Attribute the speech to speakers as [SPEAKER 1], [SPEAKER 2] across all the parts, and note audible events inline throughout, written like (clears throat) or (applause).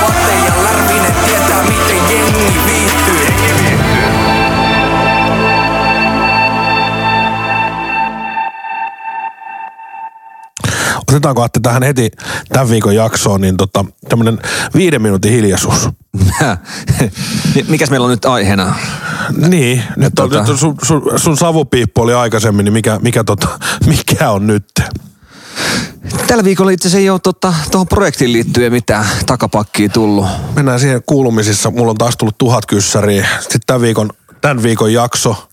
[SPEAKER 1] Vatte ja Lärvinen tietää miten jengi viihtyy.
[SPEAKER 2] Otetaanko Atte tähän heti tämän viikon jaksoon, niin tota, tämmönen viiden minuutin hiljaisuus.
[SPEAKER 3] (laughs) Niin, Mikäs meillä on nyt aiheena?
[SPEAKER 2] Niin, nyt, on,
[SPEAKER 3] tota-
[SPEAKER 2] nyt on sun, sun, sun savupiippu oli aikaisemmin, niin mikä, mikä, tota, (laughs) mikä on nyt?
[SPEAKER 3] Tällä viikolla itse asiassa ei ole tuohon projektiin liittyen mitään takapakkia tullut.
[SPEAKER 2] Mennään siihen kuulumisissa. Mulla on taas tullut tuhat kyssäriä. Sitten tämän viikon, tämän viikon jakso.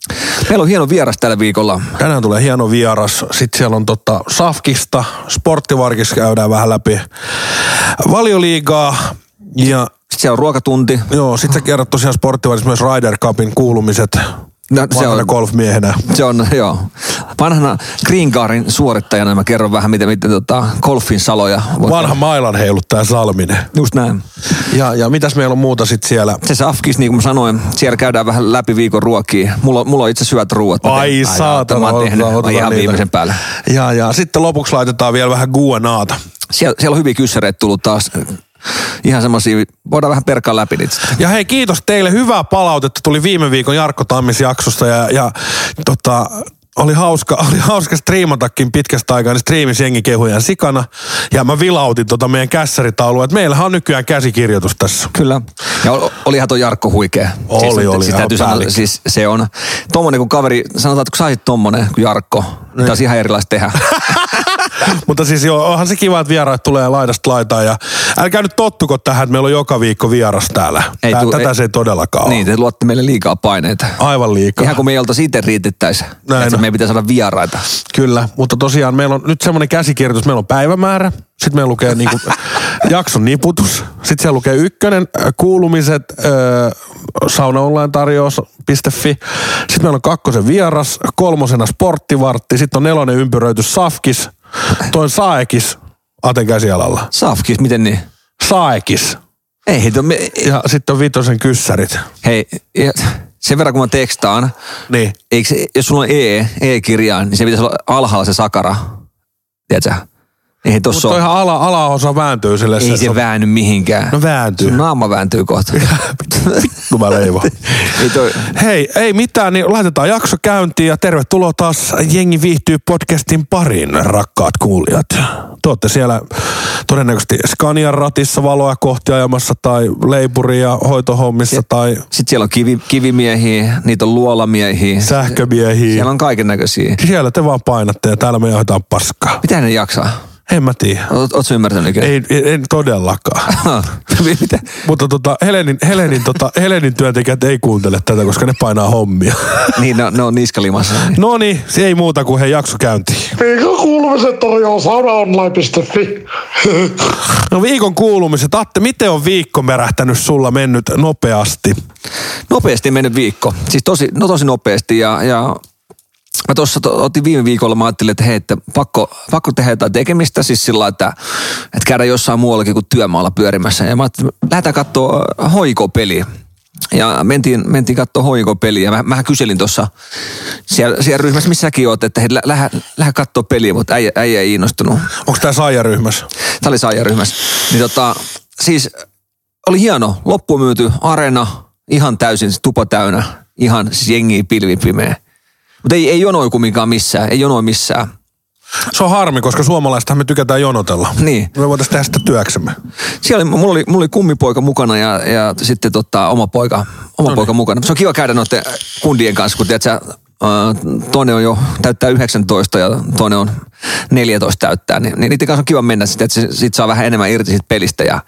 [SPEAKER 3] Meillä on hieno vieras tällä viikolla.
[SPEAKER 2] Tänään tulee hieno vieras. Sitten siellä on tota Safkista, Sporttivarkissa käydään vähän läpi. Valioliigaa ja
[SPEAKER 3] Sitten siellä on ruokatunti.
[SPEAKER 2] joo, sitten sä kerrot tosiaan Sporttivarkissa myös Ryder Cupin kuulumiset.
[SPEAKER 3] No, se
[SPEAKER 2] se
[SPEAKER 3] on-
[SPEAKER 2] on golfmiehenä.
[SPEAKER 3] Se on, (laughs) joo. Vanhana Green Cardin suorittajana mä kerron vähän, miten, miten tota, golfin saloja voi
[SPEAKER 2] Vanha mailan heiluttaja Salminen.
[SPEAKER 3] Just näin.
[SPEAKER 2] Ja, ja mitäs meillä on muuta sitten siellä?
[SPEAKER 3] Se safkis, niin kuin mä sanoin, siellä käydään vähän läpi viikon ruokia. Mulla, mulla on itse asiassa hyvät ruoat. Mä
[SPEAKER 2] Ai
[SPEAKER 3] tein-
[SPEAKER 2] saatana,
[SPEAKER 3] Mä oon
[SPEAKER 2] otetaan-
[SPEAKER 3] tehnyt
[SPEAKER 2] otetaan
[SPEAKER 3] ihan
[SPEAKER 2] niitä.
[SPEAKER 3] viimeisen päälle.
[SPEAKER 2] Ja, ja sitten lopuksi laitetaan vielä vähän guanaata.
[SPEAKER 3] Siellä, siellä on hyviä kyssäreitä tullut taas. Ihan semmosia, voidaan vähän perkaa läpi niitä. sitten.
[SPEAKER 2] Ja hei, kiitos teille. Hyvää palautetta tuli viime viikon Jarkko Tammis jaksosta ja, ja tota, oli hauska, (laughs) oli hauska striimatakin pitkästä aikaa, niin striimissä jengi kehujen sikana. Ja mä vilautin tota meidän kässäritaulua, että meillähän on nykyään käsikirjoitus tässä.
[SPEAKER 3] Kyllä. Ja ol- olihan tuo Jarkko huikea.
[SPEAKER 2] Oli,
[SPEAKER 3] siis,
[SPEAKER 2] oli,
[SPEAKER 3] Siis
[SPEAKER 2] ihan
[SPEAKER 3] täytyy sanoa,
[SPEAKER 2] päällikkö.
[SPEAKER 3] siis se on tommonen kun kaveri, sanotaan, että kun saisit tommonen kuin Jarkko, niin. taas ihan erilaista
[SPEAKER 2] (laughs)
[SPEAKER 3] tehdä.
[SPEAKER 2] Mutta siis joo, onhan se kiva, että vieraat tulee laidasta laitaan. Ja älkää nyt tottuko tähän, että meillä on joka viikko vieras täällä.
[SPEAKER 3] Ei
[SPEAKER 2] Ei,
[SPEAKER 3] tuu-
[SPEAKER 2] Tätä
[SPEAKER 3] ei-
[SPEAKER 2] se ei todellakaan
[SPEAKER 3] niin,
[SPEAKER 2] niin.
[SPEAKER 3] te luotte meille liikaa paineita.
[SPEAKER 2] Aivan liikaa.
[SPEAKER 3] Ihan kuin me ei oltaisi itse riitettäisi.
[SPEAKER 2] Näin
[SPEAKER 3] Että
[SPEAKER 2] on.
[SPEAKER 3] meidän pitää saada vieraita.
[SPEAKER 2] Kyllä, mutta tosiaan meillä on nyt semmoinen käsikirjoitus, meillä on päivämäärä, sitten meillä lukee (laughs) niinku jakson niputus, sitten siellä lukee ykkönen, ö, kuulumiset, ö, saunaonlinetarjous.fi, sitten meillä on kakkosen vieras, kolmosena sporttivartti, sitten on nelonen ympyröity safkis, toin saekis, Aten käsialalla,
[SPEAKER 3] Safkis, miten niin?
[SPEAKER 2] saekis,
[SPEAKER 3] Ei, hei, to- me,
[SPEAKER 2] ja sitten on viitosen kyssärit.
[SPEAKER 3] hei, ja- sen verran kun mä tekstaan,
[SPEAKER 2] Niin.
[SPEAKER 3] eikö, se- jos sulla on E, E-kirjain, niin se pitäisi olla alhaalla se sakara. Tiedätkö? Ei tossa
[SPEAKER 2] Mutta on
[SPEAKER 3] ole.
[SPEAKER 2] ihan ala, alaosa vääntyy sille.
[SPEAKER 3] Ei se väänny mihinkään.
[SPEAKER 2] No vääntyy.
[SPEAKER 3] Sun naama
[SPEAKER 2] (laughs)
[SPEAKER 3] vääntyy kohta.
[SPEAKER 2] kun mä
[SPEAKER 3] (laughs)
[SPEAKER 2] leivon.
[SPEAKER 3] Ei toi,
[SPEAKER 2] Hei, ei mitään, niin laitetaan jakso käyntiin ja tervetuloa taas Jengi viihtyy podcastin pariin, rakkaat kuulijat. Te olette siellä todennäköisesti Scanian ratissa valoa kohti ajamassa tai leipuria hoitohommissa ja. tai
[SPEAKER 3] sitten siellä on kivi, kivimiehiä, niitä on luolamiehiä.
[SPEAKER 2] sähkömiehiä.
[SPEAKER 3] Siellä on kaiken näköisiä.
[SPEAKER 2] Siellä te vaan painatte ja täällä me johdetaan paskaa.
[SPEAKER 3] Mitä ne jaksaa?
[SPEAKER 2] En mä tiedä.
[SPEAKER 3] Oot, ootko ymmärtänyt?
[SPEAKER 2] Ei, ei, en todellakaan.
[SPEAKER 3] (laughs) Mitä?
[SPEAKER 2] Mutta tota, Helenin, Helenin, tota, Helenin työntekijät ei kuuntele tätä, koska ne painaa hommia. (laughs)
[SPEAKER 3] Niin, ne, on- ne on niskalimassa.
[SPEAKER 2] No niin, se ei muuta kuin he jakso käyntiin.
[SPEAKER 4] Viikon kuulumiset tarjoaa saunaonline.fi.
[SPEAKER 2] No viikon kuulumiset. Atte, miten on viikko märähtänyt sulla mennyt nopeasti?
[SPEAKER 3] Nopeasti mennyt viikko. Siis tosi, no tosi nopeasti ja, ja mä tuossa to, otin viime viikolla, mä ajattelin, että hei, että pakko, pakko tehdä jotain tekemistä, siis sillä lailla, että, että käydä jossain muuallakin kuin työmaalla pyörimässä. Ja mä ajattelin, että lähdetään katsoa hoikopeliä. Ja mentiin, mentiin katsoa hoikopeliä. Ja mä, mähän kyselin tuossa siellä, siellä, ryhmässä, missä säkin oot, että hei, lä- lähde, lähde katsoa peliä, mutta äijä, äijä ei innostunut.
[SPEAKER 2] Onko tää saajaryhmässä?
[SPEAKER 3] Tämä oli saajaryhmässä. Niin tota, siis oli hieno, loppuun myyty areena, ihan täysin siis tupa täynnä, ihan siis jengi pilvi pimeä. Mutta ei, ei jonoi kumminkaan missään, ei jonoi missään.
[SPEAKER 2] Se on harmi, koska suomalaistahan me tykätään jonotella.
[SPEAKER 3] Niin.
[SPEAKER 2] Me voitaisiin tehdä sitä työksemme.
[SPEAKER 3] Siellä oli, mulla, oli, mulla oli kummipoika mukana ja, ja sitten tota, oma poika, oma poika mukana. Se on kiva käydä noiden kundien kanssa, kun tiedät, sä, ää, toinen on jo täyttää 19 ja toinen on 14 täyttää, niin, niin niiden kanssa on kiva mennä sitten, että se- sit saa vähän enemmän irti siitä pelistä ja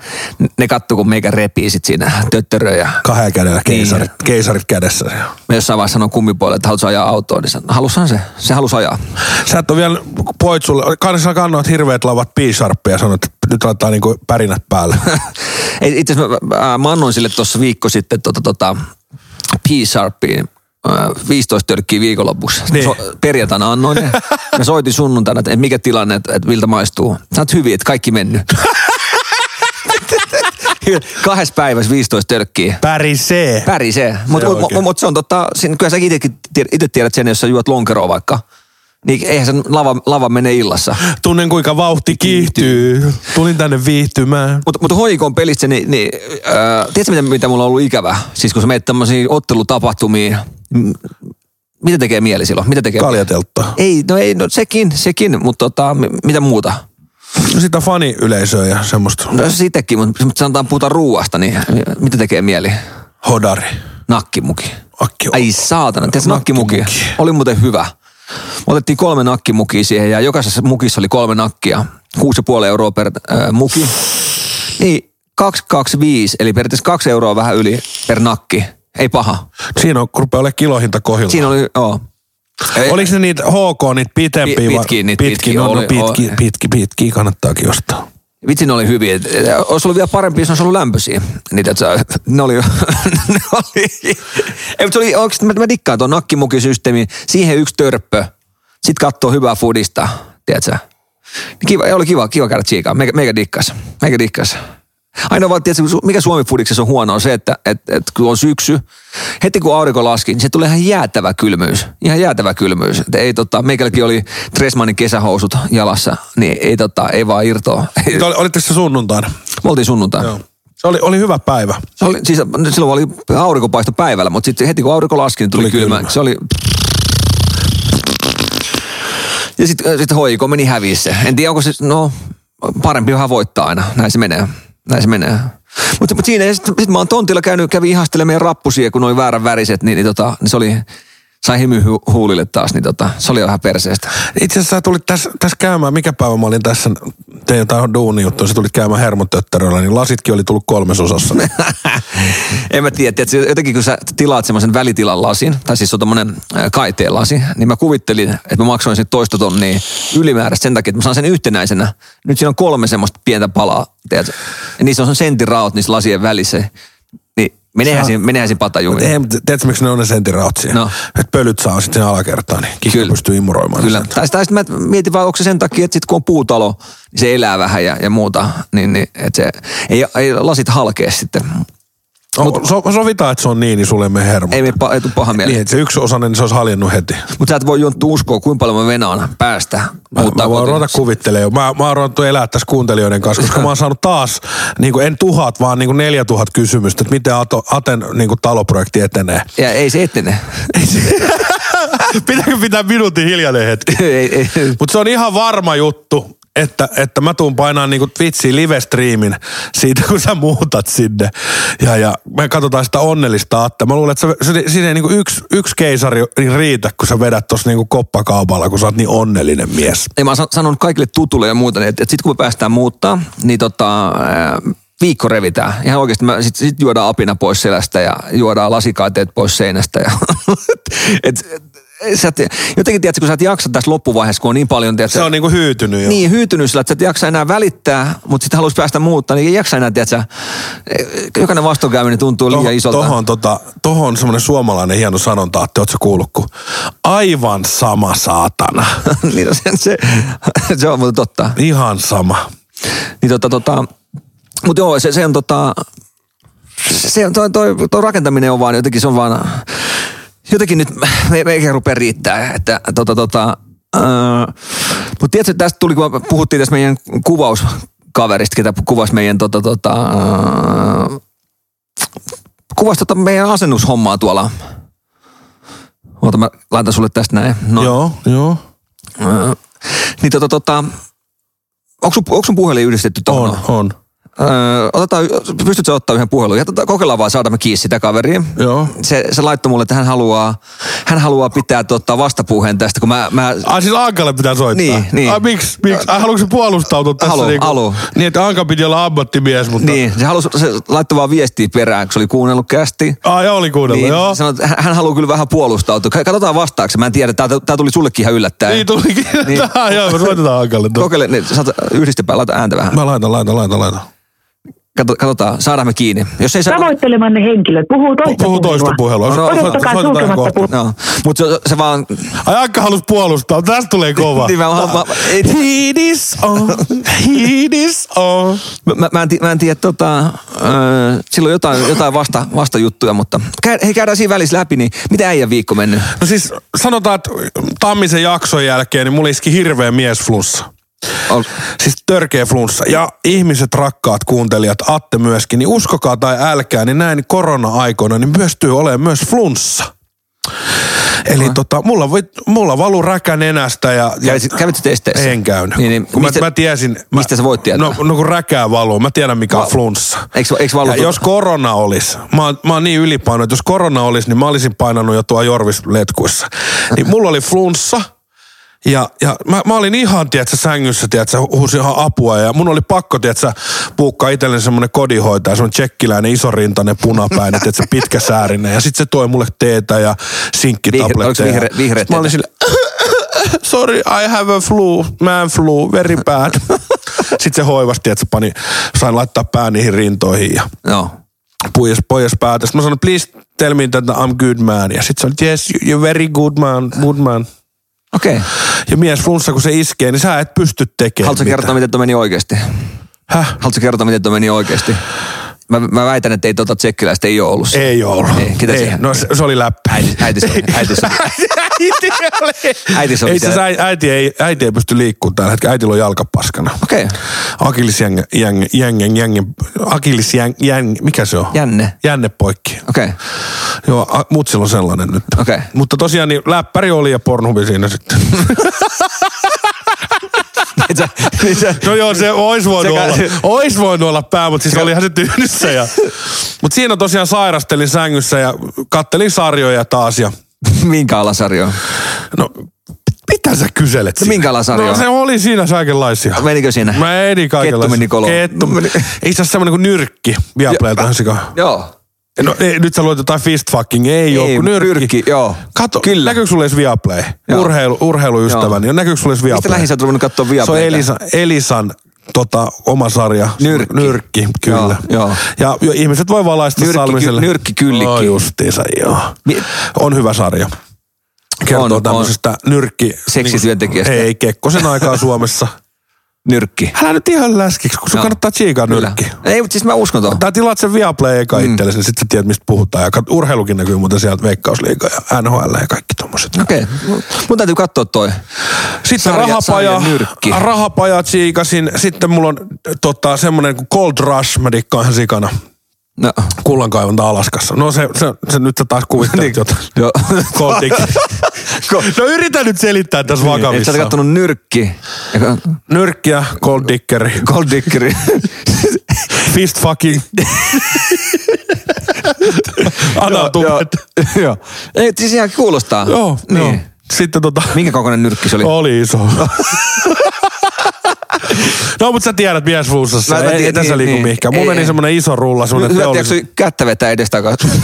[SPEAKER 3] ne katsoo, kun meikä repii sit siinä töttöröjä. ja
[SPEAKER 2] Kahden kädellä keisarit,
[SPEAKER 3] Niin.
[SPEAKER 2] keisarit kädessä.
[SPEAKER 3] Mä jossain vaiheessa sanoin kummipuolelle, että haluatko ajaa autoa, niin sanoin, halusan se. Se halusi ajaa.
[SPEAKER 2] Sä et ole vielä poitsulle. Kanssa kannoit hirveät lavat piisarppia ja sanoit, että nyt laittaa niinku pärinät päälle.
[SPEAKER 3] (laughs) Ei, Itse asiassa mä, mä, mä annoin sille tuossa viikko sitten tota, tota, P-Sharpiin ää, 15 tölkkiä viikonlopuksi. Niin.
[SPEAKER 2] Niin.
[SPEAKER 3] So, perjantaina annoin
[SPEAKER 2] (laughs)
[SPEAKER 3] ne. Mä soitin sunnuntaina, että mikä tilanne, että, että miltä maistuu. Sä oot hyvin, että
[SPEAKER 2] (laughs)
[SPEAKER 3] kaikki mennyt. Kahdessa päivässä 15 tölkkiä.
[SPEAKER 2] Pärisee.
[SPEAKER 3] Pärisee. Mutta
[SPEAKER 2] on
[SPEAKER 3] mut, mut,
[SPEAKER 2] oikein.
[SPEAKER 3] mut se on totta, sin- kyllä sä itse tiedät sen, jos sä juot lonkeroa vaikka. Niin eihän sen lava, lava mene illassa.
[SPEAKER 2] Tunnen kuinka vauhti kiihtyy. Tulin tänne viihtymään.
[SPEAKER 3] Mutta mut hoikon pelistä, niin, niin äh, tiedätkö mitä, mitä mulla on ollut ikävä? Siis kun sä menet tämmöisiin ottelutapahtumiin, m- mitä tekee mieli silloin? Mitä tekee? (laughs)
[SPEAKER 2] Kaljateltta.
[SPEAKER 3] Ei, no ei, no sekin, sekin, mutta tota, m- mitä muuta?
[SPEAKER 2] No sitä faniyleisöä ja semmoista.
[SPEAKER 3] No se itsekin, mutta mut sanotaan puhutaan ruuasta, niin m- mitä tekee mieli?
[SPEAKER 2] Hodari.
[SPEAKER 3] Nakkimuki.
[SPEAKER 2] Akki
[SPEAKER 3] Ai saatana, tiedätkö nakkimuki?
[SPEAKER 2] Nakkimuki.
[SPEAKER 3] Oli muuten hyvä. Me Otettiin kolme nakkimukia siihen ja jokaisessa mukissa oli kolme nakkia. 6,5 euroa per äh, muki. Niin, 225, eli periaatteessa kaksi euroa vähän yli per nakki. Ei paha.
[SPEAKER 2] Siinä on, kun rupeaa olemaan kilohinta kohilla.
[SPEAKER 3] Siinä oli, joo. Ei,
[SPEAKER 2] Oliko ne niitä HK, niitä pitempiä?
[SPEAKER 3] Pi-
[SPEAKER 2] vai-
[SPEAKER 3] pitkiä niitä,
[SPEAKER 2] pitkiä,
[SPEAKER 3] pitkiä
[SPEAKER 2] no, no,
[SPEAKER 3] oli-
[SPEAKER 2] pitkiä,
[SPEAKER 3] oli.
[SPEAKER 2] pitkiä, pitkiä, kannattaakin ostaa.
[SPEAKER 3] Vitsi ne oli hyviä. Et, et, Olisi ollut vielä parempi, jos ne olisi ollut lämpöisiä. Niitä, et sä, ne oli, (laughs) ne oli. Ei, mutta se oli, onks, mä, mä dikkaan tuon nakkimukisysteemi, siihen yksi törppö, sitten katsoo hyvää foodista, tiedätkö? Niin Kiva, oli kiva, kiva käydä tsiikaa. Meikä, meikä dikkas. Meikä dikkas. Ainoa vaan, tiedätkö, su- mikä Suomi foodiksessa on huono on se, että et, et, kun on syksy, heti kun aurinko laski, niin se tulee ihan jäätävä kylmyys. Ihan jäätävä kylmyys. Et ei, tota, meikälläkin oli Tresmanin kesähousut jalassa, niin ei, tota, ei vaan irtoa.
[SPEAKER 2] Te oli- Olitteko se sunnuntaina?
[SPEAKER 3] Me oltiin sunnuntaina.
[SPEAKER 2] Joo. Se oli, oli hyvä päivä.
[SPEAKER 3] Se oli, siis, silloin oli aurinkopaisto päivällä, mutta sitten heti kun aurinko laski, niin tuli, tuli
[SPEAKER 2] Tuli
[SPEAKER 3] kylmä.
[SPEAKER 2] kylmä.
[SPEAKER 3] Se oli... Ja sitten sit hoiko meni hävissä. En tiedä, onko se... No, parempi vähän voittaa aina. Näin se menee. Näin se menee. Mutta mut siinä, sitten sit mä oon tontilla käynyt, kävin ihastelemaan meidän rappusia, kun oli väärän väriset, niin, niin, tota, niin se oli, sai hymy hu- huulille taas, niin tota, se oli vähän perseestä.
[SPEAKER 2] Itse asiassa sä tulit tässä, tässä käymään, mikä päivä mä olin tässä, tein jotain duunijuttuja, sä tulit käymään hermotötteröllä, niin lasitkin oli tullut
[SPEAKER 3] (laughs)
[SPEAKER 2] kolmesosassa.
[SPEAKER 3] en mä tiedä, tiedätkö, jotenkin kun sä tilaat semmoisen välitilan lasin, tai siis se on tommonen äh, kaiteen lasi, niin mä kuvittelin, että mä maksoin sen toista tonnia ylimääräistä sen takia, että mä saan sen yhtenäisenä. Nyt siinä on kolme semmoista pientä palaa, tiedätkö? Ja niissä on sen sentin raot niissä lasien välissä. Niin menehän siinä, menehän siinä patajumiin.
[SPEAKER 2] Ei, mutta tiedätkö miksi ne on ne sentirautsia?
[SPEAKER 3] No.
[SPEAKER 2] Että pölyt saa sitten sen alakertaan, niin kikka
[SPEAKER 3] Kyllä.
[SPEAKER 2] pystyy imuroimaan.
[SPEAKER 3] Kyllä.
[SPEAKER 2] sen.
[SPEAKER 3] Tai, tai sitten mä mietin vaan, onko se sen takia, että sit kun on puutalo, niin se elää vähän ja, ja muuta. Niin, niin että se ei, ei lasit halkea sitten.
[SPEAKER 2] O, No, so, sovitaan, että se on niin, niin sulle me hermo.
[SPEAKER 3] Ei, me pa, ei tule paha mieli.
[SPEAKER 2] Niin, että se yksi osainen, niin se olisi haljennut heti.
[SPEAKER 3] Mutta sä et voi jonttu uskoa, kuinka paljon mä venaan päästä.
[SPEAKER 2] Mä, mä voin ruveta kuvittelemaan jo. Mä, mä oon ruvettu elää tässä kuuntelijoiden kanssa, koska mä oon saanut taas, niin kuin en tuhat, vaan niin kuin neljä tuhat kysymystä, että miten Ato, Aten niin kuin taloprojekti etenee.
[SPEAKER 3] ja ei se etene. (laughs)
[SPEAKER 2] (laughs) Pitääkö pitää minuutin hiljainen hetki?
[SPEAKER 3] ei, ei.
[SPEAKER 2] Mutta se on ihan varma juttu, että, että mä tuun painaa niinku Twitchiin live-streamin siitä, kun sä muutat sinne. Ja, ja me katsotaan sitä onnellista Atta. Mä luulen, että se, se, siinä ei niinku yksi, yksi keisari riitä, kun sä vedät tossa niinku koppakaupalla, kun sä oot niin onnellinen mies.
[SPEAKER 3] Ja mä oon san- sanonut kaikille tutulle ja muuta, että, että sit kun me päästään muuttaa, niin tota, ää, viikko revitään. Ihan oikeasti mä sit, sit juodaan apina pois selästä ja juodaan lasikaiteet pois seinästä. Ja (laughs) et, et, et, sä et, jotenkin tiedätkö, kun sä et jaksa tässä loppuvaiheessa, kun on niin paljon... Tiedätkö,
[SPEAKER 2] Se on niinku hyytynyt jo.
[SPEAKER 3] Niin, hyytynyt sillä, että sä et jaksa enää välittää, mutta sitten haluaisi päästä muuttaa, niin ei jaksa enää, tiedätkö, jokainen vastoinkäyminen tuntuu liian isolta.
[SPEAKER 2] Tohon, tota, tohon semmoinen suomalainen hieno sanonta, että ootko kuullut, kun aivan sama saatana.
[SPEAKER 3] (laughs) niin no se, se, se on muuten totta.
[SPEAKER 2] Ihan sama.
[SPEAKER 3] Niin tota, tota, mutta joo, se, se on tota, se on, toi, toi, toi rakentaminen on vaan jotenkin, se on vaan, jotenkin nyt me, me eikä rupea riittää, että tota, tota, mutta tiedätkö, tästä tuli, kun me puhuttiin tässä meidän kuvauskaverista, ketä kuvasi meidän tota, tota, öö, kuvasi tota meidän asennushommaa tuolla. Oota, mä laitan sulle tästä näin. No.
[SPEAKER 2] Joo, joo.
[SPEAKER 3] Öö, niin tota, tota, onko sun, onko sun puhelin yhdistetty tuohon?
[SPEAKER 2] On, on.
[SPEAKER 3] Öö, otetaan, pystytkö ottaa yhden puhelun? Ja tota, kokeillaan vaan, saada me kiinni sitä kaveria.
[SPEAKER 2] Joo.
[SPEAKER 3] Se, se laittoi mulle, että hän haluaa, hän haluaa pitää tota vastapuheen tästä, kun mä, mä
[SPEAKER 2] Ai siis Ankalle pitää soittaa?
[SPEAKER 3] Niin, niin.
[SPEAKER 2] Ai miksi? miksi? Ai haluatko se puolustautua tässä?
[SPEAKER 3] Haluan,
[SPEAKER 2] niinku,
[SPEAKER 3] haluan.
[SPEAKER 2] Niin, että Anka piti olla ammattimies, mutta...
[SPEAKER 3] niin, se, halus, se laittoi vaan viestiä perään, kun se oli kuunnellut kästi.
[SPEAKER 2] Ai oli kuunnellut,
[SPEAKER 3] Niin,
[SPEAKER 2] joo.
[SPEAKER 3] sanoi, että hän- hän haluaa kyllä vähän puolustautua. Ka- Katsotaan vastaaksi. Mä en tiedä, tää, tää tuli sullekin ihan yllättäen.
[SPEAKER 2] Niin tulikin.
[SPEAKER 3] Niin.
[SPEAKER 2] (laughs) Niin. joo, me soitetaan Ankalle.
[SPEAKER 3] Kokeile, niin, saat yhdistepää, laita ääntä vähän.
[SPEAKER 2] Mä laitan, laitan, laitan, laitan.
[SPEAKER 3] Kato- Katsotaan, saadaan me kiinni. Jos ei saa...
[SPEAKER 5] Tavoittelemanne henkilö puhuu toista
[SPEAKER 2] Puhu toista puhelua.
[SPEAKER 3] No, no,
[SPEAKER 5] Odottakaa
[SPEAKER 2] Soitetaan
[SPEAKER 5] sulkematta
[SPEAKER 2] kohta.
[SPEAKER 5] puhelua.
[SPEAKER 3] No, mutta se, se vaan...
[SPEAKER 2] Ai Akka halus puolustaa, tästä tulee kova.
[SPEAKER 3] Niin, mä- mä- mä- ei-
[SPEAKER 2] It is on, it is on.
[SPEAKER 3] Mä, mä, en, ti- mä en tiedä, tota, äh, silloin jotain, jotain vasta, vastajuttuja, mutta käy, hei käydään siinä välissä läpi, niin mitä äijän viikko mennyt?
[SPEAKER 2] No siis sanotaan, että Tammisen jakson jälkeen niin mulla iski hirveä miesflussa.
[SPEAKER 3] Ol,
[SPEAKER 2] Siis törkeä flunssa. Ja ihmiset, rakkaat kuuntelijat, Atte myöskin, niin uskokaa tai älkää, niin näin korona-aikoina niin pystyy olemaan myös flunssa. Eli tota, mulla, voi- mulla valu räkä nenästä ja, ja
[SPEAKER 3] kävit, kävitkö testeissä?
[SPEAKER 2] en käynyt.
[SPEAKER 3] Niin, niin,
[SPEAKER 2] kun
[SPEAKER 3] mistä,
[SPEAKER 2] mä, mä tiesin... Mä,
[SPEAKER 3] mistä sä voit tietää?
[SPEAKER 2] No, no kun räkää valuu, mä tiedän mikä on flunssa.
[SPEAKER 3] Eikö, eikö valu,
[SPEAKER 2] Ja jos korona olisi, mä oon, mä oon niin ylipaino, että jos korona olisi, niin mä olisin painanut jo tuo Jorvis letkuissa. Niin mulla oli flunssa, ja, ja mä, mä, olin ihan, tiedätkö, sängyssä, tiedätkö, huusin ihan apua, ja mun oli pakko, tiedätkö, puukkaa itselleni semmonen kodinhoitaja, semmonen tsekkiläinen, isorintainen, punapäinen, tiedätkö, pitkä säärinen, ja sit se toi mulle teetä ja
[SPEAKER 3] Vihre-
[SPEAKER 2] sinkkitabletteja.
[SPEAKER 3] oliko vihre- vihreä
[SPEAKER 2] Sit mä olin sille, (laughs) sorry, I have a flu, man flu, very bad. (laughs) Sitten se hoivasti, että se pani, sain laittaa pää niihin rintoihin ja
[SPEAKER 3] no.
[SPEAKER 2] pujas, pojas päätä. Sitten mä sanoin, please tell me that I'm good man. Ja sitten se oli, yes, you- you're very good man, good man.
[SPEAKER 3] Okei. Okay.
[SPEAKER 2] Ja mies flunssa, kun se iskee, niin sä et pysty tekemään
[SPEAKER 3] Haluatko
[SPEAKER 2] mitään.
[SPEAKER 3] kertoa, miten tuo meni oikeasti?
[SPEAKER 2] Häh?
[SPEAKER 3] Haluatko kertoa, miten tuo meni oikeasti? Mä, mä väitän, että ei tota tsekkiläistä ei ole ollut.
[SPEAKER 2] Ei oo ollut.
[SPEAKER 3] Ei, ketä
[SPEAKER 2] ei.
[SPEAKER 3] se-
[SPEAKER 2] No se, se oli läppä.
[SPEAKER 3] Äiti- äiti
[SPEAKER 2] (laughs)
[SPEAKER 3] se oli, äiti se oli.
[SPEAKER 2] äiti oli.
[SPEAKER 3] Äiti se oli
[SPEAKER 2] Ei, siis
[SPEAKER 3] siellä.
[SPEAKER 2] äi- äiti, ei, äiti ei pysty liikkumaan tällä hetkellä. Äitillä on jalkapaskana.
[SPEAKER 3] Okei. Okay.
[SPEAKER 2] Akillisjängen, jängen, jängen, jängen, akillisjängen, jängen, mikä se on?
[SPEAKER 3] Jänne.
[SPEAKER 2] Jänne poikki.
[SPEAKER 3] Okei. Okay.
[SPEAKER 2] Joo, a- mut sillä on sellainen nyt.
[SPEAKER 3] Okei.
[SPEAKER 2] Mutta tosiaan niin läppäri oli ja pornhubi siinä sitten.
[SPEAKER 3] Niin sä, niin sä,
[SPEAKER 2] No joo, se ois voinut,
[SPEAKER 3] Sekä- (laughs)
[SPEAKER 2] olla, ois voinut olla pää, mutta siis olihan se tyynyssä. Ja... Mutta siinä tosiaan sairastelin sängyssä ja kattelin sarjoja taas ja
[SPEAKER 3] minkä alasarjo? on?
[SPEAKER 2] No, mitä sä kyselet? siinä?
[SPEAKER 3] minkä lasarja
[SPEAKER 2] No
[SPEAKER 3] on?
[SPEAKER 2] se oli siinä kaikenlaisia.
[SPEAKER 3] Menikö siinä?
[SPEAKER 2] Mä edin kaikenlaisia.
[SPEAKER 3] Kettu meni koloon.
[SPEAKER 2] Kettu.
[SPEAKER 3] Meni-
[SPEAKER 2] Itse asiassa semmonen kuin nyrkki. Viaplay tähän sikaan.
[SPEAKER 3] Joo.
[SPEAKER 2] No ei, nyt sä luet jotain fistfucking. Ei, ei ole kuin nyrkki.
[SPEAKER 3] nyrkki, joo.
[SPEAKER 2] Kato,
[SPEAKER 3] Kyllä.
[SPEAKER 2] Kyllä. näkyykö sulle edes Viaplay?
[SPEAKER 3] Joo.
[SPEAKER 2] Urheilu, urheiluystäväni. Joo. Näkyykö sulle edes Viaplay?
[SPEAKER 3] Mistä lähin sä oot ruvennut katsoa vielä?
[SPEAKER 2] Se on Elisa, Elisan tota, oma sarja.
[SPEAKER 3] Nyrkki.
[SPEAKER 2] Nyrkki, kyllä.
[SPEAKER 3] Joo, joo.
[SPEAKER 2] Ja, ja ihmiset voi valaista
[SPEAKER 3] Nyrkki-
[SPEAKER 2] Salmiselle.
[SPEAKER 3] Nyrkki Kyllikki.
[SPEAKER 2] No justiinsa, joo.
[SPEAKER 3] Mi-
[SPEAKER 2] On hyvä sarja.
[SPEAKER 3] On,
[SPEAKER 2] Kertoo
[SPEAKER 3] on.
[SPEAKER 2] on, tämmöisestä on. nyrkki...
[SPEAKER 3] Seksityöntekijästä.
[SPEAKER 2] Ei, Kekkosen
[SPEAKER 3] (laughs)
[SPEAKER 2] aikaa Suomessa.
[SPEAKER 3] Nyrkki.
[SPEAKER 2] Älä nyt ihan läskiksi, kun sun
[SPEAKER 3] Joo.
[SPEAKER 2] kannattaa tsiikaa
[SPEAKER 3] Kyllä.
[SPEAKER 2] nyrkki.
[SPEAKER 3] Ei, mutta siis mä uskon tuohon.
[SPEAKER 2] Tai tilaat sen Viaplay eka mm. itsellesi, niin sit sä tiedät, mistä puhutaan. Ja kat- urheilukin näkyy muuten sieltä Veikkausliiga ja NHL ja kaikki tommoset.
[SPEAKER 3] Okei. Mun täytyy katsoa toi.
[SPEAKER 2] Sitten
[SPEAKER 3] Sarja-
[SPEAKER 2] rahapaja,
[SPEAKER 3] sarjan nyrkki.
[SPEAKER 2] rahapaja tsiikasin. Sitten mulla on tota, semmoinen kuin Gold Rush, mä dikkaan ihan sikana.
[SPEAKER 3] No.
[SPEAKER 2] Kullankaivonta Alaskassa. No se, se, se nyt sä taas
[SPEAKER 3] Niin.
[SPEAKER 2] kuvittelet jotain.
[SPEAKER 3] Joo.
[SPEAKER 2] Gold Digger. (laughs) No yritä nyt selittää tässä
[SPEAKER 3] Niin, Et sä
[SPEAKER 2] vakavissa.
[SPEAKER 3] oot kattonut nyrkki.
[SPEAKER 2] Nyrkkiä, Gold Diggeri,
[SPEAKER 3] Gold Diggeri.
[SPEAKER 2] (laughs) Fist
[SPEAKER 3] (laughs)
[SPEAKER 2] Fucking. Anna tupet.
[SPEAKER 3] Joo, (laughs) Joo. Ei, siis ihan kuulostaa.
[SPEAKER 2] Joo,
[SPEAKER 3] niin.
[SPEAKER 2] joo. Sitten tota...
[SPEAKER 3] Minkä kokoinen nyrkki se oli?
[SPEAKER 2] Oli iso. no, mutta sä tiedät mies flussassa.
[SPEAKER 3] Mä- mä
[SPEAKER 2] Ei, ei
[SPEAKER 3] tiedän,
[SPEAKER 2] tässä
[SPEAKER 3] niin,
[SPEAKER 2] liiku
[SPEAKER 3] niin.
[SPEAKER 2] mihinkään.
[SPEAKER 3] Ei,
[SPEAKER 2] Mulla
[SPEAKER 3] ei.
[SPEAKER 2] meni semmonen iso rulla,
[SPEAKER 3] Hyvä,
[SPEAKER 2] semmonen
[SPEAKER 3] teollis...
[SPEAKER 2] teollisuus.
[SPEAKER 3] jakso kättä vetää edestakaan. (laughs)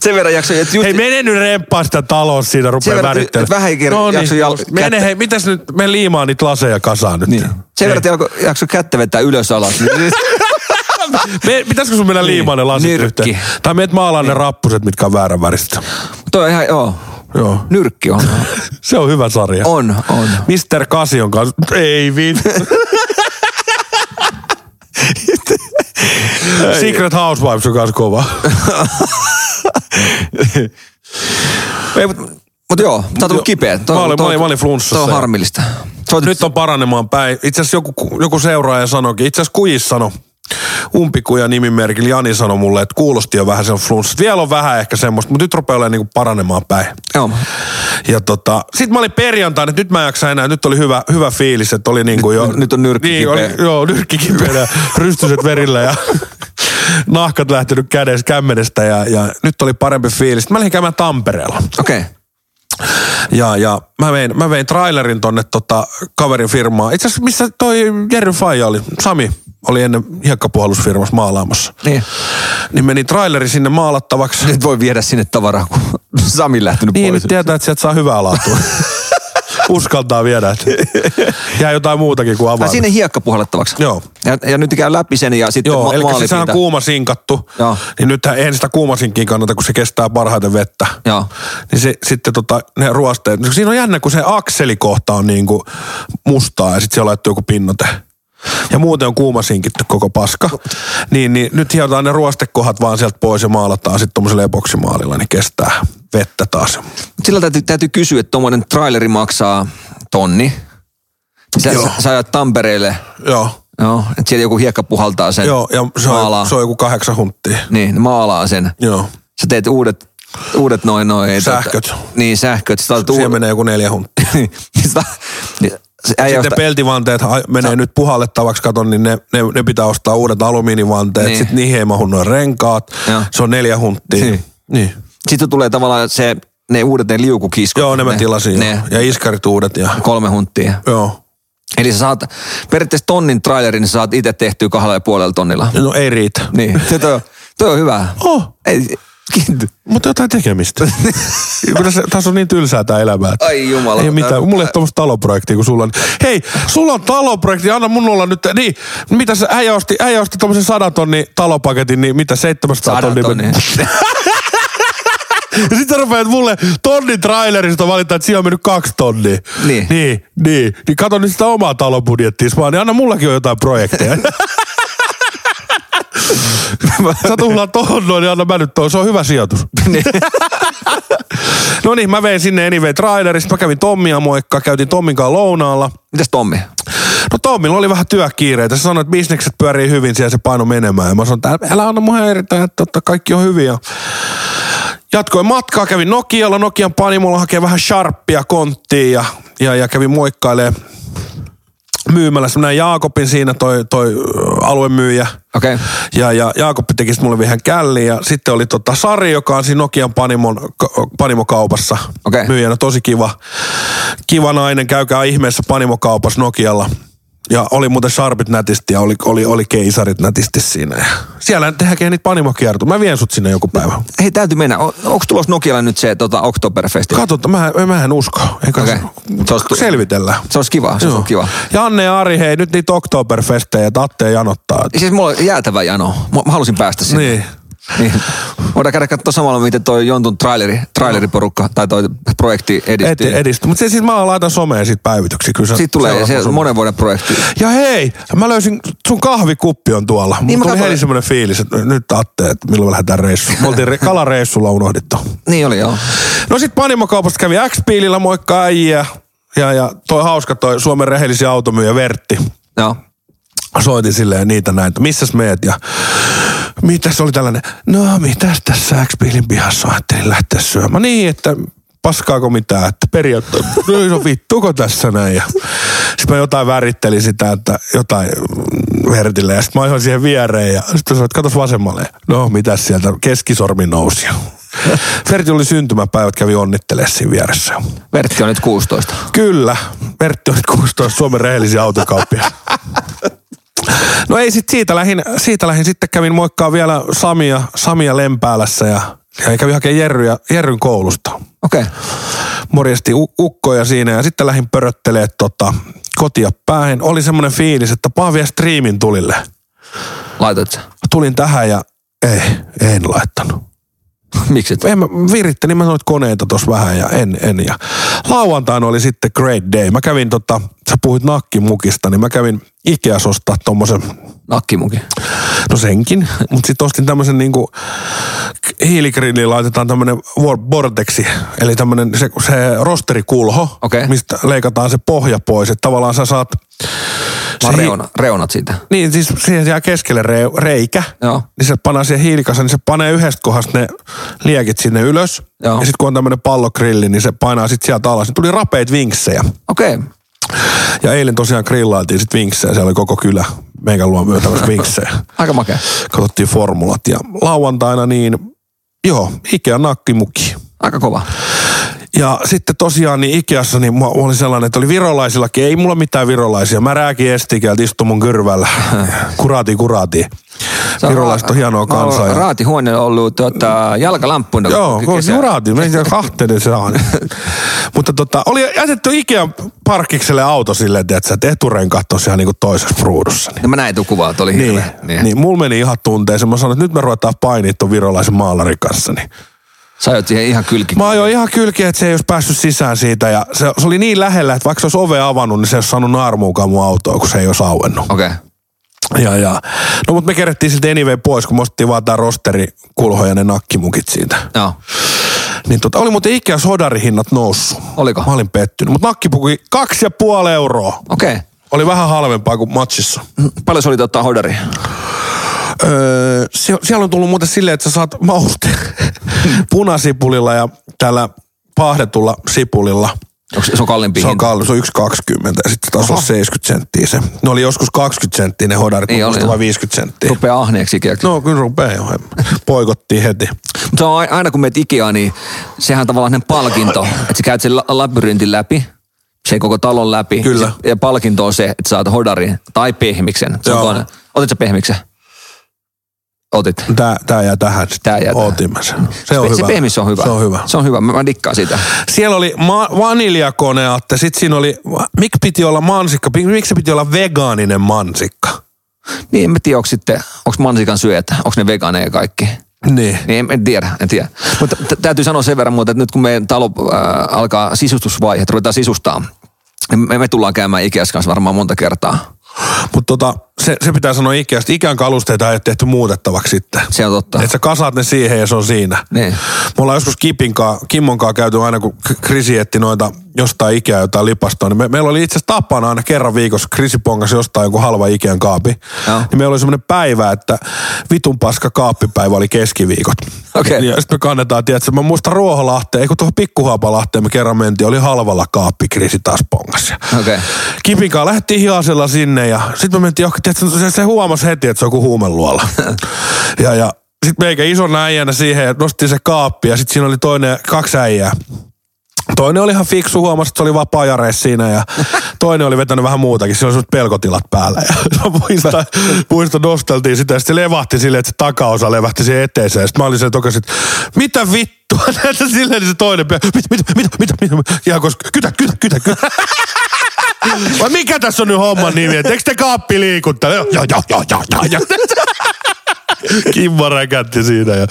[SPEAKER 3] Sen verran jakso, että just...
[SPEAKER 2] Hei, mene nyt remppaa sitä talous siinä,
[SPEAKER 3] Sen
[SPEAKER 2] rupee
[SPEAKER 3] verran,
[SPEAKER 2] värittelemään.
[SPEAKER 3] että vähän ei kerran jakso
[SPEAKER 2] niin,
[SPEAKER 3] jal-
[SPEAKER 2] just. Mene,
[SPEAKER 3] kättä-
[SPEAKER 2] hei, mitäs nyt, me liimaa niitä laseja kasaan nyt.
[SPEAKER 3] Niin. Sen verran
[SPEAKER 2] Hei.
[SPEAKER 3] jakso, jakso kättä vetää ylös alas. Niin-
[SPEAKER 2] (laughs) Me, pitäisikö sun mennä liimaan ne lasit
[SPEAKER 3] Nyrkki. Niin.
[SPEAKER 2] yhteen? Tai meet maalaan ne rappuset, mitkä on väärän väristä.
[SPEAKER 3] Toi on ihan, joo.
[SPEAKER 2] Joo.
[SPEAKER 3] Nyrkki on.
[SPEAKER 2] Se on hyvä sarja.
[SPEAKER 3] On, on.
[SPEAKER 2] Mister Kasion kanssa. Ei vittu. Secret Housewives on kanssa kova.
[SPEAKER 3] Ei, mut, mut joo, sä oot ollut kipeä.
[SPEAKER 2] Mä olin- mä olin- mä olin flunssassa
[SPEAKER 3] Toi on
[SPEAKER 2] ja-
[SPEAKER 3] harmillista. Sä oot,
[SPEAKER 2] Nyt on paranemaan päin. Itse asiassa joku, joku seuraaja sanoikin, itse asiassa Kujis sanoi, umpikuja nimimerkillä Jani sanoi mulle, että kuulosti jo vähän sen flunssasta. Vielä on vähän ehkä semmoista, mutta nyt rupeaa olemaan niinku paranemaan päin.
[SPEAKER 3] Joo.
[SPEAKER 2] Ja tota, sit mä olin perjantaina, että nyt mä en jaksa enää, nyt oli hyvä, hyvä fiilis, että oli niinku jo...
[SPEAKER 3] Nyt- nyt on nyrkki
[SPEAKER 2] niin,
[SPEAKER 3] kipeä.
[SPEAKER 2] oli, Joo, nyrkki kipeänä, rystyset verillä
[SPEAKER 3] (laughs)
[SPEAKER 2] ja nahkat lähtenyt kädestä, kämmenestä ja, ja nyt oli parempi fiilis. Sitten Mä lähdin käymään Tampereella
[SPEAKER 3] Okei. Okay.
[SPEAKER 2] ja, ja mä, vein, mä vein trailerin tonne tota, kaverin firmaan. Itse asiassa missä toi Jerry Faija oli, Sami oli ennen hiekkapuhallusfirmassa maalaamassa.
[SPEAKER 3] Niin.
[SPEAKER 2] Niin meni traileri sinne
[SPEAKER 3] (laughs)
[SPEAKER 2] maalattavaksi.
[SPEAKER 3] Nyt voi viedä sinne tavaraa, kun Sami lähtenyt
[SPEAKER 2] Niin,
[SPEAKER 3] pois. (laughs)
[SPEAKER 2] nyt tietää, että sieltä saa hyvää laatua. uskaltaa viedä. että Jää jotain muutakin kuin
[SPEAKER 3] Tai
[SPEAKER 2] avaimet.
[SPEAKER 3] sinne hiekka puhallettavaksi.
[SPEAKER 2] Joo.
[SPEAKER 3] Ja, ja nyt käy läpi sen ja sitten
[SPEAKER 2] Joo,
[SPEAKER 3] ma-
[SPEAKER 2] eli
[SPEAKER 3] maali
[SPEAKER 2] siis sehän on
[SPEAKER 3] pitää.
[SPEAKER 2] kuuma sinkattu,
[SPEAKER 3] Joo.
[SPEAKER 2] niin nyt ei sitä kuumasinkin kannata, kun se kestää parhaiten vettä.
[SPEAKER 3] Joo.
[SPEAKER 2] Niin se, sitten tota, ne ruosteet, siinä on jännä, kun se akselikohta on niinku mustaa ja sitten siellä on laittu joku pinnote. Ja muuten on kuuma sinkitty koko paska. Niin, niin nyt hiotaan ne ruostekohdat vaan sieltä pois ja maalataan sitten tuommoisella epoksimaalilla, niin kestää vettä taas.
[SPEAKER 3] Mut Sillä täytyy, täytyy kysyä, että tuommoinen traileri maksaa tonni. Sä,
[SPEAKER 2] Joo.
[SPEAKER 3] sä, sä ajat Tampereelle,
[SPEAKER 2] Joo,
[SPEAKER 3] joo, että siellä joku hiekka puhaltaa sen,
[SPEAKER 2] joo ja se
[SPEAKER 3] maalaa.
[SPEAKER 2] on, se on joku kahdeksan hunttia.
[SPEAKER 3] Niin, ne maalaa sen.
[SPEAKER 2] Joo.
[SPEAKER 3] Sä teet uudet, uudet noin noin.
[SPEAKER 2] Sähköt.
[SPEAKER 3] Tota, niin, sähköt. Sä laitat
[SPEAKER 2] Siihen
[SPEAKER 3] uudet.
[SPEAKER 2] menee joku neljä hunttia.
[SPEAKER 3] (laughs) Sitä, se äijä
[SPEAKER 2] Sitten
[SPEAKER 3] ostaa-
[SPEAKER 2] ne peltivanteet ha- menee nyt puhallettavaksi, katon, niin ne, ne, ne pitää ostaa uudet alumiinivanteet.
[SPEAKER 3] Niin.
[SPEAKER 2] Niin. Sitten niihin ei mahu noin renkaat.
[SPEAKER 3] Joo.
[SPEAKER 2] Se on neljä hunttia.
[SPEAKER 3] Niin.
[SPEAKER 2] Niin. niin.
[SPEAKER 3] Sitten tulee tavallaan se, ne uudet ne liukukiskot.
[SPEAKER 2] Joo, ne mä tilasin.
[SPEAKER 3] Ne,
[SPEAKER 2] Ne. Ja iskarit uudet. Ja,
[SPEAKER 3] kolme hunttia.
[SPEAKER 2] joo.
[SPEAKER 3] Eli sä saat periaatteessa tonnin trailerin, niin sä saat itse tehtyä kahdella ja puolella tonnilla.
[SPEAKER 2] No ei riitä.
[SPEAKER 3] Niin, se toi, on- toi on hyvä.
[SPEAKER 2] Oh.
[SPEAKER 3] Ei, kiinni.
[SPEAKER 2] Mutta jotain tekemistä. Kun tässä, tässä on niin tylsää tämä elämä. että
[SPEAKER 3] Ai jumala.
[SPEAKER 2] Ei ole mitään. Mulla ei ole tuommoista taloprojektia kuin sulla on. Hei, sulla on taloprojekti. Anna mun olla nyt. Niin, mitä sä äijä osti, äijä osti tuommoisen 100 tonni talopaketin, niin mitä 700
[SPEAKER 3] Sadan
[SPEAKER 2] tonnia?
[SPEAKER 3] tonnia.
[SPEAKER 2] Ja sit sä rupeat mulle tonnin trailerista valittaa, että siinä on mennyt kaksi tonnia.
[SPEAKER 3] Niin.
[SPEAKER 2] Niin, niin. niin kato nyt sitä omaa talobudjettiis vaan, niin anna mullakin on jotain projekteja. Sä tuhlaat tohon noin, niin anna mä nyt tohon. Se on hyvä sijoitus. (laughs) no niin, mä vein sinne Anyway Trailerista. Mä kävin Tommia moikka, käytiin Tommin kanssa lounaalla.
[SPEAKER 3] (laughs) Mitäs Tommi?
[SPEAKER 2] No Tommilla oli vähän työkiireitä. Se sanoi, että bisnekset pyörii hyvin, siellä se paino menemään. Ja mä sanoin, että älä- älä anna mun häiritä, että totta, kaikki on hyvin. Ja jatkoin matkaa, kävin Nokialla, Nokian panimolla hakee vähän sharppia konttiin ja, ja, ja kävin moikkailee myymälässä. Mä näin Jaakobin siinä, toi, toi ö, aluemyyjä.
[SPEAKER 3] Okei. Okay.
[SPEAKER 2] Ja, ja Jaakoppi teki sit mulle vähän källi ja sitten oli tota Sari, joka on siinä Nokian panimon, ka- panimokaupassa
[SPEAKER 3] Okei.
[SPEAKER 2] myyjänä. Tosi kiva, kiva nainen, käykää ihmeessä panimokaupassa Nokialla. Ja oli muuten sharpit nätisti ja oli, oli, oli keisarit nätisti siinä. Ja siellä tehdään niitä panimokiertoja. Mä vien sut sinne joku päivä.
[SPEAKER 3] Hei, täytyy mennä. O, onko tulossa Nokialla nyt se tota, Oktoberfesti?
[SPEAKER 2] Katsotaan, mä, mä en usko. Eikä
[SPEAKER 3] Okei.
[SPEAKER 2] okay.
[SPEAKER 3] Se olisi tu-
[SPEAKER 2] Selvitellään.
[SPEAKER 3] se olisi kiva, se olisi
[SPEAKER 2] Joo.
[SPEAKER 3] kiva.
[SPEAKER 2] Janne ja Ari, hei, nyt niitä Oktoberfestejä, että Atte ei janottaa.
[SPEAKER 3] Siis mulla on jäätävä jano. Mä, mä halusin päästä sinne.
[SPEAKER 2] Niin.
[SPEAKER 3] Niin. Voidaan käydä katsoa samalla, miten toi Jontun traileri, traileriporukka tai toi projekti
[SPEAKER 2] Et,
[SPEAKER 3] edistyy.
[SPEAKER 2] edisty. Mutta se siis mä laitan someen sit päivityksiä. Kyllä se-
[SPEAKER 3] Siitä tulee
[SPEAKER 2] seuraava
[SPEAKER 3] se
[SPEAKER 2] sun-
[SPEAKER 3] monen vuoden projekti.
[SPEAKER 2] Ja hei, mä löysin, sun kahvikuppi on tuolla.
[SPEAKER 3] Niin
[SPEAKER 2] Niin
[SPEAKER 3] mä
[SPEAKER 2] Mulla tuli
[SPEAKER 3] katsoin.
[SPEAKER 2] heti semmoinen fiilis, että nyt Atte, että milloin me lähdetään reissuun. Me oltiin
[SPEAKER 3] (laughs)
[SPEAKER 2] re- kalareissulla unohdittu.
[SPEAKER 3] Niin oli joo.
[SPEAKER 2] No sit Panimokaupasta kävi X-Piilillä, moikka äijiä. Ja, ja toi hauska toi Suomen rehellisiä automyyjä Vertti.
[SPEAKER 3] Joo.
[SPEAKER 2] Soitin silleen niitä näitä, missäs meet ja mitäs oli tällainen, no mitäs tässä X-Piilin pihassa on, ajattelin lähteä syömään. Niin, että paskaako mitään, että periaatteessa, no iso vittuko tässä näin. Ja sitten mä jotain värittelin sitä, että jotain mm, vertille ja sitten mä ihan siihen viereen ja sitten sanoin, että katos vasemmalle. No mitäs sieltä, keskisormi nousi. Vertti oli syntymäpäivät, kävi onnittelemaan siinä vieressä.
[SPEAKER 3] Vertti on nyt 16.
[SPEAKER 2] Kyllä. Pertti on nyt 16 Suomen rehellisiä autokauppia. No ei sit siitä lähin, siitä lähin sitten kävin moikkaa vielä Samia, Samia Lempäälässä ja, ja kävin hakemaan Jerryä, Jerryn koulusta.
[SPEAKER 3] Okei. Okay.
[SPEAKER 2] Morjesti u- ukkoja siinä ja sitten lähdin pöröttelee tota, kotia päähän. Oli semmoinen fiilis, että paha vielä striimin tulille.
[SPEAKER 3] Laitat sä. (laughs)
[SPEAKER 2] Tulin tähän ja ei, en laittanut.
[SPEAKER 3] Miksi et?
[SPEAKER 2] en mä virittelin, mä noit koneita tuossa vähän ja en, en. Ja lauantaina oli sitten great day. Mä kävin tota, sä puhuit nakkimukista, niin mä kävin Ikeas ostaa tommosen,
[SPEAKER 3] Nakkimukin.
[SPEAKER 2] no senkin, (laughs) mutta sitten ostin tämmösen niinku hiiligrilliin laitetaan tämmönen vor- bortexi, eli tämmönen se, se rosterikulho,
[SPEAKER 3] Okei.
[SPEAKER 2] mistä leikataan se pohja pois, että tavallaan sä saat,
[SPEAKER 3] Vaan
[SPEAKER 2] Se-
[SPEAKER 3] reuna, reunat siitä.
[SPEAKER 2] niin siis siihen jää keskelle re, reikä,
[SPEAKER 3] Joo.
[SPEAKER 2] niin se panaa siihen hiilikasaan, niin se panee yhdestä kohdasta ne liekit sinne ylös.
[SPEAKER 3] Joo.
[SPEAKER 2] Joo. Ja sitten kun on tämmöinen pallogrilli, niin se painaa sitten sieltä alas. Niin tuli rapeet vinksejä.
[SPEAKER 3] Okei. Okay.
[SPEAKER 2] Ja eilen tosiaan grillailtiin sitten vinksejä. Siellä oli koko kylä meikän luo myötämässä vinksejä.
[SPEAKER 3] Aika makea.
[SPEAKER 2] Katsottiin formulat ja lauantaina niin, joo, Ikea nakkimuki.
[SPEAKER 3] Aika kova.
[SPEAKER 2] Ja sitten tosiaan niin Ikeassa niin mua, mulla oli sellainen, että oli virolaisillakin. Ei mulla mitään virolaisia. Mä rääkin estikeltä istu mun kyrvällä. (laughs) Kuraati, kuraati. Virolaiset on hienoa kansaa. ja-
[SPEAKER 3] Raatihuone on ollut tota, jalkalamppu.
[SPEAKER 2] Joo, kun se (laughs)
[SPEAKER 3] kesä-
[SPEAKER 2] uraati, me ei siellä kahteen saa. Mutta tota, oli jätetty Ikean parkkikselle auto silleen, tiedätkö, että eturenkaat tosiaan niin kuin toisessa ruudussa. Niin.
[SPEAKER 3] No mä näin tuon kuvaa, että oli
[SPEAKER 2] Niin,
[SPEAKER 3] hirveä.
[SPEAKER 2] niin.
[SPEAKER 3] niin.
[SPEAKER 2] niin. mulla meni ihan tunteeseen. Mä sanoin, että nyt me ruvetaan painii ton virolaisen maalarin kanssa. Niin.
[SPEAKER 3] Sä ajot siihen ihan kylki.
[SPEAKER 2] Mä ajoin ihan kylkiä, että se ei olisi päässyt sisään siitä. Ja se, se oli niin lähellä, että vaikka se olisi ove avannut, niin se ei olisi saanut naarmuukaan mun autoa, kun se ei olisi auennut.
[SPEAKER 3] Okei. Okay.
[SPEAKER 2] Ja, ja. No mutta me kerättiin siltä anyway pois, kun me ostettiin vaan tää rosteri kulho ja ne nakkimukit siitä.
[SPEAKER 3] No.
[SPEAKER 2] Niin tota, oli muuten Ikea sodarihinnat noussut.
[SPEAKER 3] Oliko?
[SPEAKER 2] Mä olin pettynyt. Mutta nakkipuki kaksi ja puoli euroa.
[SPEAKER 3] Okei. Okay.
[SPEAKER 2] Oli vähän halvempaa kuin matsissa.
[SPEAKER 3] Paljon se oli ottaa hodari?
[SPEAKER 2] Öö, se, siellä on tullut muuten silleen, että sä saat mauste (laughs) punasipulilla ja tällä paahdetulla sipulilla.
[SPEAKER 3] Onko se, se on kalliimpi
[SPEAKER 2] Se on
[SPEAKER 3] hinta?
[SPEAKER 2] kalli, se on 1,20 ja sitten taas on 70 senttiä se. Ne oli joskus 20 senttiä ne hodarit,
[SPEAKER 3] Niin
[SPEAKER 2] niin
[SPEAKER 3] oli,
[SPEAKER 2] oli,
[SPEAKER 3] joo.
[SPEAKER 2] vai 50 senttiä.
[SPEAKER 3] Rupeaa ahneeksi ikäksi.
[SPEAKER 2] No kyllä rupeaa jo.
[SPEAKER 3] (laughs)
[SPEAKER 2] Poikottiin heti.
[SPEAKER 3] Mutta on ai- aina kun meet Ikeaan, niin sehän on tavallaan sen palkinto, että sä käyt sen la- labyrintin läpi, sen koko talon läpi.
[SPEAKER 2] Kyllä.
[SPEAKER 3] Ja se- Ja palkinto on se, että saat hodarin tai pehmiksen. Se on
[SPEAKER 2] Joo.
[SPEAKER 3] toinen. Otit sä pehmiksen? Otit.
[SPEAKER 2] Tää, tää jää tähän. sitten.
[SPEAKER 3] Tää jää tähän.
[SPEAKER 2] Ootimme sen. No, Se on
[SPEAKER 3] se
[SPEAKER 2] hyvä.
[SPEAKER 3] pehmis on hyvä.
[SPEAKER 2] Se on hyvä.
[SPEAKER 3] Se on hyvä. Mä, mä dikkaan siitä.
[SPEAKER 2] Siellä oli ma- vaniljakoneatte, sit siinä oli, miksi piti olla mansikka, Mik- miksi se piti olla vegaaninen mansikka?
[SPEAKER 3] Niin, en mä tiedä, onko sitten, onko mansikan syöjät, onko ne vegaaneja kaikki.
[SPEAKER 2] Niin.
[SPEAKER 3] Niin, en, en tiedä, en tiedä. Mutta t- täytyy sanoa sen verran muuta, että nyt kun meidän talo äh, alkaa sisustusvaihe, että ruvetaan sisustaa, niin me, me tullaan käymään Ikeassa kanssa varmaan monta kertaa.
[SPEAKER 2] Mutta tota, se, se, pitää sanoa Ikeasta, Ikean kalusteita ei ole tehty muutettavaksi sitten.
[SPEAKER 3] Se on totta.
[SPEAKER 2] Niin, Et sä kasaat ne siihen ja se on siinä.
[SPEAKER 3] Niin.
[SPEAKER 2] Me ollaan joskus Kipinkaa, Kimmonkaa käyty aina, kun K- Krisi etti noita jostain Ikea jotain lipastoa. Niin me, meillä oli itse asiassa tapana aina kerran viikossa, Krisi pongasi jostain joku halva Ikean kaapi.
[SPEAKER 3] Joo.
[SPEAKER 2] Niin meillä oli semmoinen päivä, että vitun paska kaappipäivä oli keskiviikot.
[SPEAKER 3] Okei.
[SPEAKER 2] Ja sitten me kannetaan, tiedätkö, mä muistan Ruoholahteen, ei kun tuohon Pikkuhaapalahteen me kerran mentiin, oli halvalla kaappi, Krisi taas pongasi.
[SPEAKER 3] Okei.
[SPEAKER 2] Kipinkaa lähti hiasella sinne ja sitten me mentiin johonkin, tiedätkö, se, se huomasi heti, että se on kuin huumeluola. ja, ja sitten meikä ison äijänä siihen ja nostin se kaappi ja sitten siinä oli toinen, kaksi äijää. Toinen oli ihan fiksu, huomasi, että se oli vapaa jare siinä ja toinen oli vetänyt vähän muutakin. Siinä oli sellaiset pelkotilat päällä ja (laughs) mä muistan, muistan nosteltiin sitä ja sitten se levahti silleen, että se takaosa levähti siihen eteiseen. Sitten mä olin sen tokasin, että mitä vittua, (laughs) näitä silleen niin se toinen pe- mitä, mitä, mitä, mitä, mitä, ja koska kytä, kytä, kytä, kytä. Vai mikä tässä on nyt homman nimi, että eikö te kaappi liiku täällä? Joo, joo, joo, joo, joo, joo, (laughs) joo. Kimmo räkätti siinä. Ja.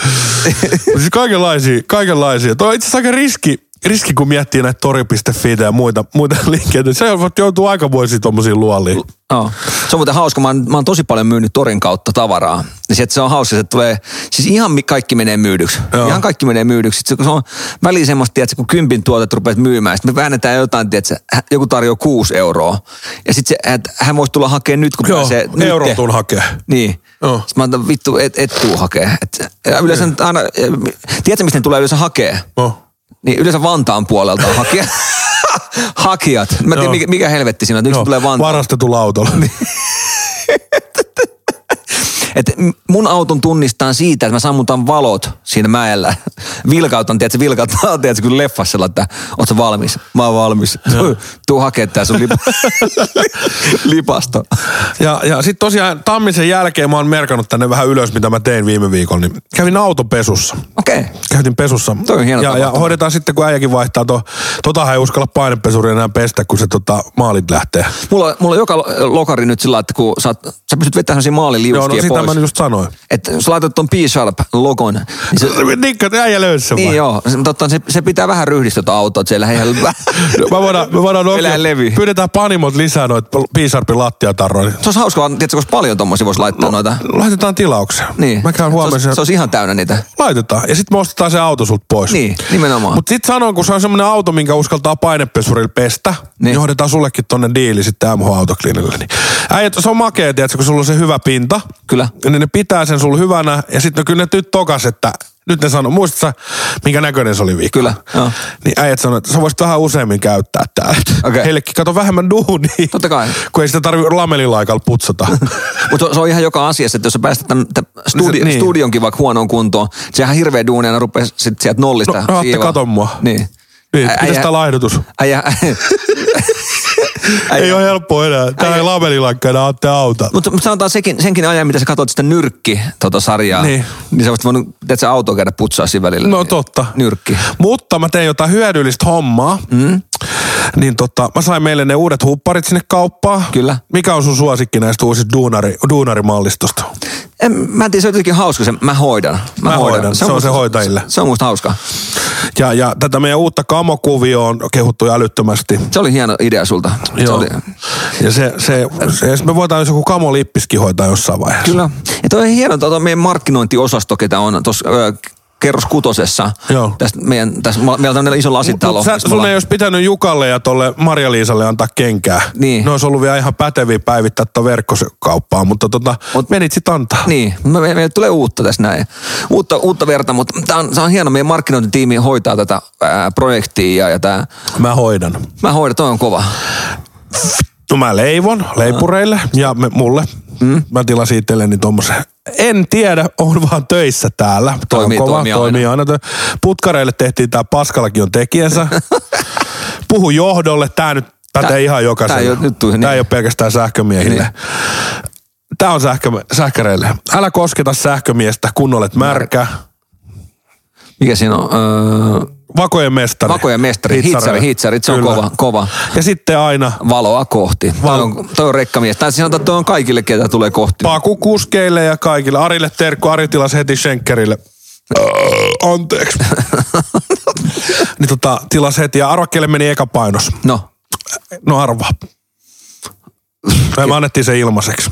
[SPEAKER 2] siis kaikenlaisia, kaikenlaisia. Tuo on itse asiassa aika riski, riski, kun miettii näitä tori.fi ja muita, muita (laughs) liikkeitä. Se joutuu aikamoisiin tuommoisiin luoliin.
[SPEAKER 3] No. Se on muuten hauska. Mä oon, mä oon tosi paljon myynyt torin kautta tavaraa. Ja sit se on hauska, se tulee, siis ihan mi- kaikki menee myydyksi. Joo.
[SPEAKER 2] Joo.
[SPEAKER 3] Ihan kaikki menee myydyksi. Sit se, kun se on väliin semmoista, tiedätkö, kun kympin tuotet rupeat myymään. Sitten me väännetään jotain, tiedätkö, hä- joku tarjoaa kuusi euroa. Ja sitten se, että hän voisi tulla hakemaan nyt, kun
[SPEAKER 2] Joo,
[SPEAKER 3] pääsee.
[SPEAKER 2] euron
[SPEAKER 3] nytte.
[SPEAKER 2] tuun hakee.
[SPEAKER 3] Niin.
[SPEAKER 2] Joo. Niin.
[SPEAKER 3] Sitten mä otan, vittu, et, et tuu hakee. Et, ja yleensä nyt aina, tiedätkö, mistä ne tulee yleensä hakee?
[SPEAKER 2] No.
[SPEAKER 3] Niin yleensä Vantaan puolelta on hakija. (laughs) hakijat. Mä en tiedä,
[SPEAKER 2] Joo.
[SPEAKER 3] mikä, mikä helvetti siinä on, että miksi
[SPEAKER 2] Joo,
[SPEAKER 3] tulee Vantaan. Niin.
[SPEAKER 2] varastetulla
[SPEAKER 3] (laughs)
[SPEAKER 2] autolla.
[SPEAKER 3] Et m- mun auton tunnistaa siitä, että mä sammutan valot siinä mäellä. (laughs) Vilkautan, tiedätkö, vilkautan, (laughs) tiedätkö, kun leffassa että oot sä valmis? Mä oon valmis. Tuu, tuu hakee tää sun lipa, (laughs) lipasto.
[SPEAKER 2] Ja, ja sitten tosiaan tammisen jälkeen mä oon merkannut tänne vähän ylös, mitä mä tein viime viikolla. Niin kävin autopesussa.
[SPEAKER 3] Okei. Okay.
[SPEAKER 2] Käytin pesussa.
[SPEAKER 3] Toi on hieno
[SPEAKER 2] ja, ja
[SPEAKER 3] tapahtuma.
[SPEAKER 2] hoidetaan sitten, kun äijäkin vaihtaa. To, totahan ei uskalla painepesuria enää pestä, kun se tota, maalit lähtee.
[SPEAKER 3] Mulla, mulla on joka lo- lokari nyt sillä lailla, että kun sä, oot- sä pystyt vetämään sellaisia
[SPEAKER 2] Joo, no
[SPEAKER 3] maaliliuskia
[SPEAKER 2] sitä
[SPEAKER 3] pois.
[SPEAKER 2] mä nyt just sanoin.
[SPEAKER 3] Että jos laitat ton P-Sharp-logon, niin se,
[SPEAKER 2] Nikka, äijä löysi sen
[SPEAKER 3] niin
[SPEAKER 2] vai?
[SPEAKER 3] joo, se, totta, se, se pitää vähän ryhdistää tota autoa, että se ei (laughs) lähde ihan...
[SPEAKER 2] Mä voidaan, me voidaan
[SPEAKER 3] Elää
[SPEAKER 2] Nokia-
[SPEAKER 3] levy.
[SPEAKER 2] Pyydetään panimot lisää noita Piisarpin lattiatarroja.
[SPEAKER 3] Se olisi hauskaa, tiedätkö, kun olisi paljon tommosia voisi
[SPEAKER 2] No,
[SPEAKER 3] laittaa noita.
[SPEAKER 2] Laitetaan tilaukseen.
[SPEAKER 3] Niin.
[SPEAKER 2] Mä käyn huomenna.
[SPEAKER 3] Se
[SPEAKER 2] sen-
[SPEAKER 3] olisi, se olisi ihan täynnä niitä.
[SPEAKER 2] Laitetaan. Ja sitten me ostetaan se auto sulta pois.
[SPEAKER 3] Niin, nimenomaan.
[SPEAKER 2] Mutta sitten sanon, kun se on semmoinen auto, minkä uskaltaa painepesurilla pestä, niin,
[SPEAKER 3] Niin.
[SPEAKER 2] niin hoidetaan sullekin tonne diili sitten MH Autoklinille. Niin. Äijät, se on makea, tiedätkö, kun sulla on se hyvä pinta.
[SPEAKER 3] Kyllä.
[SPEAKER 2] Niin ne pitää sen sulla hyvänä. Ja sitten kyllä ne nyt tokas, että nyt ne sanoo, muistatko sä, minkä näköinen se oli viikko?
[SPEAKER 3] Kyllä, joo.
[SPEAKER 2] Niin äijät sanoo, että sä voisit vähän useammin käyttää täällä.
[SPEAKER 3] Okei.
[SPEAKER 2] Heillekin kato vähemmän duunia.
[SPEAKER 3] Totta kai.
[SPEAKER 2] Kun ei sitä tarvi lamelilaikalla
[SPEAKER 3] (laughs)
[SPEAKER 2] putsata.
[SPEAKER 3] Mutta se on ihan joka asiassa, että jos sä päästät tämän, tämän studi- niin.
[SPEAKER 2] niin.
[SPEAKER 3] studionkin vaikka huonoon kuntoon, sehän hirveä duunia, ne rupeaa sit sieltä nollista
[SPEAKER 2] No, no, Atte,
[SPEAKER 3] siivaa.
[SPEAKER 2] kato mua.
[SPEAKER 3] Niin.
[SPEAKER 2] Niin,
[SPEAKER 3] Ä-
[SPEAKER 2] mitäs
[SPEAKER 3] äijä-
[SPEAKER 2] tää laihdutus? (laughs)
[SPEAKER 3] Äijä,
[SPEAKER 2] Ei ole helppoa enää. Tää ei labelilaikka enää Atte auta.
[SPEAKER 3] Mutta mut sanotaan sekin, senkin ajan, mitä sä katsoit sitä nyrkki-sarjaa,
[SPEAKER 2] Niin.
[SPEAKER 3] niin. niin sä olisit voinut, että sä autoa käydä putsaa siinä välillä.
[SPEAKER 2] No
[SPEAKER 3] Niin,
[SPEAKER 2] totta.
[SPEAKER 3] Nyrkki.
[SPEAKER 2] Mutta mä tein jotain hyödyllistä hommaa. Mm. Niin tota, mä sain meille ne uudet hupparit sinne kauppaan.
[SPEAKER 3] Kyllä.
[SPEAKER 2] Mikä on sun suosikki näistä uusista duunari, duunarimallistosta?
[SPEAKER 3] En, mä en tiedä, se on jotenkin hauska se mä hoidan.
[SPEAKER 2] Mä hoidan. Se on
[SPEAKER 3] musta-
[SPEAKER 2] se hoitajille.
[SPEAKER 3] Se, se on musta hauskaa.
[SPEAKER 2] Ja, ja tätä meidän uutta kamokuvioon on kehuttu älyttömästi.
[SPEAKER 3] Se oli hieno idea sulta. Se oli,
[SPEAKER 2] Ja se, se, se, se, me voidaan jos joku kamolippiskin hoitaa jossain vaiheessa.
[SPEAKER 3] kyllä. Ja toi on hieno, tuo meidän markkinointiosasto, ketä on tuossa kerros kutosessa.
[SPEAKER 2] Joo.
[SPEAKER 3] Tästä meidän, tässä, ma- meillä on tämmöinen iso lasitalo.
[SPEAKER 2] Sä,
[SPEAKER 3] missä me
[SPEAKER 2] sun
[SPEAKER 3] ollaan-
[SPEAKER 2] ei olisi pitänyt Jukalle ja tolle Marja-Liisalle antaa kenkää.
[SPEAKER 3] Niin.
[SPEAKER 2] Ne olisi ollut vielä ihan päteviä päivittää tuon verkkokauppaan, mutta tota,
[SPEAKER 3] Mut-
[SPEAKER 2] menit sit antaa.
[SPEAKER 3] Niin, me, me, meille tulee uutta tässä näin. Uutta, uutta verta, mutta tämä on, tää on hieno. Meidän markkinointitiimi hoitaa tätä ää, projektia ja, ja tämä,
[SPEAKER 2] Mä hoidan.
[SPEAKER 3] mä hoidan, toi on kova.
[SPEAKER 2] No mä leivon leipureille
[SPEAKER 3] Ah.
[SPEAKER 2] ja me, mulle. Mm. Mä tilasin itselleni tommosen. En tiedä, on vaan töissä täällä. Tää
[SPEAKER 3] Toimii-
[SPEAKER 2] on kova,
[SPEAKER 3] toimii aina.
[SPEAKER 2] toimii aina. tö- Putkareille tehtiin tää Paskalakin on
[SPEAKER 3] (laughs)
[SPEAKER 2] tekijänsä. Puhu johdolle, tää nyt pätee
[SPEAKER 3] Tää-
[SPEAKER 2] ihan jokaiselle.
[SPEAKER 3] tää ei oo- nyt tuli,
[SPEAKER 2] tää
[SPEAKER 3] niin.
[SPEAKER 2] ei ole pelkästään sähkömiehille.
[SPEAKER 3] Niin.
[SPEAKER 2] Tää on sähkö, sähkäreille. Älä kosketa sähkömiestä, kun olet märkä.
[SPEAKER 3] Mikä siinä on? Öö,
[SPEAKER 2] Vakojen mestari.
[SPEAKER 3] Vakojen mestari,
[SPEAKER 2] Hitsareille.
[SPEAKER 3] hitsarit, hitsarit, se on
[SPEAKER 2] Kyllä.
[SPEAKER 3] kova, kova.
[SPEAKER 2] Ja sitten aina
[SPEAKER 3] Valoa kohti.
[SPEAKER 2] Val-
[SPEAKER 3] Toi on, toi on rekkamies. Tai siis sanotaan, että toi on kaikille, ketä tulee kohti.
[SPEAKER 2] pakukuskeille ja kaikille. Arille terkku, Ari tilasi heti Schenkerille. Öö,
[SPEAKER 3] (laughs)
[SPEAKER 2] Anteeksi. niin tota, tilasi heti ja arvakkeelle meni eka painos.
[SPEAKER 3] no,
[SPEAKER 2] No arvaa. Me annettiin se ilmaiseksi.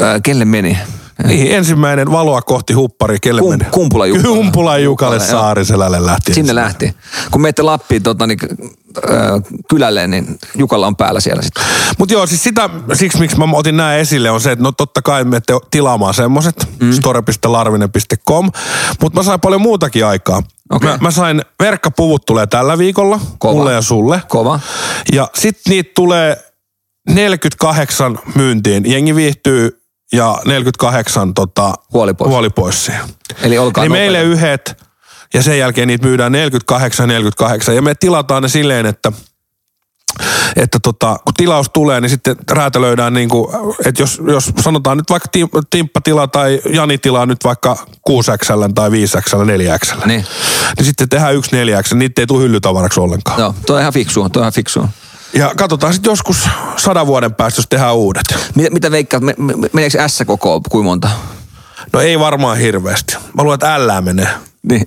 [SPEAKER 3] ää, kelle meni?
[SPEAKER 2] Niin, ensimmäinen valoa kohti huppari, kelle
[SPEAKER 3] Kum-
[SPEAKER 2] meni?
[SPEAKER 3] Kumpula Jukalle.
[SPEAKER 2] Kumpula Jukalle
[SPEAKER 3] Jukalle, joo.
[SPEAKER 2] Saariselälle lähti.
[SPEAKER 3] Sinne lähti. Kun menette Lappiin tota, niin, ää, kylälle, niin Jukalla on päällä siellä sitten.
[SPEAKER 2] Mutta joo, siis sitä, siksi miksi mä otin nämä esille on se, että no totta kai me ette tilaamaan semmoset, mm. store.larvinen.com, mutta mä sain paljon muutakin aikaa.
[SPEAKER 3] Okei.
[SPEAKER 2] Mä, mä sain, verkkapuvut tulee tällä viikolla,
[SPEAKER 3] Kova.
[SPEAKER 2] mulle ja sulle.
[SPEAKER 3] Kova.
[SPEAKER 2] Ja sit niitä tulee 48 myyntiin, jengi viihtyy ja 48 tota,
[SPEAKER 3] Huoli pois.
[SPEAKER 2] huoli pois siihen.
[SPEAKER 3] Eli olkaa
[SPEAKER 2] Eli Niin
[SPEAKER 3] nopeita.
[SPEAKER 2] meille yhdet ja sen jälkeen niitä myydään 48 48 ja me tilataan ne silleen, että että tota, kun tilaus tulee, niin sitten räätälöidään, niin kuin, että jos, jos sanotaan nyt vaikka Tim- Timppa tilaa tai Jani tilaa nyt vaikka 6XL tai 5XL, 4XL,
[SPEAKER 3] Niin.
[SPEAKER 2] niin sitten tehdään yksi 4XL, niitä ei tule hyllytavaraksi ollenkaan.
[SPEAKER 3] Joo, toi on ihan fiksua, toi on ihan fiksua.
[SPEAKER 2] Ja katsotaan sitten joskus sadan vuoden päästä, jos tehdään uudet.
[SPEAKER 3] Mitä, mitä veikkaat, me, me, meneekö S koko, kuinka monta? (laughs)
[SPEAKER 2] No ei varmaan hirveästi. Mä luulen, että L menee.
[SPEAKER 3] Niin.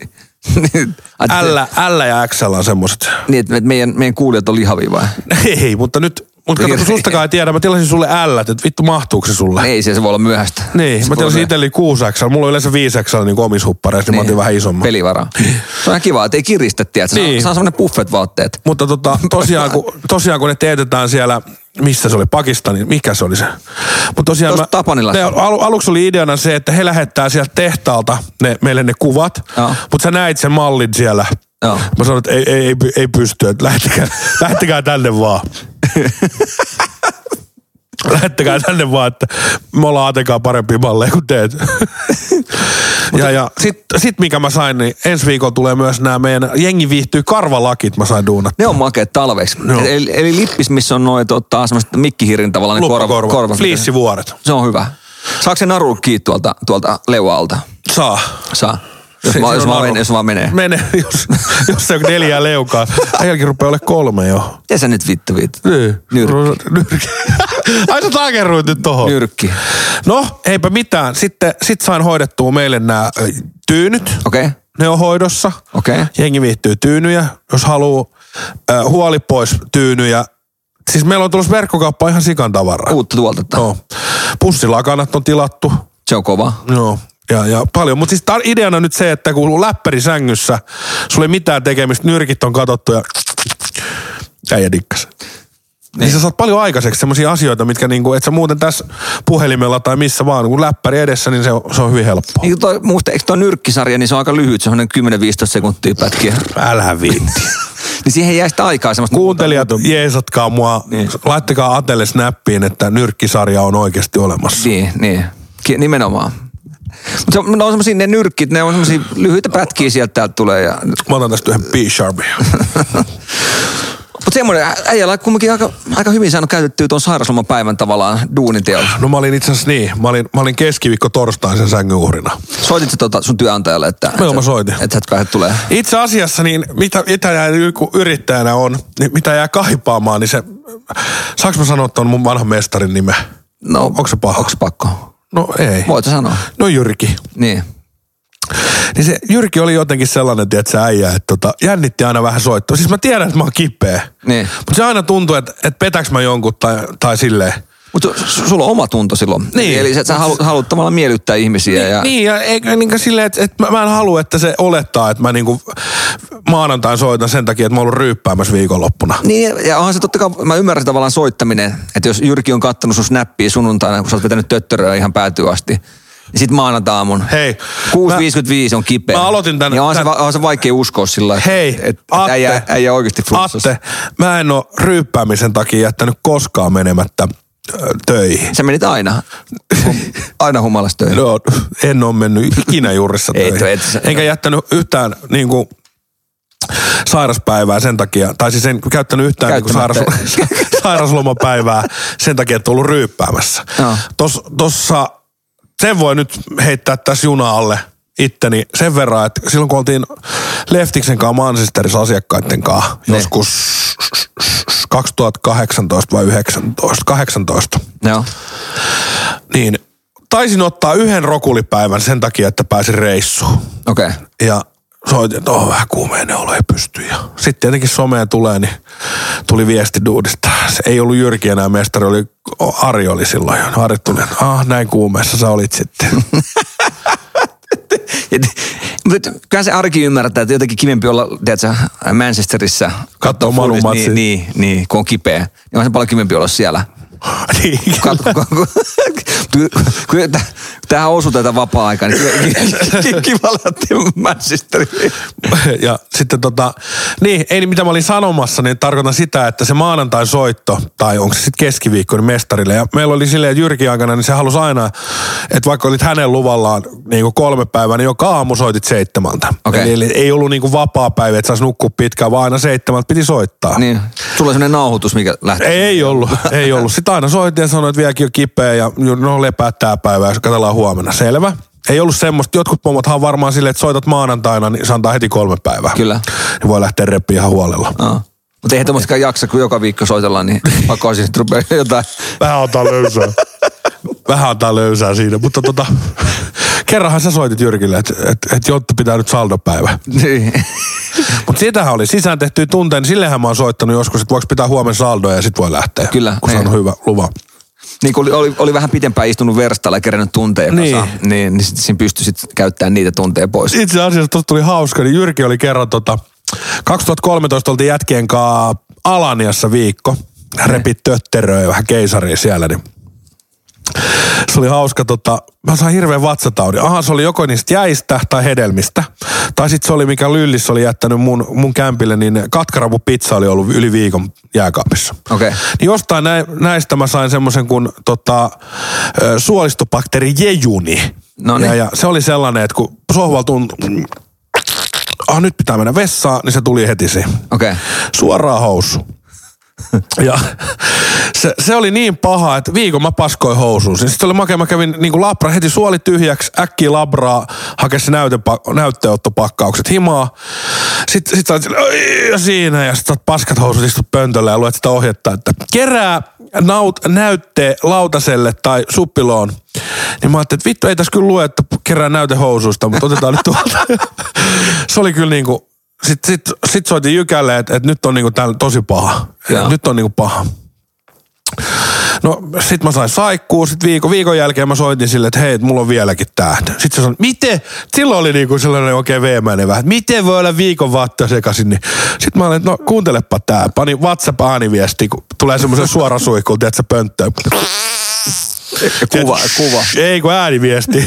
[SPEAKER 3] Niin. Ai,
[SPEAKER 2] L, L ja XL on semmoset.
[SPEAKER 3] Niin, että meidän, meidän kuulijat on lihavia vai?
[SPEAKER 2] Ei, mutta nyt... Mutta kato, kun sustakaan ei tiedä, mä tilasin sulle L, että vittu mahtuuko se sulle.
[SPEAKER 3] Ei se, se voi olla myöhäistä.
[SPEAKER 2] Niin,
[SPEAKER 3] Se
[SPEAKER 2] mä
[SPEAKER 3] voi olla
[SPEAKER 2] tilasin itselleni 6XL, mulla on yleensä 5XL niin omissa huppareissa, niin, mä otin vähän isomman.
[SPEAKER 3] Pelivaraa. Se on ihan kiva, ettei kiristä, tiedät. Se,
[SPEAKER 2] Niin.
[SPEAKER 3] on, se on semmoinen buffet-vaatteet.
[SPEAKER 2] Mutta tota, tosiaan,
[SPEAKER 3] (laughs)
[SPEAKER 2] kun, tosiaan kun ne teetetään siellä, missä se oli, Pakistanin, mikä se oli se? Mutta tosiaan
[SPEAKER 3] Tuossa Tapanilassa.
[SPEAKER 2] ne, al, aluksi oli ideana se, että he lähettää sieltä tehtaalta ne, meille ne kuvat,
[SPEAKER 3] Joo.
[SPEAKER 2] mutta sä näit sen mallin siellä.
[SPEAKER 3] Joo.
[SPEAKER 2] Mä sanoin, että ei, ei, ei, py- ei pysty, että
[SPEAKER 3] (laughs)
[SPEAKER 2] lähtekää, lähtekää tänne vaan. lähtekää tänne vaan, että me ollaan Atekaa parempia malleja kuin
[SPEAKER 3] (laughs)
[SPEAKER 2] teet. ja ja sitten sit mikä mä sain, niin ensi viikolla tulee myös nämä meidän jengi viihtyy karvalakit, mä sain duunat.
[SPEAKER 3] Ne on makeet talveksi.
[SPEAKER 2] Joo.
[SPEAKER 3] Eli, eli, lippis, missä on noin tota, semmoiset mikkihirin tavallaan ne korva,
[SPEAKER 2] Luppakorva,
[SPEAKER 3] korva.
[SPEAKER 2] fliissivuoret.
[SPEAKER 3] Se on hyvä. Saako se naru kiinni tuolta, tuolta leualta?
[SPEAKER 2] Saa.
[SPEAKER 3] Saa. Jos,
[SPEAKER 2] Se-
[SPEAKER 3] se, vaan,
[SPEAKER 2] se
[SPEAKER 3] jos,
[SPEAKER 2] on
[SPEAKER 3] vaan
[SPEAKER 2] naru.
[SPEAKER 3] menee, jos vaan menee. Me...
[SPEAKER 2] Mene, (laughs) jos, jos se on neljää leukaa. Äijälläkin rupeaa olemaan kolme jo.
[SPEAKER 3] Ja sä nyt vittu vittu. Nyrkki.
[SPEAKER 2] Nyrkki. Nyrkki. (laughs) Ai sä takerruit nyt tohon.
[SPEAKER 3] Nyrkki.
[SPEAKER 2] No, eipä mitään. Sitten sit sain hoidettua meille nämä tyynyt.
[SPEAKER 3] Okei. Okay.
[SPEAKER 2] Ne on hoidossa.
[SPEAKER 3] Okei.
[SPEAKER 2] Jengi viihtyy tyynyjä, jos haluaa. Äh, huoli pois tyynyjä. Siis meillä on tulossa verkkokauppa ihan sikan tavaraa.
[SPEAKER 3] Uutta tuotetta.
[SPEAKER 2] Joo. Pussilakanat on tilattu.
[SPEAKER 3] Se on kova.
[SPEAKER 2] Joo. Ja, ja paljon. Mutta siis tar- ideana nyt se, että kun läppäri sängyssä, sulla ei mitään tekemistä, nyrkit on katottu ja äijä dikkas. Niin sä saat paljon aikaiseksi sellaisia asioita, mitkä niinku, et sä muuten tässä puhelimella tai missä vaan, kun läppäri edessä, niin se on, se on hyvin helppoa.
[SPEAKER 3] Niin toi, muista, eikö toi nyrkkisarja, niin se on aika lyhyt, se on 10-15 sekuntia pätkiä.
[SPEAKER 2] Älä viitti.
[SPEAKER 3] Niin siihen jää sitä aikaa semmoista.
[SPEAKER 2] Kuuntelijat, jeesatkaa mua.
[SPEAKER 3] Niin.
[SPEAKER 2] Laittakaa Atelle snappiin, että nyrkkisarja on oikeasti olemassa.
[SPEAKER 3] Niin, niin. Ki- nimenomaan. Mut se, on- ne on semmosia ne nyrkit, ne on semmosia lyhyitä pätkiä sieltä täältä tulee. Ja...
[SPEAKER 2] Mä otan tästä yhden B-sharpin. (laughs)
[SPEAKER 3] Mutta semmoinen, ä- äijällä on kumminkin aika, aika hyvin saanut käytettyä tuon sairauslomapäivän tavallaan duuniteolla.
[SPEAKER 2] No mä olin itse asiassa niin. Mä olin, mä olin keskiviikko torstain sen sängyn uhrina.
[SPEAKER 3] Soitit sä tota sun työnantajalle, että...
[SPEAKER 2] Joo, mä soitin.
[SPEAKER 3] Että sä et kai tulee.
[SPEAKER 2] Itse asiassa, niin mitä, mitä jää, kun yrittäjänä on, niin mitä jää kaipaamaan, niin se, saanko mä sanoa tuon mun vanhan mestarin nimen?
[SPEAKER 3] No,
[SPEAKER 2] Onko se paha?
[SPEAKER 3] Onko se pakko?
[SPEAKER 2] No ei.
[SPEAKER 3] Voit sä sanoa.
[SPEAKER 2] No Jyrki.
[SPEAKER 3] Niin.
[SPEAKER 2] Niin se Jyrki oli jotenkin sellainen, että se äijä, että tota, jännitti aina vähän soittoa. Siis mä tiedän, että mä oon kipeä.
[SPEAKER 3] Niin.
[SPEAKER 2] Mutta se aina tuntui, että, että petäks mä jonkun tai, tai silleen.
[SPEAKER 3] Mutta sulla on oma tunto silloin.
[SPEAKER 2] Niin.
[SPEAKER 3] Eli sä, sä halu, haluat tavallaan miellyttää ihmisiä. ja...
[SPEAKER 2] Niin, ja eikä niin silleen, että, että mä, mä en halua, että se olettaa, että mä niinku maanantain soitan sen takia, että mä oon ollut ryyppäämässä viikonloppuna.
[SPEAKER 3] Niin, ja onhan se totta kai, mä ymmärrän sen tavallaan soittaminen, että jos Jyrki on kattanut sun snappia sunnuntaina, kun sä oot vetänyt töttöröä ihan päätyy asti, niin sit maanantaamun.
[SPEAKER 2] Hei,
[SPEAKER 3] 6.55 on kipeä.
[SPEAKER 2] mä aloitin tän-
[SPEAKER 3] Niin onhan, se,
[SPEAKER 2] tän-
[SPEAKER 3] va- onhan se vaikea uskoa sillä lailla,
[SPEAKER 2] Hei,
[SPEAKER 3] että et,
[SPEAKER 2] Atte,
[SPEAKER 3] äijä, äijä oikeasti flunssassa.
[SPEAKER 2] Atte, mä en oo ryyppäämisen takia jättänyt koskaan menemättä ö, töihin.
[SPEAKER 3] Sä
[SPEAKER 2] (laughs)
[SPEAKER 3] menit aina, aina humalas töihin.
[SPEAKER 2] No, en ole mennyt ikinä juurissa
[SPEAKER 3] Ei,
[SPEAKER 2] töihin.
[SPEAKER 3] (laughs) et sä-
[SPEAKER 2] Enkä jättänyt yhtään niin kuin, sairaspäivää sen takia, tai siis en käyttänyt yhtään niin kuin, sairas, (laughs)
[SPEAKER 3] Käyttämättä.
[SPEAKER 2] sairaslomapäivää sen takia, että ollut ryyppäämässä.
[SPEAKER 3] Joo.
[SPEAKER 2] Tos, tossa, sen voi nyt heittää tässä juna alle itteni sen verran, että silloin kun oltiin Leftiksen kanssa Manchesterissa asiakkaiden kanssa,
[SPEAKER 3] Ne.
[SPEAKER 2] joskus 2018 vai 19, 18,
[SPEAKER 3] Joo.
[SPEAKER 2] niin taisin ottaa yhden rokulipäivän sen takia, että pääsin reissuun.
[SPEAKER 3] Okei. Okay.
[SPEAKER 2] Ja soitin, että on vähän kuumeinen olo, ei pysty. Ja sitten tietenkin someen tulee, niin tuli viesti duudista. Se ei ollut Jyrki enää mestari, oli, Ari oli silloin jo. Ari tuli, että ah, näin kuumeessa sä olit sitten. (laughs)
[SPEAKER 3] Mutta kyllä se arki ymmärtää, että jotenkin kivempi olla, tiedätkö, Manchesterissa.
[SPEAKER 2] Kattoo Malun
[SPEAKER 3] Fudis-
[SPEAKER 2] matsia.
[SPEAKER 3] niin, niin, niin, kun on kipeä. Niin onhan se paljon kivempi olla siellä.
[SPEAKER 2] niin.
[SPEAKER 3] Kat- (laughs) kun- kun- kun- kun- täh- Tähän osuu tätä vapaa-aikaa, niin kyllä- kyllä- (laughs) kyllä kiva lähteä Manchesteriin.
[SPEAKER 2] (laughs) ja sitten tota, niin, ei niin mitä mä olin sanomassa, niin tarkoitan sitä, että se maanantain soitto, tai onko se sitten keskiviikko, niin mestarille. Ja meillä oli silleen, että Jyrki aikana, niin se halusi aina, että vaikka olit hänen luvallaan niin kuin kolme päivää, niin joka aamu soitit seitsemältä.
[SPEAKER 3] Okei.
[SPEAKER 2] Eli, eli, ei ollut niin kuin vapaa päivä, että saisi nukkua pitkään, vaan aina seitsemältä piti soittaa.
[SPEAKER 3] Niin, sulla on sellainen nauhoitus, mikä lähtee.
[SPEAKER 2] Ei ollut, ei ollut. Sitä aina soitin ja sanoin, että vieläkin on kipeä ja no lepää tää päivä ja katsellaan huomenna. Selvä. Ei ollut semmoista. Jotkut pomothan on varmaan silleen, että soitat maanantaina, niin se antaa heti kolme päivää.
[SPEAKER 3] Kyllä.
[SPEAKER 2] Niin voi lähteä reppiin ihan huolella.
[SPEAKER 3] Mutta eihän tämmöistäkään jaksa, kun joka viikko soitellaan, niin pakko on siis että rupeaa jotain.
[SPEAKER 2] Vähän antaa löysää. Vähän antaa löysää siinä, mutta tota, kerranhan sä soitit Jyrkille, että et, et Jotta pitää nyt saldopäivä.
[SPEAKER 3] Niin.
[SPEAKER 2] Mutta sitähän oli sisään tehtyä tunteen, niin sillehän mä oon soittanut joskus, että voiko pitää huomenna saldoja ja sit voi lähteä.
[SPEAKER 3] Kyllä,
[SPEAKER 2] Kun se on
[SPEAKER 3] niin.
[SPEAKER 2] hyvä luva.
[SPEAKER 3] niin kun oli, oli, oli, vähän pitempään istunut verstaalla ja kerännyt tunteja
[SPEAKER 2] Niin.
[SPEAKER 3] kasaan, niin, niin sit, siinä pystyi sit käyttämään niitä tunteja pois.
[SPEAKER 2] itse asiassa tuosta tuli hauska, niin Jyrki oli kerran tota, 2013 oltiin jätkien kanssa Alaniassa viikko. Repit tötteröi vähän keisariin siellä, niin se oli hauska, tota, mä sain hirveän vatsataudin. Aha, se oli joko niistä jäistä tai hedelmistä. Tai sitten se oli, mikä Lyllissä oli jättänyt mun, mun kämpille, niin katkarapupizza oli ollut yli viikon jääkaapissa.
[SPEAKER 3] Okei.
[SPEAKER 2] Niin jostain nä- näistä mä sain semmoisen kuin tota, ö, suolistobakteeri jejuni.
[SPEAKER 3] Noniin.
[SPEAKER 2] Ja, ja se oli sellainen, että kun sohvalta tuntui, ah nyt pitää mennä vessaan, niin se tuli heti siihen
[SPEAKER 3] Okei. Okay.
[SPEAKER 2] suoraan housu. Ja se, se, oli niin paha, että viikon mä paskoin housuun. Siis Sitten oli makea, mä kävin niin kuin labra heti suoli tyhjäksi, äkkiä labraa, hakesi näytepa- näytteenottopakkaukset himaa. Sitten sit sä oot sillä, "Oi", ja siinä, ja sit sä oot paskat housut istut pöntöllä ja luet sitä ohjetta, että kerää naut, näytte lautaselle tai suppiloon. Niin mä ajattelin, että vittu, ei tässä kyllä lue, että kerää näyte housuista, mutta otetaan nyt tuolta. (laughs) se oli kyllä niin kuin, sitten sit, sit soitin Jykälle, että et nyt on niinku täällä tosi paha.
[SPEAKER 3] Joo.
[SPEAKER 2] Nyt on niinku paha. No sit mä sain saikkuu, sit viikon, viikon jälkeen mä soitin sille, että hei, et mulla on vieläkin tää. Sit se sanoi, miten? Silloin oli niinku sellainen oikein veemäinen vähän, että miten voi olla viikon vatta sekaisin. Niin. Sit mä olin, että no kuuntelepa tää. Pani WhatsApp ääniviesti, kun tulee semmoisen suoran suihkuun, tiedätkö pönttöön.
[SPEAKER 3] Kuva,
[SPEAKER 2] Tiedätkö?
[SPEAKER 3] kuva. (laughs)
[SPEAKER 2] Ei kun ääniviesti.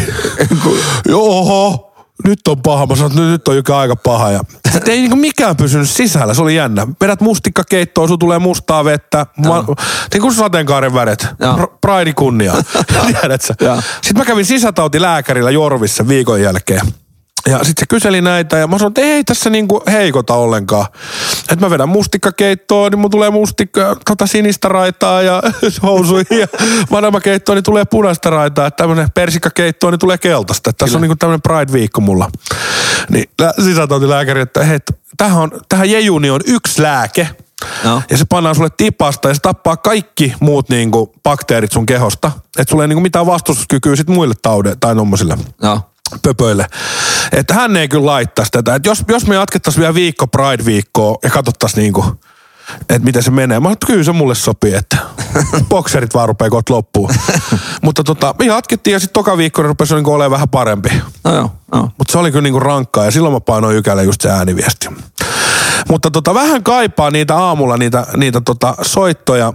[SPEAKER 2] Joo. nyt on paha. Mä sanoin, että nyt on joka aika paha. Ja sit ei niinku mikään pysynyt sisällä. Se oli jännä. Vedät mustikkakeittoon, sun tulee mustaa vettä. Ma, niin kuin sateenkaaren väret.
[SPEAKER 3] Joo.
[SPEAKER 2] Pr- Pride
[SPEAKER 3] (laughs)
[SPEAKER 2] kunnia. Tiedätkö?
[SPEAKER 3] Joo.
[SPEAKER 2] Sitten mä kävin sisätautilääkärillä Jorvissa viikon jälkeen. Ja sitten se kyseli näitä ja mä sanoin, että ei tässä niinku heikota ollenkaan. Että mä vedän mustikkakeittoon, niin mun tulee mustikka, tota sinistä raitaa ja (laughs) housuihin ja vanhemmakeittoon, niin tulee punaista raitaa. Että tämmönen persikkakeittoon, niin tulee keltaista. Että tässä on niinku tämmönen Pride-viikko mulla. Niin lä- sisätautilääkäri, että hei, että tähän, on, tähän jejuni on yksi lääke.
[SPEAKER 3] Joo.
[SPEAKER 2] Ja se pannaan sulle tipasta ja se tappaa kaikki muut niinku bakteerit sun kehosta. Että sulla ei niinku mitään vastustuskykyä sit muille taudeille tai nommosille
[SPEAKER 3] Joo.
[SPEAKER 2] pöpöille. Että hän ei kyllä laittaisi tätä. Että jos, jos me jatkettaisiin vielä viikko Pride-viikkoa ja katsottaisiin niinku, että miten se menee. Mä sanoin, että kyllä se mulle sopii, että bokserit vaan rupeaa kohta loppuun. Mutta tota, me jatkettiin ja sitten toka viikko rupesi niinku olemaan vähän parempi.
[SPEAKER 3] No joo, joo.
[SPEAKER 2] Mutta se oli kyllä niinku rankkaa ja silloin mä painoin ykälle just se ääniviesti. Mutta tota, vähän kaipaa niitä aamulla niitä, niitä tota soittoja,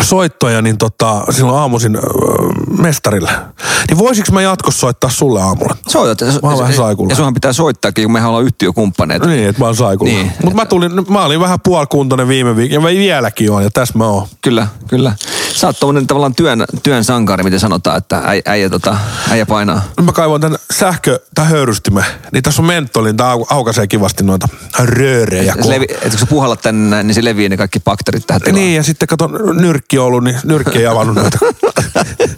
[SPEAKER 2] soittoja niin tota, silloin aamuisin öö, mestarille. Niin voisiko mä jatkossa soittaa sulle aamulla?
[SPEAKER 3] Soitat. Ja,
[SPEAKER 2] Mä oon vähän
[SPEAKER 3] ja,
[SPEAKER 2] saikulla.
[SPEAKER 3] ja sunhan pitää soittaakin, kun mehän ollaan yhtiökumppaneita.
[SPEAKER 2] Niin, että mä oon saikulla.
[SPEAKER 3] Niin,
[SPEAKER 2] Niin, Mutta mä, tulin, mä olin vähän puolikuntoinen viime viikolla, ja mä vieläkin oon, ja tässä mä oon.
[SPEAKER 3] Kyllä, kyllä. Sä oot tommonen tavallaan työn, työn sankari, miten sanotaan, että äijä, äijä, tota, äijä painaa.
[SPEAKER 2] Nyt mä kaivoin tämän sähkö, tämän höyrystimen, niin tässä on mentolin, tää au- aukaisee kivasti noita röörejä.
[SPEAKER 3] Ja se levi, et kun sä puhallat tänne näin, niin se leviää ne kaikki bakterit tähän tilaan.
[SPEAKER 2] Niin, ja sitten kato, nyrkki on ollut, niin nyrkki ei avannut noita (laughs)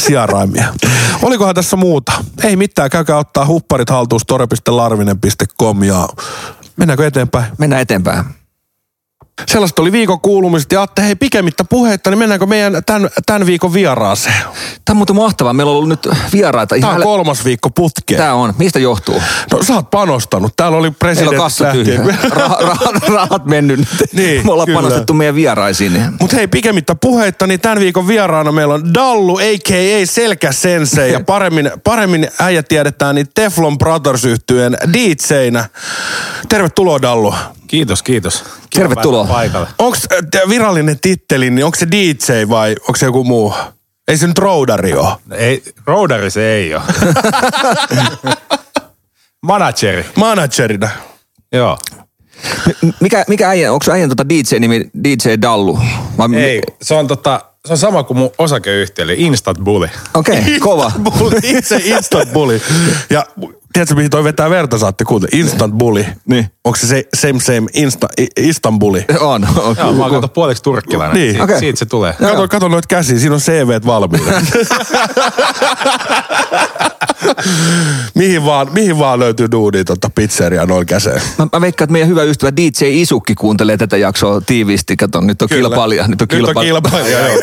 [SPEAKER 2] sijaraimia. Olikohan tässä muuta? Ei mitään, käykää ottaa hupparit haltuun store.larvinen.com ja mennäänkö eteenpäin?
[SPEAKER 3] Mennään eteenpäin.
[SPEAKER 2] Sellaista oli viikon kuulumiset ja ajatte, hei pikemmittä puheitta, niin mennäänkö meidän tämän, tämän viikon vieraaseen?
[SPEAKER 3] Tämä on muuten mahtavaa. Meillä on ollut nyt vieraita.
[SPEAKER 2] Tämä
[SPEAKER 3] Ihan
[SPEAKER 2] on
[SPEAKER 3] lä-
[SPEAKER 2] kolmas viikko putkeen.
[SPEAKER 3] Tää on. Mistä johtuu?
[SPEAKER 2] No sä oot panostanut. Täällä oli
[SPEAKER 3] Meillä on
[SPEAKER 2] presidentti
[SPEAKER 3] kassa tyhjä.
[SPEAKER 2] lähtien.
[SPEAKER 3] Rah, rah, rahat mennyt nyt.
[SPEAKER 2] Niin,
[SPEAKER 3] Me ollaan
[SPEAKER 2] kyllä.
[SPEAKER 3] panostettu meidän vieraisiin. niin
[SPEAKER 2] Mutta hei, pikemmittä puheitta, niin tämän viikon vieraana meillä on Dallu, a.k.a. Selkäsensei, ja paremmin, paremmin äijä tiedetään niin Teflon Brothers yhtyeen DJnä. Tervetuloa Dallu.
[SPEAKER 6] Kiitos, kiitos. Kiva
[SPEAKER 3] Tervetuloa.
[SPEAKER 6] päästä Paikalle.
[SPEAKER 2] Onko virallinen titteli, niin onko se DJ vai onko se joku muu? Ei se nyt roudari ole.
[SPEAKER 6] No Ei, roudari se
[SPEAKER 2] (laughs)
[SPEAKER 6] ei ole. Manageri.
[SPEAKER 2] Managerina.
[SPEAKER 6] Joo.
[SPEAKER 3] M- Mikä, mikä äijä, onko äijän tota DJ-nimi DJ Dallu? Vai mi-
[SPEAKER 6] Ei, se on, tota, se on sama kuin mun osakeyhtiö, eli Instant Bully.
[SPEAKER 3] Okei,
[SPEAKER 6] (laughs)
[SPEAKER 3] okay, Eh, kova.
[SPEAKER 2] Bulli, itse instant bully. Ja tiedätkö, mihin toi vetää verta saatte kuulla? Instant bully.
[SPEAKER 3] Niin.
[SPEAKER 2] Onko se se same same insta, i- Istanbuli?
[SPEAKER 3] On. on.
[SPEAKER 6] Joo, mä oon kato puoliksi turkkilainen.
[SPEAKER 2] Niin.
[SPEAKER 6] Siit,
[SPEAKER 3] Okei.
[SPEAKER 6] Siitä se tulee.
[SPEAKER 2] Kato, kato noit käsiä, siinä on CVt valmiina. mihin, vaan, mihin vaan löytyy duunia tota pizzeria noin käseen.
[SPEAKER 3] Mä, mä veikkaan, että meidän hyvä ystävä DJ Isukki kuuntelee tätä jaksoa tiiviisti. Kato, nyt on
[SPEAKER 2] Kyllä.
[SPEAKER 3] kilpailija. Nyt on
[SPEAKER 2] Nyt on
[SPEAKER 3] kilpailija.
[SPEAKER 2] kilpailija, joo.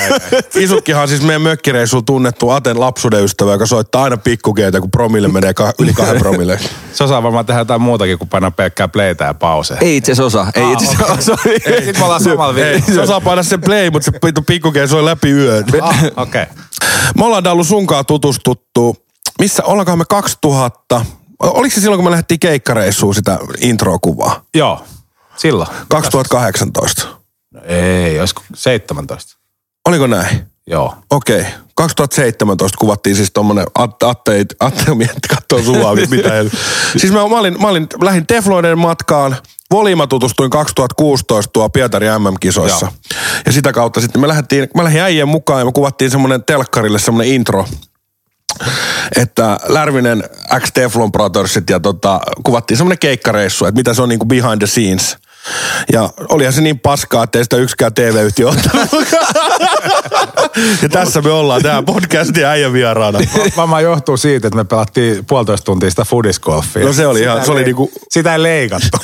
[SPEAKER 2] Isukkihan on siis meidän mökkireissu tunnettu Aten lapsuuden ystävä, joka soittaa aina pikkukeitä, kun promille menee ka- yli kahden promille.
[SPEAKER 6] Se osaa varmaan tehdä jotain muutakin kuin painaa pelkkää playtä ja pausea.
[SPEAKER 3] Ei itse asiassa osaa.
[SPEAKER 6] Ah,
[SPEAKER 3] Ei itse asiassa osaa. (laughs)
[SPEAKER 6] Sitten me ollaan samalla
[SPEAKER 2] Ei,
[SPEAKER 6] viikolla.
[SPEAKER 2] se osaa painaa sen play, mutta se pitu pikkukeen soi läpi yön.
[SPEAKER 6] Ah, Okei. Okay.
[SPEAKER 2] Me ollaan ollut sunkaan tutustuttu. Missä, ollaankohan me 2000? Oliko se silloin, kun me lähdettiin keikkareissuun sitä introkuvaa?
[SPEAKER 6] Joo. Silloin.
[SPEAKER 2] 2018.
[SPEAKER 6] No Ei, olisiko 17?
[SPEAKER 2] Oliko näin?
[SPEAKER 6] Joo.
[SPEAKER 2] Okei. 2017 kuvattiin siis tommonen Atte, Atte, Atte mietti kattoo sua, mitä ei. Siis mä, mä, olin, mä olin, lähdin Tefloiden matkaan. Volima tutustuin 2016 tuo Pietari MM-kisoissa. Ja sitä kautta sitten me lähdettiin, mä lähdin äijien mukaan ja me kuvattiin semmonen telkkarille semmonen intro. Että Lärvinen X Teflon Brothersit ja tota, kuvattiin semmonen keikkareissu, että mitä se on niinku behind the scenes. Ja olihan se niin paskaa, että ei sitä yksikään TV-yhtiö ottanut (laughs) ja tässä me ollaan tää podcastin äijän vieraana.
[SPEAKER 6] Varmaan johtuu siitä, että me pelattiin puolitoista tuntia sitä foodisgolfia.
[SPEAKER 2] No se oli ihan-
[SPEAKER 6] Sitä
[SPEAKER 2] se oli
[SPEAKER 6] ei-
[SPEAKER 2] niinku-
[SPEAKER 6] Sitä ei leikattu.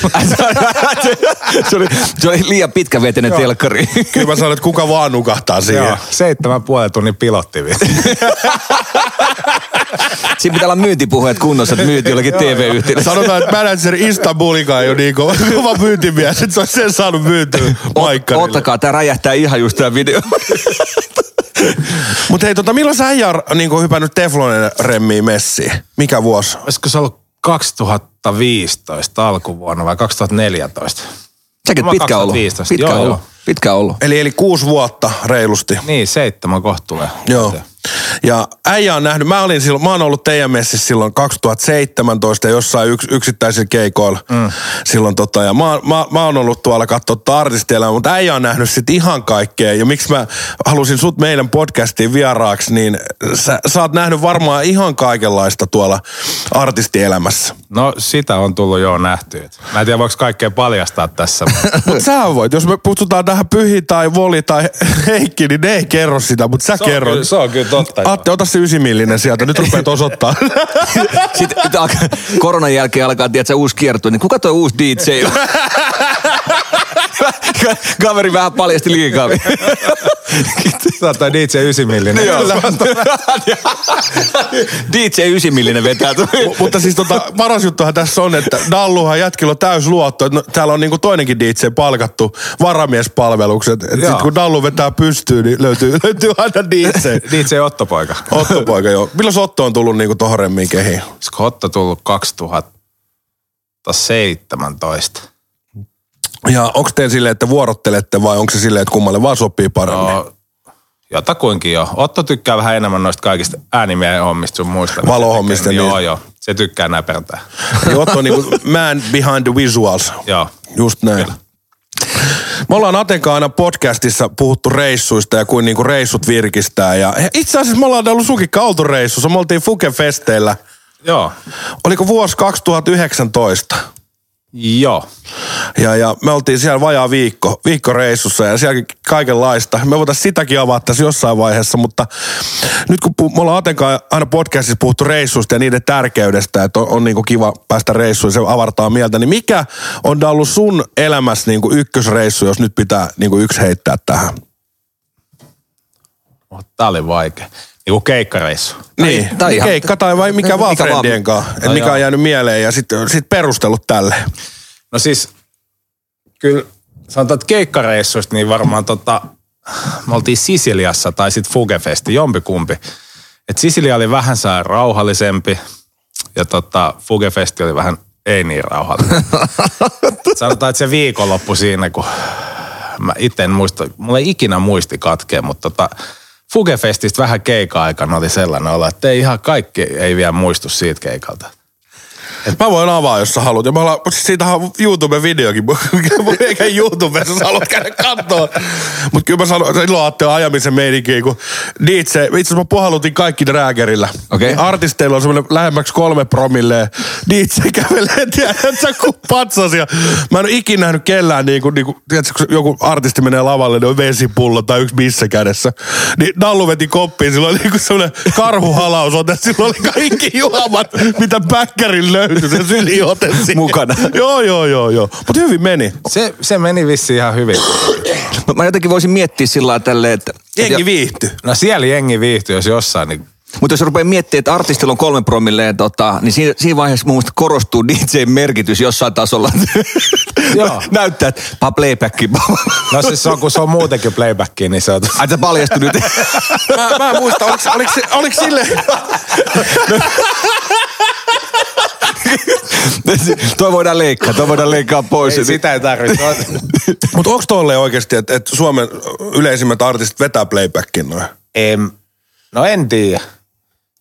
[SPEAKER 3] se, oli, se oli liian pitkävetinen telkkari. (laughs)
[SPEAKER 2] Kyllä mä sanon, että kuka vaan nukahtaa siihen.
[SPEAKER 6] Joo, seitsemän puolen tunnin pilotti vielä.
[SPEAKER 3] Siinä pitää olla myyntipuheet kunnossa, että myyti
[SPEAKER 6] (laughs)
[SPEAKER 3] jollekin TV-yhtiölle.
[SPEAKER 2] Sanotaan, että manager Istanbulikaan ei ole niin kova, (laughs) kova myyntimies, että se on sen saanut myytyä maikkarille.
[SPEAKER 3] Ottakaa, tämä räjähtää ihan just tämä video. (laughs)
[SPEAKER 2] Mutta hei, tota, milloin sä äijä on niin hypännyt Teflonen remmiin messiin? Mikä vuosi?
[SPEAKER 6] (laughs) Olisiko se ollut 2015 alkuvuonna vai 2014?
[SPEAKER 3] Säkin
[SPEAKER 6] Mä oon
[SPEAKER 3] pitkä ollut.
[SPEAKER 6] 2015.
[SPEAKER 3] Pitkä
[SPEAKER 6] Joo,
[SPEAKER 3] ollut.
[SPEAKER 6] joo.
[SPEAKER 3] Pitkä ollut.
[SPEAKER 2] Eli, eli kuusi vuotta reilusti.
[SPEAKER 6] Niin, seitsemän kohta tulee.
[SPEAKER 2] Joo. Ja äijä on nähnyt, mä olin silloin, mä oon ollut teidän messissä silloin 2017 ja jossain yks, yksittäisillä keikoilla mm. silloin tota, ja mä, oon- mä, mä oon ollut tuolla katsoa tota artistielämää, mutta äijä on nähnyt sit ihan kaikkea ja miksi mä halusin sut meidän podcastiin vieraaksi, niin sä, sä oot nähnyt varmaan ihan kaikenlaista tuolla
[SPEAKER 6] (laughs)
[SPEAKER 2] artistielämässä.
[SPEAKER 6] No sitä on tullut jo nähty. Et Mä en tiedä, voiko kaikkea paljastaa
[SPEAKER 2] (laughs)
[SPEAKER 6] tässä. mutta
[SPEAKER 2] Mutta sä voit, jos me pututaan tähän Pyhi tai Voli tai Heikki, niin ne ei kerro sitä, mutta sä
[SPEAKER 6] Se on,
[SPEAKER 2] kerrot.
[SPEAKER 6] kyllä, se on kyllä totta. joo.
[SPEAKER 2] Atte, ota se ysimillinen sieltä, nyt rupeat
[SPEAKER 6] (laughs)
[SPEAKER 2] osoittaa.
[SPEAKER 3] Sitten nyt alkaa, koronan jälkeen alkaa, tiedätkö, uusi kiertue, niin kuka toi uusi DJ on? (laughs) Kaveri vähän paljasti liikaa. (laughs)
[SPEAKER 6] Saattaa DJ 9 millinen.
[SPEAKER 3] (laughs) DJ 9 millinen vetää.
[SPEAKER 2] Mu- mutta siis tota, paras juttuhan tässä on, että Dalluhan jätkillä on täys luotto. että No, täällä on niinku toinenkin DJ palkattu varamiespalvelukset. Et sit
[SPEAKER 6] Joo.
[SPEAKER 2] kun Dallu vetää pystyyn, niin löytyy, (laughs) löytyy aina DJ.
[SPEAKER 6] DJ Ottopoika.
[SPEAKER 2] Otto poika, joo. Milloin se Otto on tullut niinku tohon remmiin kehiin?
[SPEAKER 6] Olisiko Otto tullut 2017?
[SPEAKER 2] Ja onko teillä silleen, että vuorottelette vai onko se silleen, että kummalle vaan sopii paremmin?
[SPEAKER 6] No, jotakuinkin jo. Otto tykkää vähän enemmän noista kaikista äänimiehen hommista sun muista.
[SPEAKER 2] Valohommista,
[SPEAKER 6] Niin. Joo,
[SPEAKER 2] niin.
[SPEAKER 6] joo. Se tykkää näpertää.
[SPEAKER 2] Eli Otto on niinku man behind the visuals.
[SPEAKER 6] Joo.
[SPEAKER 2] Just näin. Me ollaan Atenkaan aina podcastissa puhuttu reissuista ja kuin niinku reissut virkistää. Ja he- itse asiassa me ollaan ollut sukikka oltu reissussa. Me oltiin Fuke-festeillä.
[SPEAKER 6] Joo.
[SPEAKER 2] Oliko vuosi 2019?
[SPEAKER 6] Joo.
[SPEAKER 2] Ja, ja me oltiin siellä vajaa viikko, viikko reissussa ja siellä kaikenlaista. Me voitaisiin sitäkin avata tässä jossain vaiheessa, mutta nyt kun pu- me ollaan Atenkaan aina podcastissa puhuttu reissuista ja niiden tärkeydestä, että on, on niinku kiva päästä reissuun, se avartaa mieltä, niin mikä on ollut sun elämässä niinku ykkösreissu, jos nyt pitää niinku yksi heittää tähän?
[SPEAKER 6] Mutta tää oli vaikea. Niinku keikkareissu.
[SPEAKER 2] Niin,
[SPEAKER 3] tai
[SPEAKER 2] tai
[SPEAKER 3] ihan-
[SPEAKER 2] keikka tai vai mikä vaan
[SPEAKER 3] mikä vaan.
[SPEAKER 2] friendien kanssa, että
[SPEAKER 6] No
[SPEAKER 2] mikä
[SPEAKER 6] joo.
[SPEAKER 2] on jäänyt mieleen ja sitten sit perustellut tälle.
[SPEAKER 6] No siis, kyllä sanotaan, että keikkareissuista niin varmaan tota, me oltiin Sisiliassa tai sitten Fugefesti, jompikumpi. Et Sisilia oli vähän sää rauhallisempi ja tota, Fugefesti oli vähän ei niin rauhallinen. sanotaan, että se viikonloppu siinä, kun mä itse en muista, mulla ei ikinä muisti katkea, mutta tota, Fugefestistä vähän keika-aikana oli sellainen olla, että ei ihan kaikki ei vielä muistu siitä keikalta.
[SPEAKER 2] Mä voin avaa, jos sä haluat. Ja me ollaan, siis siitähän on YouTube-videokin, (laughs) eikä YouTubessa sä haluat käydä kattoo. Mut kyllä mä sanoin, että silloin ajattelin ajamisen meininkiä, kun DJ, itse asiassa mä puhalutin kaikki Niin rääkärillä.
[SPEAKER 3] Okei.
[SPEAKER 2] Artisteilla on semmoinen lähemmäksi kolme promille. DJ kävelee, tiedätkö, kun patsasia. Mä en ole ikinä nähnyt kellään, niin kuin, niin kuin, tiedätkö, kun joku artisti menee lavalle, niin on vesipullo tai yksi missä kädessä. Niin Dallu veti koppiin, sillä oli niin kuin semmoinen karhuhalaus ote. Sillä oli kaikki juomat, mitä päkkärin löytyi, se syliote siihen.
[SPEAKER 3] Mukana.
[SPEAKER 2] Joo, joo, joo, joo. Mutta hyvin meni.
[SPEAKER 6] Se, se meni vissiin ihan hyvin.
[SPEAKER 3] Mä jotenkin voisin miettiä sillä lailla tälleen, että...
[SPEAKER 2] Jengi viihtyi.
[SPEAKER 6] No siellä jengi viihtyy, jos jossain, niin
[SPEAKER 3] Mutta jos rupeaa miettimään, että artistilla on kolme promilleen, tota, niin siinä, siinä vaiheessa mun mielestä korostuu DJ-merkitys jossain tasolla. (laughs)
[SPEAKER 6] Joo.
[SPEAKER 3] Näyttää, että pa playback.
[SPEAKER 6] no siis se on, kun se on muutenkin playbackia, niin se on...
[SPEAKER 3] Ai sä paljastui nyt.
[SPEAKER 2] (laughs) Mä, mä en muista, oliko, oliko, se- oliko sille...
[SPEAKER 3] (laughs) toi voidaan leikkaa, toi voidaan leikkaa pois. Niin-
[SPEAKER 6] Ei, sitä ei tarvitse.
[SPEAKER 2] Mutta onko tolle oikeasti, että et Suomen yleisimmät artistit vetää playbackin noin?
[SPEAKER 6] em, no en tiedä.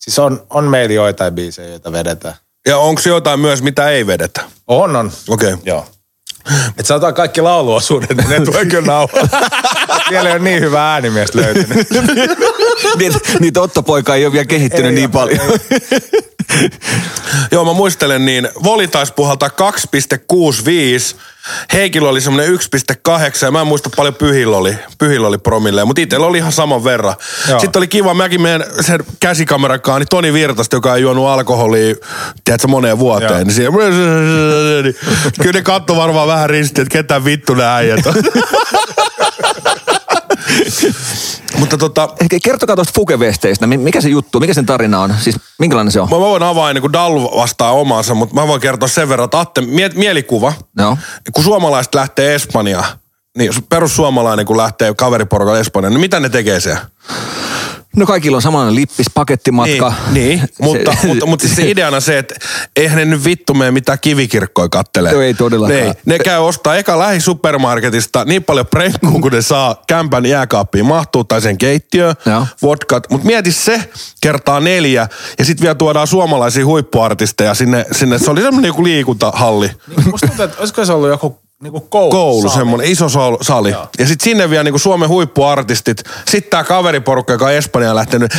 [SPEAKER 6] Siis on, on meillä joitain biisejä, joita vedetään.
[SPEAKER 2] Ja onko jotain myös, mitä ei vedetä?
[SPEAKER 6] On, on.
[SPEAKER 2] Okei. Okay.
[SPEAKER 6] Joo. Et sanotaan kaikki lauluosuudet, niin ne tulee kyllä nauhoilla. Siellä ei ole niin hyvä äänimiestä löytynyt.
[SPEAKER 3] niitä, niin, niitä Otto-poika ei ole vielä kehittynyt
[SPEAKER 6] Ei,
[SPEAKER 3] niin
[SPEAKER 6] joo,
[SPEAKER 3] paljon.
[SPEAKER 2] Joo, mä muistelen niin, Voli taisi puhaltaa 2,65, Heikillä oli semmoinen 1,8 ja mä en muista paljon Pyhillä oli, Pyhillä oli promille, mutta itsellä oli ihan saman verran. Joo.
[SPEAKER 6] Joo.
[SPEAKER 2] Sitten oli kiva, mäkin menen sen käsikamarankaan, niin Toni Virtasta, joka ei juonut alkoholia, tiedätkö, moneen vuoteen,
[SPEAKER 6] Joo.
[SPEAKER 2] niin siinä, niin (laughs) kyllä ne katto varmaan vähän ristiä, että ketä vittu nämä äijät on. (laughs) mutta tota,
[SPEAKER 3] Ehkä Eh, Kertokaa tuosta Fugevesteistä, Mi- mikä se juttu, mikä sen tarina on? Siis minkälainen se on?
[SPEAKER 2] Mä mä voin avaa ennen kuin Dallu vastaa omaansa, mutta mä voin kertoa sen verran, että Atte, mie- mielikuva,
[SPEAKER 3] Joo.
[SPEAKER 2] kun suomalaiset lähtee Espanjaan, niin perussuomalainen kun lähtee kaveriporukalla Espanjaan, niin mitä ne tekee siellä?
[SPEAKER 3] No kaikilla on samanlainen lippis, pakettimatka.
[SPEAKER 2] Niin, niin. (laughs)
[SPEAKER 3] (laughs)
[SPEAKER 2] mutta,
[SPEAKER 3] Se-
[SPEAKER 2] mutta, mutta siis se ideana se, että eihän ne nyt vittu mene mitään kivikirkkoja kattelee.
[SPEAKER 3] Joo, No ei todellakaan.
[SPEAKER 2] Niin, ne käy ostaa eka lähisupermarketista niin paljon prenkkuu, kun ne saa kämpän jääkaappiin mahtuu tai sen keittiöön,
[SPEAKER 3] Joo.
[SPEAKER 2] vodkat. Mutta mieti se kertaa neljä ja sitten vielä tuodaan suomalaisia huippuartisteja sinne. sinne. Se oli semmoinen joku liikuntahalli.
[SPEAKER 6] Musta tuntuu, että olisiko se ollut joku niinku koulu?
[SPEAKER 2] koulu,
[SPEAKER 6] saali?
[SPEAKER 2] semmoinen iso sal- sali. Joo. Ja sitten sinne vielä niinku Suomen huippuartistit. Sitten tämä kaveriporukka, joka on Espanjaan lähtenyt.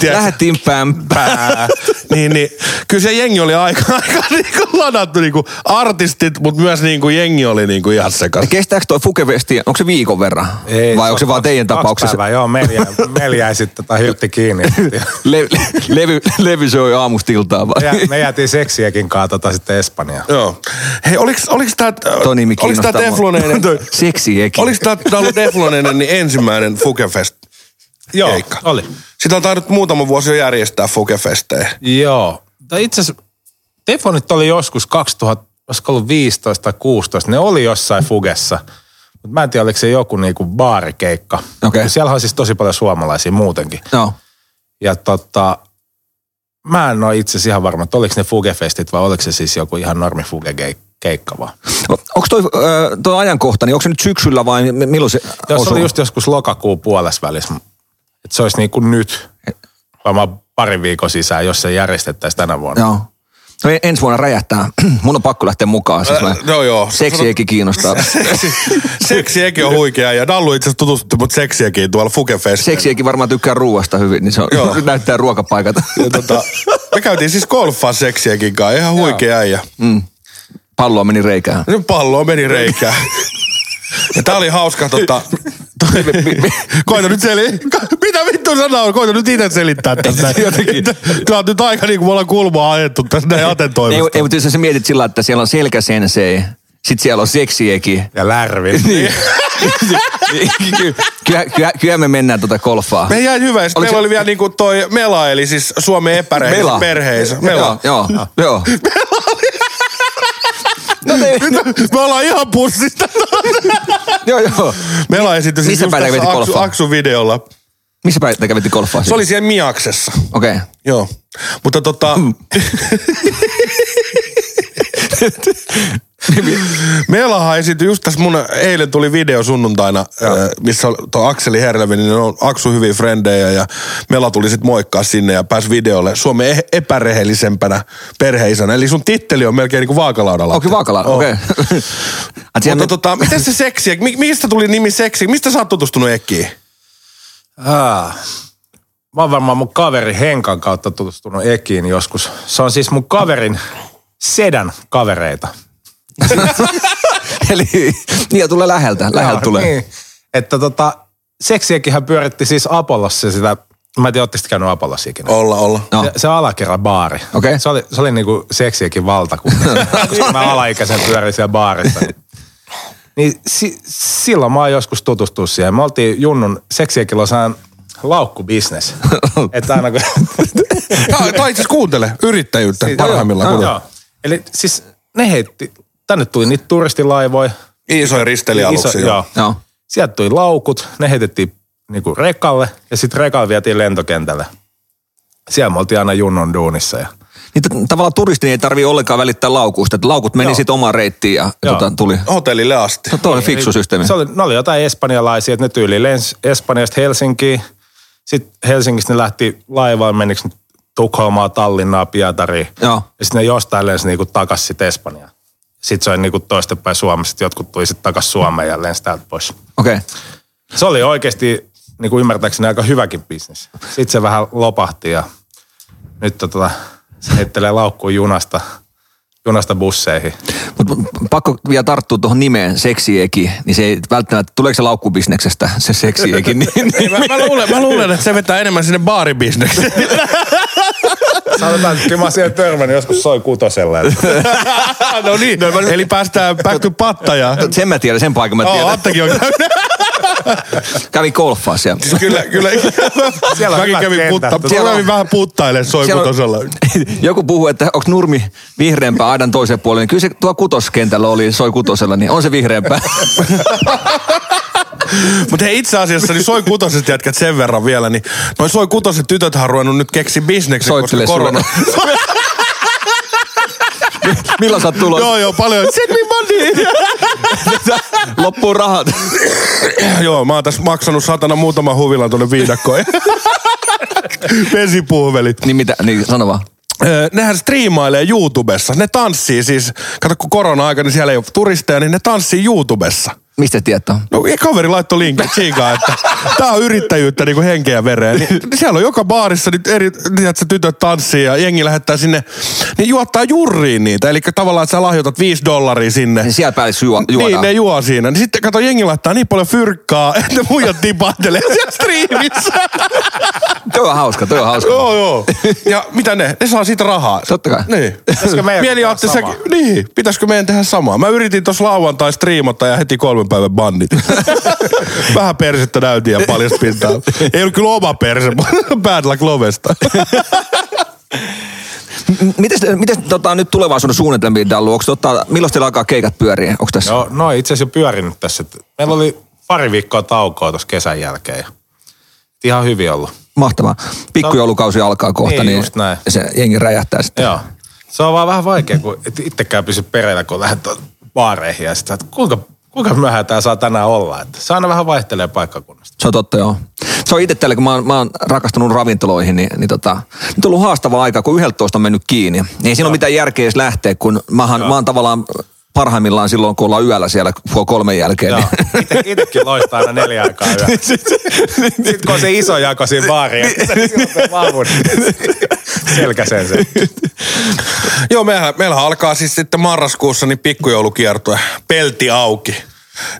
[SPEAKER 2] Tiedätkö?
[SPEAKER 3] Lähettiin pämpään.
[SPEAKER 2] pää. niin, niin, kyllä se jengi oli aika, (laughs) aika niinku ladattu niinku artistit, mutta myös niinku jengi oli niinku ihan sekas.
[SPEAKER 3] Kestääkö toi Fukevesti, onko se viikon verran?
[SPEAKER 6] Ei,
[SPEAKER 3] Vai onko se vaan
[SPEAKER 6] kaksi-
[SPEAKER 3] teidän
[SPEAKER 6] kaksi
[SPEAKER 3] tapauksessa?
[SPEAKER 6] Päivää, joo, meljä, meljä sitten tai hyrtti (laughs) kiinni.
[SPEAKER 3] Le- le- levy, levy söi aamustiltaan vai?
[SPEAKER 6] Ja me jäätiin seksiäkin kaatata sitten Espanjaan.
[SPEAKER 2] Joo. Hei, oliks, oliks tää,
[SPEAKER 3] Toi nimi
[SPEAKER 2] oliks tää
[SPEAKER 3] kiinnostaa mua.
[SPEAKER 2] Tefloneinen,
[SPEAKER 3] Seksi eki.
[SPEAKER 2] oliks tää, tää ollut Tefloneinen niin ensimmäinen Fukefest?
[SPEAKER 6] Joo,
[SPEAKER 2] Keikka.
[SPEAKER 6] oli.
[SPEAKER 2] Sitä on tainnut muutama vuosi jo järjestää Fukefestejä.
[SPEAKER 6] Joo. Tai itse asiassa Tefonit oli joskus 2000, olisiko ollut 15 tai 16, ne oli jossain fugessa. Mutta mä en tiedä, oliko se joku niinku baarikeikka.
[SPEAKER 3] Okei.
[SPEAKER 6] Kun Siellä on siis tosi paljon suomalaisia muutenkin.
[SPEAKER 3] No.
[SPEAKER 6] Ja tota, mä en ole itse asiassa ihan varma, että oliko ne fugefestit vai oliko se siis joku ihan normi fugekeikka vaan.
[SPEAKER 3] Onko toi, ö, toi ajankohta, niin onko se nyt syksyllä vai mi- milloin se
[SPEAKER 6] Jos
[SPEAKER 3] osuu?
[SPEAKER 6] oli just joskus lokakuun puolessa välissä, että se olisi niin kuin nyt, varmaan parin viikon sisään, jos se järjestettäisiin tänä vuonna.
[SPEAKER 3] Joo. No en- ensi vuonna räjähtää. (clears throat) Mun on pakko lähteä mukaan. Siis mä-
[SPEAKER 2] Ä, no joo.
[SPEAKER 3] Seksi eki kiinnostaa.
[SPEAKER 2] Seksiäkin on huikea ja Dallu itse asiassa tutustui mut seksiäkin tuolla Fukefestillä.
[SPEAKER 3] Seksi eki varmaan tykkää ruoasta hyvin, niin se on, (laughs)
[SPEAKER 2] Joo.
[SPEAKER 3] näyttää ruokapaikat.
[SPEAKER 2] Ja tota, me käytiin siis golfaa seksiäkin kanssa, ihan huikea äijä.
[SPEAKER 3] Palloa meni reikään.
[SPEAKER 2] Nyt pallo meni reikään. Ja tää oli hauska, tota... Koita nyt seli... Mitä vittu sana on? Koita nyt itse selittää tässä.
[SPEAKER 3] Jotenkin.
[SPEAKER 2] Tää on nyt aika niin kuin me ollaan kulmaa ajettu tässä näin
[SPEAKER 3] Ei,
[SPEAKER 2] atentoimista.
[SPEAKER 3] ei, mutta jos sä mietit sillä, että siellä on selkäsensei, sit siellä on seksieki.
[SPEAKER 6] Ja lärvi.
[SPEAKER 3] Niin.
[SPEAKER 6] Niin.
[SPEAKER 3] Ky- kyllä, kyllä, kyllä, me mennään tuota golfaa.
[SPEAKER 2] Me jäi hyvä. ja sit
[SPEAKER 3] Oliko
[SPEAKER 2] Meillä
[SPEAKER 3] se-
[SPEAKER 2] oli vielä niinku toi Mela, eli siis Suomen epärehellisessä perheessä. Mela.
[SPEAKER 3] Joo, joo, joo. No niin,
[SPEAKER 2] Me ollaan ihan pussista.
[SPEAKER 3] joo, joo.
[SPEAKER 2] Mela esitys siis
[SPEAKER 3] Missä
[SPEAKER 2] just
[SPEAKER 3] päin
[SPEAKER 2] tässä
[SPEAKER 3] kävitte
[SPEAKER 2] Aksu,
[SPEAKER 3] golfaa?
[SPEAKER 2] Aksu videolla.
[SPEAKER 3] Missä päin te kävitte golfaa?
[SPEAKER 2] Se oli siellä Miaksessa.
[SPEAKER 3] Okei. Okay.
[SPEAKER 2] Joo. Mutta tota... (laughs) Meelahan esiintyi just tässä mun, eilen tuli video sunnuntaina, ö, missä oli tuo Akseli Herlevinen on Aksu hyviä frendejä ja Mela tuli sit moikkaa sinne ja pääsi videolle Suomen e- epärehellisempänä perheisänä. Eli sun titteli on melkein niinku vaakalaudalla.
[SPEAKER 3] Okei, Vaakalaan,
[SPEAKER 2] Joo.
[SPEAKER 3] okei. No. Ai,
[SPEAKER 2] Mutta
[SPEAKER 3] siellä me-
[SPEAKER 2] tota, miten se seksi, mi- mistä tuli nimi seksi, mistä sä oot tutustunut Ekkiin?
[SPEAKER 6] Ah. Mä oon varmaan mun kaveri Henkan kautta tutustunut Ekiin joskus. Se on siis mun kaverin sedän kavereita.
[SPEAKER 3] Eli niin, tulee läheltä, läheltä tulee.
[SPEAKER 6] Niin. Että tota, seksiäkinhän pyöritti siis Apollossa sitä, mä en tiedä, ootteko te käynyt Apollossa ikinä?
[SPEAKER 2] Olla, olla.
[SPEAKER 3] No.
[SPEAKER 6] Se, se alakerran baari.
[SPEAKER 3] Okei.
[SPEAKER 6] Se oli, se oli niinku seksiäkin valtakunta.
[SPEAKER 3] (laughs)
[SPEAKER 6] Kun mä alaikäisen pyörin siellä baarissa. Niin si, silloin mä oon joskus tutustunut siihen. Me oltiin Junnun seksiäkin losaan
[SPEAKER 3] (laughs)
[SPEAKER 6] laukkubisnes. Että aina kun...
[SPEAKER 2] Tää, tää itse asiassa kuuntele yrittäjyyttä parhaimmillaan.
[SPEAKER 6] Joo,
[SPEAKER 2] kuuntele.
[SPEAKER 6] joo. Eli siis ne heitti, tänne tuli niitä turistilaivoja.
[SPEAKER 2] Isoja risteilijäaluksia.
[SPEAKER 6] Iso- joo.
[SPEAKER 3] Joo.
[SPEAKER 6] Sieltä tuli laukut, ne heitettiin niinku rekalle ja sitten rekalla vietiin lentokentälle. Siellä me oltiin aina Junnon duunissa ja
[SPEAKER 3] Niin, t- tavallaan turistin ei tarvii ollenkaan välittää laukusta. Että laukut meni
[SPEAKER 6] Joo.
[SPEAKER 3] sitten omaan reittiin ja ja
[SPEAKER 6] Joo.
[SPEAKER 3] tota, tuli.
[SPEAKER 2] hotellille asti.
[SPEAKER 3] No, tuo oli fiksu systeemi.
[SPEAKER 6] Se oli, ne oli jotain espanjalaisia, että ne tyyli lensi Espanjasta Helsinkiin. Sitten Helsingistä ne lähti laivaan, menikö ne Tukholmaa, Tallinnaa, Pietariin.
[SPEAKER 3] Joo.
[SPEAKER 6] Ja sitten ne jostain lensi niinku takas sit Espanjaan. Sitten se oli niinku toistepäin Suomessa, sitten jotkut tuli sitten takas Suomeen ja lensi täältä pois.
[SPEAKER 3] Okei.
[SPEAKER 6] Se oli oikeasti niinku ymmärtääkseni aika hyväkin bisnes. Sitten se vähän lopahti ja nyt tota, se heittelee laukkuun junasta, junasta busseihin.
[SPEAKER 3] Mutta pakko vielä tarttua tuohon nimeen seksieki, niin se ei välttämättä, tuleeko se laukkubisneksestä se
[SPEAKER 2] (laughs)
[SPEAKER 3] seksieki, niin, niin
[SPEAKER 2] Mä, mä, luulen, mä luulen, että se vetää enemmän sinne baaribisnekseen.
[SPEAKER 6] Sanotaan, että kyllä mä siihen törmännyt joskus soi kutosella.
[SPEAKER 2] (laughs) no niin, no, mä... eli päästään back to pattaja.
[SPEAKER 3] sen mä tiedän, sen paikan mä
[SPEAKER 2] Joo,
[SPEAKER 3] tiedän.
[SPEAKER 2] Attekin on (laughs) käynyt. Siis
[SPEAKER 3] Kävin golfaa siellä. (laughs)
[SPEAKER 2] Kyllä, kyllä.
[SPEAKER 6] Siellä on
[SPEAKER 2] Mäkin
[SPEAKER 6] hyvät
[SPEAKER 2] kävin,
[SPEAKER 6] kentät.
[SPEAKER 2] putta,
[SPEAKER 3] Siellä
[SPEAKER 2] Siellä...
[SPEAKER 3] on-
[SPEAKER 2] kävin vähän puttaille
[SPEAKER 3] Siellä
[SPEAKER 2] (laughs)
[SPEAKER 3] on-
[SPEAKER 2] soikutosella.
[SPEAKER 3] Joku puhuu, että onko nurmi vihreämpää aidan toisen puolen, niin kyllä se tuo kutoskentällä oli, soi kutosella, niin on se vihreämpää.
[SPEAKER 2] Mutta hei itse asiassa, niin soi kutoset jätkät sen verran vielä, niin noi soi kutoset tytöt on ruvennut nyt keksi bisneksi, koska
[SPEAKER 3] Soittele
[SPEAKER 2] korona...
[SPEAKER 3] (laughs)
[SPEAKER 2] (laughs)
[SPEAKER 3] Milloin sä oot
[SPEAKER 2] joo,
[SPEAKER 3] tulossa?
[SPEAKER 2] joo, paljon. Send me (laughs) money!
[SPEAKER 3] Loppuu rahat.
[SPEAKER 2] joo, mä oon tässä maksanut satana muutaman huvilan tuonne viidakkoon. (laughs) Vesipuhvelit.
[SPEAKER 3] niin mitä, niin sano vaan.
[SPEAKER 2] Öö, nehän striimailee YouTubessa. Ne tanssii siis, kato kun korona-aika, niin siellä ei ole turisteja, niin ne tanssii YouTubessa.
[SPEAKER 3] Mistä tietää?
[SPEAKER 2] No ja kaveri laittoi linkin siikaa, että tää on yrittäjyyttä niinku henkeä ja vereen. Niin, niin siellä on joka baarissa nyt eri, tiedätkö, tytöt tanssii ja jengi lähettää sinne, niin juottaa jurriin niitä. Eli tavallaan, että sä lahjoitat 5 dollaria sinne.
[SPEAKER 3] Niin siellä päälle juo,
[SPEAKER 2] Niin,
[SPEAKER 3] juodaan.
[SPEAKER 2] ne juo siinä. Niin sitten kato, jengi laittaa niin paljon fyrkkaa, että ne muijat tipahtelee siellä striimissä.
[SPEAKER 3] Toi on hauska, toi on hauska.
[SPEAKER 2] Joo, joo. Ja mitä ne? Ne saa siitä rahaa.
[SPEAKER 3] Totta kai.
[SPEAKER 2] Niin.
[SPEAKER 6] Pitäisikö meidän
[SPEAKER 2] Mieli
[SPEAKER 6] tehdä
[SPEAKER 2] Atte, sä,
[SPEAKER 6] samaa?
[SPEAKER 2] niin, pitäisikö meidän tehdä samaa? Mä yritin tuossa lauantai striimata ja heti kolmen päivän bannit. (laughs) Vähän persettä näytin ja paljasta pintaa. Ei ollut kyllä oma perse, mutta (laughs) bad luck lovesta.
[SPEAKER 3] Mites, mites tota, nyt tulevaisuuden suunnitelmiin, Dallu? Onks, tota, milloin teillä alkaa keikat pyöriä? Onko tässä?
[SPEAKER 6] Joo, no itse asiassa jo pyörinyt tässä. Et Meillä oli pari viikkoa taukoa tuossa kesän jälkeen. ja Ihan hyvin ollut.
[SPEAKER 3] Mahtavaa. Pikkujoulukausi alkaa kohta,
[SPEAKER 6] Niin,
[SPEAKER 3] niin,
[SPEAKER 6] just näin.
[SPEAKER 3] se jengi räjähtää sitten.
[SPEAKER 6] Joo. Se on vaan vähän vaikea, kun et itsekään pysy pereillä, kun lähdet tuon baareihin ja sitten kuinka, kuinka myöhään tämä saa tänään olla. Että se aina vähän vaihtelee paikkakunnasta.
[SPEAKER 3] Se on totta, joo. Se on itse tällä, kun mä oon, mä oon rakastanut ravintoloihin, niin, niin tota, nyt on ollut haastava aika, kun 11 on mennyt kiinni. Niin Ei siinä ole mitään järkeä edes lähteä, kun mähän, mä oon tavallaan parhaimmillaan silloin, kun ollaan yöllä siellä puoli kolmen jälkeen.
[SPEAKER 6] Joo.
[SPEAKER 3] Niin, (laughs)
[SPEAKER 6] Ite, itekin loistaa aina neljä
[SPEAKER 2] (laughs)
[SPEAKER 6] aikaa
[SPEAKER 2] Niin,
[SPEAKER 6] yöllä. Sitten kun on se iso jako siinä baariin, niin sä silloin sen laavun selkäsen sen.
[SPEAKER 2] Joo, meillähän, meillähän alkaa siis sitten marraskuussa niin pikkujoulukiertue. Pelti auki.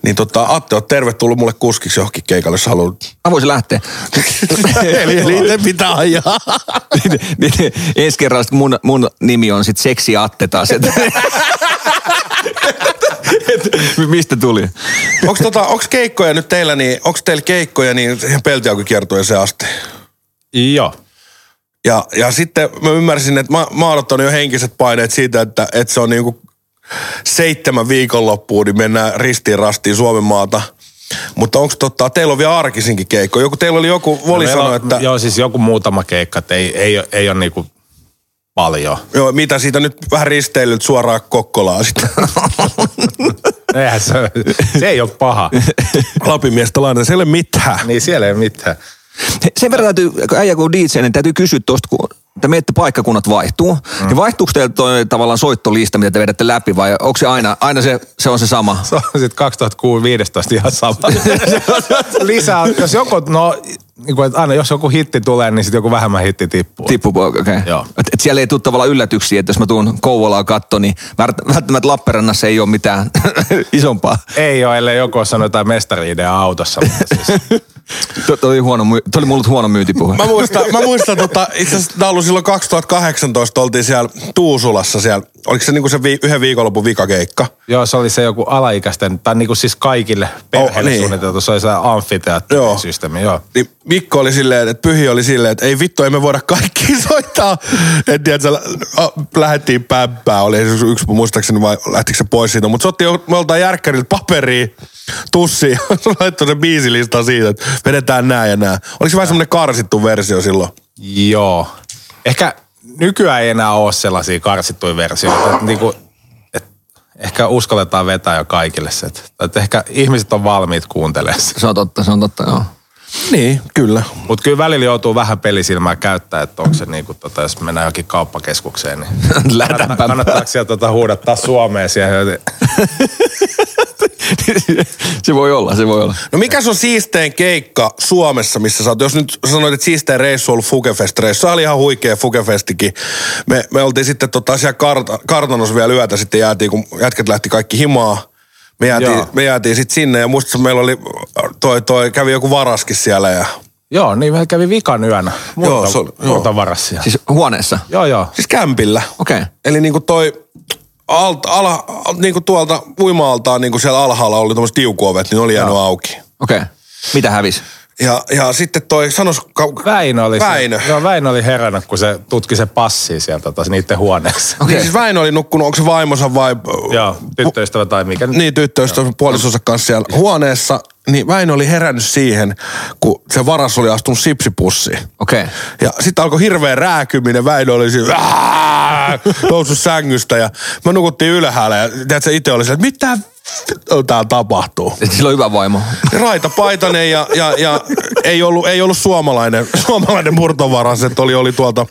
[SPEAKER 2] Niin tota, Atte, oot tervetullut mulle kuskiksi johonkin keikalle, jos haluat.
[SPEAKER 3] mä voisin
[SPEAKER 6] (laughs)
[SPEAKER 3] lähteä.
[SPEAKER 2] eli, eli itse pitää ajaa.
[SPEAKER 3] Niin, niin, niin, Ensi kerralla sit mun, mun nimi on sit Seksi Atte taas. Et, et, mistä tuli?
[SPEAKER 2] Onko tota, onks keikkoja nyt teillä, niin onko teillä keikkoja, niin peltiaukikiertueeseen asti?
[SPEAKER 6] Joo.
[SPEAKER 2] Ja, ja sitten mä ymmärsin, että mä, mä oon ottanut jo henkiset paineet siitä, että, että se on niinku seitsemän viikonloppuun, niin mennään ristiin rastiin Suomen maata. Mutta onko tota, teillä on vielä arkisinkin keikko? Joku, teillä oli joku, Voli no,
[SPEAKER 6] Meillä
[SPEAKER 2] sanoi,
[SPEAKER 6] on-
[SPEAKER 2] että joo.
[SPEAKER 6] Joo, siis joku muutama keikka, että ei, ei, oo- ei ole niinku paljon.
[SPEAKER 2] joo. mitä siitä nyt vähän risteilyt suoraan Kokkolaan (laughs) sitten.
[SPEAKER 6] Eihän se, se ei ole paha.
[SPEAKER 2] Lapimiestä lainaan, siellä ei ole mitään.
[SPEAKER 6] Niin siellä ei ole mitään.
[SPEAKER 3] Sen verran täytyy, kun äijä kun DJ, niin täytyy kysyä tuosta, kun te menette paikkakunnat vaihtuu. Mm. Niin vaihtuuko teillä toi tavallaan soittolista, mitä te vedätte läpi vai onko se aina, aina se, se on se sama?
[SPEAKER 6] Se on sitten 2015 ihan sama. Lisää, jos joku, no niin kuin, että aina jos joku hitti tulee, niin sitten joku vähemmän hitti tippuu.
[SPEAKER 3] Tippu, okei. Okay.
[SPEAKER 6] Joo.
[SPEAKER 3] Et, et siellä ei tule tavallaan yllätyksiä, että jos mä tuun Kouvolaan katto, niin värt- välttämättä Lappeenrannassa ei ole mitään (laughs) isompaa.
[SPEAKER 6] ei ole, ellei joku ole sanonut jotain mestari-ideaa autossa. mutta Siis.
[SPEAKER 3] Tuo oli, huono, myy- toi oli mulle huono myyntipuhe.
[SPEAKER 2] Mä muistan, mä muistan tota, itse asiassa tää on ollut silloin 2018, oltiin siellä Tuusulassa siellä. Oliko se niinku se vi- yhden viikonlopun vikakeikka?
[SPEAKER 6] Joo, se oli se joku alaikäisten, tai niinku siis kaikille perheille oh,
[SPEAKER 2] niin.
[SPEAKER 6] niin. suunniteltu, se oli se
[SPEAKER 2] Joo.
[SPEAKER 6] amfiteatterisysteemi, joo.
[SPEAKER 2] niin Mikko oli silleen, että Pyhi oli silleen, että ei vittu, ei me voida kaikki (laughs) soittaa. En tiedä, että lähettiin päppää, oli siis yksi muistaakseni vai lähtikö se pois siitä. Mutta se otti jo- me oltaan järkkäriltä paperia, tussiin, (laughs) se laittoi se biisilista siitä, että vedetään nää ja nää. Oliko se vähän semmoinen karsittu versio silloin?
[SPEAKER 6] Joo. Ehkä nykyään ei enää ole sellaisia karsittuja versioita. Että niinku, et ehkä uskalletaan vetää jo kaikille se. Että, että ehkä ihmiset on valmiit kuuntelemaan sitä.
[SPEAKER 3] Se on totta, se on totta, joo. (laughs)
[SPEAKER 2] Niin, kyllä.
[SPEAKER 6] Mutta kyllä välillä joutuu vähän pelisilmää käyttää, että onko se niinku, tota, jos mennään johonkin kauppakeskukseen,
[SPEAKER 2] (laughs)
[SPEAKER 6] niin
[SPEAKER 3] Lätäpä.
[SPEAKER 6] kannattaako sieltä tota huudattaa Suomeen siihen.
[SPEAKER 3] (laughs) se voi olla, se voi olla.
[SPEAKER 2] No mikä se on siistein keikka Suomessa, missä sä oot? Jos nyt sanoit, että siistein reissu on ollut Fugefest-reissu. Se oli ihan huikea Fugefestikin. Me, me oltiin sitten tota siellä kart- kartanossa vielä yötä sitten jäätiin, kun jätket lähti kaikki himaa. Me jäätiin,
[SPEAKER 6] Joo.
[SPEAKER 2] me jäätiin sitten sinne ja muistaakseni meillä oli, toi, toi, kävi joku varaskin siellä ja...
[SPEAKER 6] Joo, niin meillä kävi vikan yönä. Murta,
[SPEAKER 2] Joo,
[SPEAKER 6] joo,
[SPEAKER 2] se oli- joo.
[SPEAKER 6] murta varas siellä.
[SPEAKER 3] (laughs) Siis huoneessa?
[SPEAKER 6] Joo, joo.
[SPEAKER 2] Siis kämpillä.
[SPEAKER 3] Okei. Okay.
[SPEAKER 2] Eli niinku toi alt, ala, niinku tuolta uima-altaan niinku siellä alhaalla oli tommoset tiukuovet, niin ne oli jäänyt auki.
[SPEAKER 3] Okei. Okay. Mitä hävis?
[SPEAKER 2] Ja, ja sitten toi, sanos... Ka-
[SPEAKER 6] Väinö oli,
[SPEAKER 2] Väinö.
[SPEAKER 6] Se, joo, Väinö oli herännyt, kun se tutki se passi sieltä tota, niiden
[SPEAKER 2] (laughs)
[SPEAKER 6] huoneessa.
[SPEAKER 2] Okay. Niin siis Väinö oli nukkunut, onko se vaimonsa vai
[SPEAKER 6] Joo, tyttöystävä tai mikä nyt.
[SPEAKER 2] niin tyttöystä puolisonsa kanssa siellä huoneessa. niin Väinö oli herännyt siihen, kun se varas oli astunut sipsipussiin.
[SPEAKER 3] Okei. Okay.
[SPEAKER 2] Ja sitten alkoi hirveä rääkyminen, Väinö oli siinä, "Aaah!" noussut sängystä ja me nukuttiin ylhäällä ja tiedätkö, itse oli sillä, että mitä vittua täällä tapahtuu.
[SPEAKER 3] Sillä on hyvä vaimo.
[SPEAKER 2] Raita Paitanen ja, ja, ja ei, ollut, ei ollut suomalainen, suomalainen murtovaras, että oli, oli tuolta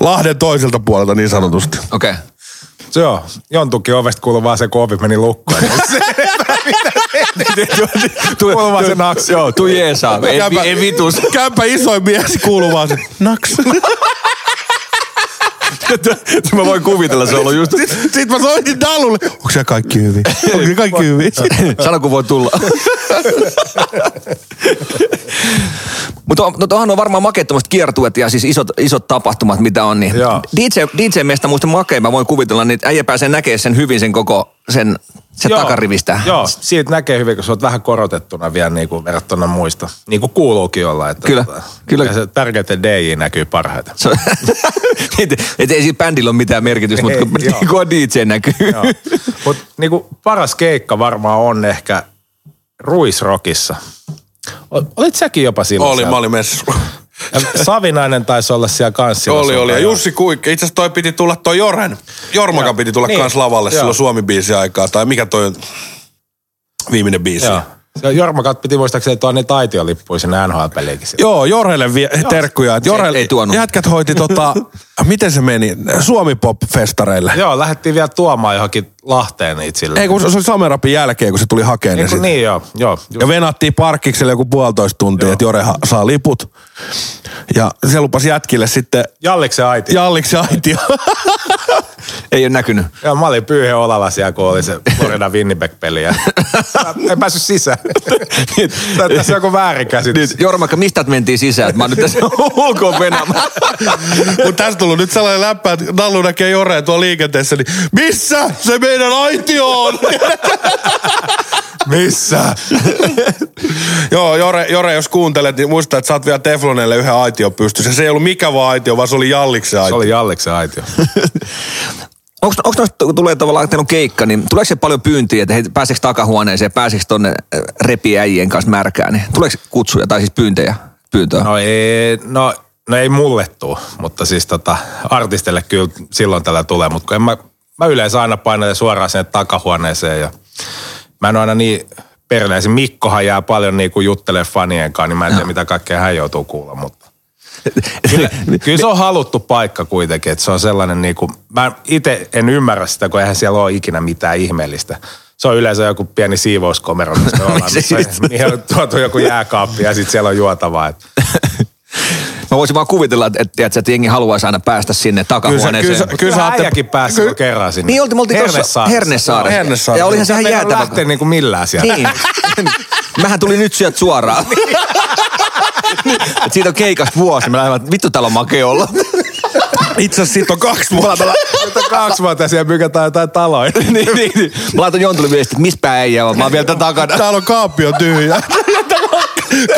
[SPEAKER 2] Lahden toiselta puolelta niin sanotusti.
[SPEAKER 3] Okei. Okay.
[SPEAKER 6] Se Joo, jontukin ovesta kuuluu vaan se, kun ovi meni
[SPEAKER 2] (laughs)
[SPEAKER 6] lukkoon. Se, kuuluu vaan se naks, joo.
[SPEAKER 3] Tuu jeesaa. Ei, vi- ei vitus.
[SPEAKER 2] Käypä isoin mies kuuluu vaan se, naks.
[SPEAKER 3] (laughs) Mä voin kuvitella, se on ollut just...
[SPEAKER 2] Sitten sit mä soitin Dalulle, onko se kaikki hyvin? Onko se kaikki hyvin?
[SPEAKER 3] (laughs) Sano, kun voi
[SPEAKER 6] (laughs)
[SPEAKER 3] tulla. Mutta on, no, tuohan on varmaan makeet tommoset kiertuet ja siis isot, isot tapahtumat, mitä on. Niin
[SPEAKER 6] Joo.
[SPEAKER 3] DJ, DJ-miestä muista makea, mä voin kuvitella, niin että äijä pääsee näkee sen hyvin sen koko, sen, sen
[SPEAKER 6] Joo,
[SPEAKER 3] takarivistä.
[SPEAKER 6] Joo, siitä näkee hyvin, kun sä oot vähän korotettuna vielä niin kuin verrattuna muista. Niin kuin kuuluukin olla. Että
[SPEAKER 3] Kyllä, kyllä.
[SPEAKER 6] Ja se tärkeintä DJ näkyy parhaiten.
[SPEAKER 3] Se on, (laughs) et, et ei siinä bändillä ole mitään merkitystä, mutta
[SPEAKER 6] Ei,
[SPEAKER 3] kun,
[SPEAKER 6] joo.
[SPEAKER 3] niin (laughs) kun DJ näkyy.
[SPEAKER 6] Mutta niinku paras keikka varmaan on ehkä Ruisrokissa. O- Olit säkin jopa silloin
[SPEAKER 2] Oli,
[SPEAKER 6] siellä.
[SPEAKER 2] mä olin messu.
[SPEAKER 6] Ja Savinainen taisi olla siellä kanssa. silloin
[SPEAKER 2] Oli,
[SPEAKER 6] sun
[SPEAKER 2] oli. Ja
[SPEAKER 6] kanssa.
[SPEAKER 2] Jussi Kuikki, itse asiassa toi piti tulla, toi Joren, Jormaka piti tulla
[SPEAKER 6] Niin.
[SPEAKER 2] niin. kans lavalle
[SPEAKER 6] Joo.
[SPEAKER 2] silloin Suomi-biisi aikaa, tai mikä toi on? viimeinen biisi.
[SPEAKER 6] Joo. Se Jorma Kat piti muistaakseni tuoda niitä aitiolippuja sinne NHL-peliinkin. siellä.
[SPEAKER 2] Joo, Jorelle vie, terkkuja. että Jorel,
[SPEAKER 3] ei tuonut.
[SPEAKER 2] Jätkät hoiti tota, (laughs) miten se meni, Suomi Pop-festareille.
[SPEAKER 6] Joo, lähdettiin vielä tuomaan johonkin Lahteen niitä sille.
[SPEAKER 2] Ei kun se se oli Samerapin jälkeen, kun se tuli hakemaan ne
[SPEAKER 6] niin, kun,
[SPEAKER 2] sitten.
[SPEAKER 6] niin joo, joo. Ju-
[SPEAKER 2] Ja venattiin parkkikselle joku puolitoista tuntia, että Jore ha- saa liput. Ja se lupasi jätkille sitten
[SPEAKER 6] Jalliksen aiti. Ja.
[SPEAKER 2] Jalliksi (laughs) aitia.
[SPEAKER 3] Ei ole näkynyt.
[SPEAKER 6] Joo, mä olin pyyhe olalla siellä, kun oli se Florida Winnipeg-peli. (laughs) Ja... Mä en päässyt (laughs) sisään. Niin, Tää- Tässä on joku väärinkäsitys.
[SPEAKER 3] Nyt, Jormakka, Niin, mistä mentiin sisään? että Mä oon nyt tässä (laughs) ulkoon venaamaan.
[SPEAKER 2] Mutta tästä tullut nyt sellainen läppä, että Nallu näkee Joreen tuolla liikenteessä, niin missä se meidän aitio
[SPEAKER 6] (laughs)
[SPEAKER 2] on? missä? (laughs) Joo, Jore, Jore, jos kuuntelet, niin muista, että sä oot vielä Teflonelle yhden aition pystyssä. Se ei ollut mikä vaan aitio, vaan se oli Jalliksen
[SPEAKER 6] Se
[SPEAKER 2] aitio.
[SPEAKER 6] oli Jalliksen aitio.
[SPEAKER 3] Onko noista, kun tulee tavallaan teillä on keikka, niin tuleeko se paljon pyyntiä, että hei, pääseekö takahuoneeseen, pääseekö tonne äh, repiäjien kanssa märkään, niin tuleeko kutsuja tai siis pyyntejä? Pyyntöä. No.
[SPEAKER 6] No ei, no, no ei mulle tuu, mutta siis tota, artistille kyllä silloin tällä tulee, mutta kun en mä, mä yleensä aina painan suoraan sinne takahuoneeseen ja mä en ole aina niin perneessä. Mikkohan jää paljon niin kuin juttelee fanien kanssa, niin mä en tiedä mitä kaikkea hän joutuu kuulla, mutta kyllä, kyllä se on haluttu paikka kuitenkin, että se on sellainen niin kuin, mä itse en ymmärrä sitä, kun eihän siellä ole ikinä mitään ihmeellistä. Se on yleensä joku pieni siivouskomero, mistä ollaan, missä, mihin on tuotu joku jääkaappi ja sitten siellä on juotavaa. Että
[SPEAKER 3] Mä voisin vaan kuvitella, että, että, tiedätkö, että jengi haluaisi aina päästä sinne takahuoneeseen.
[SPEAKER 2] kyllä se-
[SPEAKER 6] Kyllä sä
[SPEAKER 2] saatte-
[SPEAKER 6] äijäkin pääsi
[SPEAKER 2] Ky-
[SPEAKER 6] jo kerran sinne.
[SPEAKER 3] Niin oltiin, me oltiin tuossa
[SPEAKER 6] Hernesaaressa.
[SPEAKER 3] Hernesaaressa.
[SPEAKER 2] Joo, Hernesaaressa.
[SPEAKER 3] Ja olihan se ihan
[SPEAKER 6] Meillä ei
[SPEAKER 3] jäätävä.
[SPEAKER 6] lähtenyt niinku millään sieltä. (laughs)
[SPEAKER 3] Niin. Mähän tulin nyt sieltä suoraan. Et siitä on keikasta vuosi. Mä lähdin, että vittu täällä on makea (laughs) olla.
[SPEAKER 2] Itse asiassa siitä on kaksi vuotta.
[SPEAKER 6] Niin. Kaksi vuotta siellä mykätään jotain taloja.
[SPEAKER 3] (laughs) niin, niin, niin. Mä laitan Jontulle viesti, että missä pää ei jää, mä oon vielä tän takana.
[SPEAKER 2] Täällä on kaappi on tyhjä.
[SPEAKER 3] (laughs)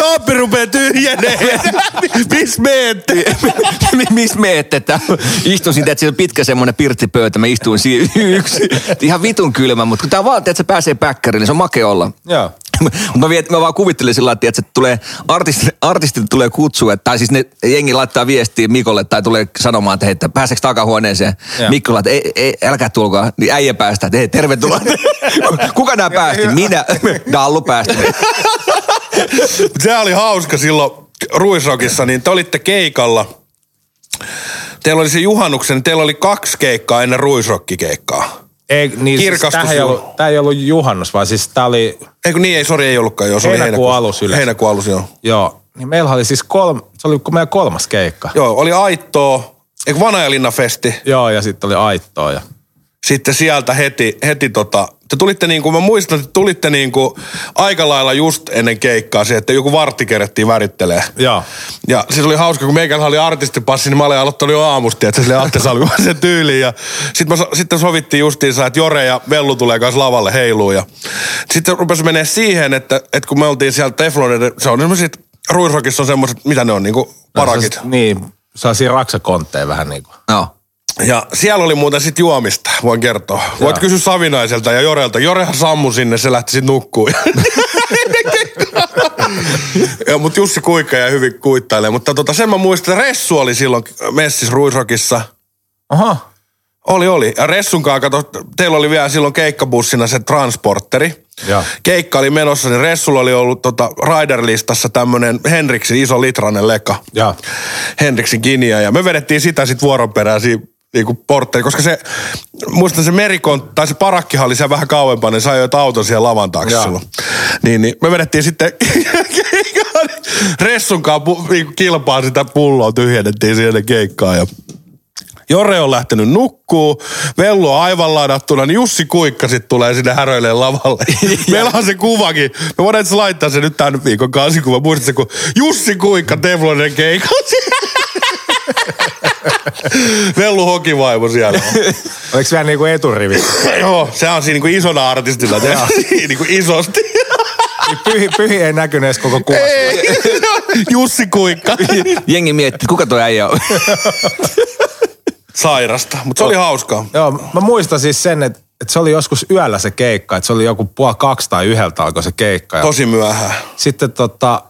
[SPEAKER 2] Kaappi rupeaa tyhjenee. (laughs) Missä meetti?
[SPEAKER 3] (laughs) Mi- Missä me ette? tää- Istuin siitä, että siellä on pitkä semmoinen pirttipöytä, mä istuin siinä yksi. Ihan vitun kylmä, mutta kun tää vaan, että se pääsee päkkärille, niin se on makea olla.
[SPEAKER 6] Joo.
[SPEAKER 3] Mut mä, viet, mä vaan kuvittelin sillä lailla, että se tulee, artistille, artistille tulee kutsu, että, tai siis ne jengi laittaa viestiä Mikolle tai tulee sanomaan, että hei, että pääseekö takahuoneeseen.
[SPEAKER 6] Joo.
[SPEAKER 3] Mikko laittaa, ei, ei, älkää tulkaa, niin äijä päästää, että hei, tervetuloa. Kuka nämä päästi? Minä. (laughs) Dallu päästi.
[SPEAKER 2] Se oli hauska silloin Ruisrokissa, niin te olitte keikalla. Teillä oli se juhannuksen, teillä oli kaksi keikkaa ennen Ruisrokkikeikkaa.
[SPEAKER 6] Ei, niin siis,
[SPEAKER 2] Kirkastus
[SPEAKER 6] tämähän ei
[SPEAKER 2] juhla.
[SPEAKER 6] ollut, tämä ei ollut juhannus, vaan siis tämä oli,
[SPEAKER 2] Eikö niin, ei, sori, ei ollutkaan joo. Se oli
[SPEAKER 6] Heinäkuun alus yleensä.
[SPEAKER 2] Heinäkuun alus, joo.
[SPEAKER 6] joo. Niin meillä oli siis kolme, se oli meidän kolmas keikka. Joo,
[SPEAKER 2] Joo, oli Aittoa, eikö Vanajalinna-festi.
[SPEAKER 6] joo ja sitten oli Aittoa. Ja...
[SPEAKER 2] Sitten sieltä heti, heti tota, te tulitte niin kuin, mä muistan, että tulitte niin kuin aika lailla just ennen keikkaa se, että joku vartti kerettiin värittelee.
[SPEAKER 6] Joo.
[SPEAKER 2] Ja siis oli hauska, kun meikällä oli artistipassi, niin mä olin aloittanut jo aamusti, että sille Atte Salmi vaan sen tyyliin. Ja sit mä, so- sitten sovittiin justiinsa, että Jore ja Vellu tulee kanssa lavalle heiluun. Ja sitten rupesi menee siihen, että, että kun me oltiin siellä Tefloneiden, se on esimerkiksi, Ruisrokissa on semmoiset, mitä ne on, niinku parakit.
[SPEAKER 6] siis- Sellaiset- Niin, sellaisia raksakontteja vähän niin kuin.
[SPEAKER 3] No.
[SPEAKER 2] Ja siellä oli muuten sit juomista, voin kertoa. Voit kysyä Savinaiselta ja Jorelta. Jorehan sammu sinne, se lähti sit nukkuun. ja, mut Jussi Kuikka ja hyvin kuittailee. Mutta tota, sen mä muistan, että Ressu oli silloin messis Ruisrokissa.
[SPEAKER 6] Aha.
[SPEAKER 2] Oli, oli. Ja Ressunkaan, kato, teillä oli vielä silloin keikkabussina se transporteri.
[SPEAKER 6] Ja.
[SPEAKER 2] Keikka oli menossa, niin Ressulla oli ollut tota, riderlistassa tämmönen Henriksin iso litranen leka.
[SPEAKER 6] Ja.
[SPEAKER 2] Henriksin kinia ja me vedettiin sitä sitten vuoron perään siinä niinku portteri, koska se, muistan se merikon, tai se parakkihan oli siellä vähän kauempana, niin sai jotain auton siellä lavan taakse
[SPEAKER 6] Joo.
[SPEAKER 2] silloin. Niin, niin, me vedettiin sitten (laughs) ressunkaan pu, niinku kilpaa sitä pulloa, tyhjennettiin siellä keikkaa ja Jore on lähtenyt nukkuu, Vellu on aivan ladattuna, niin Jussi Kuikka sitten tulee sinne häröille
[SPEAKER 6] (laughs)
[SPEAKER 2] lavalle. (laughs) Meillä on se kuvakin. Me voidaan itse laittaa se nyt tämän viikon kansikuva. Muistatko, kun Jussi Kuikka Teflonen keikassa. (laughs) Vellu hokivaimo siellä.
[SPEAKER 6] Oliko vielä niinku eturivi? (laughs)
[SPEAKER 2] Joo, se on siinä niinku isona artistina.
[SPEAKER 6] Joo.
[SPEAKER 2] Siinä niinku isosti. (laughs)
[SPEAKER 6] Niin Pyhi, pyhi ei näkynyt edes koko kuvassa.
[SPEAKER 2] Ei, Jussi Kuikka.
[SPEAKER 3] Jengi miettii, kuka toi äijä on.
[SPEAKER 2] Sairasta, mutta se oli hauskaa.
[SPEAKER 6] Joo, mä muistan siis sen, että, että se oli joskus yöllä se keikka, että se oli joku puoli kaksi tai yhdeltä alkoi se keikka. Ja
[SPEAKER 2] Tosi myöhään.
[SPEAKER 6] sitten tota,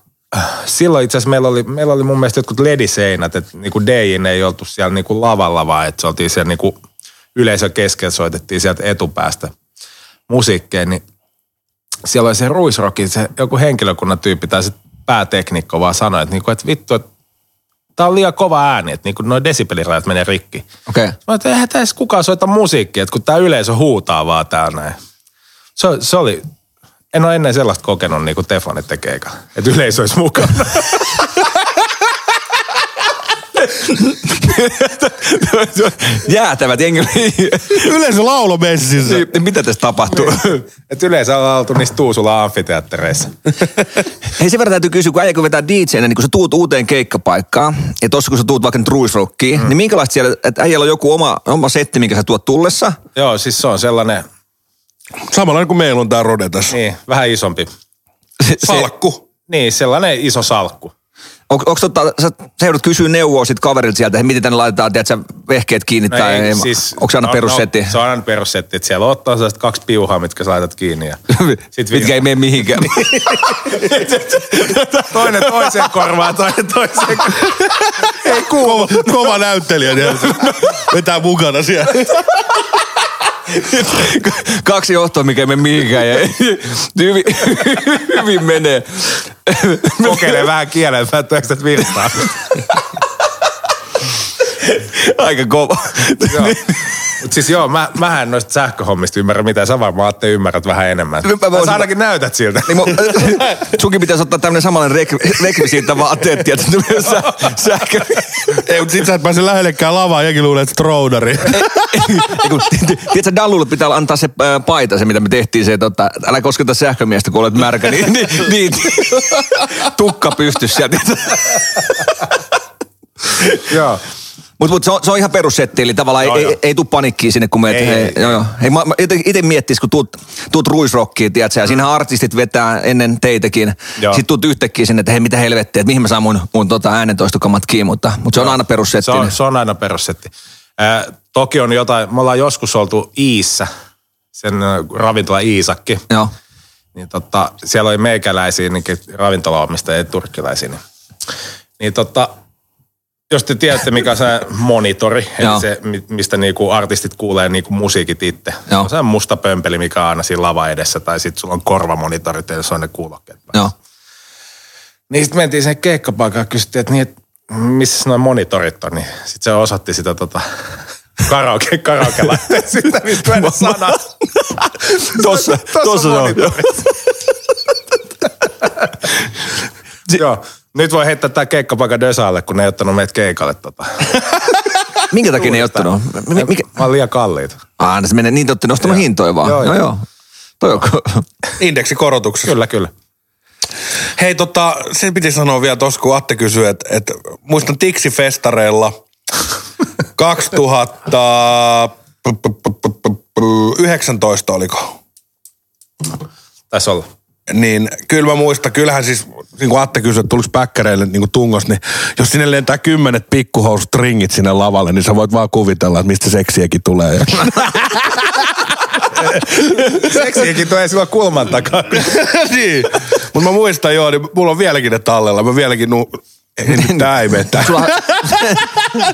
[SPEAKER 6] silloin itse asiassa meillä oli, meillä oli mun mielestä jotkut lediseinät, että niinku DJin ei oltu siellä niinku lavalla, vaan että se oltiin siellä niinku yleisön keskellä, soitettiin sieltä etupäästä musiikkeen, niin siellä oli se ruisrokin, se joku henkilökunnan tyyppi tai se pääteknikko vaan sanoi, että, niinku, että vittu, että tää on liian kova ääni, että niinku noin desibelirajat menee rikki.
[SPEAKER 3] Okei. Okay.
[SPEAKER 6] Mä että eihän tässä kukaan soita musiikkia, että kun tämä yleisö huutaa vaan täällä näin. Se, se oli, en ole ennen sellaista kokenut niin kuin Teflonit tekee, eikä. että yleisö olisi mukana.
[SPEAKER 3] (laughs) Jäätävät jengi.
[SPEAKER 2] Yleensä laulo messissä.
[SPEAKER 3] Niin, Mitä tässä tapahtuu?
[SPEAKER 6] että yleensä ollaan oltu niissä Tuusulan amfiteattereissa.
[SPEAKER 3] Hei sen verran täytyy kysyä, kun äijä kun vetää dj niin kun sä tuut uuteen keikkapaikkaan, ja tossa kun sä tuut vaikka nyt ruisrockiin, mm. niin minkälaista siellä, että äijällä on joku oma, oma setti, minkä sä tuot tullessa,
[SPEAKER 6] Joo, siis se on sellainen,
[SPEAKER 2] Samalla kuin meillä on tää Rode tässä.
[SPEAKER 6] niin, vähän isompi.
[SPEAKER 2] Salkku.
[SPEAKER 6] Niin, sellainen iso salkku.
[SPEAKER 3] On, onko tota, sä, sä joudut kysyä neuvoa sit kaverilta sieltä, että miten tänne laitetaan, tiedät sä, vehkeet kiinni no tai ei, siis, onko se aina
[SPEAKER 6] no,
[SPEAKER 3] no, perussetti? (laughs)
[SPEAKER 6] No, se on aina perussetti, että siellä ottaa sellaiset kaksi piuhaa, mitkä saatat
[SPEAKER 3] (laughs)
[SPEAKER 6] kiinni. Ja sit
[SPEAKER 3] Mitkä ei mene
[SPEAKER 6] (laughs)
[SPEAKER 3] mihinkään.
[SPEAKER 6] toinen toiseen korvaan, toinen toiseen
[SPEAKER 2] Ei kova, kova näyttelijä. niin Vetää mukana siellä.
[SPEAKER 3] Kaksi johtoa, mikä ei mene mihinkään. Ja, (laughs) hyvin, hyvin menee.
[SPEAKER 6] kokeilee vähän kielen, että päättääkö tästä virtaa.
[SPEAKER 3] (laughs) Aika kova.
[SPEAKER 6] Joo.
[SPEAKER 3] Niin.
[SPEAKER 6] Mut siis joo, mä, mähän en noista sähköhommista ymmärrä mitään. Sä varmaan Atte ymmärrät vähän enemmän.
[SPEAKER 3] Nyt mä voisin-
[SPEAKER 6] Sä ainakin näytät siltä.
[SPEAKER 3] Niin mun, sunkin pitäisi ottaa tämmönen samanlainen rek- rekvisiitta vaatteet, että tulee sä, sähkö.
[SPEAKER 2] Ei, mutta sit sä et pääse lähellekään lavaa, jengi luulee, että troudari.
[SPEAKER 3] Ei kun, Tiedätkö, Dallulle pitää antaa se ää, paita, se mitä me tehtiin, se, että tota, älä kosketa sähkömiestä, kun olet märkä, niin, niin, niin tukka pystyssä sieltä.
[SPEAKER 6] (laughs) joo.
[SPEAKER 3] Mutta mut se, on- se on ihan perussetti, eli tavallaan
[SPEAKER 6] Joo,
[SPEAKER 3] ei, ei,
[SPEAKER 6] joo.
[SPEAKER 3] ei tuu panikkiin sinne, kun meet.
[SPEAKER 6] Ei,
[SPEAKER 3] Ei, ei,
[SPEAKER 6] ei.
[SPEAKER 3] joo, joo. Hei, mä, mä itse miettis, kun tuut, tuut ruisrokkiin, tiedätkö, ja siinähän artistit vetää ennen teitäkin.
[SPEAKER 6] Joo.
[SPEAKER 3] Sitten tuut yhtäkkiä sinne, että hei, mitä helvettiä, että mihin mä saan mun, mun tota, äänentoistokamat kiinni, mutta, mutta se on aina perussetti.
[SPEAKER 6] Se on, se on aina perussetti. Ää, toki on jotain, me ollaan joskus oltu Iissä, sen ä, ravintola Iisakki.
[SPEAKER 3] Joo.
[SPEAKER 6] Niin tota, siellä oli meikäläisiä niin ravintolaomistajia ja turkkilaisia. Niin, niin tota, jos te tiedätte, mikä on se monitori,
[SPEAKER 3] Joo.
[SPEAKER 6] eli se, mi- mistä niinku artistit kuulee niinku musiikit itse. Se
[SPEAKER 3] Joo.
[SPEAKER 6] on se musta pömpeli, mikä on aina siinä lava edessä, tai sitten sulla on korvamonitorit, ja se on ne kuulokkeet. päällä.
[SPEAKER 3] Joo.
[SPEAKER 6] Niin sitten mentiin sinne keikkapaikkaan ja kysyttiin, että niin, et missä noin monitorit on, niin sitten se osoitti sitä tota, (laughs) karaoke, karaoke sitä, mistä mä en sana.
[SPEAKER 3] Tossa, tossa se on.
[SPEAKER 6] Joo. Nyt voi heittää tää keikkapaikan Dösaalle, kun ne ei ottanut meitä keikalle. Tota.
[SPEAKER 3] Minkä takia ne ei ottanut? M- mi- Mikä?
[SPEAKER 6] Mä oon liian kalliita.
[SPEAKER 3] Ah, no se menee niin, te olette nostanut hintoja vaan. Joo,
[SPEAKER 6] Joo,
[SPEAKER 3] joo.
[SPEAKER 6] joo.
[SPEAKER 3] joo. Toi on (laughs) ko-
[SPEAKER 2] Indeksikorotuksessa.
[SPEAKER 6] Kyllä, kyllä.
[SPEAKER 2] Hei tota, sen piti sanoa vielä tossa, kun Atte kysyi, että et, muistan Tiksi-festareilla 2019 oliko?
[SPEAKER 6] Taisi olla.
[SPEAKER 2] Niin kyllä mä muistan, kyllähän siis niin kuin Atte kysyi, että tuliko päkkäreille niin kuin tungossa, niin jos sinne lentää kymmenet pikkuhousutringit sinne lavalle, niin sä voit vaan kuvitella, että mistä seksiäkin tulee.
[SPEAKER 6] Seksiäkin tulee silloin kulman (laughs) takaa.
[SPEAKER 2] niin. Mutta mä muistan joo, niin mulla on vieläkin ne tallella. Mä vieläkin nu... Ei, nyt tää ei vetä.
[SPEAKER 3] Sulla,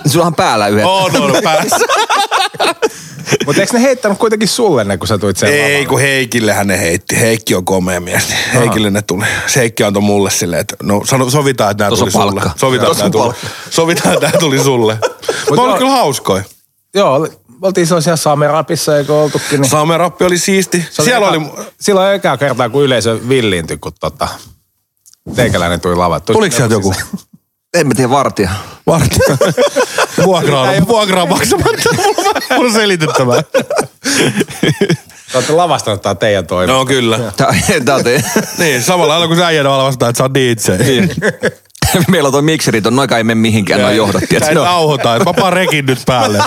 [SPEAKER 3] sullahan päällä yhdet.
[SPEAKER 2] On, on,
[SPEAKER 6] (laughs)
[SPEAKER 2] päässä.
[SPEAKER 6] Mutta eikö ne heittänyt kuitenkin sulle ne, kun sä tuit sen
[SPEAKER 2] Ei, kun Heikillähän ne heitti. Heikki on komea mies. niin Heikille ne tuli. Se Heikki antoi mulle silleen, että no sano, sovitaan, että nämä
[SPEAKER 3] Tuossa
[SPEAKER 2] tuli
[SPEAKER 3] on
[SPEAKER 2] sulle.
[SPEAKER 3] palkka.
[SPEAKER 2] Sovitaan,
[SPEAKER 3] Tuossa
[SPEAKER 2] että
[SPEAKER 3] on
[SPEAKER 2] nämä tuli.
[SPEAKER 3] palkka.
[SPEAKER 2] Sovitaan, että nämä tuli sulle. Mutta
[SPEAKER 6] joo.
[SPEAKER 2] oli kyllä hauskoja.
[SPEAKER 6] Joo, oli- oltiin sellaisia Saamerapissa, eikö oltukin. Niin...
[SPEAKER 2] Saamen rappi oli siisti.
[SPEAKER 6] Se
[SPEAKER 2] Siellä
[SPEAKER 6] eka-
[SPEAKER 2] oli...
[SPEAKER 6] Silloin ekaa kertaa, kun yleisö villiintyi, kun tota, teikäläinen tuli lavat.
[SPEAKER 2] Tuliko sieltä joku?
[SPEAKER 3] En mä tiedä vartija.
[SPEAKER 2] Vartija. (laughs) Vuokraa, vuokraa maksamatta. (laughs) Mulla on- Mulla on selitettävää.
[SPEAKER 6] Te olette lavastanut tää teidän toimi.
[SPEAKER 2] No kyllä.
[SPEAKER 3] Tää, tää on te- (laughs)
[SPEAKER 2] Niin, samalla lailla kun sä äijänä vastaan, että sä oot DJ.
[SPEAKER 3] Meillä on toi mikserit, on noika ei mene mihinkään, noin johdat,
[SPEAKER 2] Tää
[SPEAKER 3] tiedätkö?
[SPEAKER 2] ei
[SPEAKER 3] No,
[SPEAKER 2] nauhoita, että mä paan rekin nyt päälle.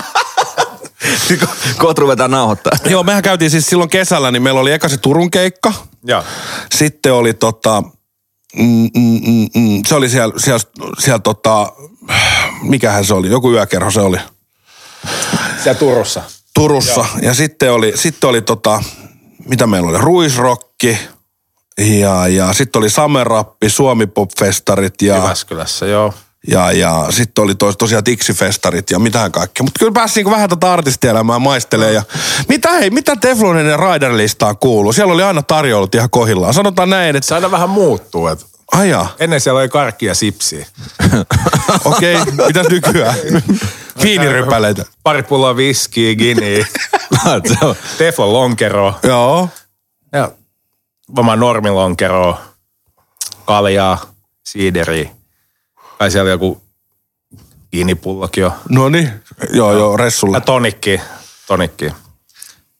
[SPEAKER 3] kohta ruvetaan nauhoittaa.
[SPEAKER 2] (laughs) Joo, mehän käytiin siis silloin kesällä, niin meillä oli eka se Turun keikka.
[SPEAKER 6] Joo.
[SPEAKER 2] Sitten oli tota, mm, mm, mm, mm, se oli siellä, siellä, siellä tota, mikähän se oli, joku yökerho se oli.
[SPEAKER 6] Siellä Turussa.
[SPEAKER 2] Turussa. Joo. Ja sitten oli, sitten oli tota, mitä meillä oli, Ruisrokki. Ja, ja sitten oli Samerappi, Suomi Pop-festarit ja,
[SPEAKER 6] Jyväskylässä, joo.
[SPEAKER 2] ja, ja sitten oli tos, tosiaan Tiksi-festarit ja mitään kaikkea. Mutta kyllä päästiin vähän tätä artistielämää maistelee ja mitä hei, mitä Teflonin ja Rider-listaan kuuluu? Siellä oli aina tarjoulut ihan kohillaan. Sanotaan näin, että
[SPEAKER 6] Se aina vähän muuttuu. Et
[SPEAKER 2] ajaa,
[SPEAKER 6] ennen siellä oli karkkia ja sipsiä.
[SPEAKER 2] (laughs) okei, okay, mitäs nykyään? Viinirypäleitä.
[SPEAKER 6] Pari pulloa viskiä,
[SPEAKER 2] (laughs)
[SPEAKER 6] giniä, teflon lonkeroa,
[SPEAKER 2] Joo.
[SPEAKER 6] ja varmaan normilonkeroa, kaljaa, siideriä. Tai siellä joku ginipullokin jo.
[SPEAKER 2] No niin. Joo, joo, ressulla. (laughs)
[SPEAKER 6] Ja Äh, tonikki, tonikki.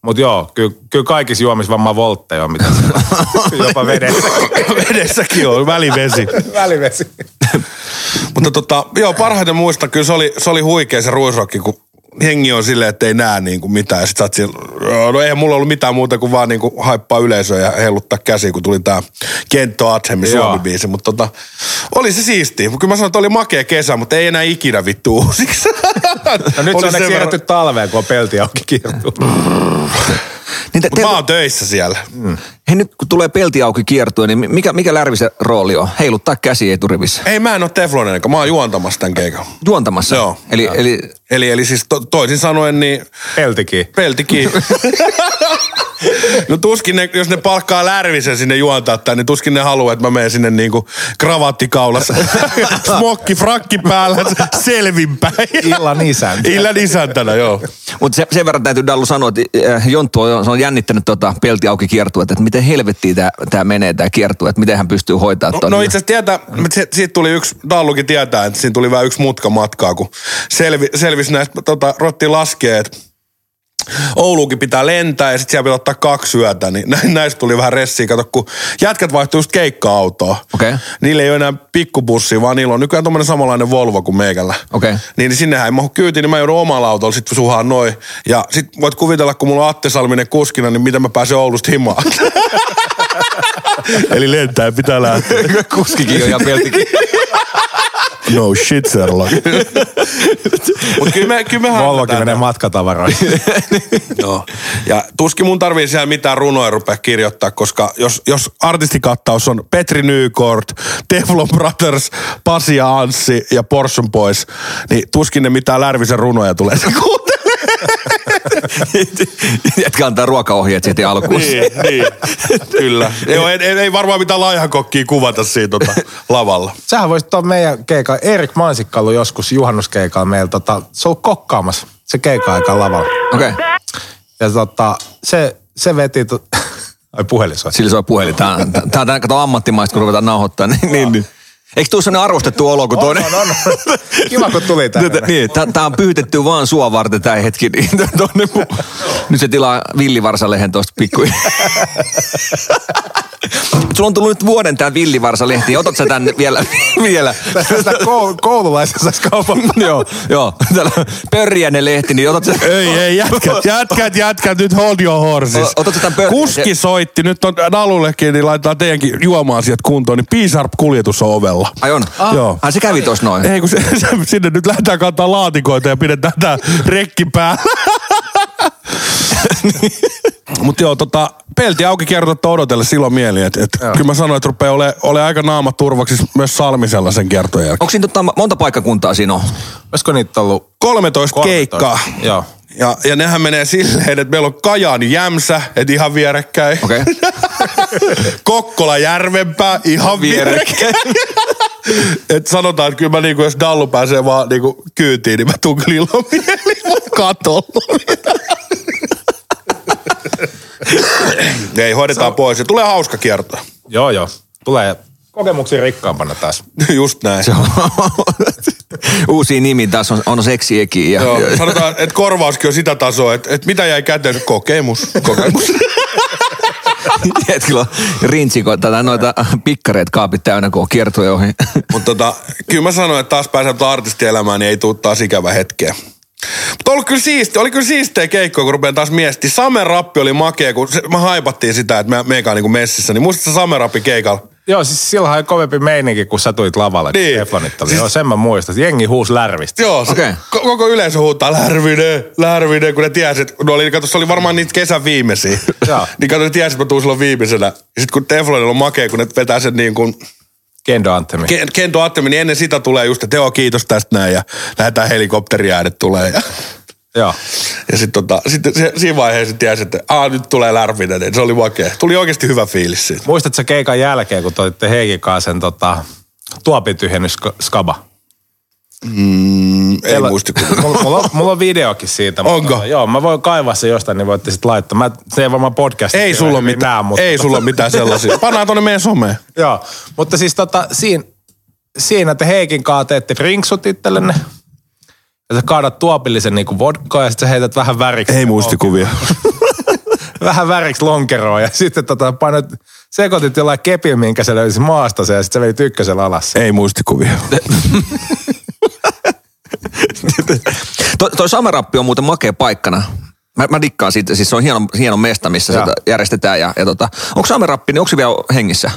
[SPEAKER 6] Mut joo, kyllä ky kaikissa juomissa varmaan voltteja on, mitä
[SPEAKER 2] (laughs)
[SPEAKER 6] siellä- jopa vedessä.
[SPEAKER 2] Vedessäkin on, välivesi.
[SPEAKER 6] Välivesi.
[SPEAKER 2] Mutta tota, joo, parhaiten muista, kyllä se oli, se oli huikea se ruisrokki, kun hengi on silleen, että ei näe niin kuin mitään. Ja sit sä oot siellä, "Joo, no eihän mulla ollut mitään muuta kuin vaan niin kuin haippaa yleisöä ja heiluttaa käsiä, kun tuli tää Kentto Atsemi
[SPEAKER 6] Joo.
[SPEAKER 2] Suomi-biisi. Mutta tota, oli se siistiä. Kyllä mä sanoin, että oli makea kesä, mutta ei enää ikinä vittu uusiksi.
[SPEAKER 6] (laughs) No nyt se on
[SPEAKER 2] sen
[SPEAKER 6] siirretty talveen, kun on pelti auki kirjoittu.
[SPEAKER 3] Niin te,
[SPEAKER 2] verran-
[SPEAKER 3] te,
[SPEAKER 2] Mä oon töissä siellä.
[SPEAKER 6] Mm.
[SPEAKER 3] hei, nyt kun tulee pelti auki kiertue, niin mikä, mikä Lärvisen rooli on? Heiluttaa käsi eturivissä.
[SPEAKER 2] Ei mä en oo Teflonen, mä oon juontamassa tämän keikan.
[SPEAKER 3] Juontamassa.
[SPEAKER 2] Joo.
[SPEAKER 3] Eli, eli
[SPEAKER 2] Eli, eli siis to, toisin sanoen, niin
[SPEAKER 6] Peltikin.
[SPEAKER 2] Peltikin. (laughs) no tuskin ne, jos ne palkkaa Lärvisen sinne juontaa tämän, niin tuskin ne haluaa, että mä menen sinne niinku kravattikaulassa. (laughs) Smokki, frakki päällä, selvinpäin.
[SPEAKER 6] Illan isäntä.
[SPEAKER 2] Illan isäntänä, joo.
[SPEAKER 3] Mutta se, sen verran täytyy Dallu sanoa, että äh, Jonttu on, se on jännittänyt tota pelti auki kiertuetta, että miten helvettiin tämä tää menee tämä kiertue, että miten hän pystyy hoitaa
[SPEAKER 2] No,
[SPEAKER 3] ton.
[SPEAKER 2] no itse asiassa tietää, mutta se- siitä tuli yksi, Dallukin tietää, että siinä tuli vähän yksi mutka matkaa, kun selvi, selvisi näistä, tota, Rotti laskee, että Ouluukin pitää lentää ja sitten siellä pitää ottaa kaksi yötä, niin nä- näistä tuli vähän ressiä. Kato, kun jätkät vaihtui just keikka-autoa.
[SPEAKER 3] Okei.
[SPEAKER 2] Niillä ei ole enää pikkubussia, vaan niillä on nykyään tommonen samanlainen Volvo kuin meikällä.
[SPEAKER 3] Okei.
[SPEAKER 2] Niin, niin sinnehän ei mahdu kyytiin, niin mä joudun omalla autolla sit suhaan noin. Ja sit voit kuvitella, kun mulla on Atte Salminen kuskina, niin miten mä pääsen Oulusta himaan. (laughs) Eli lentää pitää lähteä.
[SPEAKER 3] kuskikin on ja peltikin.
[SPEAKER 2] No shit, Sherlock. Mutta kyllä me, kyllä me
[SPEAKER 6] Volvokin
[SPEAKER 2] harjoitetaan.
[SPEAKER 6] menee matkatavaroihin.
[SPEAKER 2] Joo. Ja tuskin mun tarvii siellä mitään runoja rupea kirjoittaa, koska jos, jos artistikattaus on Petri Nykort, Teflon Brothers, Pasi ja Anssi ja Porson Boys, niin tuskin ne mitään Lärvisen runoja tulee (laughs) se
[SPEAKER 3] (laughs) Jätkä antaa ruokaohjeet heti alkuun.
[SPEAKER 2] Niin, niin, kyllä. Joo, ei, ei, ei varmaan mitään laihankokkia kuvata siinä tota, lavalla.
[SPEAKER 6] Sähän voisit tuon meidän keikan, Erik Mansikka ollut joskus juhannuskeikalla meillä, tota, se on kokkaamassa se keikka aika lavalla.
[SPEAKER 3] Okei, okay.
[SPEAKER 6] Ja tota, se, se veti, to... (laughs) ai puhelin soi.
[SPEAKER 3] sillä soi puhelin. Tää, on- tää, on- tää, kato ammattimaista, kun ruvetaan nauhoittaa. Niin, niin, niin. Eikö tuu sellainen arvostettu olo, kun toinen...
[SPEAKER 6] on, on. Kiva, kun tuli tänne.
[SPEAKER 3] Tätä, niin, tää, tää on pyytetty vaan sua varten tää hetki. Niin, tonne, pu- Nyt se tilaa villivarsalehen tosta pikku. Sulla on tullut nyt vuoden tää villivarsalehti. Otat sä tän vielä? vielä?
[SPEAKER 6] Tästä koul- koululaisessa kaupan.
[SPEAKER 3] Joo, joo. Täällä pörjäinen lehti, niin otat sä...
[SPEAKER 2] Ei, ei,
[SPEAKER 3] (laughs)
[SPEAKER 2] jätkät, jätkät, jätkät, nyt hold your horses.
[SPEAKER 3] O- otatko tämän pöydän?
[SPEAKER 2] Kuski soitti, nyt on nalullekin, niin laitetaan teidänkin juoma-asiat kuntoon, niin Piisarp-kuljetus on ovella.
[SPEAKER 3] Ai on?
[SPEAKER 2] Ah. Joo.
[SPEAKER 3] Ai se kävi tos noin.
[SPEAKER 2] Ei, kun se, (laughs) se, sinne nyt lähdetään kantaa laatikoita ja pidetään tää rekki
[SPEAKER 3] (laughs)
[SPEAKER 2] päällä. Mutta joo, tota, pelti auki kertoo, että odotella silloin mieli. Et, et, kyllä mä sanoin, että rupeaa ole, ole aika naamat turvaksi myös Salmisella sen kertojen jälkeen.
[SPEAKER 3] Onko siinä tota, monta paikkakuntaa siinä on?
[SPEAKER 6] Olisiko niitä ollut?
[SPEAKER 2] 13,
[SPEAKER 6] 13.
[SPEAKER 2] keikkaa.
[SPEAKER 6] Joo.
[SPEAKER 2] Ja, ja nehän menee silleen, että meillä on Kajaani Jämsä, että ihan vierekkäin.
[SPEAKER 3] Okei.
[SPEAKER 2] (laughs) Kokkola Järvenpää, ihan vierekkäin. Et sanotaan, että kyllä mä niinku, jos Dallu pääsee vaan niinku kyytiin, niin mä tuun kyllä ilomieli katolla. Ei, hoidetaan pois. Ja tulee hauska kierto.
[SPEAKER 6] Joo, joo. Tulee kokemuksia rikkaampana taas.
[SPEAKER 2] Just näin.
[SPEAKER 3] Uusi nimi taas on, on seksieki. Ja, (laughs)
[SPEAKER 2] Joo,
[SPEAKER 3] ja-
[SPEAKER 2] sanotaan, että korvauskin on sitä tasoa, että, että mitä jäi käteen? Kokemus. Kokemus.
[SPEAKER 3] Hetkellä on rintsiko, tätä noita pikkareet kaapit täynnä, kun on kiertoja ohi.
[SPEAKER 2] Mutta tota, kyllä mä sanoin, että taas pääsee tuota artistielämään, niin ei tule taas ikävä hetkeä. Mutta oli kyllä, siisti, oli kyllä siistejä keikkoja, kun rupean taas miettimään. Samen rappi oli makea, kun se, me haipattiin sitä, että me, meikä on niin messissä. Niin muistatko se Samen rappi keikalla?
[SPEAKER 6] Joo, siis silloin oli kovempi meininki, kun sä tulit lavalle. kun
[SPEAKER 2] Niin.
[SPEAKER 6] Teflonit oli. Joo, sen mä muistan. Jengi huusi lärvistä.
[SPEAKER 2] Joo, se,
[SPEAKER 3] Okei.
[SPEAKER 2] okay. koko yleisö huutaa, Lärvinen, Lärvinen, kun ne tiesi, että no oli, kato, se oli varmaan niitä kesän viimeisiä.
[SPEAKER 6] Joo.
[SPEAKER 2] niin kato, ne tiesi, että mä tuun silloin viimeisenä. Sitten kun Teflonilla on makea, kun ne vetää sen niin kuin
[SPEAKER 6] Kendo Anthemi.
[SPEAKER 2] Ken- Kento Attemi, niin ennen sitä tulee just, että joo, kiitos tästä näin ja lähdetään helikopteriäänet tulee. Ja,
[SPEAKER 6] Joo.
[SPEAKER 2] ja sitten tota, sit se, siinä vaiheessa tiesi, että Aa, nyt tulee lärvinen, niin se oli makea. Tuli oikeasti hyvä fiilis siitä.
[SPEAKER 6] Muistatko keikan jälkeen, kun toitte Heikin kanssa sen tota, tuopin tyhjennys sk- skaba?
[SPEAKER 2] Ei muisti kun...
[SPEAKER 6] Mulla, mulla, on, mulla on videokin siitä. mutta
[SPEAKER 2] Onko?
[SPEAKER 6] tota, Joo, mä voin kaivaa se jostain, niin voitte sitten laittaa. Mä, se ei varmaan
[SPEAKER 2] (laughs)
[SPEAKER 6] podcast.
[SPEAKER 2] Ei sulla ole
[SPEAKER 6] Nää,
[SPEAKER 2] mitään,
[SPEAKER 6] mutta,
[SPEAKER 2] ei sulla ole mitään sellaisia. Pannaan tonne meidän someen.
[SPEAKER 6] Joo, mutta siis tota, siinä, siinä te Heikin kanssa teette drinksut itsellenne. Ja sä kaadat tuopillisen niinku vodkaa ja sit sä heität vähän väriksi.
[SPEAKER 2] muistikuvia.
[SPEAKER 6] Vähän väriksi lonkeroa ja (laughs) sitten tota painot, sekoitit jollain kepin, minkä sä löysit maasta ja sitten sä veit ykkösellä alas.
[SPEAKER 2] Ei muistikuvia.
[SPEAKER 6] (laughs)
[SPEAKER 3] To, toi Samerappi on muuten makea paikkana. Mä, mä dikkaan siitä, siis se on hieno, hieno mesta, missä se tota
[SPEAKER 6] Joo.
[SPEAKER 3] järjestetään. Ja, ja tota, onko Samerappi, niin onko se vielä hengissä?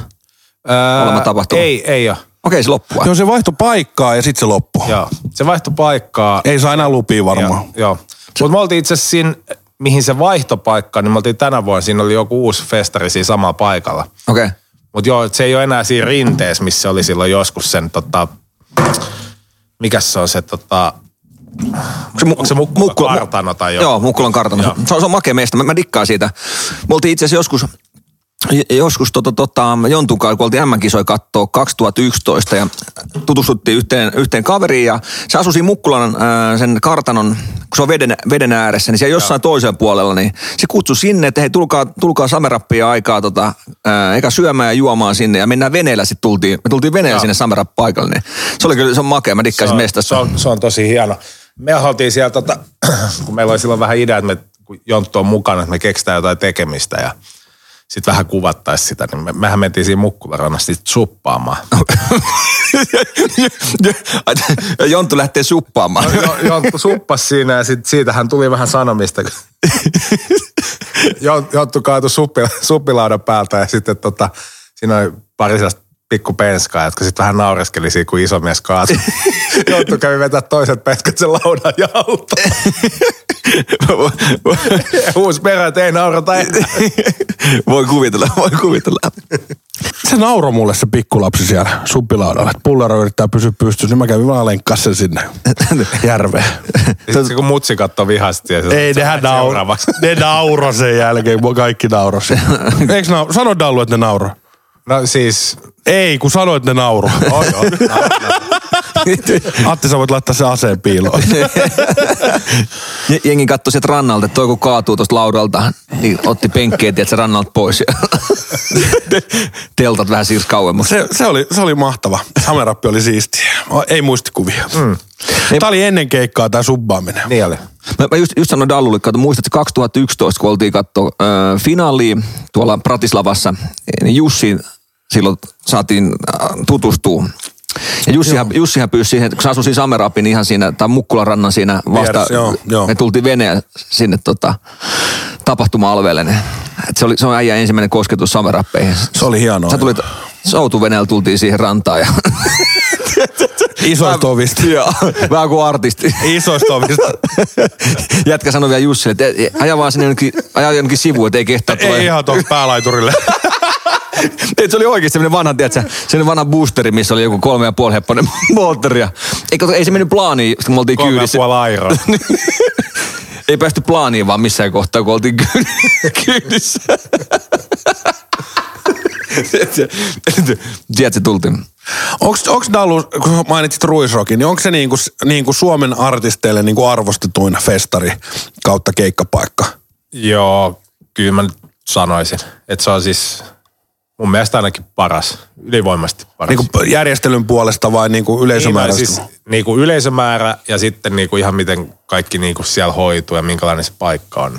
[SPEAKER 6] Öö,
[SPEAKER 3] Olema tapahtuma.
[SPEAKER 6] Ei, ei ole.
[SPEAKER 3] Okei, se loppuu.
[SPEAKER 2] Joo, se vaihto paikkaa ja sitten se loppuu.
[SPEAKER 6] Joo. Se vaihtoi paikkaa.
[SPEAKER 2] Ei saa enää lupia varmaan.
[SPEAKER 6] Joo. joo. Mutta me oltiin itse asiassa siinä, mihin se vaihtopaikka, niin me oltiin tänä vuonna, siinä oli joku uusi festari siinä samalla paikalla.
[SPEAKER 3] Okei.
[SPEAKER 6] Mutta joo, se ei ole enää siinä rinteessä, missä se oli silloin joskus sen tota, mikäs se on se tota,
[SPEAKER 3] Onko
[SPEAKER 6] se Mukkula kartano tai joku?
[SPEAKER 3] Joo, Mukkulan kartano.
[SPEAKER 6] Joo.
[SPEAKER 3] Se on, se on makea meistä. Mä, mä dikkaan siitä. Me oltiin itse asiassa joskus, j- joskus tota, tota, Jontun kanssa, kun oltiin M-kisoja kattoo 2011 ja tutustuttiin yhteen, yhteen kaveriin ja se asui siinä Mukkulan ää, sen kartanon, kun se on veden, veden ääressä, niin siellä jossain toisella puolella, niin se kutsui sinne, että hei tulkaa, tulkaa Samerappia aikaa tota, ää, eikä syömään ja juomaan sinne ja mennään veneellä sitten tultiin, me tultiin veneellä sinne Samerapp paikalle, niin se oli kyllä, se on makea, mä
[SPEAKER 6] se
[SPEAKER 3] dikkasin
[SPEAKER 6] on,
[SPEAKER 3] mestasta.
[SPEAKER 6] se, on, se on tosi hieno. Me oltiin siellä, tota, (clears throat) kun meillä oli silloin vähän idea, että me, kun Jonttu on mukana, että me keksitään jotain tekemistä ja sitten vähän kuvattaisiin sitä, niin me, mehän mentiin siinä Mukkularannassa sit suppaamaan.
[SPEAKER 3] Ja (laughs) Jonttu lähtee suppaamaan. (laughs)
[SPEAKER 6] Jo- Jonttu suppas siinä ja sit siitähän tuli vähän sanomista.
[SPEAKER 2] (laughs)
[SPEAKER 6] kun Jon- Jonttu kaatui suppi, suppilaudan päältä ja sitten tota, siinä oli pari sellaista pikku penskaa, jotka sitten vähän naureskeli siinä, kun iso mies kaatui.
[SPEAKER 2] (laughs)
[SPEAKER 6] Jonttu kävi vetää toiset penskat sen laudan ja auto.
[SPEAKER 2] (laughs)
[SPEAKER 6] Huus perään, että ei naurata enää.
[SPEAKER 3] voi kuvitella, voi kuvitella. (laughs)
[SPEAKER 2] Se nauroi mulle se pikkulapsi siellä suppilaudalla, että pullero yrittää pysyä pystyssä, niin mä kävin vaan lenkkaa sen sinne (laughs) järveen.
[SPEAKER 6] Sitten se, kun mutsi katsoi vihasti. Ja se-
[SPEAKER 2] Ei,
[SPEAKER 6] se-
[SPEAKER 2] nehän naura.
[SPEAKER 6] seuraavaksi.
[SPEAKER 2] Ne naura sen jälkeen, mua kaikki naura sen. (laughs) Eiks naura? Sano Dallu, että ne naura.
[SPEAKER 6] No siis,
[SPEAKER 2] Ei, kun sanoit, että ne naura.
[SPEAKER 6] on, on,
[SPEAKER 2] Atti, sä voit laittaa se aseen piiloon.
[SPEAKER 3] Je- Jengi katsoi sieltä rannalta, että toi kun kaatuu tuosta laudalta, niin otti penkkeen, että se rannalta pois. Ja (laughs) teltat vähän siirsi kauemmaksi.
[SPEAKER 2] Se, se, oli, se oli mahtava. Samerappi oli siisti. Ei muistikuvia. Mm. Tämä oli ennen keikkaa tämä subbaaminen.
[SPEAKER 6] Niin oli.
[SPEAKER 3] Mä, mä just, just sanoin Dallulle, että muistatko 2011, kun oltiin katto äh, finaaliin tuolla Pratislavassa, niin Jussiin silloin saatiin äh, tutustua. Ja Jussihan, Jussihan pyysi siihen, kun se asui siinä Amerapin ihan siinä, tai Mukkulan rannan siinä vasta.
[SPEAKER 2] Vieressä, joo, joo.
[SPEAKER 3] Me tultiin veneellä sinne tota, tapahtuma-alueelle. niin. Et se oli se on äijän ensimmäinen kosketus Samerappeihin.
[SPEAKER 2] Se oli hienoa,
[SPEAKER 3] Sä tulit, soutuveneellä tultiin siihen rantaan ja
[SPEAKER 2] Isoista ovista.
[SPEAKER 3] Joo, (laughs) vähän kuin artisti.
[SPEAKER 2] Isoista ovista.
[SPEAKER 3] (laughs) Jätkä sanoi vielä Jussille, että ei- ei, aja vaan sinne jonnekin, aja jonnekin sivuun, että ei kehtaa tulla.
[SPEAKER 2] Ei ihan tuohon päälaiturille.
[SPEAKER 3] (laughs) Et se oli oikeasti semmoinen vanha, tiedätkö, semmoinen vanha boosteri, missä oli joku kolme ja puoli hepponen (laughs) moottori. ja- Ei, kato, ei se mennyt plaaniin, kun me oltiin
[SPEAKER 6] Kolme ja
[SPEAKER 3] kyydissä.
[SPEAKER 6] puoli airaa.
[SPEAKER 3] Ei päästy plaaniin vaan missään kohtaa, kun oltiin kyy- (laughs) kyydissä. (laughs) Tiedätkö, Tiedätkö, tultiin. Niin
[SPEAKER 2] Onks, onks Dallu, kun mainitsit Ruisrokin, niin onko se niinku, niinku Suomen artisteille niinku arvostetuin festari kautta keikkapaikka?
[SPEAKER 6] Joo, kyllä mä nyt sanoisin, että se on siis mun mielestä ainakin paras, ylivoimasti paras.
[SPEAKER 2] Niinku p- järjestelyn puolesta vai niinku yleisömäärä?
[SPEAKER 6] Niin, siis niinku yleisömäärä ja sitten niinku ihan miten kaikki niinku siellä hoituu ja minkälainen se paikka on.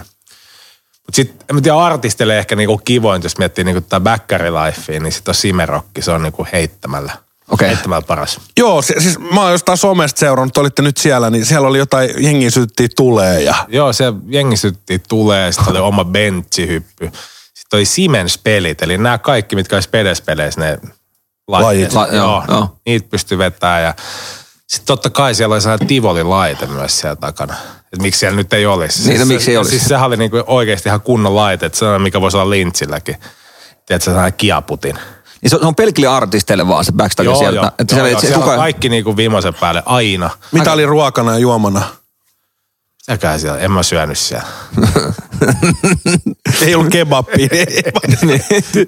[SPEAKER 6] Mut sit, en mä tiedä, artistille ehkä niinku kivoin, jos miettii niinku tää Bäkkärilifea, niin sit on Simerokki, se on niinku heittämällä.
[SPEAKER 3] Okei.
[SPEAKER 6] Heittämällä paras.
[SPEAKER 2] Joo, se, siis mä oon jostain somesta seurannut, olitte nyt siellä, niin siellä oli jotain, jengi syyttiin tulee ja...
[SPEAKER 6] Joo, se jengi sytti tulee, sitten oli oma benchihyppy. Sitten oli Siemens-pelit, eli nämä kaikki, mitkä olisi peleissä ne
[SPEAKER 2] Lajit.
[SPEAKER 6] lajit.
[SPEAKER 3] La- joo,
[SPEAKER 6] joo,
[SPEAKER 3] joo.
[SPEAKER 6] joo. Niitä pystyy vetämään ja sitten totta kai siellä oli sellainen Tivoli-laite myös siellä takana. Et miksi siellä nyt ei olisi.
[SPEAKER 3] Niin, no
[SPEAKER 6] se-
[SPEAKER 3] miksi ei olisi?
[SPEAKER 6] Siis sehän oli niinku oikeasti ihan kunnon laite, että sellainen, mikä voisi olla lintsilläkin. Tiedätkö, sellainen kiaputin.
[SPEAKER 3] Niin se on, se on pelkille artisteille vaan se backstage sieltä. että siellä,
[SPEAKER 6] joo,
[SPEAKER 3] että se-
[SPEAKER 6] siellä on
[SPEAKER 3] kuka-
[SPEAKER 6] kaikki niinku viimeisen päälle aina.
[SPEAKER 2] Mitä oli ruokana ja juomana?
[SPEAKER 6] Säkään siellä, en mä syönyt siellä.
[SPEAKER 2] Ei ollut
[SPEAKER 6] (laughs)
[SPEAKER 2] kebabia.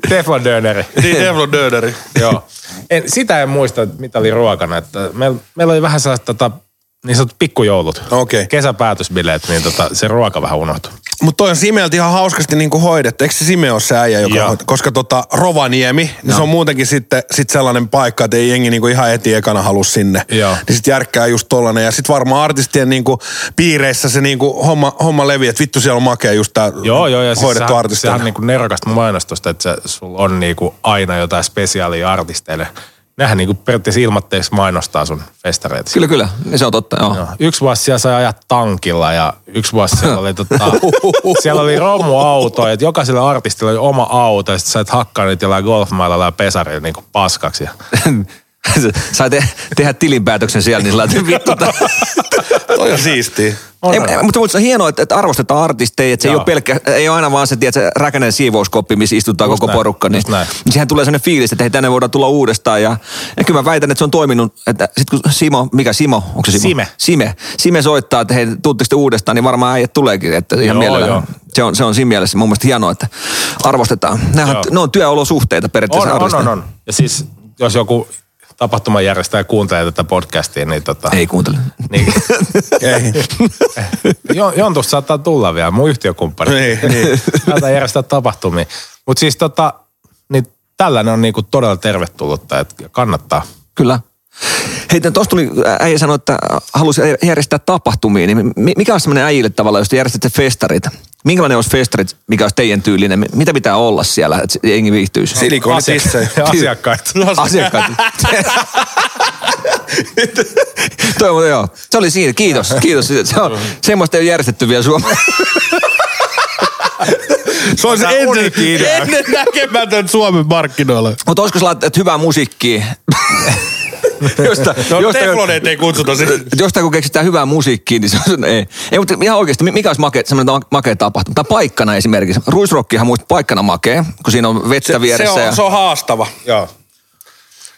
[SPEAKER 6] Teflon döneri.
[SPEAKER 2] niin, Devlon Döderi.
[SPEAKER 6] Joo. En, sitä en muista, että mitä oli ruokana. Että meillä, meillä oli vähän sellaista tota, niin sanotut pikkujoulut.
[SPEAKER 2] Okei.
[SPEAKER 6] Kesäpäätösbileet, niin tota, se ruoka vähän unohtui.
[SPEAKER 2] Mutta toi on Simeltä ihan hauskasti niinku hoidettu. Eikö se Sime ole se äijä, joka
[SPEAKER 6] Joo.
[SPEAKER 2] hoitaa? Koska tota Rovaniemi, niin se on muutenkin sitten sit sellainen paikka, että ei jengi niinku ihan heti ekana halua sinne.
[SPEAKER 6] Joo.
[SPEAKER 2] Niin sit järkkää just tollanen. Ja sit varmaan artistien niinku piireissä se niinku homma, homma leviää, että vittu siellä on makea just tää
[SPEAKER 6] Joo, joo. Ja siis
[SPEAKER 2] hoidettu
[SPEAKER 6] sehän,
[SPEAKER 2] artisti.
[SPEAKER 6] sehän on niin kuin nerokasta mainostusta, että se, sulla on niin kuin aina jotain spesiaalia artisteille. Nehän niin kuin periaatteessa ilmatteeksi mainostaa sun festareita.
[SPEAKER 3] Kyllä, kyllä. Niin se on totta, joo.
[SPEAKER 6] Joo. Yksi vuosi siellä sai ajaa tankilla ja yksi vuosi siellä oli, tota,
[SPEAKER 3] (laughs)
[SPEAKER 6] siellä oli romuauto. Et jokaisella artistilla oli oma auto ja sitten sä et hakkaa niitä jollain golfmailalla ja pesarilla niin kuin paskaksi. Ja
[SPEAKER 3] (laughs) Sai te- tehdä tilinpäätöksen siellä, niin laitin vittu. tää-
[SPEAKER 2] Toi on siistiä.
[SPEAKER 3] Ei, ei, mutta musta se on hienoa, että, että arvostetaan artisteja, että se ei
[SPEAKER 6] Joo.
[SPEAKER 3] ole pelkkä, ei ole aina vaan se, tiedät, se räkäinen siivouskoppi, missä istutaan koko
[SPEAKER 6] näin,
[SPEAKER 3] porukka. Niin,
[SPEAKER 6] just näin.
[SPEAKER 3] niin siihen tulee sellainen fiilis, että hei, tänne voidaan tulla uudestaan. Ja, ja kyllä mä väitän, että se on toiminut, että sit kun Simo, mikä Simo, onko se Simo?
[SPEAKER 6] Sime.
[SPEAKER 3] Sime, Sime soittaa, että hei, tuutteko te uudestaan, niin varmaan äijät tuleekin, että ihan
[SPEAKER 6] Joo,
[SPEAKER 3] mielellään.
[SPEAKER 6] joo.
[SPEAKER 3] Se on, se on siinä mielessä mun mielestä hienoa, että arvostetaan. Nämähän,
[SPEAKER 6] Joo.
[SPEAKER 3] ne on työolosuhteita periaatteessa
[SPEAKER 6] on, on, on,
[SPEAKER 3] artisteilla.
[SPEAKER 6] on. Ja siis jos joku tapahtumajärjestäjä kuuntelee tätä podcastia, niin tota...
[SPEAKER 3] Ei kuuntele.
[SPEAKER 6] Niin, (laughs)
[SPEAKER 2] Ei.
[SPEAKER 6] jo- jontusta saattaa tulla vielä, mun yhtiökumppani.
[SPEAKER 2] Niin, niin.
[SPEAKER 6] Saattaa järjestää tapahtumia. Mutta siis tota, niin tällainen on niinku todella tervetullutta, että kannattaa.
[SPEAKER 3] Kyllä. Hei, tuossa tuli, äijä sanoi, että halusi järjestää tapahtumia, niin mi- mikä olisi semmoinen äijille tavalla, jos te järjestätte festarit? Minkälainen olisi festarit, mikä olisi teidän tyylinen? Mi- Mitä pitää olla siellä, että se jengi viihtyisi?
[SPEAKER 2] Silikonitissejä.
[SPEAKER 6] (laughs) Asiak- Asiakkaat.
[SPEAKER 3] Asiakkaat. Toi, mutta joo. Se oli siinä. Kiitos. Kiitos. Se on, semmoista ei ole järjestetty vielä Suomessa.
[SPEAKER 2] Se on se
[SPEAKER 6] Tää
[SPEAKER 2] ennen,
[SPEAKER 6] uniikki idea.
[SPEAKER 2] ennen näkemätön Suomen markkinoilla.
[SPEAKER 3] Mutta olisiko sulla että hyvää musiikkia? josta,
[SPEAKER 2] No Tefloneet ei kutsuta sinne.
[SPEAKER 3] Et jostain kun keksitään hyvää musiikkia, niin se on, ei. ei mutta ihan oikeasti, mi- mikä olisi make, semmoinen ta- makea tapahtuma? Tai paikkana esimerkiksi. Ruisrockihan muista paikkana makea, kun siinä on vettä
[SPEAKER 2] Se
[SPEAKER 3] vieressä.
[SPEAKER 2] on, se
[SPEAKER 3] ja
[SPEAKER 2] on haastava.
[SPEAKER 6] Joo.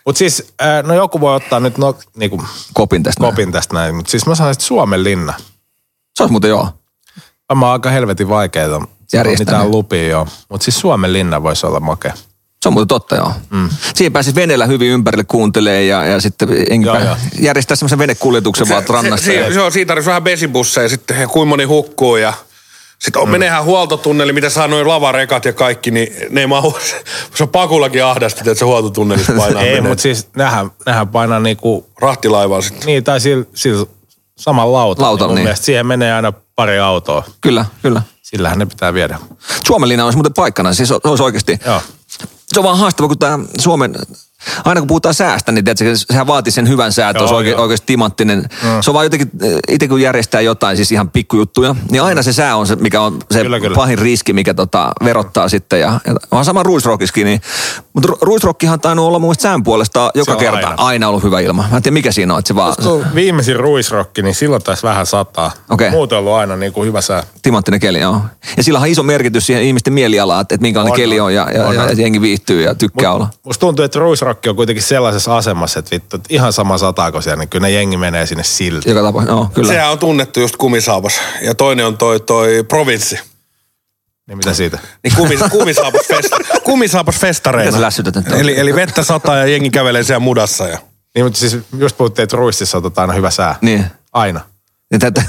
[SPEAKER 6] Mutta siis, äh, no joku voi ottaa nyt no, niinku,
[SPEAKER 3] kopin tästä. Kopin.
[SPEAKER 6] kopin tästä näin, mutta siis mä sanoin, että Suomen linna.
[SPEAKER 3] Se olisi muuten joo.
[SPEAKER 6] Tämä on aika helvetin vaikeaa.
[SPEAKER 3] Järjestää
[SPEAKER 6] Mitään
[SPEAKER 3] ne.
[SPEAKER 6] lupia joo. Mutta siis Suomen linna voisi olla makea.
[SPEAKER 3] Se on muuten totta, joo. Mm. Siinä pääsi veneellä hyvin ympärille kuuntelee ja, ja sitten jengi
[SPEAKER 6] Joo,
[SPEAKER 3] pää-
[SPEAKER 6] joo.
[SPEAKER 3] järjestää semmoisen venekuljetuksen vaan rannasta.
[SPEAKER 2] Se,
[SPEAKER 3] ja-
[SPEAKER 2] se, se, on, siinä tarvitsisi vähän vesibusseja sitten, ja kuinka moni hukkuu ja sitten mm. menehän huoltotunneli, mitä saa noin lavarekat ja kaikki, niin ne ei mahu. Se on pakullakin ahdasti, että se huoltotunnelissa painaa
[SPEAKER 6] Ei,
[SPEAKER 2] menee.
[SPEAKER 6] mutta siis nähän, nähän painaa niinku,
[SPEAKER 2] Rahtilaivaa sitten.
[SPEAKER 6] niin tai sillä sil, saman lautan.
[SPEAKER 3] Lautan,
[SPEAKER 6] mun
[SPEAKER 3] niin.
[SPEAKER 6] mielestä siihen menee aina pari autoa.
[SPEAKER 3] Kyllä, kyllä.
[SPEAKER 6] Sillähän ne pitää viedä.
[SPEAKER 3] Suomenlinna olisi muuten paikkana, siis se olisi oikeasti.
[SPEAKER 6] Joo.
[SPEAKER 3] Se on vaan haastava, kun tämä Suomen, aina kun puhutaan säästä, niin tiedätkö, sehän vaatii sen hyvän sään, että
[SPEAKER 6] Joo,
[SPEAKER 3] olisi oike,
[SPEAKER 6] joo.
[SPEAKER 3] oikeasti timanttinen. Mm. Se on vaan jotenkin, itse kun järjestää jotain, siis ihan pikkujuttuja, niin aina se sää on se, mikä on se
[SPEAKER 6] Kyllä, kyllä.
[SPEAKER 3] pahin riski, mikä tota, verottaa sitten. Ja, ja vaan sama ruisrokiskin, niin, mutta ru- ruisrokkihan on tainnut olla mun mielestä sään puolesta joka
[SPEAKER 6] on
[SPEAKER 3] kerta. Aina.
[SPEAKER 6] aina.
[SPEAKER 3] aina. ollut hyvä ilma. Mä en tiedä, mikä siinä on, että se vaan
[SPEAKER 6] Kun viimeisin ruisrokki, niin silloin taisi vähän sataa.
[SPEAKER 3] Okei.
[SPEAKER 6] Muuten on ollut aina niinku hyvä sää.
[SPEAKER 3] timanttinen keli, joo. Ja sillä on iso merkitys siihen ihmisten mielialaan, että, että minkälainen
[SPEAKER 6] On,
[SPEAKER 3] keli on ja, ja,
[SPEAKER 6] on,
[SPEAKER 3] ja,
[SPEAKER 6] on.
[SPEAKER 3] ja jengi viihtyy ja tykkää olla.
[SPEAKER 6] Musta tuntuu, että ruisrokki on kuitenkin sellaisessa asemassa, että vittu, että ihan sama sataako siellä, niin kyllä ne jengi menee sinne silti.
[SPEAKER 3] Joka tapauksessa, joo, kyllä.
[SPEAKER 2] Sehän on tunnettu just kumisaapas. Ja toinen on toi, toi provinssi.
[SPEAKER 6] Niin mitä siitä?
[SPEAKER 2] Niin kumis,
[SPEAKER 3] (laughs)
[SPEAKER 2] kumisaapas, festa, kumisaapas festareina.
[SPEAKER 3] Mitä sä lässytät nyt?
[SPEAKER 2] eli, eli vettä sataa ja jengi kävelee siellä mudassa. Ja.
[SPEAKER 6] Niin, mutta siis just puhuttiin, että ruistissa otetaan aina hyvä sää.
[SPEAKER 3] Niin.
[SPEAKER 6] Aina.
[SPEAKER 3] Ja tää- tää-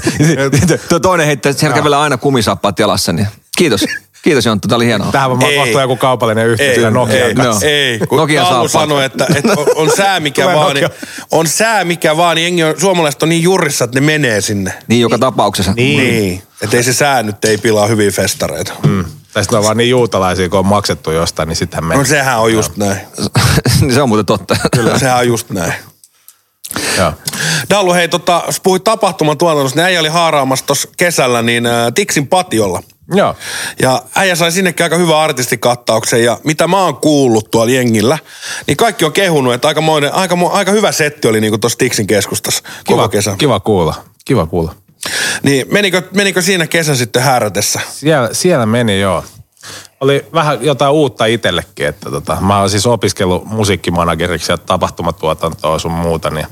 [SPEAKER 3] (laughs) Tuo toinen heittää, että siellä kävelee aina kumisappaat jalassa. Niin. Kiitos. Kiitos Jonttu, tämä oli hienoa.
[SPEAKER 6] Tähän vaan
[SPEAKER 2] Ei.
[SPEAKER 6] mahtuu joku kaupallinen
[SPEAKER 2] Ei,
[SPEAKER 6] yhteistyö
[SPEAKER 2] ei,
[SPEAKER 6] Nokian kanssa.
[SPEAKER 3] kanssa.
[SPEAKER 2] ei, kun
[SPEAKER 3] Nokia
[SPEAKER 2] Nokia
[SPEAKER 3] saa
[SPEAKER 2] sanoi, että, että on, on, sää mikä
[SPEAKER 6] Tulee
[SPEAKER 2] vaan, niin,
[SPEAKER 6] Nokia.
[SPEAKER 2] on sää mikä vaan, niin jengi on, suomalaiset on niin jurissa, että ne menee sinne.
[SPEAKER 3] Niin joka tapauksessa.
[SPEAKER 2] Niin. niin. Että ei se sää nyt ei pilaa hyviä festareita. Mm.
[SPEAKER 6] Tai sitten on vaan niin juutalaisia, kun on maksettu jostain, niin sittenhän me...
[SPEAKER 2] No sehän on just näin.
[SPEAKER 3] (laughs) Se on muuten totta.
[SPEAKER 2] Kyllä. Sehän on just näin.
[SPEAKER 6] Joo.
[SPEAKER 2] Dallu, hei, tota, sä puhuit tapahtumatuotannosta, niin äijä oli haaraamassa tuossa kesällä niin ä, Tiksin patiolla.
[SPEAKER 6] Joo.
[SPEAKER 2] Ja äijä sai sinnekin aika hyvän artistikattauksen ja mitä mä oon kuullut tuolla jengillä, niin kaikki on kehunut, että aika, moinen, aika, mo- aika hyvä setti oli niinku tuossa Tiksin keskustassa koko
[SPEAKER 6] Kiva,
[SPEAKER 2] kesä.
[SPEAKER 6] kiva kuulla. Kiva kuulla.
[SPEAKER 2] Niin menikö, menikö siinä kesä sitten härrätessä?
[SPEAKER 6] Siellä, siellä meni, joo. Oli vähän jotain uutta itsellekin, että tota, mä oon siis opiskellut musiikkimanageriksi ja tapahtumatuotantoa sun muuta, niin,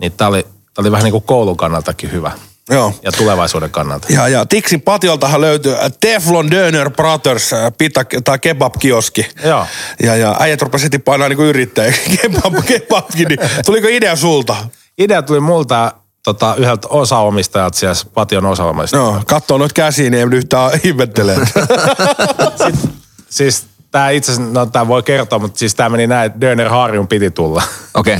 [SPEAKER 6] niin tää oli, tää oli vähän niin kuin koulun kannaltakin hyvä
[SPEAKER 2] Joo.
[SPEAKER 6] ja tulevaisuuden kannalta.
[SPEAKER 2] Ja, ja Tiksin patioltahan löytyy ä, Teflon Döner Brothers ä, pita, tai kebab-kioski.
[SPEAKER 6] Joo.
[SPEAKER 2] Ja, ja äijät rupesi heti painaa niin yrittäjäksi (laughs) kebab, kebabkin, niin tuliko idea sulta?
[SPEAKER 6] Idea tuli multa tota, yhdeltä osaomistajalta siellä Pation osaomistajalta.
[SPEAKER 2] No, katsoo noit käsiin, niin ei yhtään ihmettele. (laughs)
[SPEAKER 6] Siis tää itse asiassa, no tää voi kertoa, mutta siis tää meni näin, että Döner Harjun piti tulla.
[SPEAKER 3] (laughs)
[SPEAKER 6] (laughs)
[SPEAKER 3] Okei.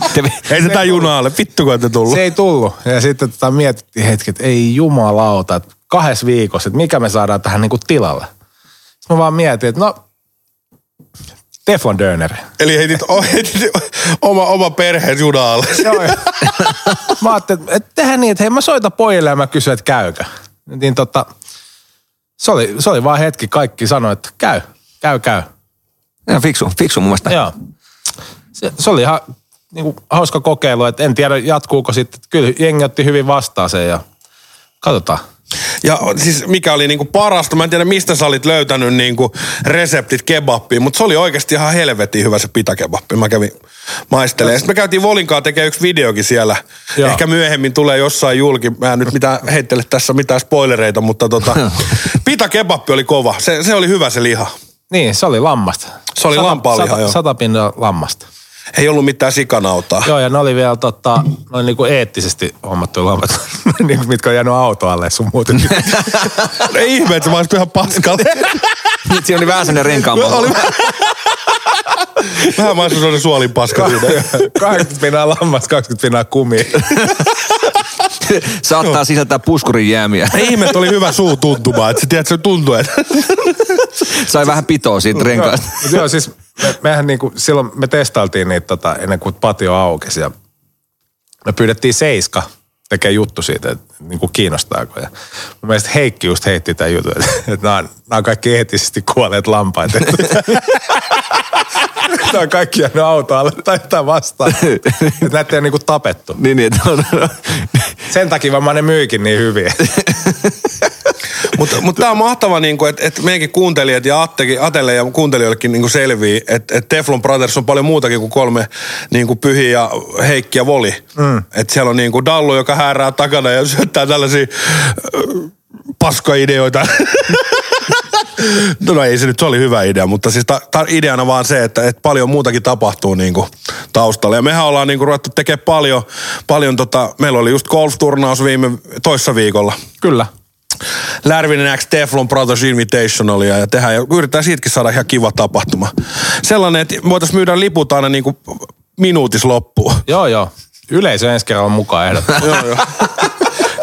[SPEAKER 3] Okay.
[SPEAKER 2] ei se tää junaalle, vittu kun ette tullut.
[SPEAKER 6] Se ei tullut. Ja sitten tota mietittiin hetki, että ei jumalauta, että kahdessa viikossa, että mikä me saadaan tähän niinku tilalle. Sitten mä vaan mietin, että no, Teflon Döner.
[SPEAKER 2] Eli heitit, o- (laughs) heitit oma, oma perheen junaalle.
[SPEAKER 6] Joo, joo. (laughs) mä ajattelin, että tehdään niin, että hei mä soitan pojille ja mä kysyn, että käykö. Niin tota, se oli, se oli vaan hetki, kaikki sanoi, että käy, käy, käy.
[SPEAKER 3] Ihan fiksu, fiksu mun mielestä.
[SPEAKER 6] Joo. Se, se oli ihan niin kuin, hauska kokeilu, että en tiedä jatkuuko sitten. Kyllä jengi otti hyvin vastaan sen ja katsotaan.
[SPEAKER 2] Ja siis mikä oli niinku parasta, mä en tiedä mistä sä olit löytänyt niinku reseptit kebappiin, mutta se oli oikeasti ihan helvetin hyvä se pitakebappi. Mä kävin maistelemaan. Sitten me käytiin Volinkaa tekemään yksi videokin siellä. Joo.
[SPEAKER 6] Joo.
[SPEAKER 2] Ehkä myöhemmin tulee jossain julki. Mä en nyt mitään, heittele tässä mitään spoilereita, mutta
[SPEAKER 6] (laughs)
[SPEAKER 2] tota, pitakebappi oli kova. Se, se oli hyvä se liha.
[SPEAKER 6] Niin, se oli lammasta.
[SPEAKER 2] Se oli lampaanliha,
[SPEAKER 6] sata,
[SPEAKER 2] joo.
[SPEAKER 6] sata pintaa lammasta.
[SPEAKER 2] Ei ollut mitään sikanautaa.
[SPEAKER 6] Joo, ja ne oli vielä tota, noin niinku eettisesti hommattu lammat, (laughs) niinku, mitkä on jäänyt autoalle sun muuten.
[SPEAKER 2] (laughs) Ei ihme, että se maistui ihan paskalle. (laughs)
[SPEAKER 3] Nyt siinä oli vähän sellainen renkaan
[SPEAKER 2] oli Vähän maistui sellainen suolin paska.
[SPEAKER 6] (laughs)
[SPEAKER 2] siinä.
[SPEAKER 6] 80 pinnaa lammasta, 20 pinnaa kumia.
[SPEAKER 3] Saattaa sisältää puskurin jäämiä.
[SPEAKER 2] Ei ihme, että oli hyvä suu tuntumaan. Että se, tiedät, se tuntui, että
[SPEAKER 3] Sai vähän pitoa siitä renkaasta.
[SPEAKER 6] Mut joo, siis me, mehän niinku, silloin me testailtiin niitä tota, ennen kuin patio aukesi ja me pyydettiin Seiska tekee juttu siitä, että niinku kiinnostaako. Ja mun mielestä Heikki just heitti tämän jutun, että, että nämä, on, nämä on kaikki eettisesti kuolleet lampaat. nämä on kaikki jäänyt autoalle tai jotain vastaan. Että näitä ei ole niinku tapettu.
[SPEAKER 3] Niin, niin, että on,
[SPEAKER 6] Sen takia varmaan ne myykin niin hyvin.
[SPEAKER 2] Mutta mut tämä on mahtava, niinku, että et meidänkin kuuntelijat ja Attekin, Atelle ja kuuntelijoillekin niinku selvii, että et Teflon Brothers on paljon muutakin kuin kolme niinku, pyhiä ja Heikki ja Voli. Mm. Että siellä on niinku, Dallu, joka häärää takana ja syöttää tällaisia äh, paskaideoita. (laughs) No, no ei se nyt, se oli hyvä idea, mutta siis ta, ta, ideana vaan se, että et paljon muutakin tapahtuu niinku taustalla. Ja mehän ollaan niinku ruvettu tekemään paljon, paljon tota, meillä oli just golf-turnaus viime, toissa viikolla.
[SPEAKER 6] Kyllä.
[SPEAKER 2] Lärvinen X Teflon Brothers Invitationalia ja tehdään, ja yritetään siitäkin saada ihan kiva tapahtuma. Sellainen, että voitaisiin myydä liput aina niinku minuutis loppuun.
[SPEAKER 6] Joo, joo. Yleisö ensi kerralla mukaan ehdottomasti.
[SPEAKER 2] (laughs) joo, joo.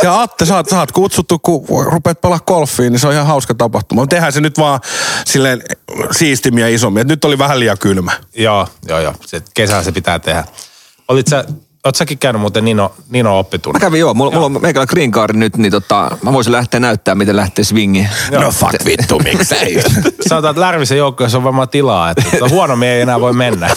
[SPEAKER 2] Ja Atte, sä oot, sä oot kutsuttu, kun rupeat pelaa golfiin, niin se on ihan hauska tapahtuma. Tehdään se nyt vaan silleen siistimmin ja isommin. Et nyt oli vähän liian kylmä.
[SPEAKER 6] joo, joo, joo. Se, kesällä se pitää tehdä. Olit sä, oot säkin käynyt muuten Nino, Nino
[SPEAKER 3] Mä
[SPEAKER 6] oppitunnilla?
[SPEAKER 3] kävin joo, mulla, mulla on meikällä green card nyt, niin tota, mä voisin lähteä näyttää, miten lähtee swingi.
[SPEAKER 2] No fuck vittu, miksei.
[SPEAKER 3] (laughs)
[SPEAKER 6] Sanotaan, että Lärvisen joukkueessa on varmaan tilaa, että, että huonommin ei enää voi mennä.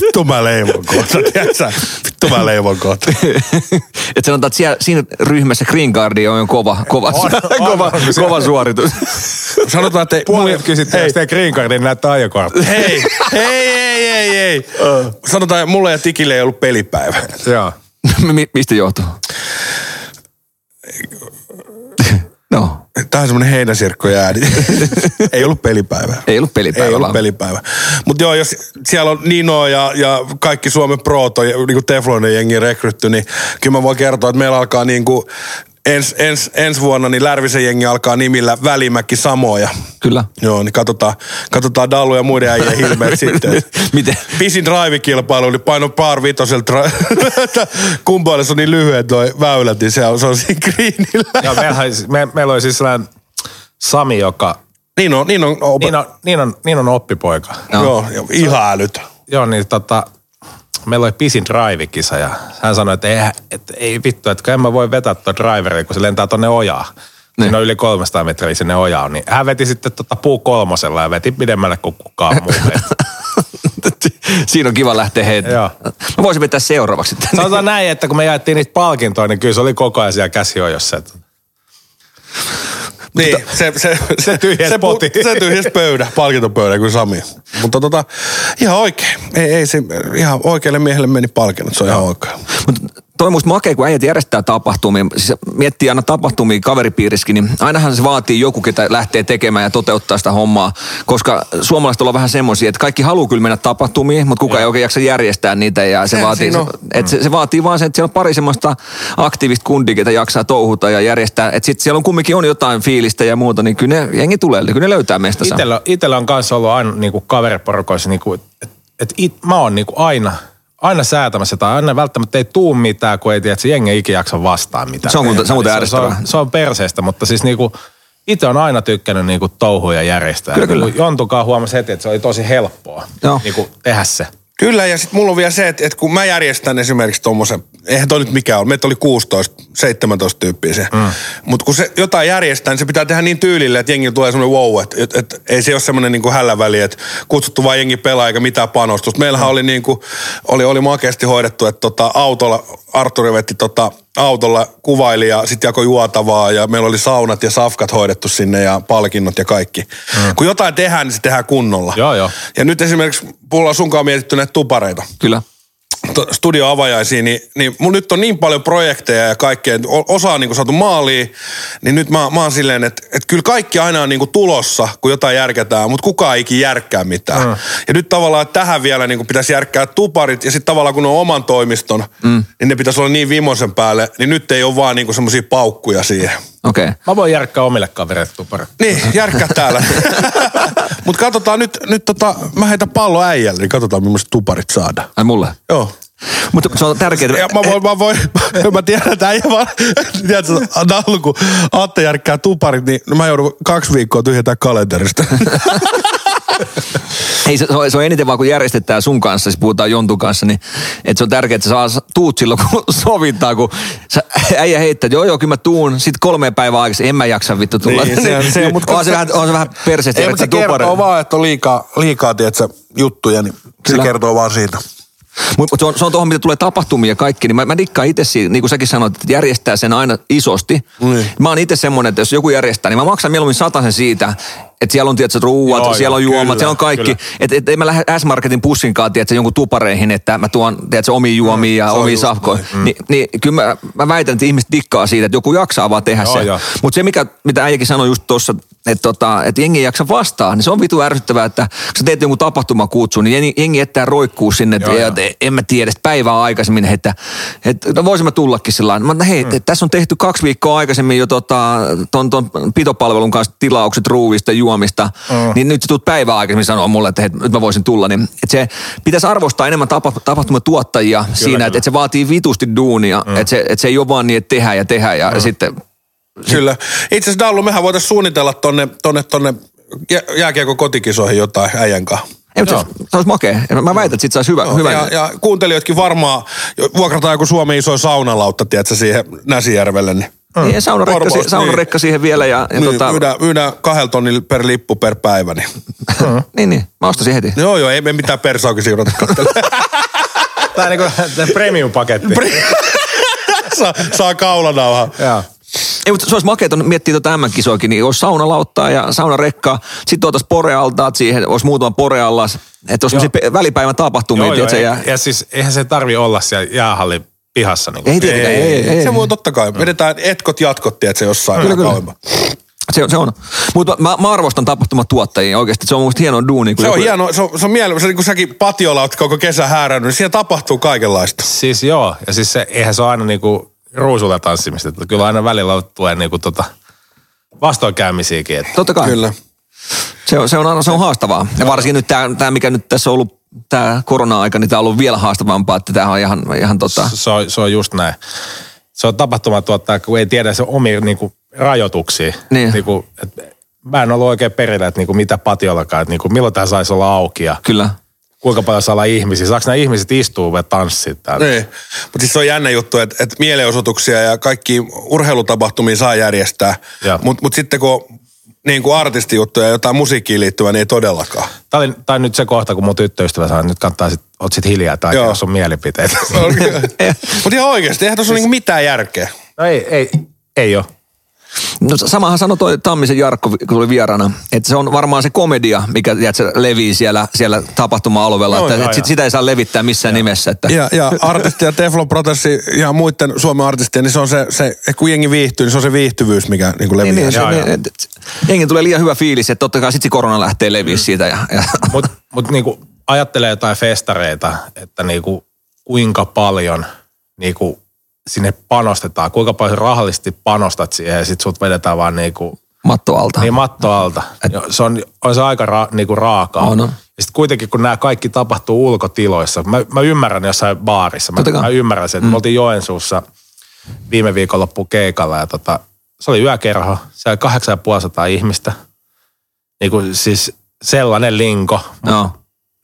[SPEAKER 2] vittu mä leivon (laughs) kohta, tiedät sä? Vittu mä leivon kohta.
[SPEAKER 3] (laughs) Et sanotaan, että siellä, siinä ryhmässä green cardi on jo kova, kova,
[SPEAKER 6] On, on,
[SPEAKER 3] (laughs) kova,
[SPEAKER 6] on, on.
[SPEAKER 3] kova suoritus.
[SPEAKER 6] (laughs)
[SPEAKER 2] Sanotaan, että...
[SPEAKER 6] (laughs) Puolet kysyttiin, jos teidän green cardin näyttää ajokortti.
[SPEAKER 2] Hei, hei, hei, hei, hei. Sanotaan, että mulle ja Tikille ei ollut pelipäivä.
[SPEAKER 6] (laughs) Joo.
[SPEAKER 3] (laughs) Mi- mistä johtuu? No,
[SPEAKER 2] Tämä on semmoinen heinäsirkko jäädi. (laughs) ei ollut pelipäivää.
[SPEAKER 3] Ei ollut pelipäivää.
[SPEAKER 2] Ei ollut pelipäivä. Mutta joo, jos siellä on Nino ja, ja kaikki Suomen proto, niin kuin Teflonen jengi rekrytty, niin kyllä mä voin kertoa, että meillä alkaa niin kuin ens, ens, ensi vuonna niin Lärvisen jengi alkaa nimillä Välimäki Samoja.
[SPEAKER 6] (laughs)
[SPEAKER 3] kyllä.
[SPEAKER 2] Joo, niin katsotaan, katsotaan Dallu ja muiden äijien hilmeet sitten.
[SPEAKER 3] Miten?
[SPEAKER 2] Pisin drivekilpailu, niin paino par vitosella, tra- (laughs) kumpoille se on niin lyhyet noi väylät, niin se on, se on siinä greenillä.
[SPEAKER 6] Joo, meillä, oli- me, meillä oli siis sellainen Sami, joka...
[SPEAKER 2] Niin on, niin on, opa-
[SPEAKER 6] Niin on, niin on, niin on oppipoika.
[SPEAKER 2] No. Joo, joo, ihan älyt.
[SPEAKER 6] Joo, niin tota, meillä oli pisin drive-kisa ja hän sanoi, että ei, että ei vittu, että en mä voi vetää tuon driveria, kun se lentää tonne ojaan.
[SPEAKER 3] Niin.
[SPEAKER 6] Niin. Siinä on yli 300 metriä sinne ojaan, niin hän veti sitten tota puu kolmosella ja veti pidemmälle kuin kukaan muu. meistä.
[SPEAKER 3] Siinä on kiva lähteä
[SPEAKER 6] Joo.
[SPEAKER 3] heittämään. Mä voisin vetää seuraavaksi.
[SPEAKER 6] Sanotaan näin, että kun me jaettiin niitä palkintoja, niin kyllä se oli koko ajan siellä käsiojossa. että-
[SPEAKER 2] Niin, se, se,
[SPEAKER 6] Se tyhjensi
[SPEAKER 2] se,
[SPEAKER 6] potin.
[SPEAKER 2] pu- se tyhjensi pöydä, palkintopöydä kuin Sami. Mutta tota, ihan oikein. Ei, ei se, ihan oikealle miehelle meni palkinnot, se on ihan oikein.
[SPEAKER 3] Mut toi on musta makea, kun äijät järjestää tapahtumia. Siis miettii aina tapahtumia kaveripiirissäkin, niin ainahan se vaatii joku, ketä lähtee tekemään ja toteuttaa sitä hommaa. Koska suomalaiset ollaan vähän semmoisia, että kaikki haluaa kyllä mennä tapahtumiin, mutta kukaan ei oikein jaksa järjestää niitä. Ja se,
[SPEAKER 2] Sehän
[SPEAKER 3] vaatii,
[SPEAKER 2] siinä on. Mm.
[SPEAKER 3] et se, se, vaatii vaan sen, että siellä on pari semmoista aktiivista kundia, ketä jaksaa touhuta ja järjestää. Että sitten siellä on kumminkin on jotain fiilistä ja muuta, niin kyllä ne jengi tulee, kyllä ne löytää meistä saa.
[SPEAKER 6] Itellä, itellä on kanssa ollut aina niinku kaveriporukoissa, niinku, että et it- mä oon niinku aina, aina säätämässä tai aina välttämättä ei tuu mitään, kun ei tiedä, että se jengi ei ikinä jaksa vastaan mitään.
[SPEAKER 3] Se on muuten- se on muuten
[SPEAKER 6] se, on,
[SPEAKER 3] ärsyttävää.
[SPEAKER 6] se on perseestä, mutta siis niinku, itse on aina tykkännyt niinku touhuja järjestää.
[SPEAKER 3] Kyllä, kyllä.
[SPEAKER 6] Niinku Jontukaan huomasi heti, että se oli tosi helppoa
[SPEAKER 3] Joo.
[SPEAKER 6] niinku tehdä se.
[SPEAKER 2] Kyllä, ja sitten mulla on vielä se, että, että kun mä järjestän esimerkiksi tuommoisen, eihän toi nyt mikään ole, meitä oli 16, 17 tyyppiä se. Mm. Mutta kun se jotain järjestää, niin se pitää tehdä niin tyylille, että jengi tulee semmoinen wow, että, että, että ei se ole semmoinen niinku hälläväli, että kutsuttu vaan jengi pelaa eikä mitään panostusta. Meillähän mm. oli, niinku, oli, oli makeasti hoidettu, että tota, autolla, Arturi veti tota, autolla kuvaili ja sitten jakoi juotavaa ja meillä oli saunat ja safkat hoidettu sinne ja palkinnot ja kaikki. Mm. Kun jotain tehdään, niin se tehdään kunnolla.
[SPEAKER 6] Joo, joo.
[SPEAKER 2] Ja nyt esimerkiksi mulla on sunkaan mietitty näitä tupareita,
[SPEAKER 3] Kyllä.
[SPEAKER 2] to- studioavajaisiin, niin, niin mulla nyt on niin paljon projekteja ja kaikkea, että o- osa on niin saatu maaliin, niin nyt mä, mä oon silleen, että, että kyllä kaikki aina on niin tulossa, kun jotain järkätään, mutta kukaan ei ikin järkkää mitään. Mm. Ja nyt tavallaan että tähän vielä niin pitäisi järkkää tuparit, ja sitten tavallaan kun ne on oman toimiston, mm. niin ne pitäisi olla niin vimosen päälle, niin nyt ei ole vaan niin semmoisia paukkuja siihen.
[SPEAKER 3] Okei. Okay.
[SPEAKER 6] Mä voin järkkää omille kavereille tupari.
[SPEAKER 2] Niin, järkkää (laughs) täällä. mutta katsotaan nyt, nyt tota, mä heitän pallo äijälle, niin katsotaan millaiset tuparit saadaan.
[SPEAKER 3] Ai mulle.
[SPEAKER 2] Joo.
[SPEAKER 3] Mutta se on tärkeää.
[SPEAKER 2] Ja Niin mä voin, mä voin, (laughs) mä, mä tiedän, että äijä vaan, tiedätkö, Nallu, kun Atte järkkää tuparit, niin mä joudun kaksi viikkoa tyhjentää kalenterista. (laughs)
[SPEAKER 3] Ei, se, se on- se on eniten vaan, kun järjestetään sun kanssa, siis puhutaan Jontun kanssa, niin että se on tärkeää, että sä saa- tuut silloin, kun (laughs) sovitaan, kun sä, äijä heittää, että joo, joo, kyllä mä tuun, sit kolme päivää aikaisin, en mä jaksa vittu tulla.
[SPEAKER 2] Niin, se on-
[SPEAKER 3] (laughs)
[SPEAKER 2] se on- mut
[SPEAKER 3] on, se
[SPEAKER 2] kun-
[SPEAKER 3] vähän, on se vähän perseestä,
[SPEAKER 2] Ei, mutta se
[SPEAKER 3] järjestää
[SPEAKER 2] kertoo
[SPEAKER 3] tupareita.
[SPEAKER 2] vaan, että on liikaa, liikaa tiedätkö, juttuja, niin
[SPEAKER 3] Kyllä.
[SPEAKER 2] se kertoo vaan siitä.
[SPEAKER 3] Mut, mut se on, se on tuohon, mitä tulee tapahtumia ja kaikki, niin mä, mä dikkaan itse siitä, niin kuin säkin sanoit, että järjestää sen aina isosti.
[SPEAKER 2] Niin.
[SPEAKER 3] Mä oon itse semmonen, että jos joku järjestää, niin mä maksan mieluummin sen siitä, Että siellä on tietysti ruuat,
[SPEAKER 6] Joo,
[SPEAKER 3] joo, siellä on
[SPEAKER 6] joo,
[SPEAKER 3] juomat,
[SPEAKER 6] kyllä,
[SPEAKER 3] siellä on kaikki.
[SPEAKER 6] kyllä.
[SPEAKER 3] Että et, ei mä lähde S-Marketin pussinkaan tiedätkö, jonkun tupareihin, että mä tuon tiedätkö, omiin juomiin ja
[SPEAKER 2] se on
[SPEAKER 3] omiin
[SPEAKER 2] just
[SPEAKER 3] safkoihin.
[SPEAKER 6] Mm.
[SPEAKER 3] Ni, niin kyllä mä, mä, väitän, että ihmiset dikkaa siitä, että joku jaksaa vaan tehdä
[SPEAKER 6] Joo,
[SPEAKER 3] sen.
[SPEAKER 6] joo.
[SPEAKER 3] Mutta se, mikä, mitä äijäkin sanoi just tuossa, että tota, et jengi ei jaksa vastaa, niin se on vitu ärsyttävää, että kun sä teet jonkun tapahtumakutsun, niin jengi, jengi jättää roikkuu sinne, että
[SPEAKER 6] Joo, joo.
[SPEAKER 3] et, et, en mä tiedä, sit päivää aikaisemmin, että, että no voisin mä tullakin sillä lailla. Mä, että hei, mm. et, tässä on tehty kaksi viikkoa aikaisemmin jo tota, ton, ton pitopalvelun kanssa tilaukset ruuista, juomista, mm. niin nyt sä tulet päivää aikaisemmin sanoa mulle, että hei, nyt mä voisin tulla. Niin, et se pitäisi arvostaa enemmän tapa, tapahtumatuottajia kyllä, siinä, että
[SPEAKER 6] kyllä.
[SPEAKER 3] et se vaatii vitusti duunia, mm. että se, et se ei ole vaan niin, että tehdään ja tehdään ja mm. sitten
[SPEAKER 2] Kyllä. Itse asiassa Dallu, mehän voitaisiin suunnitella tonne, tonne, tonne jä- jääkiekko kotikisoihin jotain äijän kanssa.
[SPEAKER 3] Ei, mutta se, olisi- se olisi makea. Ja Mä väitän, että sit saisi hyvä. No, hyvä.
[SPEAKER 2] Ja, ja kuuntelijoitkin varmaan jo- vuokrataan joku Suomen iso saunalautta, tiedätkö, siihen Näsijärvelle. Niin.
[SPEAKER 3] Mm. Niin, ja saunarekka,
[SPEAKER 2] Varmasti,
[SPEAKER 3] si- saunarekka siihen vielä. Ja, ja
[SPEAKER 2] niin,
[SPEAKER 3] tota,
[SPEAKER 2] myydään, myydään kahden tonnilla per lippu per päivä. Niin.
[SPEAKER 3] niin, niin, mä ostaisin heti.
[SPEAKER 2] Joo, joo, ei me mitään persaakin siirrota katselemaan.
[SPEAKER 6] Tää niinku (laughs) tää premium-paketti.
[SPEAKER 2] (laughs) saa, saa kaulanauhan.
[SPEAKER 6] Joo.
[SPEAKER 3] Ei, mutta se olisi makea, kun miettii tuota M-kisoikin, niin olisi saunalauttaa ja saunarekkaa. Sitten tuotaisiin porealtaat siihen, olisi muutama poreallas. Että olisi semmoisia välipäivän tapahtumia,
[SPEAKER 6] Joo, joo,
[SPEAKER 3] tiedätkö,
[SPEAKER 6] ei,
[SPEAKER 3] ja,
[SPEAKER 6] ja... siis eihän se tarvi olla siellä jäähallin pihassa. Niinku.
[SPEAKER 3] Ei tietenkään, ei, ei, ei.
[SPEAKER 2] Se voi totta kai. Vedetään etkot jatkot, tiedätkö, jossain
[SPEAKER 3] Kyllä,
[SPEAKER 2] kyllä,
[SPEAKER 3] kyllä.
[SPEAKER 2] kauemmin.
[SPEAKER 3] Se, on- se on. Mutta mä, mä, arvostan tapahtumatuottajia oikeasti. Se on mun mielestä hieno duuni. kun
[SPEAKER 2] Se on
[SPEAKER 3] joku-
[SPEAKER 2] hieno, se on, se on mielenkiintoista, niin kuin säkin patiolla oot koko kesän häärännyt, niin siellä tapahtuu kaikenlaista.
[SPEAKER 6] Siis joo, ja siis se, eihän se ole aina niinku ruusulla tanssimista. Että kyllä aina välillä tulee niinku tota vastoinkäymisiäkin. Että.
[SPEAKER 3] Totta kai.
[SPEAKER 2] Kyllä.
[SPEAKER 3] Se on, se on, aina- se on haastavaa. Ja varsinkin nyt tämä, tämä, mikä nyt tässä on ollut, tämä korona-aika, niin tämä on ollut vielä haastavampaa, että tämä on ihan, ihan tota...
[SPEAKER 6] Se, on, se on just näin. Se on tapahtumatuottaja, kun ei tiedä se omia niinku, rajoituksia.
[SPEAKER 3] Niin.
[SPEAKER 6] Niinku, et, mä en ollut oikein perillä, että niinku, mitä patiollakaan, että niinku, milloin tämä saisi olla auki ja
[SPEAKER 3] Kyllä.
[SPEAKER 6] kuinka paljon saa olla ihmisiä. Saako nämä ihmiset istua vai tanssia täällä?
[SPEAKER 2] Niin. Mutta siis se on jännä juttu, että, että mielenosoituksia ja kaikki urheilutapahtumia saa järjestää.
[SPEAKER 6] Joo.
[SPEAKER 2] Mutta mut sitten kun on niin kuin artistijuttuja ja jotain musiikkiin liittyvää, niin ei todellakaan.
[SPEAKER 6] Tää, oli, tää on nyt se kohta, kun mun tyttöystävä sanoi, että nyt kannattaa sit, oot sit hiljaa tai
[SPEAKER 2] Joo.
[SPEAKER 6] kerro sun mielipiteitä.
[SPEAKER 2] (laughs) Mutta ihan oikeasti, eihän tuossa ole niinku mitään järkeä.
[SPEAKER 6] no ei, ei, ei ole.
[SPEAKER 3] No s- samahan sanoi toi Tammisen Jarkko, vi- kun oli vieraana, että se on varmaan se komedia, mikä tiedätkö, levii siellä, siellä tapahtuma-alueella,
[SPEAKER 6] Joo,
[SPEAKER 3] että,
[SPEAKER 6] joo,
[SPEAKER 3] että sit,
[SPEAKER 6] joo.
[SPEAKER 3] sitä ei saa levittää missään nimessä. Että,
[SPEAKER 2] Ja, ja artisti ja Teflon protessi ja muiden Suomen artistien, niin se on se, se kun jengi viihtyy, niin se on se viihtyvyys, mikä niin kuin leviää.
[SPEAKER 3] niin, niin,
[SPEAKER 2] Niin,
[SPEAKER 3] se,
[SPEAKER 6] Joo,
[SPEAKER 3] niin,
[SPEAKER 6] joo.
[SPEAKER 3] et- et- jengi tulee liian hyvä fiilis, että totta kai sitten se korona lähtee leviä
[SPEAKER 6] Mm.
[SPEAKER 3] siitä. Ja, ja,
[SPEAKER 6] Mutta mut niinku, ajattelee jotain festareita, että niinku, kuinka paljon niinku, sinne panostetaan, kuinka paljon rahallisesti panostat siihen ja sit sut vedetään vaan niinku,
[SPEAKER 3] matto alta.
[SPEAKER 6] niin matto alta. Jo, Se on, on se aika ra, niinku raakaa.
[SPEAKER 3] On, on.
[SPEAKER 6] Ja sitten kuitenkin, kun nämä kaikki tapahtuu ulkotiloissa, mä, mä ymmärrän jossain baarissa,
[SPEAKER 3] Totta kai. Mm.
[SPEAKER 6] mä, mä ymmärrän sen, että me oltiin Joensuussa viime viikonloppu keikalla ja tota, se oli yökerho, siellä oli 8500 ihmistä. Niinku siis sellainen linko,
[SPEAKER 3] no,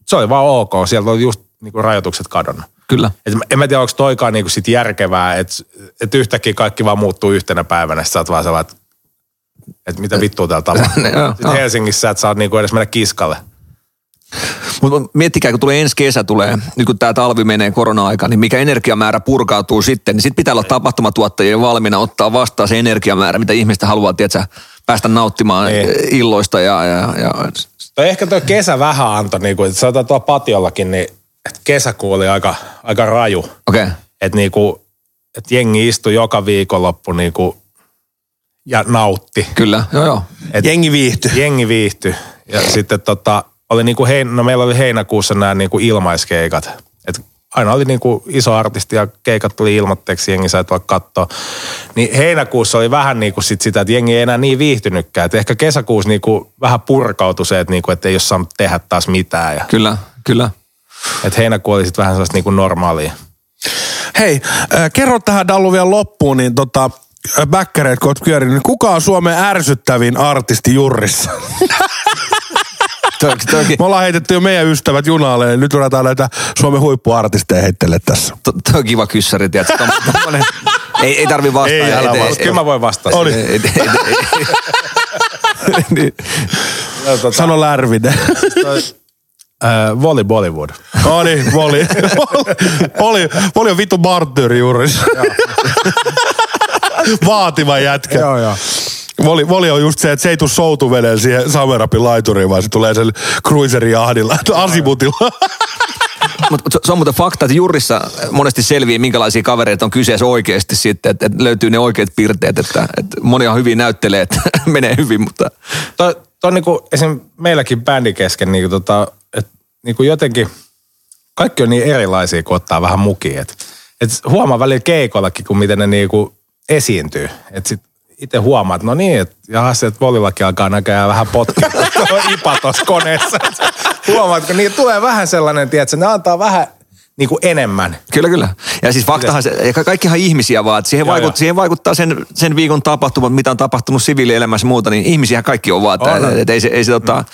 [SPEAKER 6] se oli vaan ok, sieltä oli just niinku rajoitukset kadonnut.
[SPEAKER 3] kyllä.
[SPEAKER 6] Et mä- en mä tiedä, onko toikaan niinku sit järkevää, että et yhtäkkiä kaikki vaan muuttuu yhtenä päivänä, sit sä oot vaan sellainen, että et mitä vittua täällä tapahtuu.
[SPEAKER 3] Ne- joo, joo.
[SPEAKER 6] Sitten Helsingissä et saa niinku edes mennä kiskalle.
[SPEAKER 3] Mutta miettikää, kun tulee ensi kesä tulee, nyt kun tämä talvi menee korona-aika, niin mikä energiamäärä purkautuu sitten, niin sitten pitää olla tapahtumatuottajien valmiina ottaa vastaan se energiamäärä, mitä ihmistä haluaa, tiedätkö, päästä nauttimaan
[SPEAKER 6] Niin.
[SPEAKER 3] eh, illoista ja, ja, ja
[SPEAKER 6] Tai ehkä tuo kesä vähän antoi, niinku, että sanotaan tuolla patiollakin, niin et kesäkuu oli aika, aika raju.
[SPEAKER 3] okei. Okay.
[SPEAKER 6] Että niinku, et jengi istui joka viikonloppu niinku, ja nautti.
[SPEAKER 3] Kyllä, joo joo.
[SPEAKER 6] Et,
[SPEAKER 2] Jengi viihtyy.
[SPEAKER 6] jengi viihtyi. Ja sitten tota, oli niinku hein, no meillä oli heinäkuussa nämä niinku ilmaiskeikat. Et aina oli niinku iso artisti ja keikat tuli ilmoitteeksi, jengi sai tulla katsoa. Niin heinäkuussa oli vähän niinku sit sitä, että jengi ei enää niin viihtynytkään. Et ehkä kesäkuussa niinku vähän purkautui se, että niinku, et ei ole saanut tehdä taas mitään. Ja,
[SPEAKER 3] Kyllä, kyllä.
[SPEAKER 6] et heinäkuu oli sitten vähän sellaista niinku normaalia.
[SPEAKER 2] Hei, äh, kerro tähän Dallu vielä loppuun, niin tota, äh, bäkkäreet, kun oot pyörinyt, niin kuka on Suomen ärsyttävin artisti jurrissa?
[SPEAKER 3] Toi, toikin,
[SPEAKER 2] Me ollaan heitetty jo meidän ystävät junalle, ja nyt ruvetaan näitä Suomen huippuartisteja heittele tässä.
[SPEAKER 3] to, toi on kiva kyssäri, tiedätkö. tommo- tommonen- ei, ei tarvi vastaa.
[SPEAKER 2] Ei, älä
[SPEAKER 6] Ei, Kyllä mä voin vastata.
[SPEAKER 2] Oli.
[SPEAKER 3] ei- ei-
[SPEAKER 2] (laughs)
[SPEAKER 3] ei- niin.
[SPEAKER 6] No, tota,
[SPEAKER 2] Sano Lärvinen.
[SPEAKER 6] äh, Voli Bollywood.
[SPEAKER 2] no niin, Voli. Voli, Voli on vittu marttyyri jurrissa. Vaativa jätkä.
[SPEAKER 6] joo.
[SPEAKER 2] Voli, voli on just se, että se ei tule soutuvedellä siihen Samerapin laituriin, vaan se tulee sen cruiserin ahdilla, asibutilla.
[SPEAKER 3] Mut se- se on muuten fakta, että jurissa monesti selviää, minkälaisia kavereita on kyseessä oikeasti sitten, että, että löytyy ne oikeat piirteet, että, että monia hyvin näyttelee, että (laughs) menee hyvin, mutta
[SPEAKER 6] Toi, toi on niinku esim. meilläkin bändin kesken, niinku tota, et niinku jotenkin kaikki on niin erilaisia, kun ottaa vähän mukiin. Et, et huomaa välillä keikollakin, kun miten ne niinku esiintyy. Et sit itse huomaa, että no niin, että jahas, että volillakin alkaa näköjään vähän potkia. (laughs) Tuo ipa tuossa koneessa. Et Huomaat, kun niitä tulee vähän sellainen, tiedätkö, ne antaa vähän niinku enemmän.
[SPEAKER 3] Kyllä, kyllä. Ja siis faktahan se, ja ka- kaikkihan ihmisiä vaan, että siihen,
[SPEAKER 6] Joo,
[SPEAKER 3] vaikut,
[SPEAKER 6] joo.
[SPEAKER 3] siihen vaikuttaa sen, sen viikon tapahtumat, mitä on tapahtunut siviilielämässä ja muuta, niin ihmisiä kaikki on vaan,
[SPEAKER 6] On,
[SPEAKER 3] että
[SPEAKER 6] on.
[SPEAKER 3] et, et ei se, ei se tota,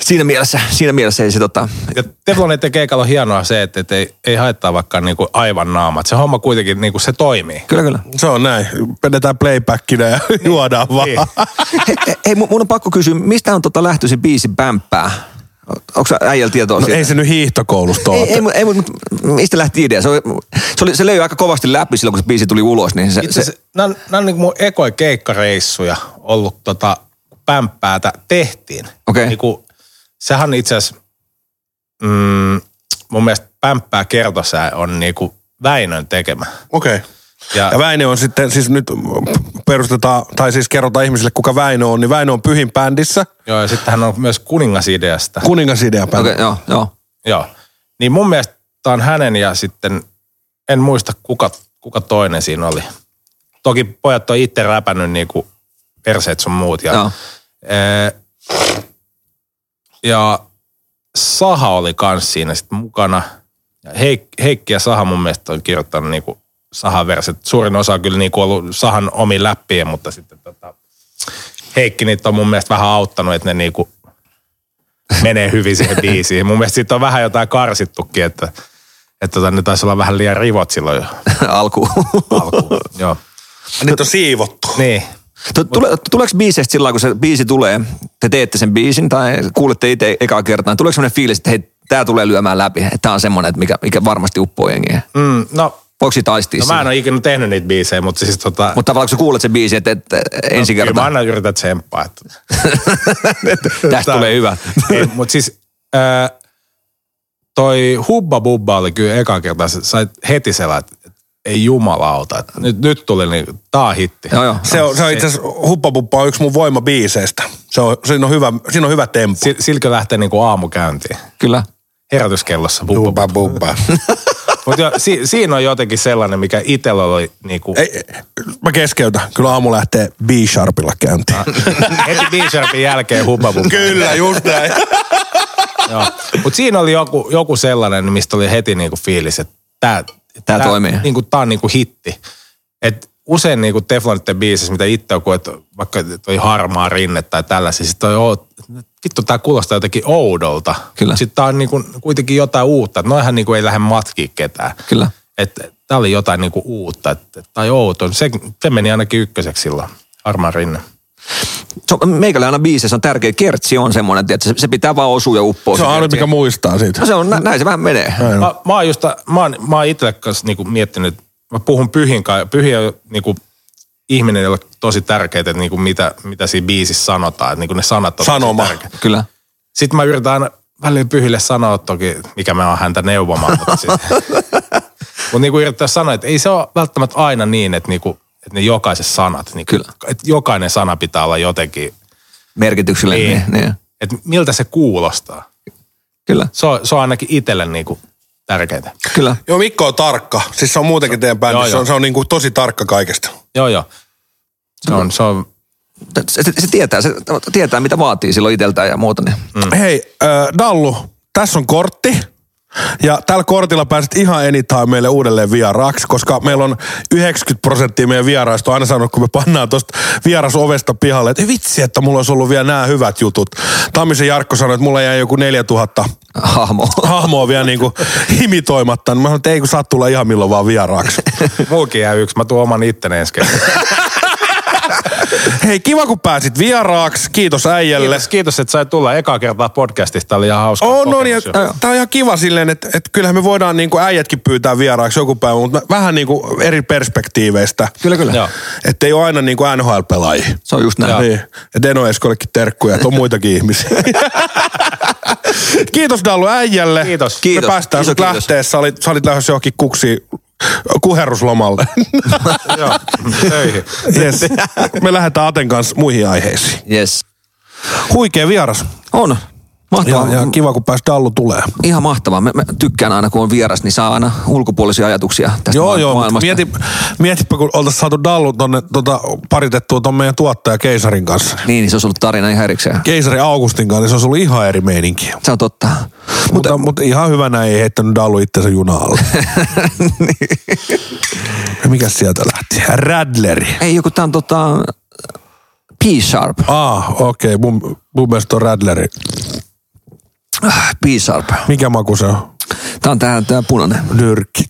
[SPEAKER 3] siinä mielessä, siinä mielessä ei se tota,
[SPEAKER 6] Ja Tefloneiden keikalla on hienoa se, että et ei, ei haittaa vaikka niinku aivan naamat. Se homma kuitenkin, niinku se toimii.
[SPEAKER 3] kyllä, (laughs) kyllä.
[SPEAKER 2] se on näin. Pedetään playbackinä ja (laughs) juodaan vaan.
[SPEAKER 6] Niin.
[SPEAKER 3] Hei, hei, mun mun on pakko kysyä, mistä on tota lähtöisin biisi Pämppää? Onko äijällä tietoa
[SPEAKER 2] No,
[SPEAKER 3] siitä?
[SPEAKER 2] ei se nyt hiihtokoulusta ole.
[SPEAKER 3] Ei, ei, mu- ei, mutta mistä lähti idea? Se, oli, se, oli, se löi aika kovasti läpi silloin, kun se biisi tuli ulos. Niin se,
[SPEAKER 6] Itse
[SPEAKER 3] se,
[SPEAKER 6] asiassa nämä on, nämä on niin mun ekoja keikkareissuja ollut, tota, kun pämppäätä tehtiin.
[SPEAKER 3] Okei.
[SPEAKER 6] Niin kuin, sehän itse asiassa, mm, mun mielestä pämppää kertosää on niin kuin Väinön tekemä.
[SPEAKER 2] Okei. Okay. Ja, ja Väinö on sitten, siis nyt perustetaan, tai siis kerrotaan ihmisille, kuka Väinö on, niin Väinö on pyhin bändissä,
[SPEAKER 6] Joo, ja sitten hän on myös kuningasideasta.
[SPEAKER 2] kuningasidea
[SPEAKER 3] okay, joo, joo. (laughs)
[SPEAKER 6] Joo. Niin mun mielestä tää on hänen ja sitten, en muista kuka, kuka toinen siinä oli. Toki pojat on itse räpännyt niinku perseet sun muut. Ja,
[SPEAKER 3] Joo.
[SPEAKER 6] Ee, ja Saha oli kans siinä sitten mukana. Ja Heik- Heikki ja Saha mun mielestä on kirjoittanut niinku Sahan verset. Suurin osa on kyllä niinku ollut Sahan omi läppiä, mutta sitten tota, Heikki niitä on mun mielestä vähän auttanut, että ne niinku menee
[SPEAKER 3] (laughs)
[SPEAKER 6] hyvin siihen biisiin. Mun mielestä siitä on vähän jotain karsittukin, että, että tota, ne taisi olla vähän liian rivot silloin jo
[SPEAKER 3] Alkuun. (laughs)
[SPEAKER 6] alkuun. Joo.
[SPEAKER 2] Nyt on siivottu.
[SPEAKER 6] Niin.
[SPEAKER 3] Tu- Tule, tuleeko biisestä sillä lailla, kun se biisi tulee, te teette sen biisin tai kuulette itse ekaa kertaa, niin tuleeko sellainen fiilis, että hei, tämä tulee lyömään läpi, että tämä on semmoinen, että mikä, mikä varmasti uppoo jengiä.
[SPEAKER 6] Mm, no,
[SPEAKER 3] Voiko siitä aistia
[SPEAKER 6] no
[SPEAKER 3] no,
[SPEAKER 6] mä en ole ikinä tehnyt niitä biisejä, mutta siis tota...
[SPEAKER 3] Mutta tavallaan kun sä kuulet sen biisin, että, että ensi
[SPEAKER 6] No, Kyllä mä
[SPEAKER 3] kertaa
[SPEAKER 6] aina yritän tsemppaa. Että...
[SPEAKER 3] tästä Äh, tulee hyvä. (laughs)
[SPEAKER 6] (laughs) Mutta siis ää, toi Hubba Bubba oli kyllä eka kerta, sä sait heti sellainen, että et, ei jumalauta. että Nyt, nyt tuli niin, tää on hitti.
[SPEAKER 3] Joo, joo.
[SPEAKER 2] Se on, se on itse asiassa, Huppapuppa on yksi mun voimabiiseistä. Se on, siinä, on hyvä, siinä on hyvä temppu.
[SPEAKER 6] Si, silkö lähtee niinku aamukäyntiin?
[SPEAKER 3] Kyllä.
[SPEAKER 6] Herätyskellossa. Bubba.
[SPEAKER 2] Bubba bubba.
[SPEAKER 6] (laughs) Mut jo, si, siinä on jotenkin sellainen, mikä itsellä oli niinku...
[SPEAKER 2] Ei, ei, mä keskeytän. Kyllä aamu lähtee B-sharpilla
[SPEAKER 6] Ah.
[SPEAKER 2] käyntiin.
[SPEAKER 6] (laughs) Heti B-Sharpin jälkeen Hubba Bubba.
[SPEAKER 2] (laughs) Kyllä, just näin.
[SPEAKER 6] (laughs) Joo. Mut siinä oli joku, joku sellainen, mistä oli heti niinku fiilis, että tää,
[SPEAKER 3] Tää toimii.
[SPEAKER 6] Niinku, tää on niinku hitti. Et usein niinku Teflonitten biisissä, mitä itse on koet, vaikka toi harmaa rinne tai tällaisia, sit toi oot, vittu tää kuulostaa jotenkin oudolta.
[SPEAKER 3] Kyllä.
[SPEAKER 6] Sitten tää on niinku, kuitenkin jotain uutta. Et Noihän niinku ei lähde matkii ketään.
[SPEAKER 3] Kyllä.
[SPEAKER 6] Et tää oli jotain niinku uutta et, et- tai outo. Se, se meni ainakin ykköseksi silloin, harmaa rinne.
[SPEAKER 3] Se on, meikälle aina biisessä on tärkeä, kertsi on semmoinen, että se, se pitää vaan osua ja uppoa.
[SPEAKER 2] Se on aina,
[SPEAKER 3] kertsi.
[SPEAKER 2] mikä muistaa siitä.
[SPEAKER 3] No se on, nä- näin se vähän menee.
[SPEAKER 6] Mä, mä oon just, mä oon, mä oon itse kanssa niinku miettinyt, mä puhun pyhin kai, pyhiä niinku ihminen, jolle tosi tärkeää, että niinku mitä, mitä siinä biisissä sanotaan, että niinku ne sanat on tosi
[SPEAKER 2] Sanoma.
[SPEAKER 6] tärkeitä.
[SPEAKER 3] Kyllä.
[SPEAKER 6] Sitten mä yritän aina välillä pyhille sanoa toki, mikä mä oon häntä neuvomaan,
[SPEAKER 3] (laughs)
[SPEAKER 6] mutta siis, mut niinku yrittää sanoa, että ei se ole välttämättä aina niin, että niinku, että ne jokaiset sanat, niinku,
[SPEAKER 3] Kyllä.
[SPEAKER 6] että jokainen sana pitää olla jotenkin,
[SPEAKER 3] Merkityksellä. Niin. Niin, niin.
[SPEAKER 6] että miltä se kuulostaa.
[SPEAKER 3] Kyllä,
[SPEAKER 6] Se on, se on ainakin itselle niinku tärkeää.
[SPEAKER 3] kyllä.
[SPEAKER 2] Joo, Mikko on tarkka. Siis se on muutenkin teidän bändissä.
[SPEAKER 6] Joo,
[SPEAKER 2] se
[SPEAKER 6] joo.
[SPEAKER 2] on, se on niin kuin tosi tarkka kaikesta.
[SPEAKER 6] Joo, joo. Se on, se on
[SPEAKER 3] Se, se, se, tietää, se tietää, mitä vaatii silloin itseltään ja muuta. Niin.
[SPEAKER 2] Mm. Hei, äh, Dallu, tässä on kortti. Ja tällä kortilla pääset ihan anytime meille uudelleen vieraaksi, koska meillä on 90 prosenttia meidän vieraista on aina sanonut, kun me pannaan tuosta vierasovesta pihalle, että "Ei vitsi, että mulla olisi ollut vielä nämä hyvät jutut. Tammisen Jarkko sanoi, että mulla jäi joku 4000
[SPEAKER 3] Hahmo.
[SPEAKER 2] hahmoa vielä niin kuin imitoimatta. Niin Mä sanoin, että ei kun saat tulla ihan milloin vaan vieraaksi. (laughs)
[SPEAKER 6] Mulkin jää yksi, mä tuon oman itteni ensi kerralla.
[SPEAKER 2] Hei, kiva kun pääsit vieraaksi. Kiitos äijälle.
[SPEAKER 6] Kiitos, kiitos, että sait tulla ekaa kertaa podcastista. Tämä oli ihan hauska
[SPEAKER 2] On, on,
[SPEAKER 6] kokemus
[SPEAKER 2] ja
[SPEAKER 6] jo.
[SPEAKER 2] niin, tää on ihan kiva silleen, että, että kyllähän me voidaan niinku äijätkin pyytää vieraaksi joku päivä, mutta vähän niinku eri perspektiiveistä.
[SPEAKER 3] Kyllä, kyllä.
[SPEAKER 6] Joo.
[SPEAKER 2] Että ei ole aina niinku NHL-pelaajia.
[SPEAKER 3] Se on just näin.
[SPEAKER 6] Joo.
[SPEAKER 2] Niin. Et Eno Eskollekin terkkuja, että on muitakin ihmisiä. kiitos Dallu äijälle.
[SPEAKER 6] Kiitos.
[SPEAKER 2] Me
[SPEAKER 3] Kiitos.
[SPEAKER 2] päästään
[SPEAKER 3] Iso
[SPEAKER 2] sut
[SPEAKER 3] kiitos.
[SPEAKER 2] lähtee. Sä olit, sä olit lähdössä johonkin kuksi kuherruslomalle. (laughs)
[SPEAKER 6] Joo, töihin.
[SPEAKER 2] yes. Me lähdetään Aten kanssa muihin aiheisiin.
[SPEAKER 3] Yes.
[SPEAKER 2] Huikea vieras.
[SPEAKER 3] On.
[SPEAKER 2] Ja,
[SPEAKER 3] Mahtavaa.
[SPEAKER 2] ja kiva, kun pääsi Dallu tulee.
[SPEAKER 3] Ihan mahtavaa. Mä, mä tykkään aina, kun on vieras, niin saa aina ulkopuolisia ajatuksia tästä
[SPEAKER 2] Joo,
[SPEAKER 3] ma-
[SPEAKER 2] joo, mutta
[SPEAKER 3] maailmasta.
[SPEAKER 2] mieti, mietipä, kun oltaisiin saatu Dallu tonne, tota, paritettua ton meidän tuottaja Keisarin kanssa.
[SPEAKER 3] Niin, niin se olisi ollut tarina ihan erikseen.
[SPEAKER 2] Keisari Augustin kanssa, niin se olisi ollut ihan eri meininki.
[SPEAKER 3] Se on totta.
[SPEAKER 2] Mutta, mutta, mutta ihan hyvänä ei heittänyt Dallu itsensä juna (laughs) alle. Niin. Mikäs sieltä lähti? Radleri.
[SPEAKER 3] Ei joku, tää on tota... P-sharp.
[SPEAKER 2] Ah, okei. Okay. Mun, mun mielestä on Radleri.
[SPEAKER 3] P-sharp.
[SPEAKER 2] Mikä maku se on?
[SPEAKER 3] Tää on tää, tää punainen.
[SPEAKER 2] (laughs) Nyrkki.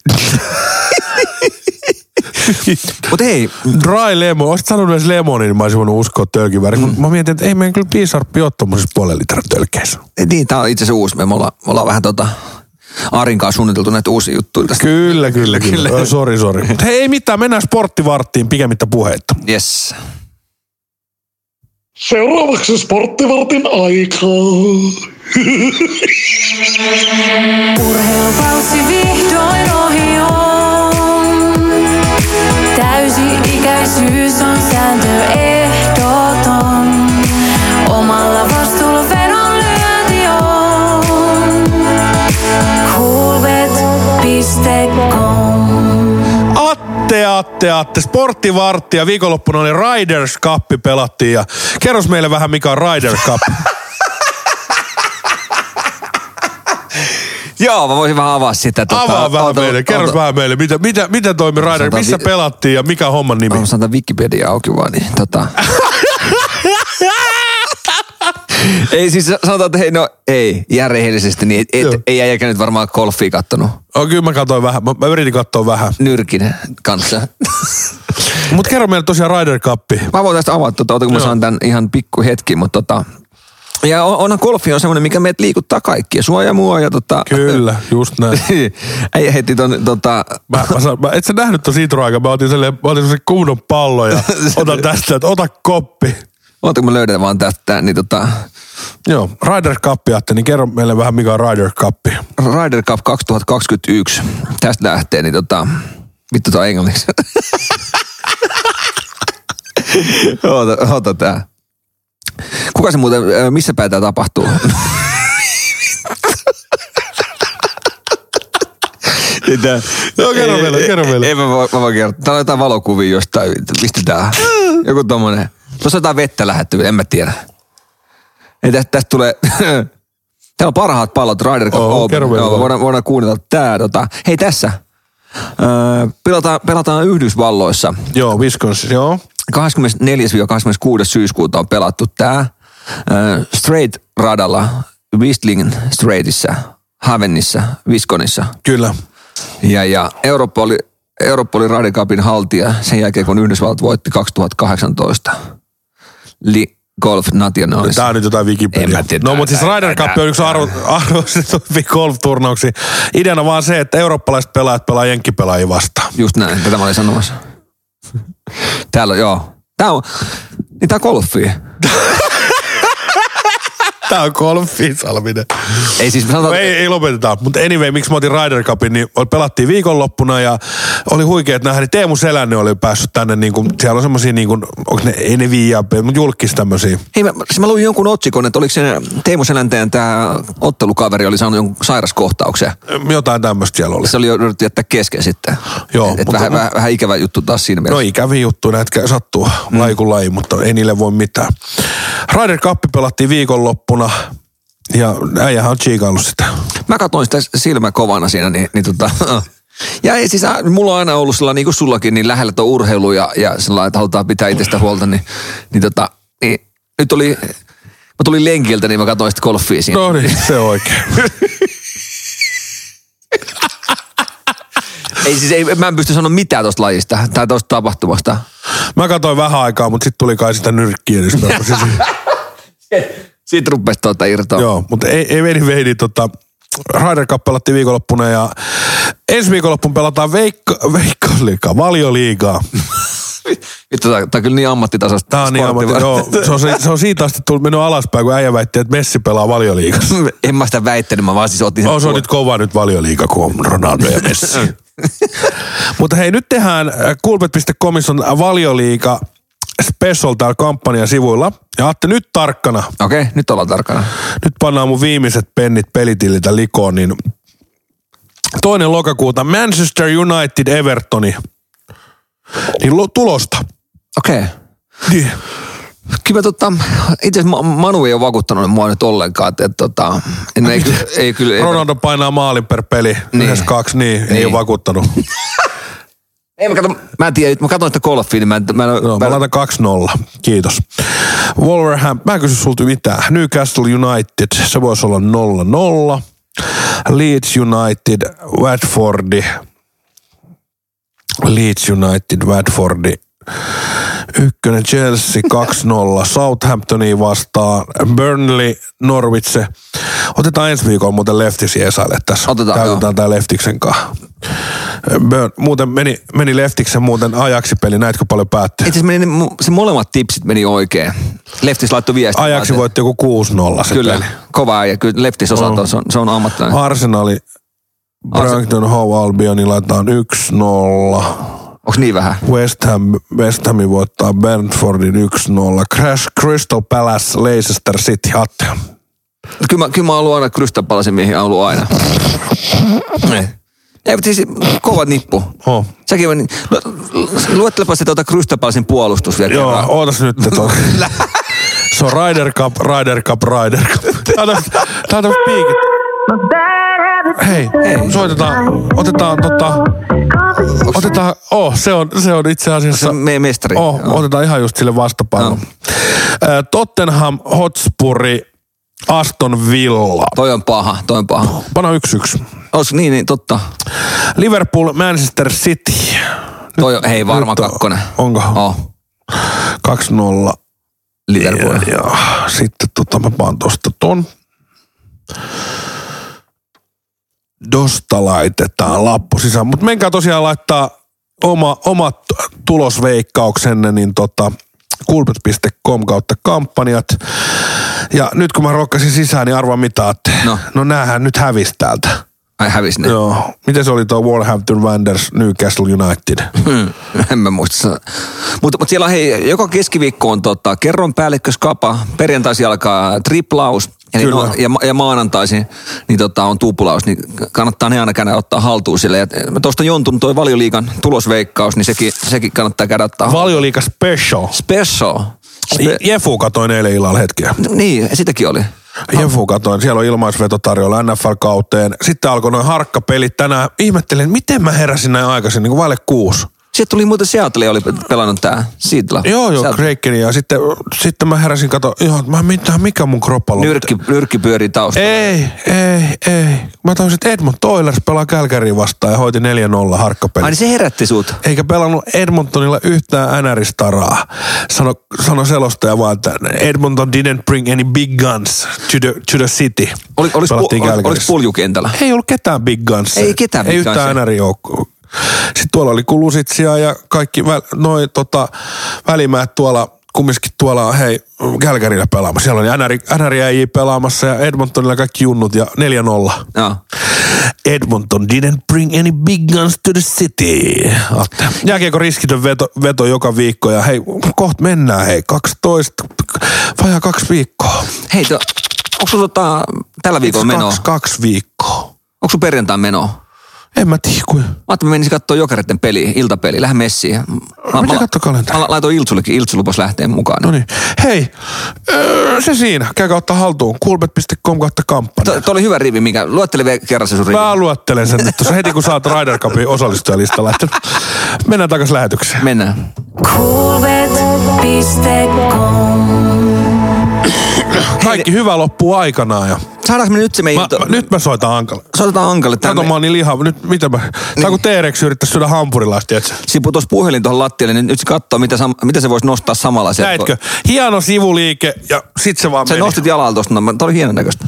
[SPEAKER 3] Mutta hei,
[SPEAKER 2] Dry lemon. Olisit sanonut edes lemonin, niin mä olisin voinut uskoa tölkiväri. Mm. Mä mietin, että ei meidän kyllä piisarppi ole tommosissa puolen litran tölkeissä.
[SPEAKER 3] niin, tää on itse asiassa uusi. Me ollaan, me ollaan vähän tota... Arin kanssa suunniteltu näitä uusia juttuja tästä.
[SPEAKER 2] Kyllä, kyllä, kyllä. kyllä. Sori, sori. Mut Hei, ei mitään. Mennään sporttivarttiin pikemmittä puheitta.
[SPEAKER 3] Yes.
[SPEAKER 4] Seuraavaksi sporttivartin aikaa.
[SPEAKER 7] Urheilukausi vihdoin ohi on. Täysi-ikäisyys on sääntö ehdoton. Omalla vastuulla vedon lyönti on. Coolbet.com
[SPEAKER 2] Atte, Atte, Atte, sporttivartti ja viikonloppuna oli Riders Cup pelattiin ja kerros meille vähän mikä on Riders Cup.
[SPEAKER 3] Joo, mä voisin vähän avaa sitä. tota-
[SPEAKER 2] Avaa vähän
[SPEAKER 3] oota,
[SPEAKER 2] meille, kerros
[SPEAKER 3] oota.
[SPEAKER 2] vähän meille, mitä, mitä, mitä toimi Riders,
[SPEAKER 3] Sanotaan
[SPEAKER 2] missä
[SPEAKER 3] vi-
[SPEAKER 2] pelattiin ja mikä on homman nimi?
[SPEAKER 3] Mä sanon tämän Wikipedia auki vaan, niin tota...
[SPEAKER 2] (laughs)
[SPEAKER 3] ei siis sanotaan, että hei, no ei, ihan rehellisesti, niin et,
[SPEAKER 2] Joo.
[SPEAKER 3] et, ei äijäkä nyt varmaan golfia kattonut
[SPEAKER 2] Oh, kyllä mä katsoin vähän, mä, mä yritin katsoa vähän.
[SPEAKER 3] nyrkin kanssa.
[SPEAKER 2] Mut kerro meille tosiaan Riders Cup.
[SPEAKER 3] Mä voin tästä avata, tota, oota, kun mä saan tämän ihan pikku hetki, mutta tota... Ja on, onhan golfi on semmoinen, mikä meidät liikuttaa kaikkia, sua ja mua ja tota... (laughs)
[SPEAKER 2] Kyllä, just näin.
[SPEAKER 3] Äijä heti ton tota...
[SPEAKER 2] Mä, mä, san, mä, et sä nähnyt tosi aikaa, mä otin sellainen, mä otin sellaisen kunnon pallon
[SPEAKER 3] (laughs)
[SPEAKER 2] ja otan tästä, että ota koppi.
[SPEAKER 3] Oota, kun mä löydän vaan tästä, niin tota...
[SPEAKER 2] Joo, Riders Cup, Atte, niin kerro meille vähän mikä on Riders Cup.
[SPEAKER 3] Ryder Cup 2021, tästä lähtee, niin tota, vittu tää on englanniksi. (laughs) oota, oota tää. Kuka se muuten, ö, missä päin tää tapahtuu? (laughs) Mitä?
[SPEAKER 2] Joo, kerro
[SPEAKER 3] Ei,
[SPEAKER 2] meille,
[SPEAKER 3] ei,
[SPEAKER 2] kerro meille.
[SPEAKER 3] Ei mä voi, mä voin kertoa. Täällä on jotain valokuvia jostain. Mistä tää on? Joku tommonen. Tuossa on jotain vettä lähetty, en mä tiedä. Ei, tästä, tästä tulee... (laughs) Täällä on parhaat pallot Ryder Cup
[SPEAKER 2] Oo,
[SPEAKER 3] Open.
[SPEAKER 2] kerro vielä
[SPEAKER 3] Joo,
[SPEAKER 2] vaan.
[SPEAKER 3] voidaan, voidaan kuunnella tää. Tota. Hei tässä. Öö, pelataan, pelataan Yhdysvalloissa.
[SPEAKER 2] Joo, Wisconsin, joo.
[SPEAKER 3] 24-26. syyskuuta on pelattu tää. Öö, straight radalla, Whistling Straightissa, Havenissa, Viskonissa.
[SPEAKER 2] Kyllä.
[SPEAKER 3] Ja, ja Eurooppa oli, Eurooppa oli Ryder Cupin haltija sen jälkeen, kun Yhdysvallat voitti 2018 Li Golf Nationalis.
[SPEAKER 2] Tää on nyt jotain
[SPEAKER 3] En
[SPEAKER 2] Wikipedia.
[SPEAKER 3] mä tiedä.
[SPEAKER 2] No mutta siis
[SPEAKER 3] Tää-
[SPEAKER 2] Ryder
[SPEAKER 3] tää-
[SPEAKER 2] Cup on yksi arvo- arvostetuimpia golf-turnauksia. Ideana vaan se, että eurooppalaiset pelaajat pelaa jenkkipelaajia vastaan.
[SPEAKER 3] Just näin, tätä mä olin sanomassa. Täällä on, joo. Tää on, niin tää on golfi.
[SPEAKER 2] Tää on golfi, Salminen.
[SPEAKER 3] Ei siis, sanotaan,
[SPEAKER 2] No ei, ei lopeteta. Mutta anyway, miksi mä otin Ryder Cupin, niin pelattiin viikonloppuna ja oli huikeet nähdä, niin Teemu Selänne oli päässyt tänne, niin kuin, siellä on semmosia, niin kuin, onko ne, ei ne VIP, mutta julkis tämmösiä.
[SPEAKER 3] hei, mä, siis mä luin jonkun otsikon, että oliko se Teemu Selänteen tää ottelukaveri oli saanut jonkun sairaskohtauksen.
[SPEAKER 2] Jotain tämmöistä siellä oli.
[SPEAKER 3] Se oli jouduttu jättää kesken sitten.
[SPEAKER 2] Joo,
[SPEAKER 3] Et, et
[SPEAKER 2] mutta-
[SPEAKER 3] vähän, vähän, vähän, ikävä juttu taas siinä
[SPEAKER 2] No
[SPEAKER 3] mielessä.
[SPEAKER 2] ikäviä juttuja, näitä sattuu mm. laikun laji, mutta ei niille voi mitään. Ryder Cup pelattiin viikonloppuna ja äijähän on chiikaillut sitä.
[SPEAKER 3] Mä katsoin sitä silmä kovana siinä, niin, niin tota... (laughs) Ja ei, siis a- mulla on aina ollut sellainen, niin kuin sullakin, niin lähellä tuo urheilu ja, ja sellainen, että halutaan pitää itsestä huolta, niin, niin tota, niin nyt oli, mä tulin lenkiltä, niin mä katsoin sitä golfia siinä.
[SPEAKER 2] No niin, se on oikein.
[SPEAKER 3] Ei siis, ei, mä en pysty sanoa mitään tosta lajista tai tosta tapahtumasta.
[SPEAKER 2] Mä katsoin vähän aikaa, mutta sitten tuli kai sitä niin nyrkkielistä.
[SPEAKER 3] Siitä rupesi tuota
[SPEAKER 2] (laughs)
[SPEAKER 3] irtoa.
[SPEAKER 2] Joo, mutta ei, ei vedi vedi tota, Ryder Cup pelattiin viikonloppuna ja ensi viikonloppuna pelataan veikka, veikkausliigaa, valioliigaa.
[SPEAKER 3] Vittu, tää, tää on kyllä niin ammattitasosta.
[SPEAKER 2] Tää on niin ammatti, joo, se, on, se on siitä asti tullut mennyt alaspäin, kun äijä väitti, että Messi pelaa valioliigassa.
[SPEAKER 3] (laughs) en mä sitä väittänyt, mä vaan siis otin sen
[SPEAKER 2] On se on
[SPEAKER 3] puol-
[SPEAKER 2] nyt kova nyt valioliiga, kun on Ronaldo ja Messi. Mutta hei, nyt tehdään äh, kulpet.comissa on valioliiga special täällä kampanjan sivuilla. Ja aatte nyt tarkkana,
[SPEAKER 3] Okei, okay, nyt ollaan tarkana.
[SPEAKER 2] nyt pannaan mun viimeiset pennit pelitililtä likoon, niin toinen lokakuuta Manchester United Evertoni. Niin lu- tulosta.
[SPEAKER 3] Okei. Okay.
[SPEAKER 2] Niin.
[SPEAKER 3] Kyllä mä tota, itse asiassa Ma- Manu ei ole vakuuttanut mua nyt ollenkaan, että et tota, en, ei, kyllä- ei kyllä, ei,
[SPEAKER 2] Ronaldo painaa maalin per peli.
[SPEAKER 3] Niin.
[SPEAKER 2] Niin. Yhdessä kaksi, niin, niin. ei
[SPEAKER 3] Niin.
[SPEAKER 2] ole vakuuttanut.
[SPEAKER 3] ei mä, kato, mä en tiedä, mä katson sitä golfia, niin mä, en- mä, en-
[SPEAKER 2] No, mä
[SPEAKER 3] mä,
[SPEAKER 2] laitan 2-0. Kiitos. Wolverham, mä en kysy sulta mitään. Newcastle United, se voisi olla 0-0. Leeds United, Watfordi. Leeds United, Watfordi. Ykkönen Chelsea 2-0 Southamptoniin vastaan. Burnley, Norwich. Otetaan ensi viikolla muuten leftisi Esaille tässä.
[SPEAKER 3] Otetaan, joo.
[SPEAKER 2] Täytetään tää leftiksen kanssa. Burn, muuten meni, meni leftiksen muuten ajaksi peli. Näitkö paljon päättyy?
[SPEAKER 3] itse asiassa meni, ne mu- se molemmat tipsit meni oikein. Leftis laittoi viestiä.
[SPEAKER 2] Ajaksi voitti joku 6-0 se
[SPEAKER 3] Kyllä,
[SPEAKER 2] peli.
[SPEAKER 3] kova ja kyllä Leftis osaa, tuon, se on, se on ammattilainen.
[SPEAKER 2] Arsenali, Brankton Hove Albioni laitetaan 1-0.
[SPEAKER 3] Onks niin vähän?
[SPEAKER 2] West, Ham, West Ham voittaa Brentfordin 1-0. Crash Crystal Palace, Leicester City, Hatte.
[SPEAKER 3] Kyllä mä, kyllä mä oon ollut aina krystapalasin miehiä ollut aina. Niin. Ei, mutta siis kova nippu.
[SPEAKER 2] Oh.
[SPEAKER 3] Säkin meni. No, luettelepa se tuota krystapalasin puolustus vielä.
[SPEAKER 2] Joo,
[SPEAKER 3] kerran.
[SPEAKER 2] ootas nyt. että on- (laughs) Se on Ryder Cup, Ryder Cup, Ryder Cup. Tää on tämmöset- tää on tämmöset piikit. Hei,
[SPEAKER 3] Hei.
[SPEAKER 2] soitetaan, otetaan tota, (laughs) otetaan, oh, se on, se on itse
[SPEAKER 3] Se
[SPEAKER 2] asiassa,
[SPEAKER 3] on meidän mestari.
[SPEAKER 2] Oh,
[SPEAKER 3] Joo.
[SPEAKER 2] otetaan ihan just sille vastapaino. Ö, Tottenham, Hotspuri, Aston Villa.
[SPEAKER 3] Toi on paha, toi on paha.
[SPEAKER 2] Pana 1-1.
[SPEAKER 3] Onks niin, niin totta.
[SPEAKER 2] Liverpool, Manchester City.
[SPEAKER 3] Toi on, hei varmaan
[SPEAKER 2] nyt on-
[SPEAKER 3] kakkonen.
[SPEAKER 2] onko?
[SPEAKER 3] Oh,
[SPEAKER 2] 2-0.
[SPEAKER 3] Liverpool.
[SPEAKER 2] Ja, ja sitten tota, mä paan tosta ton. Dosta laitetaan lappu sisään. Mutta menkää tosiaan laittaa oma, omat tulosveikkauksenne, niin tota, kulpet.com kautta kampanjat. Ja nyt kun mä rokkasin sisään, niin arvaa mitä aatte.
[SPEAKER 3] No. Niin.
[SPEAKER 2] no näähän nyt hävis täältä.
[SPEAKER 3] Ai hävis ne.
[SPEAKER 2] Joo. Miten se oli tuo Wolverhampton Wanderers Newcastle
[SPEAKER 3] (laughs)
[SPEAKER 2] United?
[SPEAKER 3] Hmm, en mä muista. sitä. Mutta mut siellä on, hei, joka keskiviikko on tota, kerron päällikkö Skapa, perjantaisin alkaa triplaus ja, niin
[SPEAKER 2] Kyllä.
[SPEAKER 3] on, ja, ma- ja, maanantaisin niin tota, on tuplaus, niin kannattaa ne aina käydä ottaa haltuun sille. Ja tuosta jontun toi valioliikan tulosveikkaus, niin sekin, sekin kannattaa käydä ottaa Val-
[SPEAKER 2] Valioliiga Special.
[SPEAKER 3] Special.
[SPEAKER 2] Je-
[SPEAKER 3] Spe-
[SPEAKER 2] Jefu katoin eilen illalla hetkiä.
[SPEAKER 3] niin, sitäkin oli.
[SPEAKER 2] Jefu katoin, siellä on ilmaisvetotarjolla NFL-kauteen. Sitten alkoi noin harkkapelit tänään. Ihmettelin, miten mä heräsin näin aikaisin, niin kuin vaille kuusi.
[SPEAKER 3] Sieltä tuli muuten Seattle oli pe- pelannut tää. Siitä
[SPEAKER 2] Joo, joo, Kreikkeni. Ja sitten, sitten mä heräsin, kato, joo, mä mitään, mikä mun kroppalo.
[SPEAKER 3] Nyrkki, nyrkki pyörii taustalla.
[SPEAKER 2] Ei, ei, ei. Mä tajusin, että Edmonton Oilers pelaa Kälkäriin vastaan ja hoiti 4-0 harkkapeli.
[SPEAKER 3] Ai niin se herätti sut.
[SPEAKER 2] eikä pelannut Edmontonilla yhtään NR-staraa. Sano, sano selostaja vaan, että Edmonton didn't bring any big guns to the, to the city.
[SPEAKER 3] Oli, olis,
[SPEAKER 2] Pelattiin
[SPEAKER 3] pu, olis, olis
[SPEAKER 2] Calgaryssa.
[SPEAKER 3] pulju kentällä?
[SPEAKER 2] Ei ollut ketään big guns.
[SPEAKER 3] Ei ketään
[SPEAKER 2] Ei
[SPEAKER 3] big
[SPEAKER 2] yhtään
[SPEAKER 3] gunsia.
[SPEAKER 2] nr Sitten tuolla oli Kulusitsia ja kaikki vä, noi, tota, välimäät tuolla kumminkin tuolla on, hei, Kälkärillä pelaamassa. Siellä oli NR, NR pelaamassa ja Edmontonilla kaikki junnut ja 4-0.
[SPEAKER 3] Joo.
[SPEAKER 2] Edmonton didn't bring any big guns to the city. Atte. Jääkiekko riskitön veto, veto joka viikko ja hei, kohta mennään hei, 12, vajaa kaksi viikkoa.
[SPEAKER 3] Hei, to, onko sulla tota, tällä viikolla menoa?
[SPEAKER 2] Kaksi, kaksi viikkoa.
[SPEAKER 3] Onko sun perjantain menoa?
[SPEAKER 2] En mä tiedä kuin.
[SPEAKER 3] Mä ajattelin, mä menisin katsoa jokereiden peli, iltapeli, lähden messiin. Mä,
[SPEAKER 2] Mitä
[SPEAKER 3] mä,
[SPEAKER 2] katso kalenteri?
[SPEAKER 3] mä la- laitoin Iltsullekin, Iltsu lupas lähteen mukaan.
[SPEAKER 2] No niin. Hei, öö, se siinä. Käykää ottaa haltuun. Kulbet.com kautta kampanja.
[SPEAKER 3] Tuo oli hyvä rivi, mikä luettele vielä kerran se sun rivi.
[SPEAKER 2] Mä luettelen sen nyt tuossa heti, kun saat Ryder Cupin osallistujalistalla. että Mennään takaisin lähetykseen.
[SPEAKER 3] Mennään.
[SPEAKER 7] Coolbet.com
[SPEAKER 2] Kaikki hyvä loppuu aikanaan ja
[SPEAKER 3] niin saadaanko me nyt se meidän...
[SPEAKER 2] Mä, mä, nyt mä soitan Ankalle.
[SPEAKER 3] Soitetaan Ankalle tänne.
[SPEAKER 2] Kato, mä oon niin lihava. Nyt mitä mä... Niin. Tää kun T-Rex yrittäisi syödä hampurilaista, tietsä.
[SPEAKER 3] Siinä putosi puhelin tuohon lattialle, niin nyt se katsoo, mitä, sam- mitä se voisi nostaa samalla. sieltä.
[SPEAKER 2] Näitkö? Hieno sivuliike ja sit se vaan
[SPEAKER 3] Sä
[SPEAKER 2] meni.
[SPEAKER 3] nostit jalalla tuosta, no, toi oli hienon näköistä.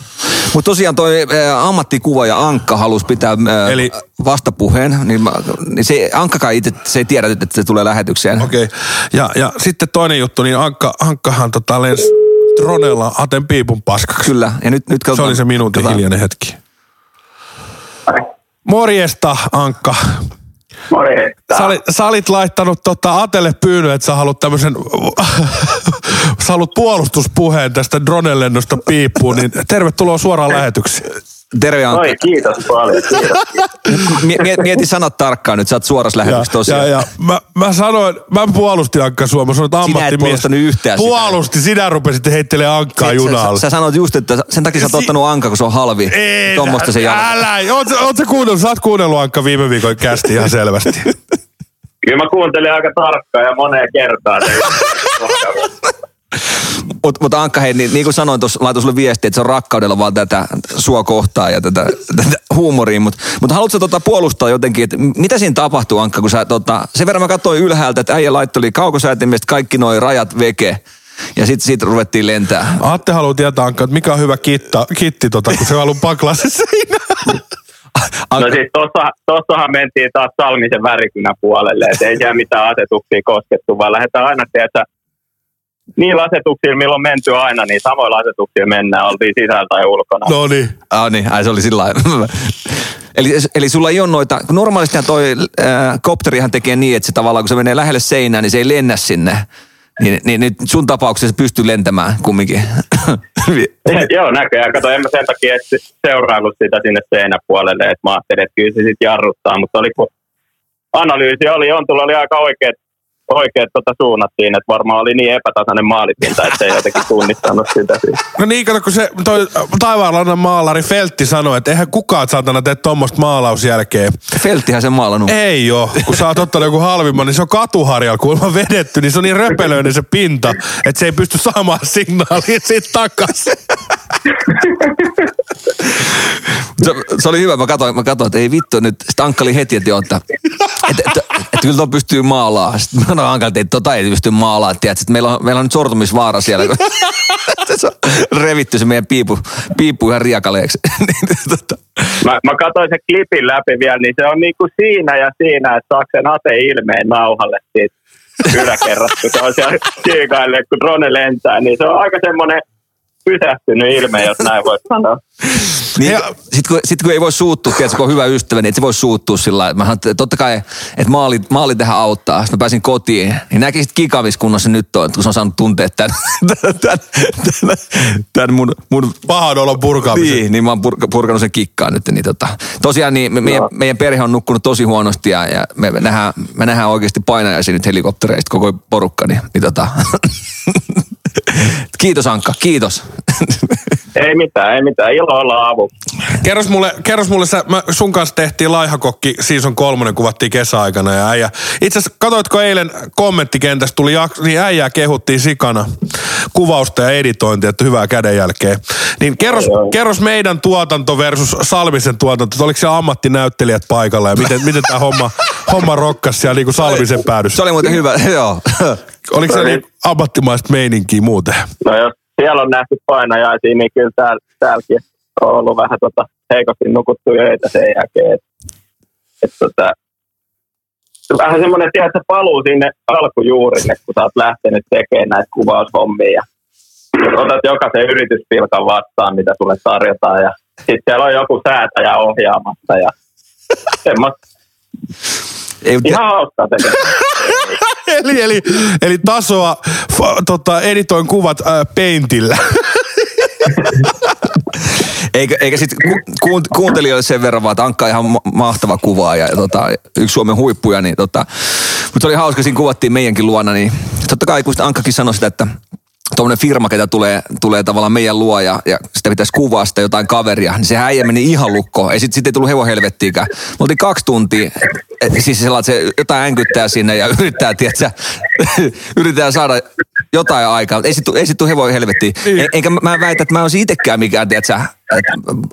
[SPEAKER 3] Mutta tosiaan toi ää, ammattikuva ja Ankka halusi pitää ää, Eli...
[SPEAKER 2] Eli-
[SPEAKER 3] vastapuheen, niin, mä, niin se, Ankkakaan itse, se ei tiedä nyt, että se tulee lähetykseen.
[SPEAKER 2] Okei. Okay. Ja, ja sitten toinen juttu, niin Ankka, Ankkahan tota lens Tronella Aten piipun paskaksi.
[SPEAKER 3] Kyllä, ja nyt, nyt
[SPEAKER 2] Se
[SPEAKER 3] katsotaan- Tota,
[SPEAKER 2] oli se minuutin
[SPEAKER 3] katsotaan.
[SPEAKER 2] hiljainen hetki. Morjesta, Ankka.
[SPEAKER 5] Morjesta.
[SPEAKER 2] Sä olit, sä olit laittanut tota Atelle pyynnön, että sä haluat tämmösen, (laughs) sä haluat puolustuspuheen tästä dronelennosta piippuun, niin tervetuloa suoraan lähetykseen.
[SPEAKER 3] Terve Ankka.
[SPEAKER 8] Oi, kiitos paljon. Kiitos.
[SPEAKER 3] (laughs) Mie- mie- mieti sanat tarkkaan nyt, sä oot suorassa lähetyksessä tosiaan.
[SPEAKER 2] ja, ja, mä, mä sanoin, mä puolustin Ankka sua, mä sanoin, että
[SPEAKER 3] Sinä et
[SPEAKER 2] ammattimies.
[SPEAKER 3] puolustanut yhtään sitä.
[SPEAKER 2] Puolusti, sitä. sinä rupesit heittelemään Ankkaa
[SPEAKER 3] Sä-
[SPEAKER 2] junalle.
[SPEAKER 3] Sä, sä, sanoit just, että sen takia sä oot
[SPEAKER 2] Si-
[SPEAKER 3] ottanut Anka, kun se on halvi.
[SPEAKER 2] Ei,
[SPEAKER 3] Tuommoista se jalka.
[SPEAKER 2] Älä, oot, sä- oot sä kuunnellut, sä oot kuunnellut Ankka viime viikon kästi ihan selvästi.
[SPEAKER 8] Kyllä mä kuuntelin aika tarkkaan ja moneen kertaan.
[SPEAKER 3] Mutta mut Ankka, hei, niin, niin kuin sanoin, tuossa laitoin sulle viestiä, että se on rakkaudella vaan tätä sua kohtaa ja tätä, (laughs) tätä huumoria. Mutta mut haluatko sä tota puolustaa jotenkin, että m- mitä siinä tapahtuu Ankka, kun sä tota, sen verran mä katsoin ylhäältä, että äijä laitteli kaukosäätimestä kaikki noi rajat veke. Ja sitten siitä ruvettiin lentää.
[SPEAKER 2] Atte haluaa tietää Ankka, että mikä on hyvä kitta, kitti, tota, kun se on ollut paklaa se seinä.
[SPEAKER 8] No siis tossahan, tossahan mentiin taas Salmisen värikynä puolelle, että ei siellä mitään asetuksia koskettu, vaan lähdetään aina tietää niillä asetuksilla, milloin on menty aina, niin samoilla asetuksilla mennään, oltiin sisällä tai ulkona.
[SPEAKER 2] No niin.
[SPEAKER 3] Ah niin, ai, se oli sillä lailla. (laughs) Eli, eli sulla ei ole noita, kun normaalistihan toi äh, kopterihan tekee niin, että se tavallaan kun se menee lähelle seinää, niin se ei lennä sinne. Niin, niin nyt sun tapauksessa se pystyy lentämään kumminkin. (laughs)
[SPEAKER 8] (laughs) Joo, näköjään. Kato, en mä sen takia edes seuraillut sitä sinne seinäpuolelle, että mä ajattelin, että kyllä se sitten jarruttaa, mutta oli kun analyysi oli, Jontulla oli aika oikeat, oikeat tota suunnat siinä, että varmaan oli niin epätasainen maalipinta, että se ei jotenkin tunnistanut sitä. siinä.
[SPEAKER 2] No niin, kato, kun se toi taivaanlannan maalari Feltti sanoi, että eihän kukaan saatana tee tuommoista maalausjälkeä.
[SPEAKER 3] Felttihän sen maalannut.
[SPEAKER 2] Ei joo, kun sä oot ottanut joku halvimman, niin se on katuharjalla kuulemma vedetty, niin se on niin röpelöinen se pinta, että se ei pysty saamaan signaalia siitä takaisin.
[SPEAKER 3] Se, se, oli hyvä, mä katsoin, mä katsoin, että ei vittu nyt, sitten Ankka oli heti, että joo, että, että, että, että kyllä tuo pystyy maalaa. Sitten mä sanoin Ankalle, että ei, tota ei pysty maalaa, tiedätkö, että meillä on, meillä on nyt sortumisvaara siellä, kun (laughs) se on revitty se meidän piipu, piipu ihan riakaleeksi. (laughs) Niin, tota,
[SPEAKER 8] Mä, mä katsoin sen klipin läpi vielä, niin se on niinku siinä ja siinä, että saako sen ate ilmeen nauhalle siitä yläkerrasta, kun se on siellä kiikaille, kun drone lentää, niin se on aika semmoinen pysähtynyt ilme, jos näin voi sanoa.
[SPEAKER 3] Niin,
[SPEAKER 2] Ja-
[SPEAKER 3] sitten kun, sit kun ei voi suuttua, tiedätkö, kun on hyvä ystävä, niin et se voi suuttua sillä lailla. Mä sanoin, että totta kai, että maali, maali tähän auttaa. Sitten mä pääsin kotiin, niin näkisit kikaviskunnassa nyt on, että kun se on saanut tuntea tämän, tämän, tämän, tämän, tämän mun, mun
[SPEAKER 2] Pahan olon purkaamisen.
[SPEAKER 3] niin, niin mä oon purka, purkanut sen kikkaan nyt. Niin tota. Tosiaan niin, me, meidän, meidän perhe on nukkunut tosi huonosti ja, ja me, me, nähdään, me nähdään oikeasti painajaisia nyt helikoptereista koko porukka. Niin, niin tota. (laughs) kiitos Ankka, kiitos. (laughs)
[SPEAKER 8] Ei mitään, ei mitään. Ilo olla avuksi.
[SPEAKER 2] Kerros mulle, kerros mulle sä, mä, sun kanssa tehtiin Laihakokki season kolmonen, kuvattiin kesäaikana ja äijä. Itse asiassa, katoitko eilen kommenttikentästä tuli jakso, niin äijää kehuttiin sikana kuvausta ja editointia, että hyvää kädenjälkeä. Niin kerros, kerros meidän tuotanto versus Salmisen tuotanto, että oliko siellä ammattinäyttelijät paikalla ja miten, miten tämä homma, homma rokkas siellä niin kuin Salmisen
[SPEAKER 3] Se
[SPEAKER 2] päädyssä?
[SPEAKER 3] oli muuten hyvä, (laughs) joo.
[SPEAKER 2] Oliko se niin ammattimaista meininkiä muuten?
[SPEAKER 8] No jos siellä on nähty painajaisia, niin kyllä täällä, täälläkin on ollut vähän tota heikosti nukuttuja öitä sen jälkeen. Et, et tota, vähän semmoinen, tiedätkö, paluu sinne alkujuurille, kun sä oot lähtenyt tekemään näitä kuvaushommia. Ja otat jokaisen yrityspilkan vastaan, mitä sulle tarjotaan. Ja sitten siellä on joku säätäjä ohjaamassa ja semmoista.
[SPEAKER 3] Ei,
[SPEAKER 8] Ihan hauskaa tekemään.
[SPEAKER 2] (laughs) Eli, eli, eli tasoa fa, tota, editoin kuvat ää, peintillä. (laughs)
[SPEAKER 3] Eikä, eikä sitten ku, kuun- kuuntelijoille sen verran vaan, että Ankka on ihan ma- mahtava kuvaaja ja tota, yksi Suomen huippuja. Niin tota, mutta se oli hauska, siinä kuvattiin meidänkin luona. Niin totta kai kun sit Ankkakin sanoi sitä, että tuommoinen firma, ketä tulee, tulee tavallaan meidän luo ja, ja sitä pitäisi kuvaa sitä jotain kaveria, niin se äijä meni ihan lukko. Ei sitten sit ei tullut hevohelvettiinkään. Me oltiin kaksi tuntia, (laughs) et, siis sellainen, että se jotain änkyttää sinne ja yrittää, tiedätkö, yrittää saada jotain aikaa. Ei sit, tuu- ei sit tuu hevoja helvettiin.
[SPEAKER 2] Niin.
[SPEAKER 3] E, enkä mä, mä väitä, että mä oon itsekään mikään, tiedätkö,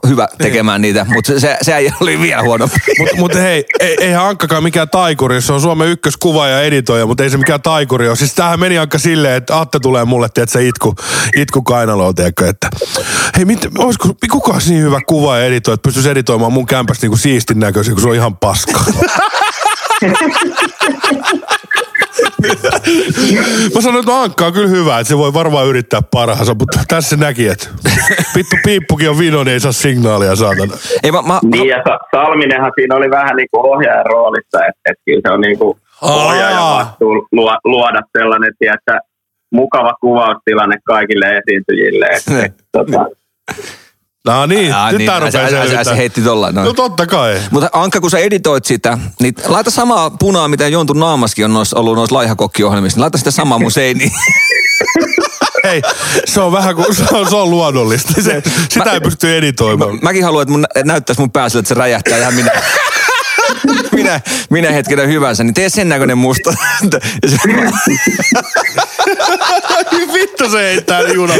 [SPEAKER 3] hyvä tekemään niitä, mutta se, se, se äijä oli vielä huonompi.
[SPEAKER 2] Mutta Niin. (laughs) mut hei, ei, eihän Ankkakaan mikään taikuri, se on Suomen ykköskuva ja editoija, mutta ei se mikään taikuri ole. Siis tämähän meni Ankka silleen, että Atte tulee mulle, tiedät se itku, itku kainaloon, tiedätkö, että hei, mit, olisiko, kuka olisi niin hyvä kuva ja editoija, että pystyisi editoimaan mun kämpästä niinku siistin näköisen, kun se on ihan
[SPEAKER 3] (laughs)
[SPEAKER 2] paska. Mä sanoin, että no Ankka on kyllä hyvä, että se voi varmaan yrittää parhaansa, mutta tässä näki, että vittu piippukin on vino, niin ei saa signaalia saatana.
[SPEAKER 3] Ei, mä, mä,
[SPEAKER 8] Niin ja Sa- Salminenhan siinä oli vähän niin kuin ohjaajan roolissa, että et kyllä se on niin kuin ohjaajan
[SPEAKER 2] Aa.
[SPEAKER 8] vastuu luo- luoda sellainen, että mukava kuvaustilanne kaikille esiintyjille. Et, et, tota,
[SPEAKER 2] No niin,
[SPEAKER 3] Aa,
[SPEAKER 2] nyt
[SPEAKER 3] niin,
[SPEAKER 2] tää
[SPEAKER 3] ai se-
[SPEAKER 2] rupeaa
[SPEAKER 3] ai se- ai se
[SPEAKER 2] selvittämään.
[SPEAKER 3] heitti tollain, no.
[SPEAKER 2] No totta kai.
[SPEAKER 3] Mutta Ankka, kun sä editoit sitä, niin laita samaa punaa, mitä Jontun naamaskin on noissa, ollut noissa laihakokkiohjelmissa. Niin laita sitä samaa mun
[SPEAKER 2] (laughs)
[SPEAKER 3] seiniin.
[SPEAKER 2] Ei, se on vähän kuin, se on, se on luonnollista. Se, sitä ei pysty editoimaan.
[SPEAKER 3] Mäkin haluan, että mun nä- näyttäisi mun päässä, että se räjähtää ihan
[SPEAKER 2] (laughs)
[SPEAKER 3] minä. minä, minä hetkenä hyvänsä, niin tee sen
[SPEAKER 2] (laughs)
[SPEAKER 3] näköinen musta. Ja se-
[SPEAKER 2] Ai Niin vittu se heittää junaa.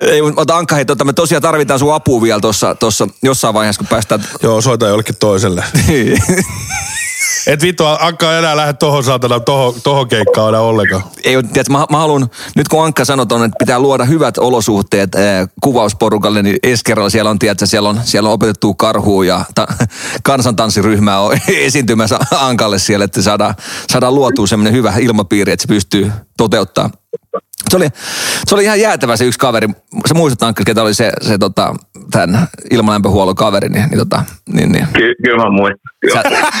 [SPEAKER 3] Ei, mutta Ankka, hei, tota, me tosiaan tarvitaan sun apua vielä tuossa, tuossa jossain vaiheessa, kun päästään...
[SPEAKER 2] Joo, soita jollekin toiselle. Et vittu, Ankka ei enää lähde tohon saatana, tohon, tohon keikkaan enää ollenkaan.
[SPEAKER 3] Ei, oo- tiedätkö, mä, mä haluan, nyt kun Ankka sanoi ton, että pitää luoda hyvät olosuhteet ää, kuvausporukalle, niin ensi kerralla siellä on, tiedätkö, siellä on, siellä on opetettua karhua ja ta, (laughs) kansantanssiryhmää on (laughs) esiintymässä Ankalle siellä, että saadaan, saadaan luotua semmoinen hyvä ilmapiiri, että se pystyy toteuttaa. Se oli, se oli ihan jäätävä se yksi kaveri. Se muistetaan, ketä oli se, se tota, tämän ilmalämpöhuollon kaveri, niin, niin, tota, niin, niin
[SPEAKER 8] ky- kyllä mä muistan. Kyllä.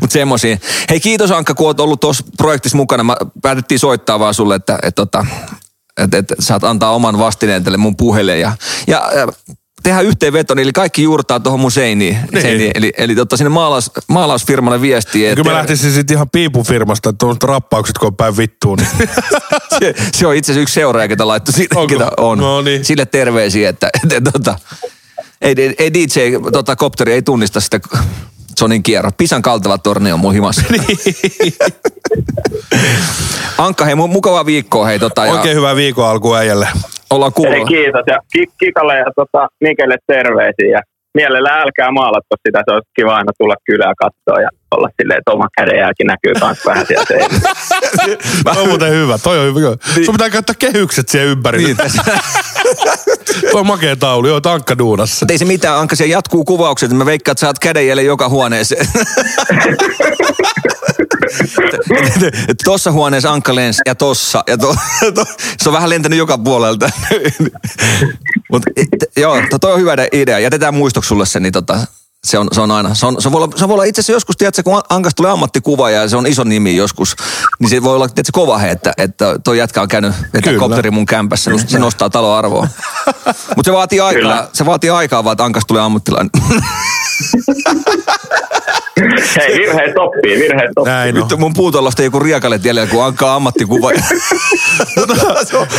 [SPEAKER 3] Mutta semmoisia. Hei kiitos Ankka, kun oot ollut tuossa projektissa mukana. Mä päätettiin soittaa vaan sulle, että et, tota, et, et, saat antaa oman vastineen tälle mun puhelle. Ja, ja ja tehdään yhteenveto, niin eli kaikki juurtaa tuohon mun seiniin. seiniin. Eli, eli tota sinne maalaus, maalausfirmalle viestiä.
[SPEAKER 2] Kyllä mä lähtisin sit ihan piipufirmasta, että tuommoiset rappaukset, kun on päin vittuun.
[SPEAKER 3] (laughs)
[SPEAKER 2] Niin.
[SPEAKER 3] se, se, on itse asiassa yksi seuraaja, ketä laittoi siitä,
[SPEAKER 2] Onko?
[SPEAKER 3] ketä on.
[SPEAKER 2] No niin.
[SPEAKER 3] Sille terveisiä, että, että, tota, ei, ei, ei DJ, tota, kopteri ei tunnista sitä Sonin kierro. Pisan kaltava torni on
[SPEAKER 2] (laughs)
[SPEAKER 3] mun himassa.
[SPEAKER 2] Niin.
[SPEAKER 3] Ankka, hei, mu- mukavaa viikkoa, hei, tota, ja
[SPEAKER 2] Oikein hyvää viikon alkua äijälle.
[SPEAKER 3] ollaan
[SPEAKER 8] Eli
[SPEAKER 3] kuulla.
[SPEAKER 8] kiitos ja Ki- Kikalle ja tota, Mikelle terveisiä. Ja mielellään älkää maalatko sitä, se olisi kiva aina tulla kylään katsoa ja olla silleen, että oma kädenjälki näkyy myös vähän sieltä. seinällä.
[SPEAKER 2] (laughs) Toi on muuten hyvä, toi on hyvä. Sun pitää käyttää kehykset siellä ympärillä.
[SPEAKER 3] Niin.
[SPEAKER 2] Tuo on makea taulu, joo, tankka duunassa.
[SPEAKER 3] (laughs) Mutta ei se mitään, Ankka, siellä jatkuu kuvaukset, niin mä veikkaan, että saat kädenjäljen joka huoneeseen. (laughs) Tossa huoneessa Ankka lensi ja tossa. Ja to, to, se on vähän lentänyt joka puolelta. (laughs) Mut, et, joo, to, toi on hyvä idea. Jätetään muistoksi sulle se, niin tota, se on, se on aina. Se, on, se, voi olla, se voi olla itse asiassa joskus, tiedätkö, kun Ankas tulee ammattikuvaaja ja se on iso nimi joskus, niin se voi olla, tiedätkö, kova he, että, että toi jätkä on käynyt vetää
[SPEAKER 2] Kyllä.
[SPEAKER 3] kopteri mun kämpässä, niin se nostaa
[SPEAKER 2] (laughs)
[SPEAKER 3] taloarvoa. Mutta se vaatii aikaa,
[SPEAKER 8] Kyllä.
[SPEAKER 3] se vaatii aikaa vaan, että Ankas tulee ammattilainen.
[SPEAKER 8] Hei, virheet oppii, virheet oppii.
[SPEAKER 3] (laughs)
[SPEAKER 2] Näin on.
[SPEAKER 3] Nyt mun puutalosta joku riekalet jäljellä, kun Anka on
[SPEAKER 2] (laughs)
[SPEAKER 3] ammattikuvaaja.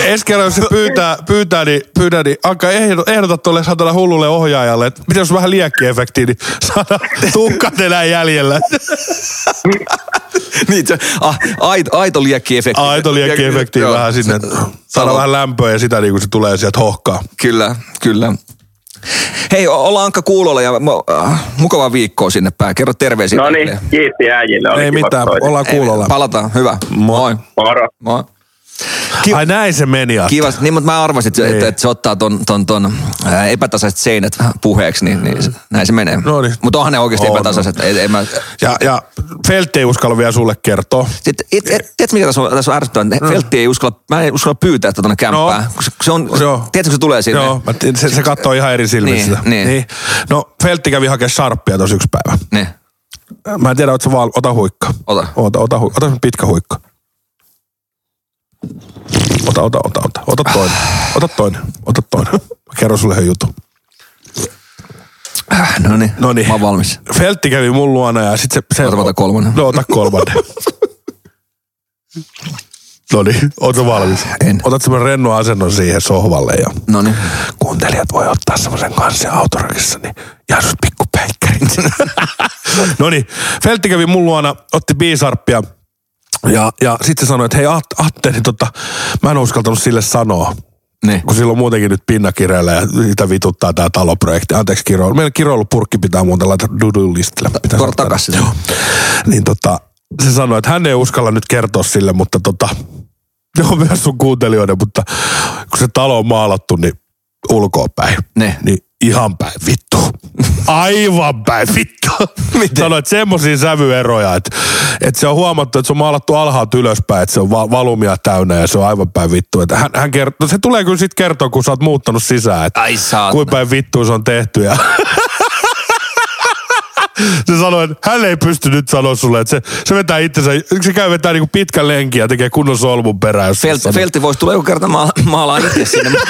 [SPEAKER 2] Ensi kerralla, jos se pyytää, pyytää, niin, pyytää, niin Anka ehdo- ehdota tuolle satana hullulle ohjaajalle, että miten jos vähän liekkiefektiä, niin saada (laughs) tukkat enää jäljellä.
[SPEAKER 3] (laughs) niin, se, ah, aito, aito liekkiefekti.
[SPEAKER 2] Aito liekkiefekti
[SPEAKER 3] Joo.
[SPEAKER 2] vähän sinne. Saada
[SPEAKER 3] Sano-
[SPEAKER 2] vähän lämpöä ja sitä niin kuin se tulee sieltä hohkaa.
[SPEAKER 3] Kyllä, kyllä. Hei, o- olla Ankka kuulolla ja mo- äh, mukavaa viikkoa sinne päin. Kerro terveisiä.
[SPEAKER 8] No niin,
[SPEAKER 3] kaikille.
[SPEAKER 8] kiitti äijille. oli
[SPEAKER 2] Ei
[SPEAKER 8] kiva
[SPEAKER 2] mitään,
[SPEAKER 8] soittaa.
[SPEAKER 2] ollaan kuulolla.
[SPEAKER 3] Palataan, hyvä. Moi.
[SPEAKER 8] Moro.
[SPEAKER 3] Moi.
[SPEAKER 2] Ai näin se meni. Atte.
[SPEAKER 3] Kiva, niin, mutta mä arvasin, että, että, että se ottaa ton, ton, ton ää, epätasaiset seinät puheeksi, niin, niin se- näin se menee.
[SPEAKER 2] No niin.
[SPEAKER 3] Mutta onhan ne oikeasti
[SPEAKER 2] On.
[SPEAKER 3] epätasaiset. Ei, ei mä,
[SPEAKER 2] Ja, ja Feltti ei uskalla vielä sulle kertoa.
[SPEAKER 3] Sit, et, et, tiedätkö mikä tässä on, tässä on ärsyttävää? No. Feltti ei uskalla, mä en uskalla pyytää sitä tuonne kämppään.
[SPEAKER 2] Mm. No.
[SPEAKER 3] No. Se, kun se on,
[SPEAKER 2] Joo.
[SPEAKER 3] tiedätkö kun se tulee sinne?
[SPEAKER 2] Joo, mä tiedän, se, se katsoo ihan eri silmissä.
[SPEAKER 3] Niin,
[SPEAKER 2] sitä.
[SPEAKER 3] niin.
[SPEAKER 2] No, Feltti kävi hakemaan sarppia tuossa yksi päivä.
[SPEAKER 3] Niin.
[SPEAKER 2] Mä en tiedä, oot sä vaan, ota huikka.
[SPEAKER 3] Ota.
[SPEAKER 2] Ota, ota, hu- ota se pitkä huikka. Ota, ota, ota, ota. Ota toinen. Ota toinen. Ota toinen. Mä kerron sulle yhden jutun.
[SPEAKER 3] No niin,
[SPEAKER 2] No niin.
[SPEAKER 3] mä oon valmis.
[SPEAKER 2] Feltti kävi mun luona ja sit se... se
[SPEAKER 3] Ota, mä otan kolmannen.
[SPEAKER 2] No, ota kolmannen. no niin, oot sä valmis?
[SPEAKER 3] En.
[SPEAKER 2] Otat semmonen rennon asennon siihen sohvalle ja
[SPEAKER 3] No niin.
[SPEAKER 2] kuuntelijat voi ottaa semmoisen kanssa autorakissa, niin jää sus pikku päikkärit. no niin, Feltti kävi mun luona, otti biisarppia, Ja, ja sitten sanoi, että hei At- Atte, niin tota, mä en uskaltanut sille sanoa.
[SPEAKER 3] Niin.
[SPEAKER 2] Kun sillä on muutenkin nyt pinnakireillä ja sitä vituttaa tää taloprojekti. Anteeksi kiroilu. Meillä kiroilupurkki pitää muuten laittaa dudu-listille. Pitää
[SPEAKER 3] Tuoda
[SPEAKER 2] saada-
[SPEAKER 3] takaisin.
[SPEAKER 2] Joo. Niin tota, se sanoi, että hän ei uskalla nyt kertoa sille, mutta tota, (laughs) ne on myös sun kuuntelijoiden, mutta kun se talo on maalattu, niin ulkoa päin.
[SPEAKER 3] Ne.
[SPEAKER 2] Niin ihan päin vittu. Aivan päin vittu. Miten? Sanoit semmoisia sävyeroja, että, että se on huomattu, että se on maalattu alhaalta ylöspäin, että se on va- valumia täynnä ja se on aivan päin vittu. Että hän, hän kertoo, se tulee kyllä sitten kertoa, kun sä oot muuttanut sisään, että
[SPEAKER 3] Ai saatana.
[SPEAKER 2] kuinka päin vittu se on tehty ja (laughs) se sanoi, että hän ei pysty nyt sanoa sulle, että se, se vetää itsensä, se käy vetää niinku pitkän lenkin ja tekee kunnon solmun perään. jos se
[SPEAKER 3] Felt,
[SPEAKER 2] sanoo.
[SPEAKER 3] Feltti voisi tulla joku kerta maala- maalaa itse sinne. (laughs)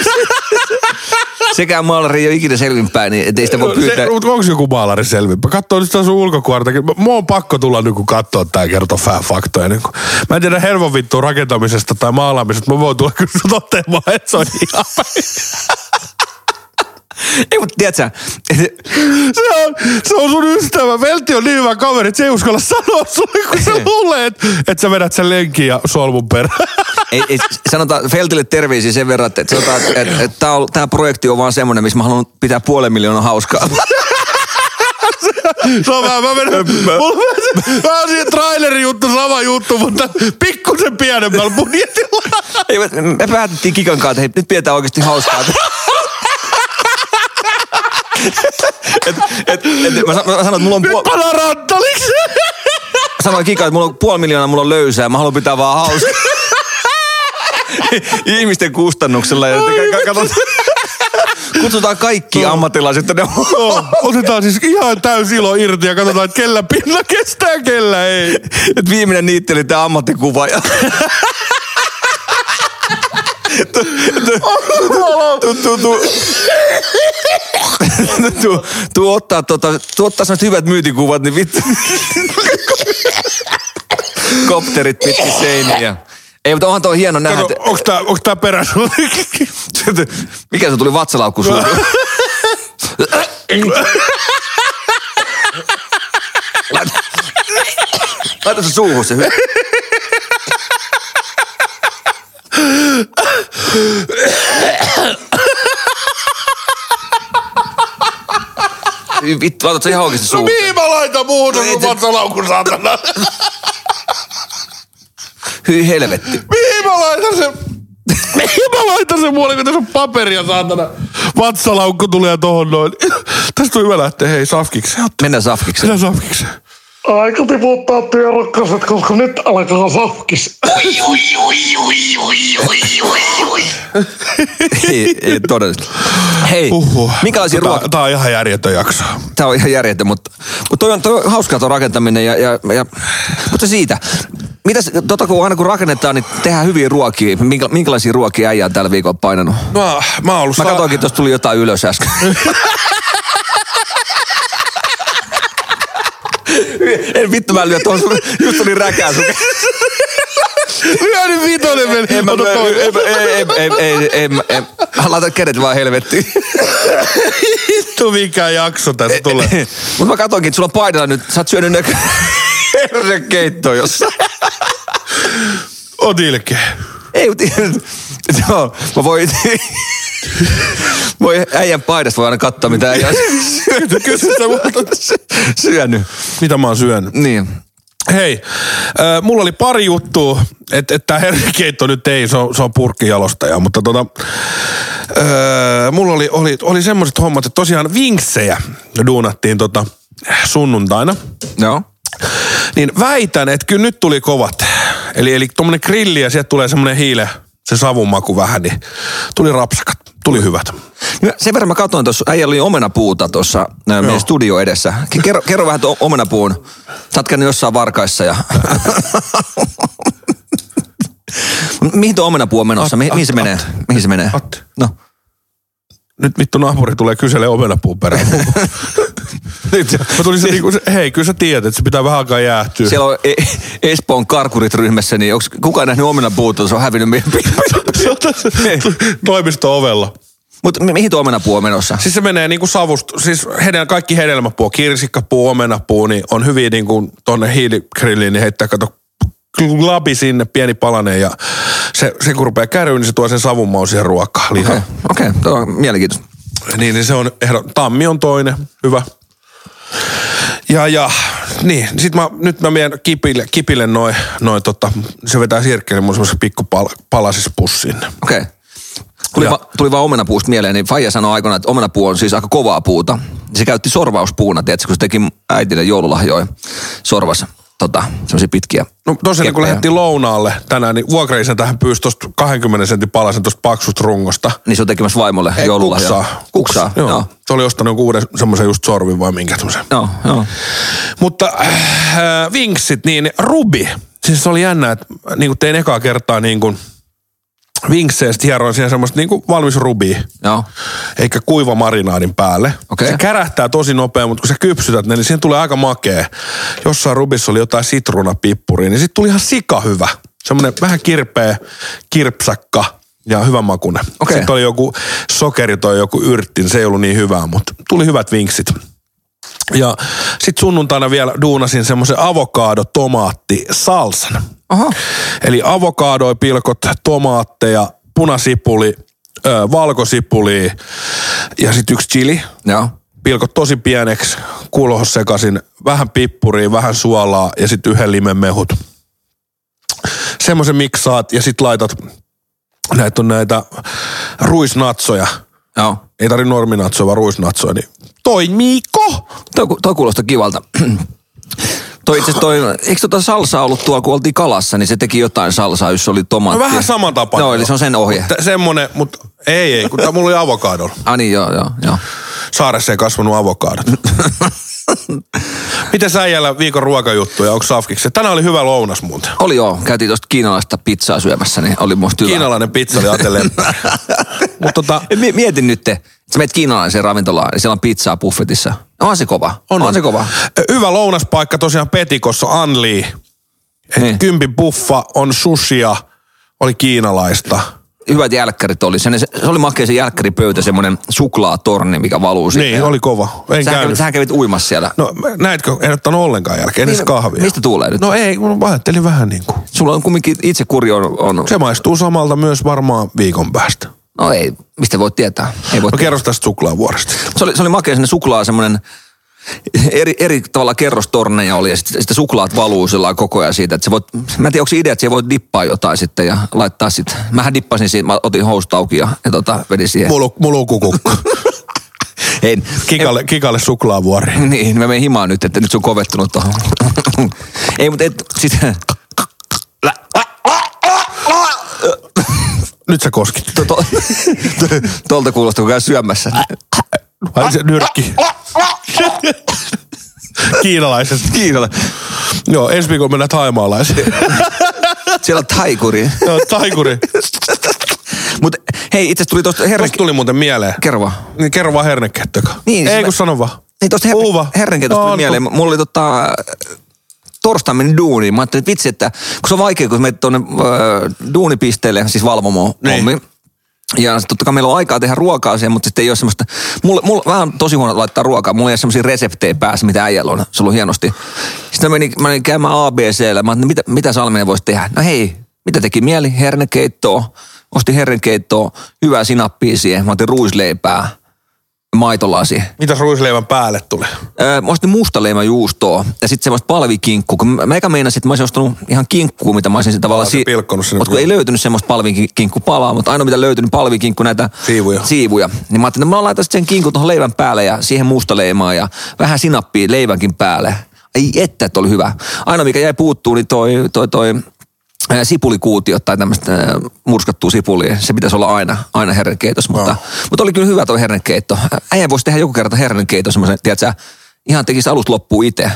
[SPEAKER 3] Sekään maalari ei ole ikinä selvinpäin, niin ettei sitä voi pyytää.
[SPEAKER 2] Se, mut onko joku maalari selvimpä? Katso nyt sitä sun ulkokuortakin. Mä- Mua on pakko tulla nyt kun katsoo tää kertoo vähän faktoja. Niin kun, mä en tiedä hervon vittua rakentamisesta tai maalaamisesta. Mä voin tulla kyllä sun toteamaan, että se on ihan
[SPEAKER 3] Ei, mutta tiedätkö, et-
[SPEAKER 2] se on, se on sun ystävä. Velti on niin hyvä kaveri, että se ei uskalla sanoa (laughs) sulle, kun se luulee, että, että sä vedät sen lenkin ja solmun perään. (laughs)
[SPEAKER 3] ei, ei, sanotaan Feltille terveisiä sen verran, että, sanotaan, että, että, että tämä, on, tämä projekti on vaan semmoinen, missä mä haluan pitää puolen miljoonaa hauskaa.
[SPEAKER 2] (laughs) Se on vähän, mä menen, mulla on se- vähän siihen trailerin juttu, sama juttu, mutta pikkusen pienemmällä budjetilla.
[SPEAKER 3] Ei, me, me päätettiin Kikan kanssa, että hei, nyt pidetään oikeasti hauskaa. Et, et, et, mä, sa- mä sanoin, että mulla on puol...
[SPEAKER 2] Pana ranttaliksi.
[SPEAKER 3] sanoin Kika, että mulla on puoli miljoonaa, mulla on löysää, mä haluan pitää vaan hauskaa. (laughs) Ihmisten kustannuksella. Ja ka- ka- katsot- (laughs) Kutsutaan kaikki ammattilaiset tänne.
[SPEAKER 2] Joo, otetaan siis ihan täys ilo irti ja katsotaan, että kellä pinna kestää, kellä ei.
[SPEAKER 3] Et viimeinen niitteli tää ammattikuva. Ja... Tuu, tuu, tuu. Tuu, tuu ottaa, tota, tuu ottaa sellaiset hyvät myytikuvat,
[SPEAKER 2] (laughs)
[SPEAKER 3] niin vittu. Kopterit pitkin seiniä. Ei, mutta onhan toi hieno nähdä.
[SPEAKER 2] Kato,
[SPEAKER 3] että-
[SPEAKER 2] onks tää, onks tää perä sulla?
[SPEAKER 3] Mikä se tuli
[SPEAKER 2] (laughs)
[SPEAKER 3] vatsalaukku sulle? Laita- Laita se suuhun se hyvä. Ei Vittu, laitat se ihan oikeesti
[SPEAKER 2] No
[SPEAKER 3] suuhun.
[SPEAKER 2] mihin mä laitan muuhun no, sun vatsalaukun satana?
[SPEAKER 3] Hyi helvetti.
[SPEAKER 2] Mihin mä laitan sen? Mihin mä laitan sen muualle, kun tässä on paperia saatana? Vatsalaukku tulee tohon noin. (laughs) Tästä on hyvä lähteä, hei safkikseen. Ottaa.
[SPEAKER 3] Mennään safkikseen.
[SPEAKER 2] Mennään safkikseen.
[SPEAKER 4] Aika tiputtaa työrakkaset, koska nyt alkaa safkis.
[SPEAKER 3] ei, ei todellista. Hei,
[SPEAKER 2] Uhuh.
[SPEAKER 3] minkälaisia
[SPEAKER 2] Tää-
[SPEAKER 3] ruokia?
[SPEAKER 2] Tää on ihan järjetön jakso.
[SPEAKER 3] Tämä on ihan järjetön, mutta, mutta toi on, toi on hauskaa tuo rakentaminen ja, ja, ja mutta siitä. Mitäs, tota, kun aina kun rakennetaan, niin tehdään hyviä ruokia. Minkä, minkälaisia ruokia äijä on tällä viikolla painanut?
[SPEAKER 2] Mä, mä oon ollut
[SPEAKER 3] Mä
[SPEAKER 2] sala-
[SPEAKER 3] katsoinkin, tuossa tuli jotain
[SPEAKER 2] (laughs)
[SPEAKER 3] ylös äsken. en vittu, mä lyön tuohon sun, just tuli räkää sun.
[SPEAKER 2] Lyö nyt vitonen vielä.
[SPEAKER 3] En mä
[SPEAKER 2] Ota
[SPEAKER 3] lyö,
[SPEAKER 2] toinen.
[SPEAKER 3] en, mä- ei, ei, ei, ei, ei, mä- en. Laita kädet vaan helvettiin.
[SPEAKER 2] Vittu mikä jakso tässä tulee.
[SPEAKER 3] Mut mä katsoinkin, että sulla on paidalla nyt, sä oot syönyt nö... Herran keittoa jossain.
[SPEAKER 2] On ilkeä.
[SPEAKER 3] Ei, (laughs) mutta joo, mä voin... Voi äijän paidasta voi aina katsoa, mitä äijä on
[SPEAKER 2] Kyllä sä voit-
[SPEAKER 3] syönyt.
[SPEAKER 2] Mitä mä oon syönyt?
[SPEAKER 3] Niin.
[SPEAKER 2] Hei, äh, mulla oli pari juttua, että et tää herrikeitto nyt ei, se on, se on purkkijalostaja, mutta tota, äh, mulla oli, oli, oli semmoiset hommat, että tosiaan vinksejä duunattiin tota sunnuntaina.
[SPEAKER 3] Joo.
[SPEAKER 2] Niin väitän, että kyllä nyt tuli kovat. Eli, eli tuommoinen grilli ja sieltä tulee semmoinen hiile, se savumaku vähän, niin tuli rapsakat, tuli hyvät.
[SPEAKER 3] No, sen verran mä katsoin tuossa, äijä oli omenapuuta tuossa ö, meidän studio edessä. Ke- Kerro, kerro vähän tuon omenapuun. Sä oot käynyt jossain varkaissa ja... (laughs) Mihin tuo omenapuu on menossa? Mihin, mihin se menee? Mihin se menee?
[SPEAKER 2] Atte.
[SPEAKER 3] No.
[SPEAKER 2] nyt vittu naapuri tulee kyselee omenapuun perään. (laughs) nyt. Mä tulin se, niinku, se, hei, kyllä sä tiedät, että se pitää vähän aikaa jäähtyä.
[SPEAKER 3] Siellä on e- Espoon karkurit ryhmässä, niin onko kukaan nähnyt omenapuuta? Se on hävinnyt meidän pi-
[SPEAKER 2] (laughs) Se on tässä toimisto ovella.
[SPEAKER 3] Mutta mi- mihin tuo omenapuu on menossa?
[SPEAKER 2] Siis se menee niinku savust, siis hedel, kaikki hedelmäpuu, kirsikkapuu, omenapuu, niin on hyviä niinku tonne hiiligrilliin, niin heittää kato labi sinne, pieni palanen ja se, se kun rupeaa käryyn, niin se tuo sen savunmaun siihen ruokaan.
[SPEAKER 3] Okei,
[SPEAKER 2] Okay.
[SPEAKER 3] okei, tuo on mielenkiintoista.
[SPEAKER 2] Niin, niin se on ehdo, tammi on toinen, hyvä. Ja, ja, niin. Sitten mä, nyt mä menen kipille, kipille noin, noi, tota, se vetää sirkkeli mun semmoisen pikku pal, pussin.
[SPEAKER 3] Okei. Tuli,
[SPEAKER 2] Ja-
[SPEAKER 3] va, tuli vaan omenapuusta mieleen, niin Faija sanoi aikoinaan, että omenapuu on siis aika kovaa puuta. Se käytti sorvauspuuna, tiedätkö, kun se teki äitille joululahjoja sorvas, tota, semmoisia pitkiä.
[SPEAKER 2] No tosiaan kun
[SPEAKER 3] keppejä.
[SPEAKER 2] lähdettiin lounaalle tänään, niin vuokraisen tähän pyysi tuosta 20 sentin palasen tuosta paksusta rungosta.
[SPEAKER 3] Niin se on tekemässä vaimolle
[SPEAKER 2] Ei,
[SPEAKER 3] joululahjoja.
[SPEAKER 2] Kuksaa.
[SPEAKER 3] Kuksaa,
[SPEAKER 2] Joo.
[SPEAKER 3] joo. joo.
[SPEAKER 2] Se oli ostanut jonkun uuden semmoisen just sorvin vai minkä semmoisen.
[SPEAKER 3] Joo, joo.
[SPEAKER 2] Mutta äh, vinksit, niin Rubi. Siis se oli jännä, että niin kuin tein ekaa kertaa niin kuin vinkseistä hieroin siihen semmoista niin kuin valmis rubia,
[SPEAKER 3] joo.
[SPEAKER 2] eikä kuiva marinaadin päälle.
[SPEAKER 3] Okei.
[SPEAKER 2] Se kärähtää tosi nopea, mutta kun sä kypsytät ne, niin siihen tulee aika makea. Jossain rubissa oli jotain sitruunapippuria, niin sitten tuli ihan sika hyvä. Semmoinen vähän kirpeä, kirpsakka ja hyvä makunen.
[SPEAKER 3] Okei.
[SPEAKER 2] Sitten oli joku sokeri tai joku yrtti, niin se ei ollut niin hyvää, mutta tuli hyvät vinksit. Ja sitten sunnuntaina vielä duunasin semmoisen avokaado tomaatti salsan.
[SPEAKER 3] Aha.
[SPEAKER 2] Eli avokadoi, pilkot, tomaatteja, punasipuli, ö, valkosipuli ja sitten yksi chili.
[SPEAKER 3] Joo.
[SPEAKER 2] Pilkot tosi pieneksi, kuulohos sekasin, vähän pippuria, vähän suolaa ja sitten yhden limen mehut. Semmoisen miksaat ja sitten laitat, näitä on näitä ruisnatsoja.
[SPEAKER 3] Joo.
[SPEAKER 2] Ei tarvi norminatsoja, vaan ruisnatsoja. Niin toimiiko?
[SPEAKER 3] Toi, ku- toi kuulostaa kivalta. (clears throat) Toi itse asiassa toi, eikö tota salsaa ollut tuolla, kun oltiin kalassa, niin se teki jotain salsaa, jos oli
[SPEAKER 2] No
[SPEAKER 3] tomaatti.
[SPEAKER 2] vähän saman tapaan.
[SPEAKER 3] Joo, eli se on sen ohje.
[SPEAKER 2] T- semmonen, mutta ei, ei, kun tää mulla oli avokadolla.
[SPEAKER 3] Ah niin, joo, joo, joo.
[SPEAKER 2] Saaressa ei kasvanut avokadot. Miten sä äijällä viikon ruokajuttuja, onko safkiksi? Tänään oli hyvä lounas muuten.
[SPEAKER 3] Oli joo, käytiin tuosta kiinalaista pizzaa syömässä, niin oli musta hyvä.
[SPEAKER 2] Kiinalainen pizza niin oli ateleen.
[SPEAKER 3] (laughs)
[SPEAKER 2] Mutta tota,
[SPEAKER 3] En mie- Mietin nyt, että sä menet kiinalaiseen ravintolaan, niin siellä on pizzaa buffetissa. No, On se kova. On, on se kova.
[SPEAKER 2] hyvä lounaspaikka tosiaan Petikossa, Anli.
[SPEAKER 3] Niin.
[SPEAKER 2] Kympi buffa on sushia, oli kiinalaista.
[SPEAKER 3] Hyvät jälkkärit oli. Se, se se oli makea se jälkkäripöytä, semmoinen suklaatorni, mikä valuu sinne.
[SPEAKER 2] Niin, oli kova. En
[SPEAKER 3] Sähän kävit,
[SPEAKER 2] käynyt.
[SPEAKER 3] sähän kävit uimassa siellä.
[SPEAKER 2] No näetkö, en ottanut ollenkaan jälkeen, edes
[SPEAKER 3] Niin,
[SPEAKER 2] kahvia.
[SPEAKER 3] mistä tuulee nyt?
[SPEAKER 2] No ei, kun mä ajattelin vähän niin kuin.
[SPEAKER 3] Sulla on kumminkin itse kuri on... on.
[SPEAKER 2] Se maistuu samalta myös varmaan viikon päästä.
[SPEAKER 3] No ei, mistä voi tietää.
[SPEAKER 2] No
[SPEAKER 3] Ei voi tietää.
[SPEAKER 2] kerro tästä suklaavuoresta.
[SPEAKER 3] se oli, se oli makea sinne suklaa semmoinen eri, eri tavalla kerrostorneja oli ja sitten sit suklaat valuu sillä lailla koko ajan siitä. Että sä voit, mä en tiedä, onko se idea, että sä voit dippaa jotain sitten ja laittaa sitten. Mähän dippasin siitä, mä otin housut auki ja, ja tota, vedin siihen.
[SPEAKER 2] Mulu,
[SPEAKER 3] (laughs)
[SPEAKER 2] mulukukukka.
[SPEAKER 3] en,
[SPEAKER 2] Kikalle, kikalle suklaavuori.
[SPEAKER 3] en, niin, mä menen himaan nyt, että nyt se on kovettunut tuohon. (laughs) Ei, mutta et, sit, (laughs)
[SPEAKER 2] Nyt sä koskit.
[SPEAKER 3] to, to, (laughs) tolta kuulostaa, kun käy syömässä.
[SPEAKER 2] Ai se nyrkki. Kiinalaisesta.
[SPEAKER 3] Kiinalla.
[SPEAKER 2] Joo, ensi viikolla mennään taimaalaiseen.
[SPEAKER 3] Siellä on taikuri.
[SPEAKER 2] Joo, taikuri.
[SPEAKER 3] Mutta hei, itse asiassa tuli tuosta herran...
[SPEAKER 2] Tuosta tuli muuten mieleen.
[SPEAKER 3] Kerro vaan.
[SPEAKER 2] Niin kerro vaan hernekettökä.
[SPEAKER 3] Niin,
[SPEAKER 2] Ei
[SPEAKER 3] siis
[SPEAKER 2] kun
[SPEAKER 3] mä-
[SPEAKER 2] sano vaan.
[SPEAKER 3] Niin tosta
[SPEAKER 2] Puhuva.
[SPEAKER 3] her- herrankeitosta
[SPEAKER 2] No,
[SPEAKER 3] tuli mieleen. Mulla oli tota, äh, torstain meni duuniin. Mä ajattelin, että vitsi, että kun se on vaikea, kun menet tuonne äh, duunipisteelle, siis valvomoon
[SPEAKER 2] Niin.
[SPEAKER 3] hommiin. Ja sit totta kai meillä on aikaa tehdä ruokaa siihen, mutta sitten ei ole semmoista... Mulla, mulla vähän on tosi huono laittaa ruokaa. Mulla ei ole semmoisia reseptejä päässä, mitä äijällä on. Se on hienosti. Sitten mä menin, mä menin käymään ABCllä. Mä ajattelin, mitä, mitä Salminen voisi tehdä? No hei, mitä teki mieli? Hernekeittoa. Ostin hernekeittoa, hyvää sinappia siihen. Mä otin ruisleipää, maitolasi.
[SPEAKER 2] Mitäs ruisleivän päälle tuli?
[SPEAKER 3] Öö, mä ostin mustaleimäjuustoa ja sitten semmoista palvikinkkua. Kun Mä, mä eikä meinasin, että mä olisin ostanut ihan kinkkua, mitä mä olisin sitten tavallaan...
[SPEAKER 2] olet pilkkonut sinne
[SPEAKER 3] Mut kun ei
[SPEAKER 2] kyllä.
[SPEAKER 3] löytynyt semmoista palvikinkkupalaa, mutta ainoa mitä löytynyt palvikinkku näitä
[SPEAKER 2] Siivuja.
[SPEAKER 3] siivuja. Niin mä ajattelin, että mä laitan sit sen kinkun tuohon leivän päälle ja siihen mustaleimaa ja vähän sinappia leivänkin päälle. Ei että, että oli hyvä. Ainoa mikä jäi puuttuu, niin toi, toi, toi ää, sipulikuutiot tai tämmöistä ää, murskattua sipulia. Se pitäisi olla aina, aina hernenkeitos, mutta, mutta oli kyllä hyvä toi hernekeitto. Äijä voisi tehdä joku kerta hernenkeiton semmoisen, tiedätkö, sä, ihan tekisi alusta loppuun itse.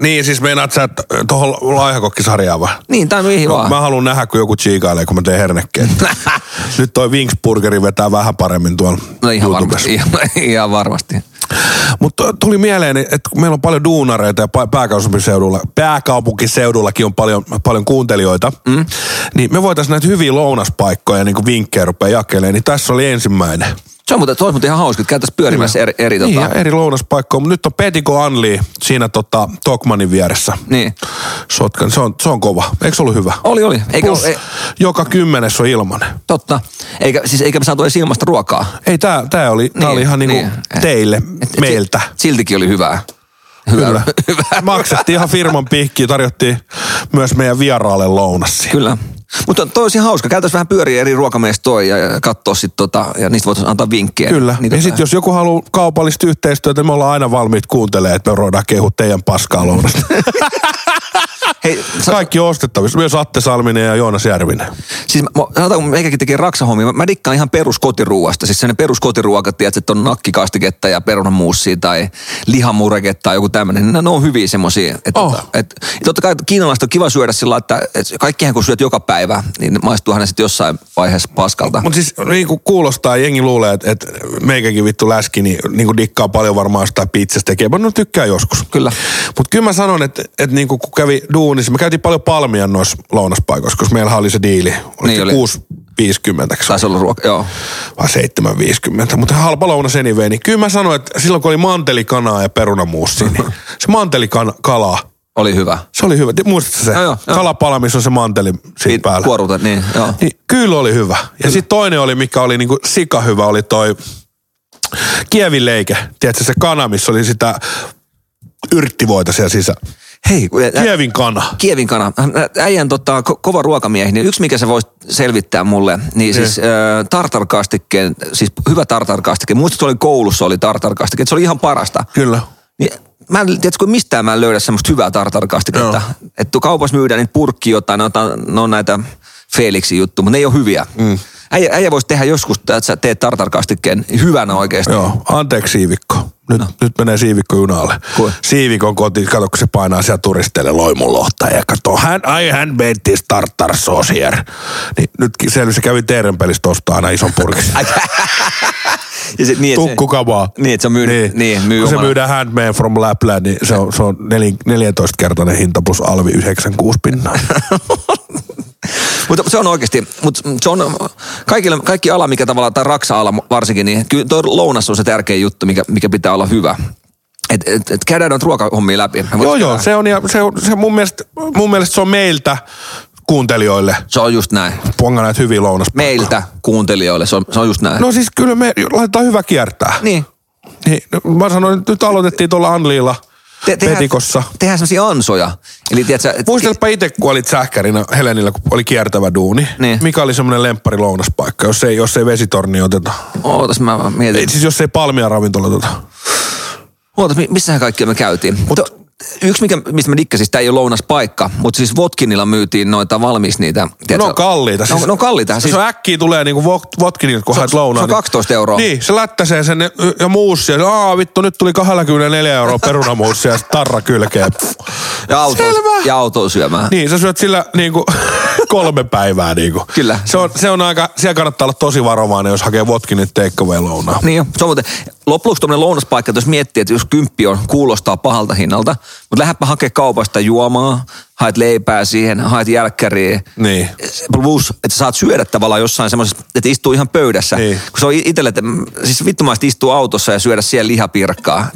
[SPEAKER 2] Niin, siis meinaat sä että, ö, tohon laihakokkisarjaan vai?
[SPEAKER 3] Niin, tai mihin vaan.
[SPEAKER 2] No, Mä haluan nähdä, kun joku chiikailee, kun mä teen
[SPEAKER 3] (laughs)
[SPEAKER 2] hernekeittoa. Nyt toi Wingsburgeri vetää vähän paremmin tuolla
[SPEAKER 3] No ihan
[SPEAKER 2] YouTubessa.
[SPEAKER 3] varmasti, ihan, (laughs) ihan varmasti.
[SPEAKER 2] Mutta äh, tuli mieleen, että kun meillä on paljon duunareita ja pä- pääkaupunkiseudulla, pääkaupunkiseudullakin on paljon, paljon kuuntelijoita, mm. niin me voitaisiin näitä hyviä lounaspaikkoja niin vinkkejä rupeaa jakelemaan, niin tässä oli ensimmäinen.
[SPEAKER 3] Se on muuten, se olisi muuten ihan hauska, että käytäisiin pyörimässä eri, eri
[SPEAKER 2] Niin,
[SPEAKER 3] tota,
[SPEAKER 2] ja eri lounaspaikkoja, mutta nyt on Petiko Anli siinä tota, Tokmanin vieressä.
[SPEAKER 3] niin.
[SPEAKER 2] Sotkan, se on, se on kova. Eikö se ollut hyvä?
[SPEAKER 3] Oli, oli. Eikä,
[SPEAKER 2] Plus,
[SPEAKER 3] ei,
[SPEAKER 2] joka kymmenes on ilmanen.
[SPEAKER 3] totta. Eikä, siis eikä me saatu edes ilmasta ruokaa.
[SPEAKER 2] Ei, tää, tää oli, tää
[SPEAKER 3] Niin,
[SPEAKER 2] oli ihan niinku
[SPEAKER 3] niin. Eh,
[SPEAKER 2] teille,
[SPEAKER 3] Et- et
[SPEAKER 2] meiltä.
[SPEAKER 3] si- Siltikin oli hyvää.
[SPEAKER 2] Kyllä.
[SPEAKER 3] hyvä.
[SPEAKER 2] Maksettiin ihan firman pihkiä, tarjottiin myös meidän vieraalle lounas. siihen.
[SPEAKER 3] Kyllä. Mutta toi olisi ihan hauska. Käytäisiin vähän pyöriä eri ruokameistoja ja katsoa sit tota, ja niistä voitaisiin antaa vinkkejä.
[SPEAKER 2] Kyllä.
[SPEAKER 3] Niitä
[SPEAKER 2] ja sitten jos joku haluaa kaupallista yhteistyötä, niin me ollaan aina valmiit kuuntelemaan, että me voidaan kehua teidän paskaa (laughs) lounasta.
[SPEAKER 3] Hei, sa-
[SPEAKER 2] Kaikki on ostettavissa, myös Atte Salminen ja Joonas Järvinen.
[SPEAKER 3] siis mä, sanotaan, kun meikäkin tekee raksahommia, mä, mä dikkaan ihan peruskotiruuasta. Siis sellainen peruskotiruoka, tiedät, että on nakkikastiketta ja perunamuussia tai lihamureketta tai joku tämmöinen. Ne, ne on hyviä semmoisia. Et,
[SPEAKER 2] Oh.
[SPEAKER 3] tota, et, ja totta kai kiinalaiset on kiva syödä sillä lailla, että et kaikkihan kun syöt joka päivä, niin maistuuhan ne sitten jossain vaiheessa paskalta.
[SPEAKER 2] Mutta siis niin kuin kuulostaa, jengi luulee, että, että meikäkin vittu läski, niin, niin kuin dikkaa paljon varmaan sitä pizzasta tekee. Mä no tykkään joskus.
[SPEAKER 3] Kyllä.
[SPEAKER 2] Mutta kyllä mä sanon, että, että niin kuin kun kävi duunissa, me käytiin paljon palmia noissa lounaspaikoissa, koska meillä oli se diili.
[SPEAKER 3] Niin oli.
[SPEAKER 2] Oli niin 6,50. ks?
[SPEAKER 3] Taisi olla ruoka, joo.
[SPEAKER 2] vai 7,50. Mutta halpa lounas anyway, niin kyllä mä sanoin, että silloin kun oli mantelikanaa ja perunamuussi, niin se mantelikala,
[SPEAKER 3] Oli hyvä.
[SPEAKER 2] se oli hyvä. Ti- Muistatko se?
[SPEAKER 3] Joo, joo, joo.
[SPEAKER 2] Kalapala, missä on se manteli siinä päällä.
[SPEAKER 3] Kuoruta, niin joo.
[SPEAKER 2] Niin, kyllä oli hyvä. Ja sitten toinen oli, mikä oli niinku sika hyvä, oli toi kievileike. Tiedätkö se kana, missä oli sitä yrttivoita siellä sisä.
[SPEAKER 3] Hei, kun-
[SPEAKER 2] Kievin kana.
[SPEAKER 3] Kievin kana. Äijän tota, ko- kova ruokamiehi, niin yksi mikä sä voisit selvittää mulle, niin siis äh, tartarkastikkeen, siis hyvä tartarkastike. Muistatko, oli koulussa oli tartarkastike, että se oli ihan parasta.
[SPEAKER 2] Kyllä.
[SPEAKER 3] Niin, mä en, tiedätkö, mistään mä en löydä semmoista hyvää tartarkastiketta. Että tu- kaupassa myydään niitä purkkia jotain, ne on, ta- ne on näitä Felixin juttuja, mutta ne ei ole hyviä. Mm. Äijä, äijä voisi tehdä joskus, että sä teet tartarkastikkeen hyvänä oikeasti.
[SPEAKER 2] Joo, anteeksi siivikko. Nyt, no. nyt menee siivikko junalle.
[SPEAKER 3] Kuin?
[SPEAKER 2] Siivikon koti, kato kun se painaa siellä turisteille loimulohta ja kato, hän, ai hän menti tartar sosier. Niin nytkin selvisi, kävi Teerenpelistä ostaa aina ison purkissa.
[SPEAKER 3] Ja se, niin, että se-
[SPEAKER 2] Tukkukavaa.
[SPEAKER 3] Niin, että se myy, niin, niin, myy
[SPEAKER 2] Kun se
[SPEAKER 3] omana-
[SPEAKER 2] myydään handmade from Lapland, niin se on, se on neli- 14-kertainen hinta plus alvi 96
[SPEAKER 3] (laughs)
[SPEAKER 2] pinnaa.
[SPEAKER 3] Mutta se on oikeasti, mutta se on kaikille, kaikki ala, mikä tavallaan, tai raksa-ala varsinkin, niin kyllä toi lounas on se tärkeä juttu, mikä, mikä pitää olla hyvä. Et, et, et käydään noita ruokahommia läpi. Me
[SPEAKER 2] joo,
[SPEAKER 3] voidaan-
[SPEAKER 2] joo, se on, ja se, on- se mun, mielestä, mun mielestä se on meiltä kuuntelijoille.
[SPEAKER 3] Se on just näin.
[SPEAKER 2] Ponga näitä hyviä lounas.
[SPEAKER 3] Meiltä kuuntelijoille, se on, se on just näin. No.
[SPEAKER 2] No siis kyllä me laitetaan hyvä kiertää.
[SPEAKER 3] Niin.
[SPEAKER 2] Niin, no, mä sanoin, että nyt aloitettiin tuolla Anliilla
[SPEAKER 3] Te, tehdään,
[SPEAKER 2] Petikossa.
[SPEAKER 3] Tehdään semmoisia ansoja. Eli tiedätkö, et,
[SPEAKER 2] Muistelpa itse, kun olit sähkärinä Helenillä, kun oli kiertävä duuni.
[SPEAKER 3] Niin.
[SPEAKER 2] Mikä oli semmoinen lemppari lounaspaikka, jos ei, jos ei vesitorni oteta?
[SPEAKER 3] ootas mä vaan
[SPEAKER 2] Ei,
[SPEAKER 3] mietin.
[SPEAKER 2] siis jos ei palmia ravintola oteta.
[SPEAKER 3] Ootas, mi- missähän kaikkia me käytiin. Mut, yksi, mikä, mistä mä dikkasin, tämä ei ole lounaspaikka, mutta siis Votkinilla myytiin noita valmiis niitä.
[SPEAKER 2] Ne on kalliita.
[SPEAKER 3] Siis, no, no kalliita.
[SPEAKER 2] Siis...
[SPEAKER 3] Siis,
[SPEAKER 2] Se on äkkiä tulee niinku vot- votkinilta, kun
[SPEAKER 3] Se-
[SPEAKER 2] haet lounaan.
[SPEAKER 3] se on 12 euroa.
[SPEAKER 2] Niin, se lättäsee sen ja- ja muussi. Ja aa vittu, nyt tuli 24 euroa perunamuussi ja sit tarra kylkeen.
[SPEAKER 3] ja auto,
[SPEAKER 2] Selvä.
[SPEAKER 3] ja autoon syömään.
[SPEAKER 2] Niin, sä syöt sillä niinku (laughs) kolme päivää niinku.
[SPEAKER 3] Kyllä.
[SPEAKER 2] Se on, se on aika, siellä kannattaa olla tosi varovainen, jos hakee votkinit takeaway lounaa.
[SPEAKER 3] Niin jo. Se on muuten, loppujen lopuksi tuommoinen lounaspaikka, että jos miettii, että jos kymppi on, kuulostaa pahalta hinnalta, mutta lähdepä hakee kaupasta juomaa, haet leipää siihen, haet jälkkäriä.
[SPEAKER 2] Niin.
[SPEAKER 3] Plus, että sä saat syödä tavallaan jossain semmoisessa, että istuu ihan pöydässä.
[SPEAKER 2] Niin.
[SPEAKER 3] Kun se on itselle, että mm, siis vittumaisesti istuu autossa ja syödä siellä lihapiirakkaa.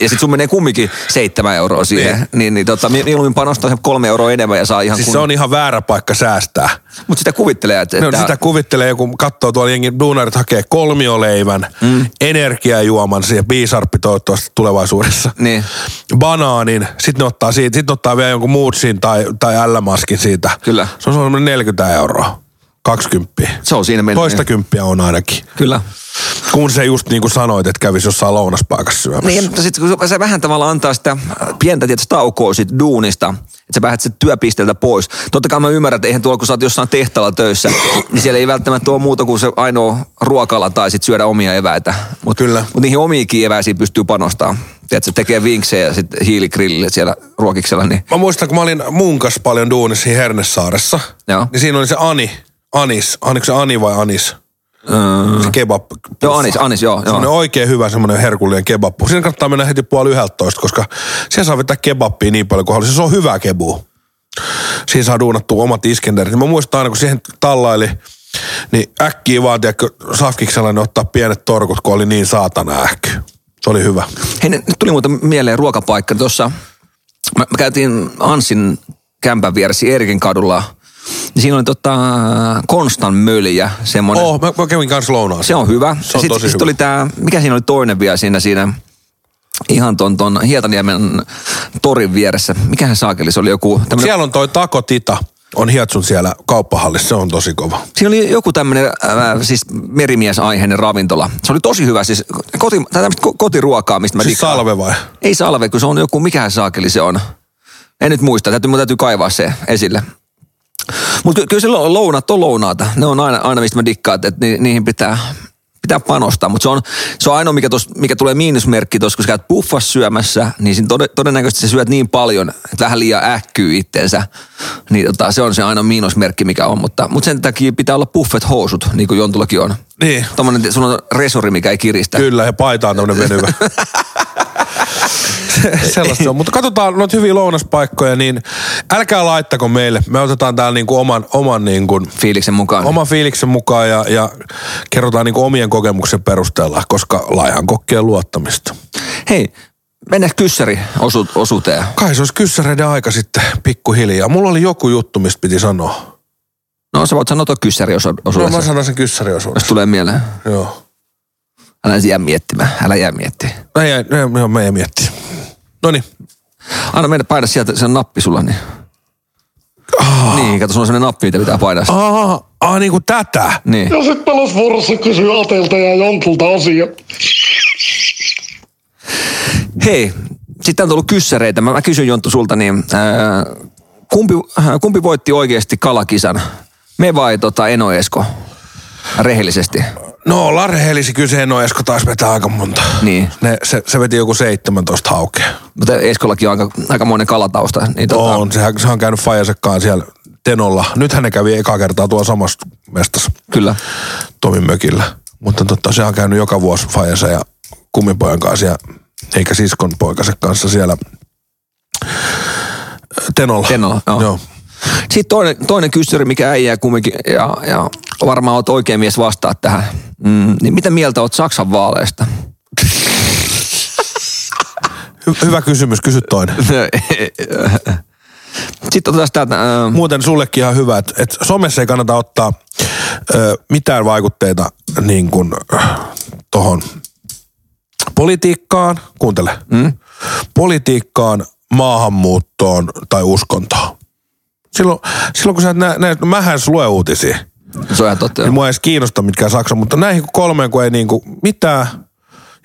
[SPEAKER 3] Ja sitten sun menee kumminkin seitsemän euroa siihen. Niin, niin, niin tota, mi- mieluummin panostaa sen kolme euroa enemmän ja saa ihan
[SPEAKER 2] Siis se on ihan väärä paikka säästää.
[SPEAKER 3] Mutta sitä kuvittelee, että...
[SPEAKER 2] No,
[SPEAKER 3] että-
[SPEAKER 2] sitä kuvittelee, kun katsoo tuolla jengi duunarit hakee kolmioleivän, mm. energiajuoman, siihen biisarppi toivottavasti tulevaisuudessa.
[SPEAKER 3] Niin.
[SPEAKER 2] Banaanin, sitten ne ottaa siitä, sit ne ottaa vielä jonkun muutsin tai, tai L-maskin siitä.
[SPEAKER 3] Kyllä.
[SPEAKER 2] Se on semmoinen 40 euroa. 20.
[SPEAKER 3] Se on siinä mennyt,
[SPEAKER 2] Toista
[SPEAKER 3] niin.
[SPEAKER 2] kymppiä on ainakin.
[SPEAKER 3] Kyllä.
[SPEAKER 2] Kun se just niin kuin sanoit, että kävisi jossain lounaspaikassa syömässä.
[SPEAKER 3] Niin, mutta sitten kun se vähän tavallaan antaa sitä pientä tietysti taukoa siitä duunista, että sä vähän sit työpisteeltä pois. Totta kai mä ymmärrän, että eihän tuolla kun sä oot jossain tehtaalla töissä, niin siellä ei välttämättä ole muuta kuin se ainoa ruokala tai sitten syödä omia eväitä. Mutta
[SPEAKER 2] Kyllä.
[SPEAKER 3] mut niihin omiinkin eväisiin pystyy panostamaan. Tiedätkö, tekee vinksejä ja sitten hiiligrillille siellä ruokiksella, niin
[SPEAKER 2] Mä muistan, kun mä olin munkas paljon duunissa siinä Hernesaaressa,
[SPEAKER 3] Joo.
[SPEAKER 2] niin siinä oli se Ani, Anis, Aniko se Ani vai Anis? Se kebab.
[SPEAKER 3] Öö. Joo, Anis, Anis, joo, joo.
[SPEAKER 2] Semmoinen oikein hyvä semmoinen herkullinen kebab. Siinä kannattaa mennä heti puoli yhdeltätoista, koska siellä saa vetää kebappia niin paljon kuin haluaa. Se on Niin hyvä kebu. Siinä saa duunattua omat iskenderit. Mä muistan aina, kun siihen tallaili Niin äkkiä vaan, tiedätkö, safkiksella ne ottaa pienet torkut, kun oli niin saatana ähky. Se oli hyvä.
[SPEAKER 3] Hei, nyt tuli muuten mieleen ruokapaikka. Tuossa mä, mä käytiin Ansin kämpän vieressä Erikin kadulla. Niin Siinä oli tota Konstan möljä, semmoinen.
[SPEAKER 2] Oh, mä, mä kävin kans lounaan.
[SPEAKER 3] Se on hyvä.
[SPEAKER 2] Se on
[SPEAKER 3] sit,
[SPEAKER 2] tosi
[SPEAKER 3] sit
[SPEAKER 2] hyvä.
[SPEAKER 3] oli tää, mikä siinä oli toinen vielä siinä, siinä ihan ton, ton Hietaniemen torin vieressä. Mikähän saakeli, se oli joku tämmönen,
[SPEAKER 2] Siellä on toi takotita. On hietsun siellä kauppahallissa, se on tosi kova. Siis
[SPEAKER 3] siinä oli joku tämmöinen äh, siis merimiesaiheinen ravintola. Se oli tosi hyvä, siis koti, tai tämmöistä ko- kotiruokaa, mistä mä
[SPEAKER 2] Siis
[SPEAKER 3] dikkaan.
[SPEAKER 2] salve vai?
[SPEAKER 3] Ei salve, kun se on joku, mikähän saakeli se on. En nyt muista, täytyy, mun täytyy kaivaa se esille. Mutta ky- kyllä se lou- lounat on lounaata. Ne on aina, aina mistä mä dikkaan, että ni- niihin pitää, pitää panostaa. Mutta se on, se on ainoa, mikä, tos, mikä tulee miinusmerkki tuossa, kun sä käyt buffas syömässä, niin siinä tode, todennäköisesti sä syöt niin paljon, että vähän liian ähkyy itteensä. Niin tota, se on se ainoa miinusmerkki, mikä on. Mutta, mutta sen takia pitää olla buffet housut, niin kuin Jontullakin on.
[SPEAKER 2] Niin.
[SPEAKER 3] Tuommoinen, sulla on resori, mikä ei kiristä.
[SPEAKER 2] Kyllä, ja paita on tämmönen venyvä. Se- (laughs) Sellaista se on. Mutta katsotaan noita hyviä lounaspaikkoja, niin älkää laittako meille. Me otetaan täällä niinku oman, oman niinku,
[SPEAKER 3] Fiiliksen mukaan.
[SPEAKER 2] oman fiiliksen mukaan ja, ja kerrotaan niinku omien kokemuksen perusteella, koska laihan kokkien luottamista.
[SPEAKER 3] Hei, mennään kyssäri osu- osuuteen.
[SPEAKER 2] Kai se olisi kyssäreiden aika sitten pikkuhiljaa. Mulla oli joku juttu, mistä piti sanoa.
[SPEAKER 3] No sä voit sanoa tuon kyssäri osu-
[SPEAKER 2] No
[SPEAKER 3] osuuden,
[SPEAKER 2] mä sanon sen kyssäriosuvassa. (laughs)
[SPEAKER 3] jos tulee mieleen.
[SPEAKER 2] Joo.
[SPEAKER 3] Älä jää miettimään, älä jää miettimään.
[SPEAKER 2] Mä jäin, mä, mä, mä jäin miettimään. Noniin.
[SPEAKER 3] Anna mennä paina sieltä, se on nappi sulla. Niin,
[SPEAKER 2] Ah.
[SPEAKER 3] niin kato, sulla on sellainen nappi, mitä pitää painaa.
[SPEAKER 2] Aa, aa, niinku tätä.
[SPEAKER 3] Niin.
[SPEAKER 4] Ja sitten pelasvuorossa kysyy Atelta ja Jontulta asia.
[SPEAKER 3] Hei, sitten on tullut kyssäreitä. Mä, mä kysyn Jonttu sulta, niin ää, kumpi, äh, kumpi voitti oikeasti kalakisan? Me vai tota, Eno Esko? Rehellisesti.
[SPEAKER 2] No, Lare Helisi kyseen no Esko taas vetää aika monta.
[SPEAKER 3] Niin.
[SPEAKER 2] Ne, se, se veti joku 17 haukea.
[SPEAKER 3] Mutta Eskollakin on aika, aika monen kalatausta. Niin, tota,
[SPEAKER 2] On, sehän, sehän on käynyt Fajasekkaan siellä Tenolla. Nythän ne kävi ekaa kertaa tuolla samassa mestassa
[SPEAKER 3] Kyllä.
[SPEAKER 2] Tomin mökillä. Mutta totta, se on käynyt joka vuosi Fajase ja kummipojan kanssa ja, eikä siskon poikansa kanssa siellä äh, Tenolla.
[SPEAKER 3] Tenolla, joo.
[SPEAKER 2] joo.
[SPEAKER 3] Sitten toinen, toinen kysymys, mikä äijää kumminkin, ja, ja varmaan oot oikein mies vastaa tähän. Mm, niin mitä mieltä oot Saksan vaaleista? (laughs)
[SPEAKER 2] Hy- hyvä kysymys, kysy toinen.
[SPEAKER 3] Sitten otetaan täältä, äh,
[SPEAKER 2] muuten sullekin ihan hyvä, että, että somessa ei kannata ottaa ö, mitään vaikutteita niin kuin, tohon politiikkaan, kuuntele, mm? politiikkaan, maahanmuuttoon tai uskontoon. Silloin, silloin kun sä et nä, nä, no mähän en lue uutisia,
[SPEAKER 3] se on ihan totta.
[SPEAKER 2] niin mua ei edes kiinnosta mitkään Saksa, mutta näihin kolmeen kun ei niinku mitään,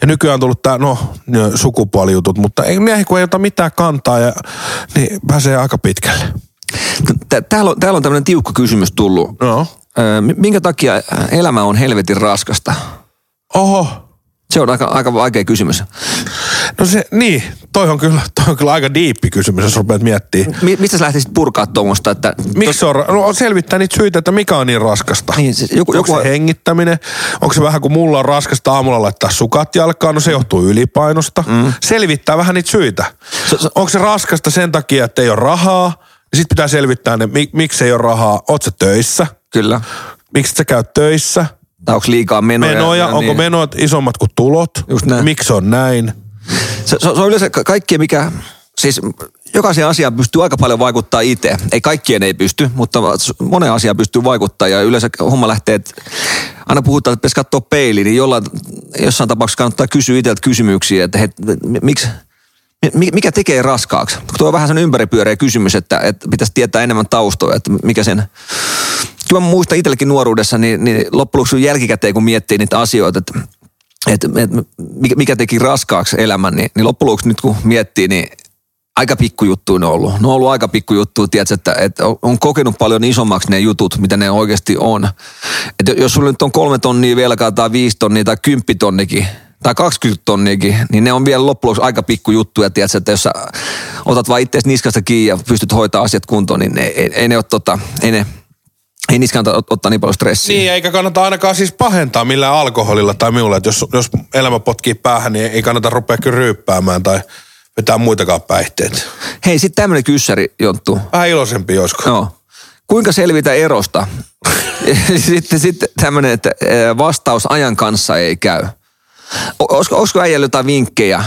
[SPEAKER 2] ja nykyään on tullut tää, no, ne sukupuolijutut, mutta ei, näihin kun ei ota mitään kantaa, ja, niin pääsee aika pitkälle.
[SPEAKER 3] Tää- Täällä on, täällä on tämmöinen tiukka kysymys tullut.
[SPEAKER 2] No.
[SPEAKER 3] Ö, mi- Minkä takia äh, elämä on helvetin raskasta?
[SPEAKER 2] Oho,
[SPEAKER 3] Se on aika, aika vaikea kysymys.
[SPEAKER 2] No se, niin, toi on kyllä, toi on kyllä aika diippi kysymys, jos rupeat miettimään.
[SPEAKER 3] Mi- mistä sä lähtisit purkaa tuommoista? Että
[SPEAKER 2] Miksi se on, ra- no, selvittää niitä syitä, että mikä on niin raskasta.
[SPEAKER 3] Niin, siis joku-
[SPEAKER 2] Onko
[SPEAKER 3] joku-
[SPEAKER 2] se hengittäminen? Onko se vähän kuin mulla on raskasta aamulla laittaa sukat jalkaan? No se johtuu ylipainosta. Mm. Selvittää vähän niitä syitä.
[SPEAKER 3] Se- se-
[SPEAKER 2] Onko se raskasta sen takia, että ei ole rahaa? Sitten pitää selvittää ne, mi, miksi ei ole rahaa. Oot sä töissä?
[SPEAKER 3] Kyllä.
[SPEAKER 2] Miksi sä käyt töissä?
[SPEAKER 3] Tai onko liikaa menoja?
[SPEAKER 2] Menoja,
[SPEAKER 3] Ja
[SPEAKER 2] onko
[SPEAKER 3] niin.
[SPEAKER 2] menot isommat kuin tulot?
[SPEAKER 3] Just näin.
[SPEAKER 2] Miksi on näin?
[SPEAKER 3] Se, se, se on yleensä ka- kaikki, mikä... Siis jokaisen asiaan pystyy aika paljon vaikuttaa itse. Ei kaikkien ei pysty, mutta s- moneen asiaan pystyy vaikuttaa. Ja yleensä homma lähtee, että aina puhutaan, että pitäisi katsoa peiliin. Niin jollain, jossain tapauksessa kannattaa kysyä itseltä kysymyksiä, että hei, mi- miksi... mi- Mikä tekee raskaaksi? Kun Tuo on vähän sen ympäripyöreä kysymys, että, että pitäisi tietää enemmän taustoja, että mikä sen... Kyllä mä muistan itselläkin nuoruudessa, niin, niin loppujen lopuksi jälkikäteen kun miettii niitä asioita, että että et, mikä, mikä teki raskaaksi elämän, niin, niin loppujen lopuksi nyt kun miettii, niin aika pikkujuttu ne on ollut. Ne on ollut aika pikkujuttu, tiedätkö, että, että on- on kokenut paljon isommaksi ne jutut, mitä ne oikeasti on. Että jos sulla nyt on kolme tonnia velkaa tai viisi tonnia tai kymppi tonnikin, tai 20 tonniakin, niin ne on vielä loppujen lopuksi aika pikkujuttuja, tiedätkö, että jos sä otat vaan itseäsi niskasta kiinni ja pystyt hoitaa asiat kuntoon, niin ne, ei, ei, ne ole tota, ei ne, ei niskään ota- ottaa niin paljon stressiä.
[SPEAKER 2] Niin, eikä kannata ainakaan siis pahentaa millään alkoholilla tai muulla. Että jos, jos elämä potkii päähän, niin ei kannata rupea kyllä ryyppäämään tai vetää muitakaan päihteitä.
[SPEAKER 3] Hei, sitten tämmöinen kyssäri, Jonttu.
[SPEAKER 2] Vähän iloisempi joskus.
[SPEAKER 3] Joo. Kuinka selvitä erosta? (laughs) sitten sitten tämmöinen, että eh, vastaus ajan kanssa ei käy. O- Olisiko, olisiko äijällä jotain vinkkejä?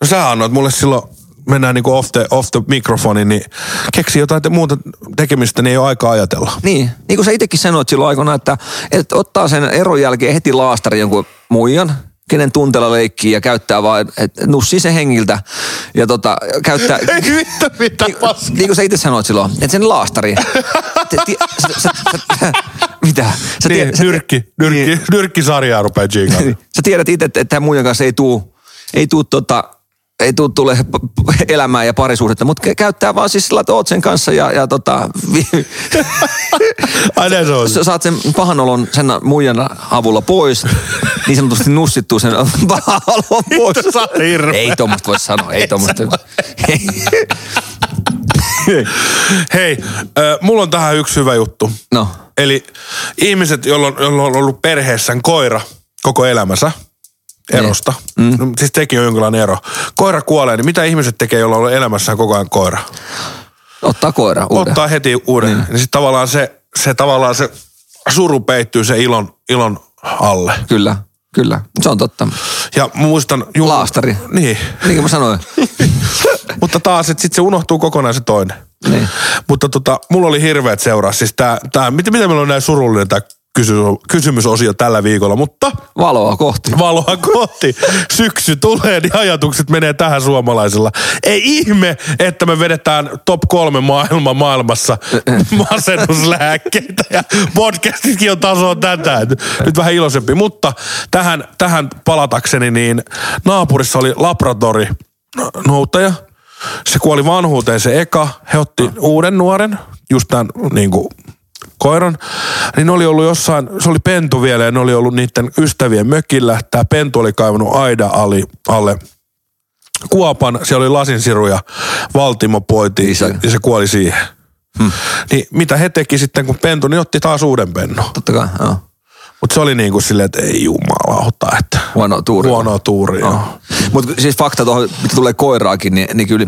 [SPEAKER 2] No sä annoit mulle silloin, mennään niinku off the, off the mikrofoni, niin keksi jotain te- muuta tekemistä, niin ei ole aikaa ajatella.
[SPEAKER 3] Niin, niin kuin sä itsekin sanoit silloin aikana, että, että ottaa sen eron jälkeen heti laastari jonkun muijan, kenen tunteella leikkii ja käyttää vaan, että nussii sen hengiltä ja tota, käyttää...
[SPEAKER 2] Ei vittu, (laughs) mitä
[SPEAKER 3] niin,
[SPEAKER 2] paskaa.
[SPEAKER 3] niin kuin sä itse sanoit silloin, että sen laastari.
[SPEAKER 2] (laughs)
[SPEAKER 3] Te- ti- sä- sä- sä- Mitä? Sä,
[SPEAKER 2] Niin,
[SPEAKER 3] tie- sä,
[SPEAKER 2] nyrkki, nyrkki, niin. nyrkkisarjaa rupeaa (laughs) jigaan.
[SPEAKER 3] sä tiedät itse, että tämän muijan kanssa ei tuu, ei tuu tota, ei tuu tule p- p- elämää ja parisuhdetta, mutta kä- käyttää vaan siis sillä, lailla, että oot sen kanssa ja, ja tota, (laughs) vi-
[SPEAKER 2] Ai näin se on.
[SPEAKER 3] sä saat sen pahan olon sen muijan avulla pois, niin sanotusti nussittuu sen pahan olon pois.
[SPEAKER 2] Vittu, sä oot hirveä.
[SPEAKER 3] Ei tuommoista voi sanoa, ei tuommoista.
[SPEAKER 2] Hei, äh, mulla on tähän yksi hyvä juttu.
[SPEAKER 3] (laughs) No,
[SPEAKER 2] Eli ihmiset, joilla on, joilla on ollut perheessään koira koko elämänsä, erosta. Mm. No, siis tekin on jonkinlainen ero. Koira kuolee, niin mitä ihmiset tekee, jolla on ollut elämässään koko ajan koira?
[SPEAKER 3] ottaa koira uuden.
[SPEAKER 2] Ottaa heti uuden. Niin, niin sitten tavallaan se, se, tavallaan se suru peittyy se ilon, ilon alle.
[SPEAKER 3] Kyllä, kyllä. Se on totta.
[SPEAKER 2] Ja muistan... Ju-
[SPEAKER 3] Laastari.
[SPEAKER 2] Niin.
[SPEAKER 3] Niin kuin mä sanoin.
[SPEAKER 2] Mutta taas, että sitten se unohtuu kokonaan se toinen.
[SPEAKER 3] Niin.
[SPEAKER 2] Mutta tota, mulla oli hirveät seuraa. Siis tää, tää, miten, miten meillä on näin surullinen tämä kysy- kysymysosio tällä viikolla, mutta
[SPEAKER 3] Valoa kohti.
[SPEAKER 2] valoa kohti. Syksy tulee, niin ajatukset menee tähän suomalaisilla. Ei ihme, että me vedetään top kolme maailma maailmassa masennuslääkkeitä ja podcastitkin on tasoa tätä. Et Nyt vähän iloisempi, mutta tähän, tähän palatakseni, niin naapurissa oli laboratori noutaja. Se kuoli vanhuuteen se eka. He otti uuden nuoren, just tämän niin kuin, koiran, niin ne oli ollut jossain, se oli pentu vielä ja ne oli ollut niiden ystävien mökillä. Tämä pentu oli kaivannut aida ali, alle kuopan, siellä oli lasinsiru ja Valtimo poiti
[SPEAKER 3] Isä.
[SPEAKER 2] ja se kuoli siihen. Hmm. Niin mitä he teki sitten, kun pentu, niin otti taas uuden pennon.
[SPEAKER 3] Totta kai, joo.
[SPEAKER 2] Mutta se oli niin kuin silleen, että ei jumalauta, että
[SPEAKER 3] Huono tuuri.
[SPEAKER 2] huono tuuri. No. Joo.
[SPEAKER 3] Mutta siis fakta tuohon, mitä tulee koiraakin, niin, niin kyllä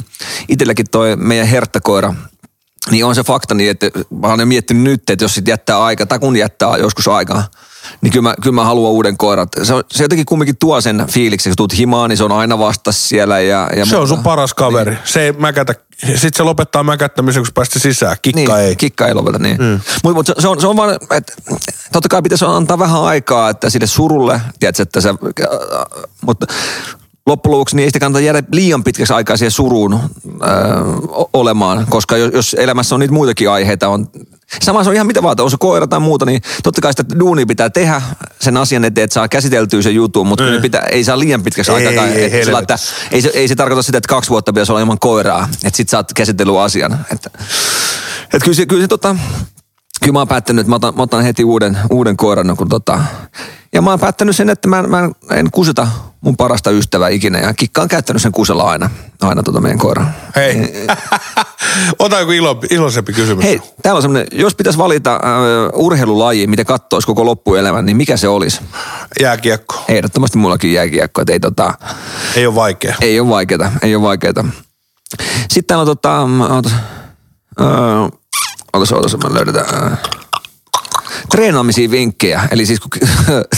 [SPEAKER 3] itselläkin toi meidän herttäkoira, niin on se fakta niin, että mä oon jo miettinyt nyt, että jos sit jättää aika, tai kun jättää joskus aikaa, niin kyllä mä, kyllä mä haluan uuden koiran. Se, on- se jotenkin kumminkin tuo sen fiiliksi, kun tuut himaan, niin se on aina vasta siellä. Ja, ja
[SPEAKER 2] Se on sun paras kaveri. Niin. Se ei mäkätä, sitten se lopettaa mäkättämisen, kun se pääsee sisään. Kikka
[SPEAKER 3] niin,
[SPEAKER 2] ei.
[SPEAKER 3] Kikka ei lopeta, niin. Mm. Mutta mut se, se, on, se on vaan, että totta kai pitäisi antaa vähän aikaa, että sille surulle, tiedätkö, että se, mutta loppujen lopuksi niin ei sitä kannata jäädä liian pitkäksi aikaa siihen suruun öö, o- olemaan, koska jos, jos elämässä on niitä muitakin aiheita, on Sama se on ihan mitä vaan, että on se koira tai muuta, niin totta kai sitä duunia pitää tehdä sen asian eteen, että saa käsiteltyä sen jutun, mutta mm. pitää, ei saa liian pitkäksi
[SPEAKER 2] Ei,
[SPEAKER 3] aikaa.
[SPEAKER 2] ei,
[SPEAKER 3] että, sillä,
[SPEAKER 2] helvetti.
[SPEAKER 3] että ei, se, ei se tarkoita sitä, että kaksi vuotta pitäisi olla ilman koiraa, että sit sä oot käsitellyt asian. Että, et kyllä se, kyllä se tota, kyllä mä oon päättänyt, että mä otan, mä otan heti uuden, uuden koiran. Kun tota, ja mä oon päättänyt sen, että mä, en- mä en- en kuseta mun parasta ystävää ikinä. Ja Kikka on käyttänyt sen kusella aina, aina tota meidän koiran.
[SPEAKER 2] Hei. Ota joku ilo, iloisempi kysymys.
[SPEAKER 3] Hei, täällä on semmoinen, jos pitäisi valita äh, urheilulaji, mitä kattoisi koko loppuelämän, niin mikä se olisi?
[SPEAKER 2] Jääkiekko.
[SPEAKER 3] Ehdottomasti mullakin jääkiekko, että ei tota,
[SPEAKER 2] Ei ole vaikea.
[SPEAKER 3] ei ole vaikeeta, ei ole vaikeeta. Sitten täällä on tota, mm, ootas, öö, ootas, ootas, mä löydetään. öö, Treenaamisia vinkkejä, eli siis kun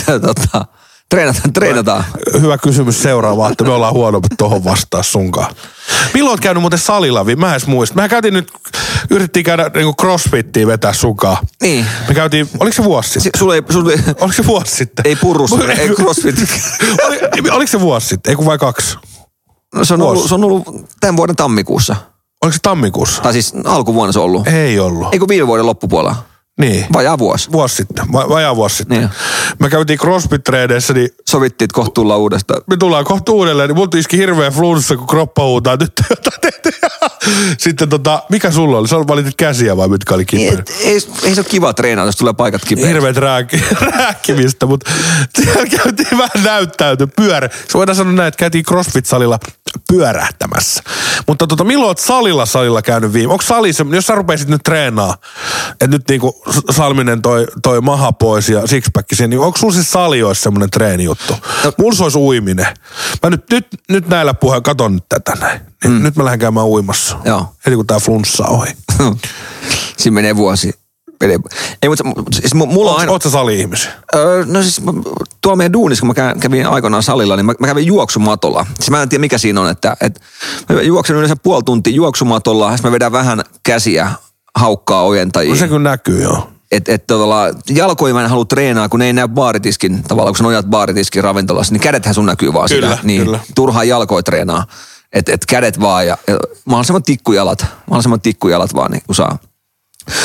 [SPEAKER 3] (laughs) tota, treenataan, treenataan.
[SPEAKER 2] Hyvä kysymys seuraava, että me ollaan huonompi tuohon vastaa sunkaan. Milloin oot käynyt muuten salilla? vi- Mä en edes muista. Mä käytiin nyt, yritettiin käydä niinku crossfittiin vetää sunkaan.
[SPEAKER 3] Niin.
[SPEAKER 2] Me käytiin, oliko se vuosi sitten?
[SPEAKER 3] Si- Sulla ei, sulla ei,
[SPEAKER 2] Oliko se vuosi sitten?
[SPEAKER 3] ei purru,
[SPEAKER 2] Mu-
[SPEAKER 3] sulle, ei crossfit.
[SPEAKER 2] (laughs) Oli, oliko se vuosi sitten? Ei kun vai kaksi?
[SPEAKER 3] No, se, on ollut,
[SPEAKER 2] Vuosi.
[SPEAKER 3] se on ollut tämän vuoden tammikuussa.
[SPEAKER 2] Oliko se tammikuussa?
[SPEAKER 3] Tai siis alkuvuonna se on ollut.
[SPEAKER 2] Ei ollut.
[SPEAKER 3] Ei kun viime vuoden loppupuolella.
[SPEAKER 2] Niin.
[SPEAKER 3] Vajaa vuosi.
[SPEAKER 2] Vuosi sitten, va- vajaa vuosi sitten.
[SPEAKER 3] Niin.
[SPEAKER 2] Me käytiin crossfit-treeneissä, niin
[SPEAKER 3] Sovittiin, että kohta tullaan uudestaan.
[SPEAKER 2] me tullaan kohta uudelleen, niin multa iski hirveä flunssa, kun kroppa huutaa, nyt ei jotain tehty. (laughs) Sitten tota, mikä sulla oli? Sä valitit käsiä vai mitkä oli
[SPEAKER 3] Niin,
[SPEAKER 2] kipeä?
[SPEAKER 3] et, ei, ei se ole kiva treenata, jos tulee paikat kipeät.
[SPEAKER 2] Hirveet rääki, (laughs) rääkimistä, mutta siellä käytiin vähän näyttäyty pyörä. Se voidaan sanoa näin, että käytiin CrossFit-salilla pyörähtämässä. Mutta tota, milloin oot salilla salilla käynyt viime? Onko sali se, jos sä rupeisit nyt treenaa, että nyt niinku S- Salminen toi, toi maha pois ja sixpack siihen, niin onko sulla se sali olisi semmoinen treenijuttu? Mulla se olisi uiminen. Mä nyt, nyt, nyt näillä puheen, katon nyt tätä näin. Niin Nyt mä lähden käymään uimassa.
[SPEAKER 3] Joo.
[SPEAKER 2] Eli kun tää flunssa ohi.
[SPEAKER 3] Siinä menee vuosi. Ei, ei mutta siis mu- mulla on aina...
[SPEAKER 2] Oot sä sali-ihmisiä?
[SPEAKER 3] Öö, no siis mä- tuolla meidän duunissa, kun mä kä- kävin aikoinaan salilla, niin mä, mä kävin juoksumatolla. Siis mä en tiedä mikä siinä on, että, että mä juoksen yleensä puoli tuntia juoksumatolla, ja sitten mä vedän vähän käsiä haukkaa
[SPEAKER 2] No
[SPEAKER 3] ojentajiin.
[SPEAKER 2] se kyllä näkyy, joo.
[SPEAKER 3] Et, et, tavallaan, jalkoja mä en halua treenaa, kun ne ei näy baaritiskin, tavallaan kun sä nojat baaritiskin ravintolassa, niin kädethän sun näkyy vaan
[SPEAKER 2] Kyllä,
[SPEAKER 3] sitä. Niin
[SPEAKER 2] kyllä.
[SPEAKER 3] turhaa jalkoja treenaa. Et, et kädet vaan ja, ja mahdollisimman tikkujalat, mahdollisimman tikkujalat vaan niin kun saa.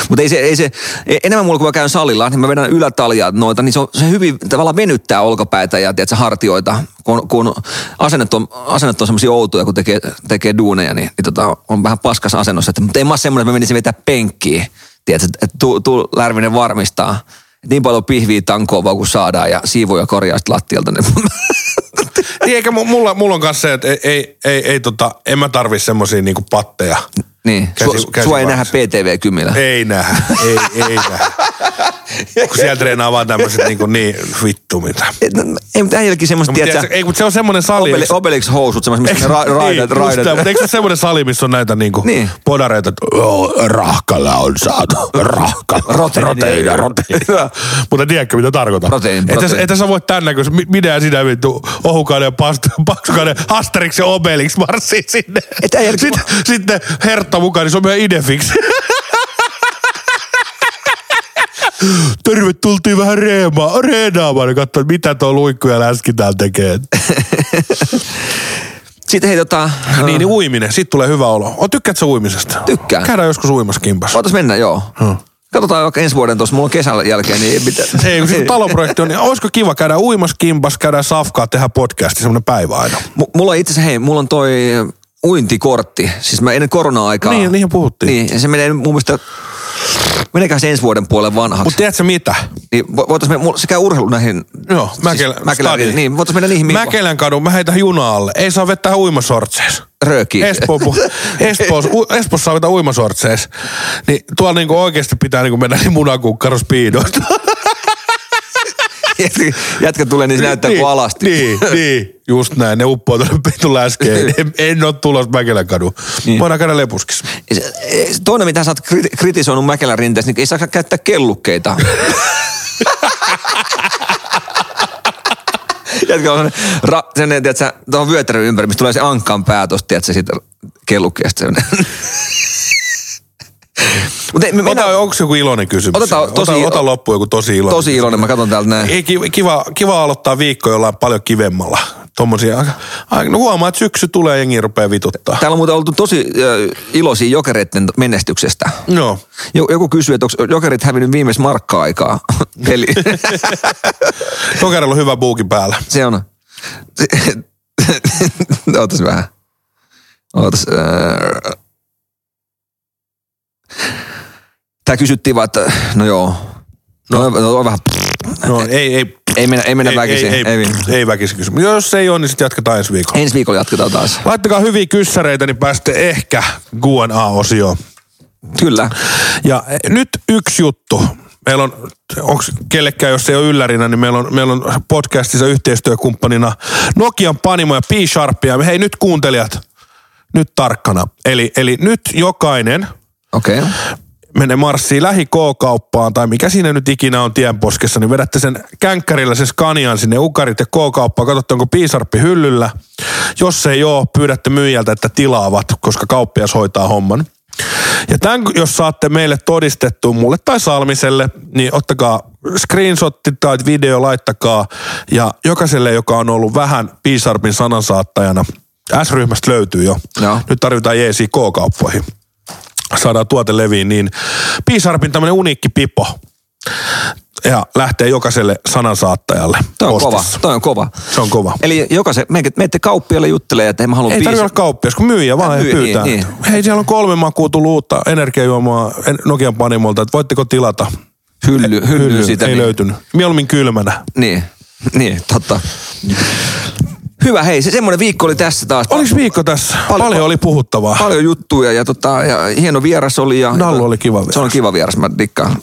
[SPEAKER 3] Mutta ei se, ei se, e- enemmän mulla kun mä käyn salilla, niin mä vedän ylätaljaa noita, niin se, on, se hyvin tavallaan venyttää olkapäitä ja tiedätkö, hartioita, kun, kun asennet on, asennet on semmoisia outoja, kun tekee, tekee duuneja, niin, niin tota, on vähän paskas asennossa. Että, mutta ei mä ole semmoinen, että mä menisin vetää penkkiä, tiedätkö, että tuu, tuu Lärvinen varmistaa. Et niin paljon pihviä tankoa vaan kun saadaan ja siivoja korjaa sit lattialta. Niin
[SPEAKER 2] Niin, eikä mu- mulla, mulla on kanssa se, että ei, ei, ei, ei tota, en mä tarvi semmosia niinku patteja.
[SPEAKER 3] (laughs) niin,
[SPEAKER 2] Käsi-
[SPEAKER 3] su, sua ei nähdä
[SPEAKER 2] käsivarressa.
[SPEAKER 3] PTV-kymillä.
[SPEAKER 2] Ei nähdä, ei, ei nähdä. Kun siellä treenaa vaan tämmöiset niinku niin vittu mitä.
[SPEAKER 3] Ei, no, ei mutta äijälläkin semmoista,
[SPEAKER 2] No,
[SPEAKER 3] no,
[SPEAKER 2] mut
[SPEAKER 3] tiedätkö,
[SPEAKER 2] tiedätkö, ei, mutta se on semmoinen sali.
[SPEAKER 3] Obelix,
[SPEAKER 2] eikö-
[SPEAKER 3] Obelix housut, semmoiset, missä
[SPEAKER 2] Eikö-
[SPEAKER 3] ra, raidat,
[SPEAKER 2] niin, just tää,
[SPEAKER 3] raidat.
[SPEAKER 2] mutta eikö se ole semmoinen sali, missä on näitä niinku
[SPEAKER 3] Niin.
[SPEAKER 2] podareita, että "Joo, rahkalla on saatu, rahka,
[SPEAKER 3] Roteina.
[SPEAKER 2] roteina,
[SPEAKER 3] (laughs)
[SPEAKER 2] roteina. Mutta tiedätkö, mitä tarkoitan?
[SPEAKER 3] Protein,
[SPEAKER 2] Että sä-
[SPEAKER 3] protein.
[SPEAKER 2] Että sä voit tämän näköisen, mi- minä ja sinä vittu, ohukainen ja past- (laughs) paksukainen, Asterix ja Obelix marssii sinne.
[SPEAKER 3] Et ei-
[SPEAKER 2] sitten, sitten Hertta mukaan, niin se on meidän idefix. (laughs) Terve, tultiin vähän reemaa, reenaamaan ja katsoin, mitä tuo luikku ja läski täällä tekee.
[SPEAKER 3] Sitten hei tota...
[SPEAKER 2] (laughs) Niin, niin uiminen. Siitä tulee hyvä olo. O, tykkäätkö sä uimisesta?
[SPEAKER 3] Tykkään.
[SPEAKER 2] Käydään joskus uimassa kimpas.
[SPEAKER 3] Voitais mennä, joo. Hmm. Katsotaan vaikka ensi vuoden tuossa, mulla on kesän jälkeen, niin ei mitään.
[SPEAKER 2] (laughs) Ei, kun
[SPEAKER 3] (laughs)
[SPEAKER 2] sitten taloprojekti on, niin olisiko kiva käydä uimassa kimpas, käydä safkaa, tehdä podcasti, semmoinen päivä aina.
[SPEAKER 3] M- mulla on itse asiassa, hei, mulla on toi uintikortti. Siis mä ennen korona-aikaa.
[SPEAKER 2] Niin, niihin puhuttiin.
[SPEAKER 3] Niin, ja se menee mun mielestä, meneekään se ensi vuoden puolen vanhaksi.
[SPEAKER 2] Mutta tiedätkö mitä?
[SPEAKER 3] niin, vo- voitais mennä, mulla, se käy urheilu näihin.
[SPEAKER 2] Joo, Mäkelä,
[SPEAKER 3] Mäkelä,
[SPEAKER 2] stadiin.
[SPEAKER 3] Siis niin, voitais mennä niihin. Mäkelä.
[SPEAKER 2] Mäkelän kadun, mä heitän junaa alle. Ei saa vetää uimasortseissa.
[SPEAKER 3] Röökiin.
[SPEAKER 2] Espoo, pu-
[SPEAKER 3] Niin.
[SPEAKER 2] Espoossa, u- Espoossa saa vetää uimasortseissa. Niin tuolla niinku oikeasti pitää niinku mennä niin
[SPEAKER 3] (laughs)
[SPEAKER 2] munakukkarospiidoista.
[SPEAKER 3] (laughs) Jätkä tulee, niin se näyttää niin, kuin alasti. (laughs)
[SPEAKER 2] Niin, niin, just näin. Ne uppoo tuonne pitun
[SPEAKER 3] Niin.
[SPEAKER 2] läskeen. En, en ole tulossa Mäkelän kadu. Niin. Voidaan käydä lepuskissa.
[SPEAKER 3] Se- e- Toinen, mitä sä oot kriti- kritisoinut Mäkelän rinteessä, niin ei saa käyttää (laughs) kellukkeita. Jätkä on sellainen ra- sellainen, tiedätkö, tuohon vyötärön ympäri, missä tulee se ankkaan pää tosta, tiedätkö, siitä kellukkeesta. (laughs) Mutta me
[SPEAKER 2] Ota,
[SPEAKER 3] mennään
[SPEAKER 2] onko joku iloinen kysymys?
[SPEAKER 3] Otetaan
[SPEAKER 2] ota,
[SPEAKER 3] tosi-
[SPEAKER 2] ota loppuun joku tosi iloinen.
[SPEAKER 3] tosi iloinen, mä katson täältä näin.
[SPEAKER 2] Ei, ki- kiva, kiva aloittaa viikko jollain paljon kivemmalla. Tommosia, aika- aika- no huomaa, että syksy tulee, jengi rupeaa vituttaa.
[SPEAKER 3] Täällä on muuten oltu tosi ö, iloisia jokereiden menestyksestä.
[SPEAKER 2] Joo.
[SPEAKER 3] Jo- Joku kysyy, että onko jokerit hävinnyt viimeis (laughs) markka-aikaa. Eli
[SPEAKER 2] Tokerella on hyvä buuki päällä.
[SPEAKER 3] se on... (laughs) Ootas vähän. Ootas... Äh... Tää kysyttiin vaan, että no joo. No, no, no vähän...
[SPEAKER 2] No ei, ei.
[SPEAKER 3] Ei mennä, ei mennä
[SPEAKER 2] ei,
[SPEAKER 3] väkisin.
[SPEAKER 2] Ei, ei, ei, ei väkisin kysymys. Jos ei ole, niin sitten jatketaan ensi viikolla.
[SPEAKER 3] Ensi viikolla jatketaan taas.
[SPEAKER 2] Laittakaa hyviä kyssäreitä, niin pääsette ehkä Q&A-osioon.
[SPEAKER 3] Kyllä.
[SPEAKER 2] Ja eh, nyt yksi juttu. Meillä on, onko kellekään, jos ei ole yllärinä, niin meillä on, meillä on podcastissa yhteistyökumppanina Nokian Panimo ja P-Sharpia. Hei nyt kuuntelijat, nyt tarkkana. Eli, eli nyt jokainen
[SPEAKER 3] Okei. Okay.
[SPEAKER 2] menee marssiin lähi K-kauppaan tai mikä siinä nyt ikinä on tienposkessa, niin vedätte sen känkkärillä sen Scanian sinne Ukarit ja K-kauppaan, katsotte onko piisarppi hyllyllä. Jos ei ole, pyydätte myyjältä, että tilaavat, koska kauppias hoitaa homman. Ja tämän, jos saatte meille todistettua mulle tai Salmiselle, niin ottakaa screenshotti tai video, laittakaa. Ja jokaiselle, joka on ollut vähän piisarpin sanansaattajana, S-ryhmästä löytyy jo.
[SPEAKER 3] Joo.
[SPEAKER 2] Nyt tarvitaan jeesiä K-kauppoihin saadaan tuote leviin, niin Piisarpin tämmöinen uniikki pipo. Ja lähtee jokaiselle sanansaattajalle
[SPEAKER 3] Toi on kova.
[SPEAKER 2] postissa.
[SPEAKER 3] Toi on kova.
[SPEAKER 2] Se on kova.
[SPEAKER 3] Eli jokaisen, menkö- menette kauppialle juttelemaan, että hei, mä haluan
[SPEAKER 2] Ei tarvitse olla kauppias, kun myyjä vaan
[SPEAKER 3] Myy-
[SPEAKER 2] myy, pyytää.
[SPEAKER 3] niin,
[SPEAKER 2] Niin, Hei, siellä on kolme makua tullut uutta energiajuomaa en- Nokian panimolta, että voitteko tilata?
[SPEAKER 3] hylly, hylly,
[SPEAKER 2] Hyllyyn.
[SPEAKER 3] sitä.
[SPEAKER 2] ei
[SPEAKER 3] niin-
[SPEAKER 2] löytynyt. Mieluummin kylmänä.
[SPEAKER 3] Niin, niin, totta. Hyvä, hei, se semmoinen viikko oli tässä taas.
[SPEAKER 2] Oliko viikko tässä? Paljon, Paljon oli puhuttavaa.
[SPEAKER 3] Paljon juttuja ja, tota, ja hieno vieras oli. Ja,
[SPEAKER 2] Nallu oli kiva
[SPEAKER 3] Se on
[SPEAKER 2] vieras.
[SPEAKER 3] kiva vieras, mä dikkaan.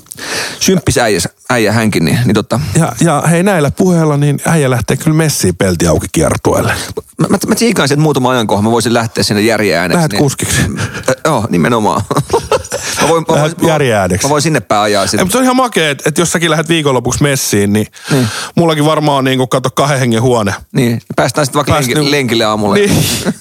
[SPEAKER 3] Symppis äijä, äijä hänkin, niin, niin tota,
[SPEAKER 2] Ja, ja hei näillä puheilla, niin äijä lähtee kyllä messiin pelti auki kiertueelle.
[SPEAKER 3] mä, mä, mä tsiikaan sen muutama ajan kohan, mä voisin lähteä sinne järjeääneksi.
[SPEAKER 2] Lähet kuskiksi.
[SPEAKER 3] Äh, joo, nimenomaan. (laughs) mä voin, mä,
[SPEAKER 2] Lähet
[SPEAKER 3] voin-
[SPEAKER 2] järjeääneksi.
[SPEAKER 3] Mä voin sinne päin ajaa
[SPEAKER 2] Ei,
[SPEAKER 3] sitten.
[SPEAKER 2] mutta se on ihan makea, että, että jos säkin lähdet viikonlopuksi messiin, niin, niin. mullakin varmaan on niin kuin, kato kahden hengen huone.
[SPEAKER 3] Niin, päästään sitten vaikka
[SPEAKER 2] Pääst-
[SPEAKER 3] lenki, lenkille aamulla. Niin.
[SPEAKER 2] Niin.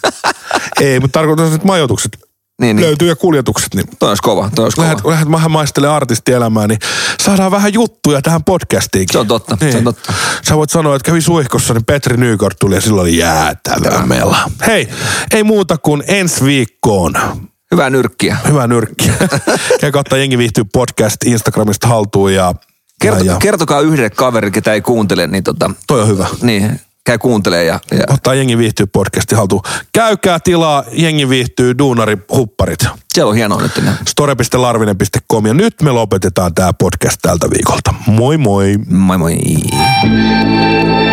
[SPEAKER 2] (laughs) Ei, mutta tarkoitan, että majoitukset
[SPEAKER 3] Niin,
[SPEAKER 2] niin.
[SPEAKER 3] niin.
[SPEAKER 2] löytyy ja kuljetukset, niin
[SPEAKER 3] Toi olisi kova, toi olisi kova.
[SPEAKER 2] lähdet, lähdet vähän maistelemaan artistielämää, niin saadaan vähän juttuja tähän podcastiinkin.
[SPEAKER 3] Se on totta, se
[SPEAKER 2] niin.
[SPEAKER 3] on totta.
[SPEAKER 2] Sä voit sanoa, että kävi suihkossa, niin Petri Nykort tuli ja silloin oli jäätävä mela. Hei, ei muuta kuin ensi viikkoon.
[SPEAKER 3] Hyvää nyrkkiä.
[SPEAKER 2] Hyvä
[SPEAKER 3] (laughs)
[SPEAKER 2] nyrkki. ja kautta Jengi viihtyy podcast Instagramista haltuun ja...
[SPEAKER 3] Kerto,
[SPEAKER 2] ja, ja
[SPEAKER 3] Kertokaa yhdelle kaverille, ketä ei kuuntele, niin tota,
[SPEAKER 2] toi on hyvä.
[SPEAKER 3] niin, käy kuuntelee ja, ja
[SPEAKER 2] Ottaa Jengi viihtyy podcasti haltuun. Käykää tilaa Jengi viihtyy duunari hupparit.
[SPEAKER 3] siellä on hienoa nyt. Ne.
[SPEAKER 2] store.larvinen.com ja nyt me lopetetaan tämä podcast tältä viikolta. Moi moi!
[SPEAKER 3] Moi moi.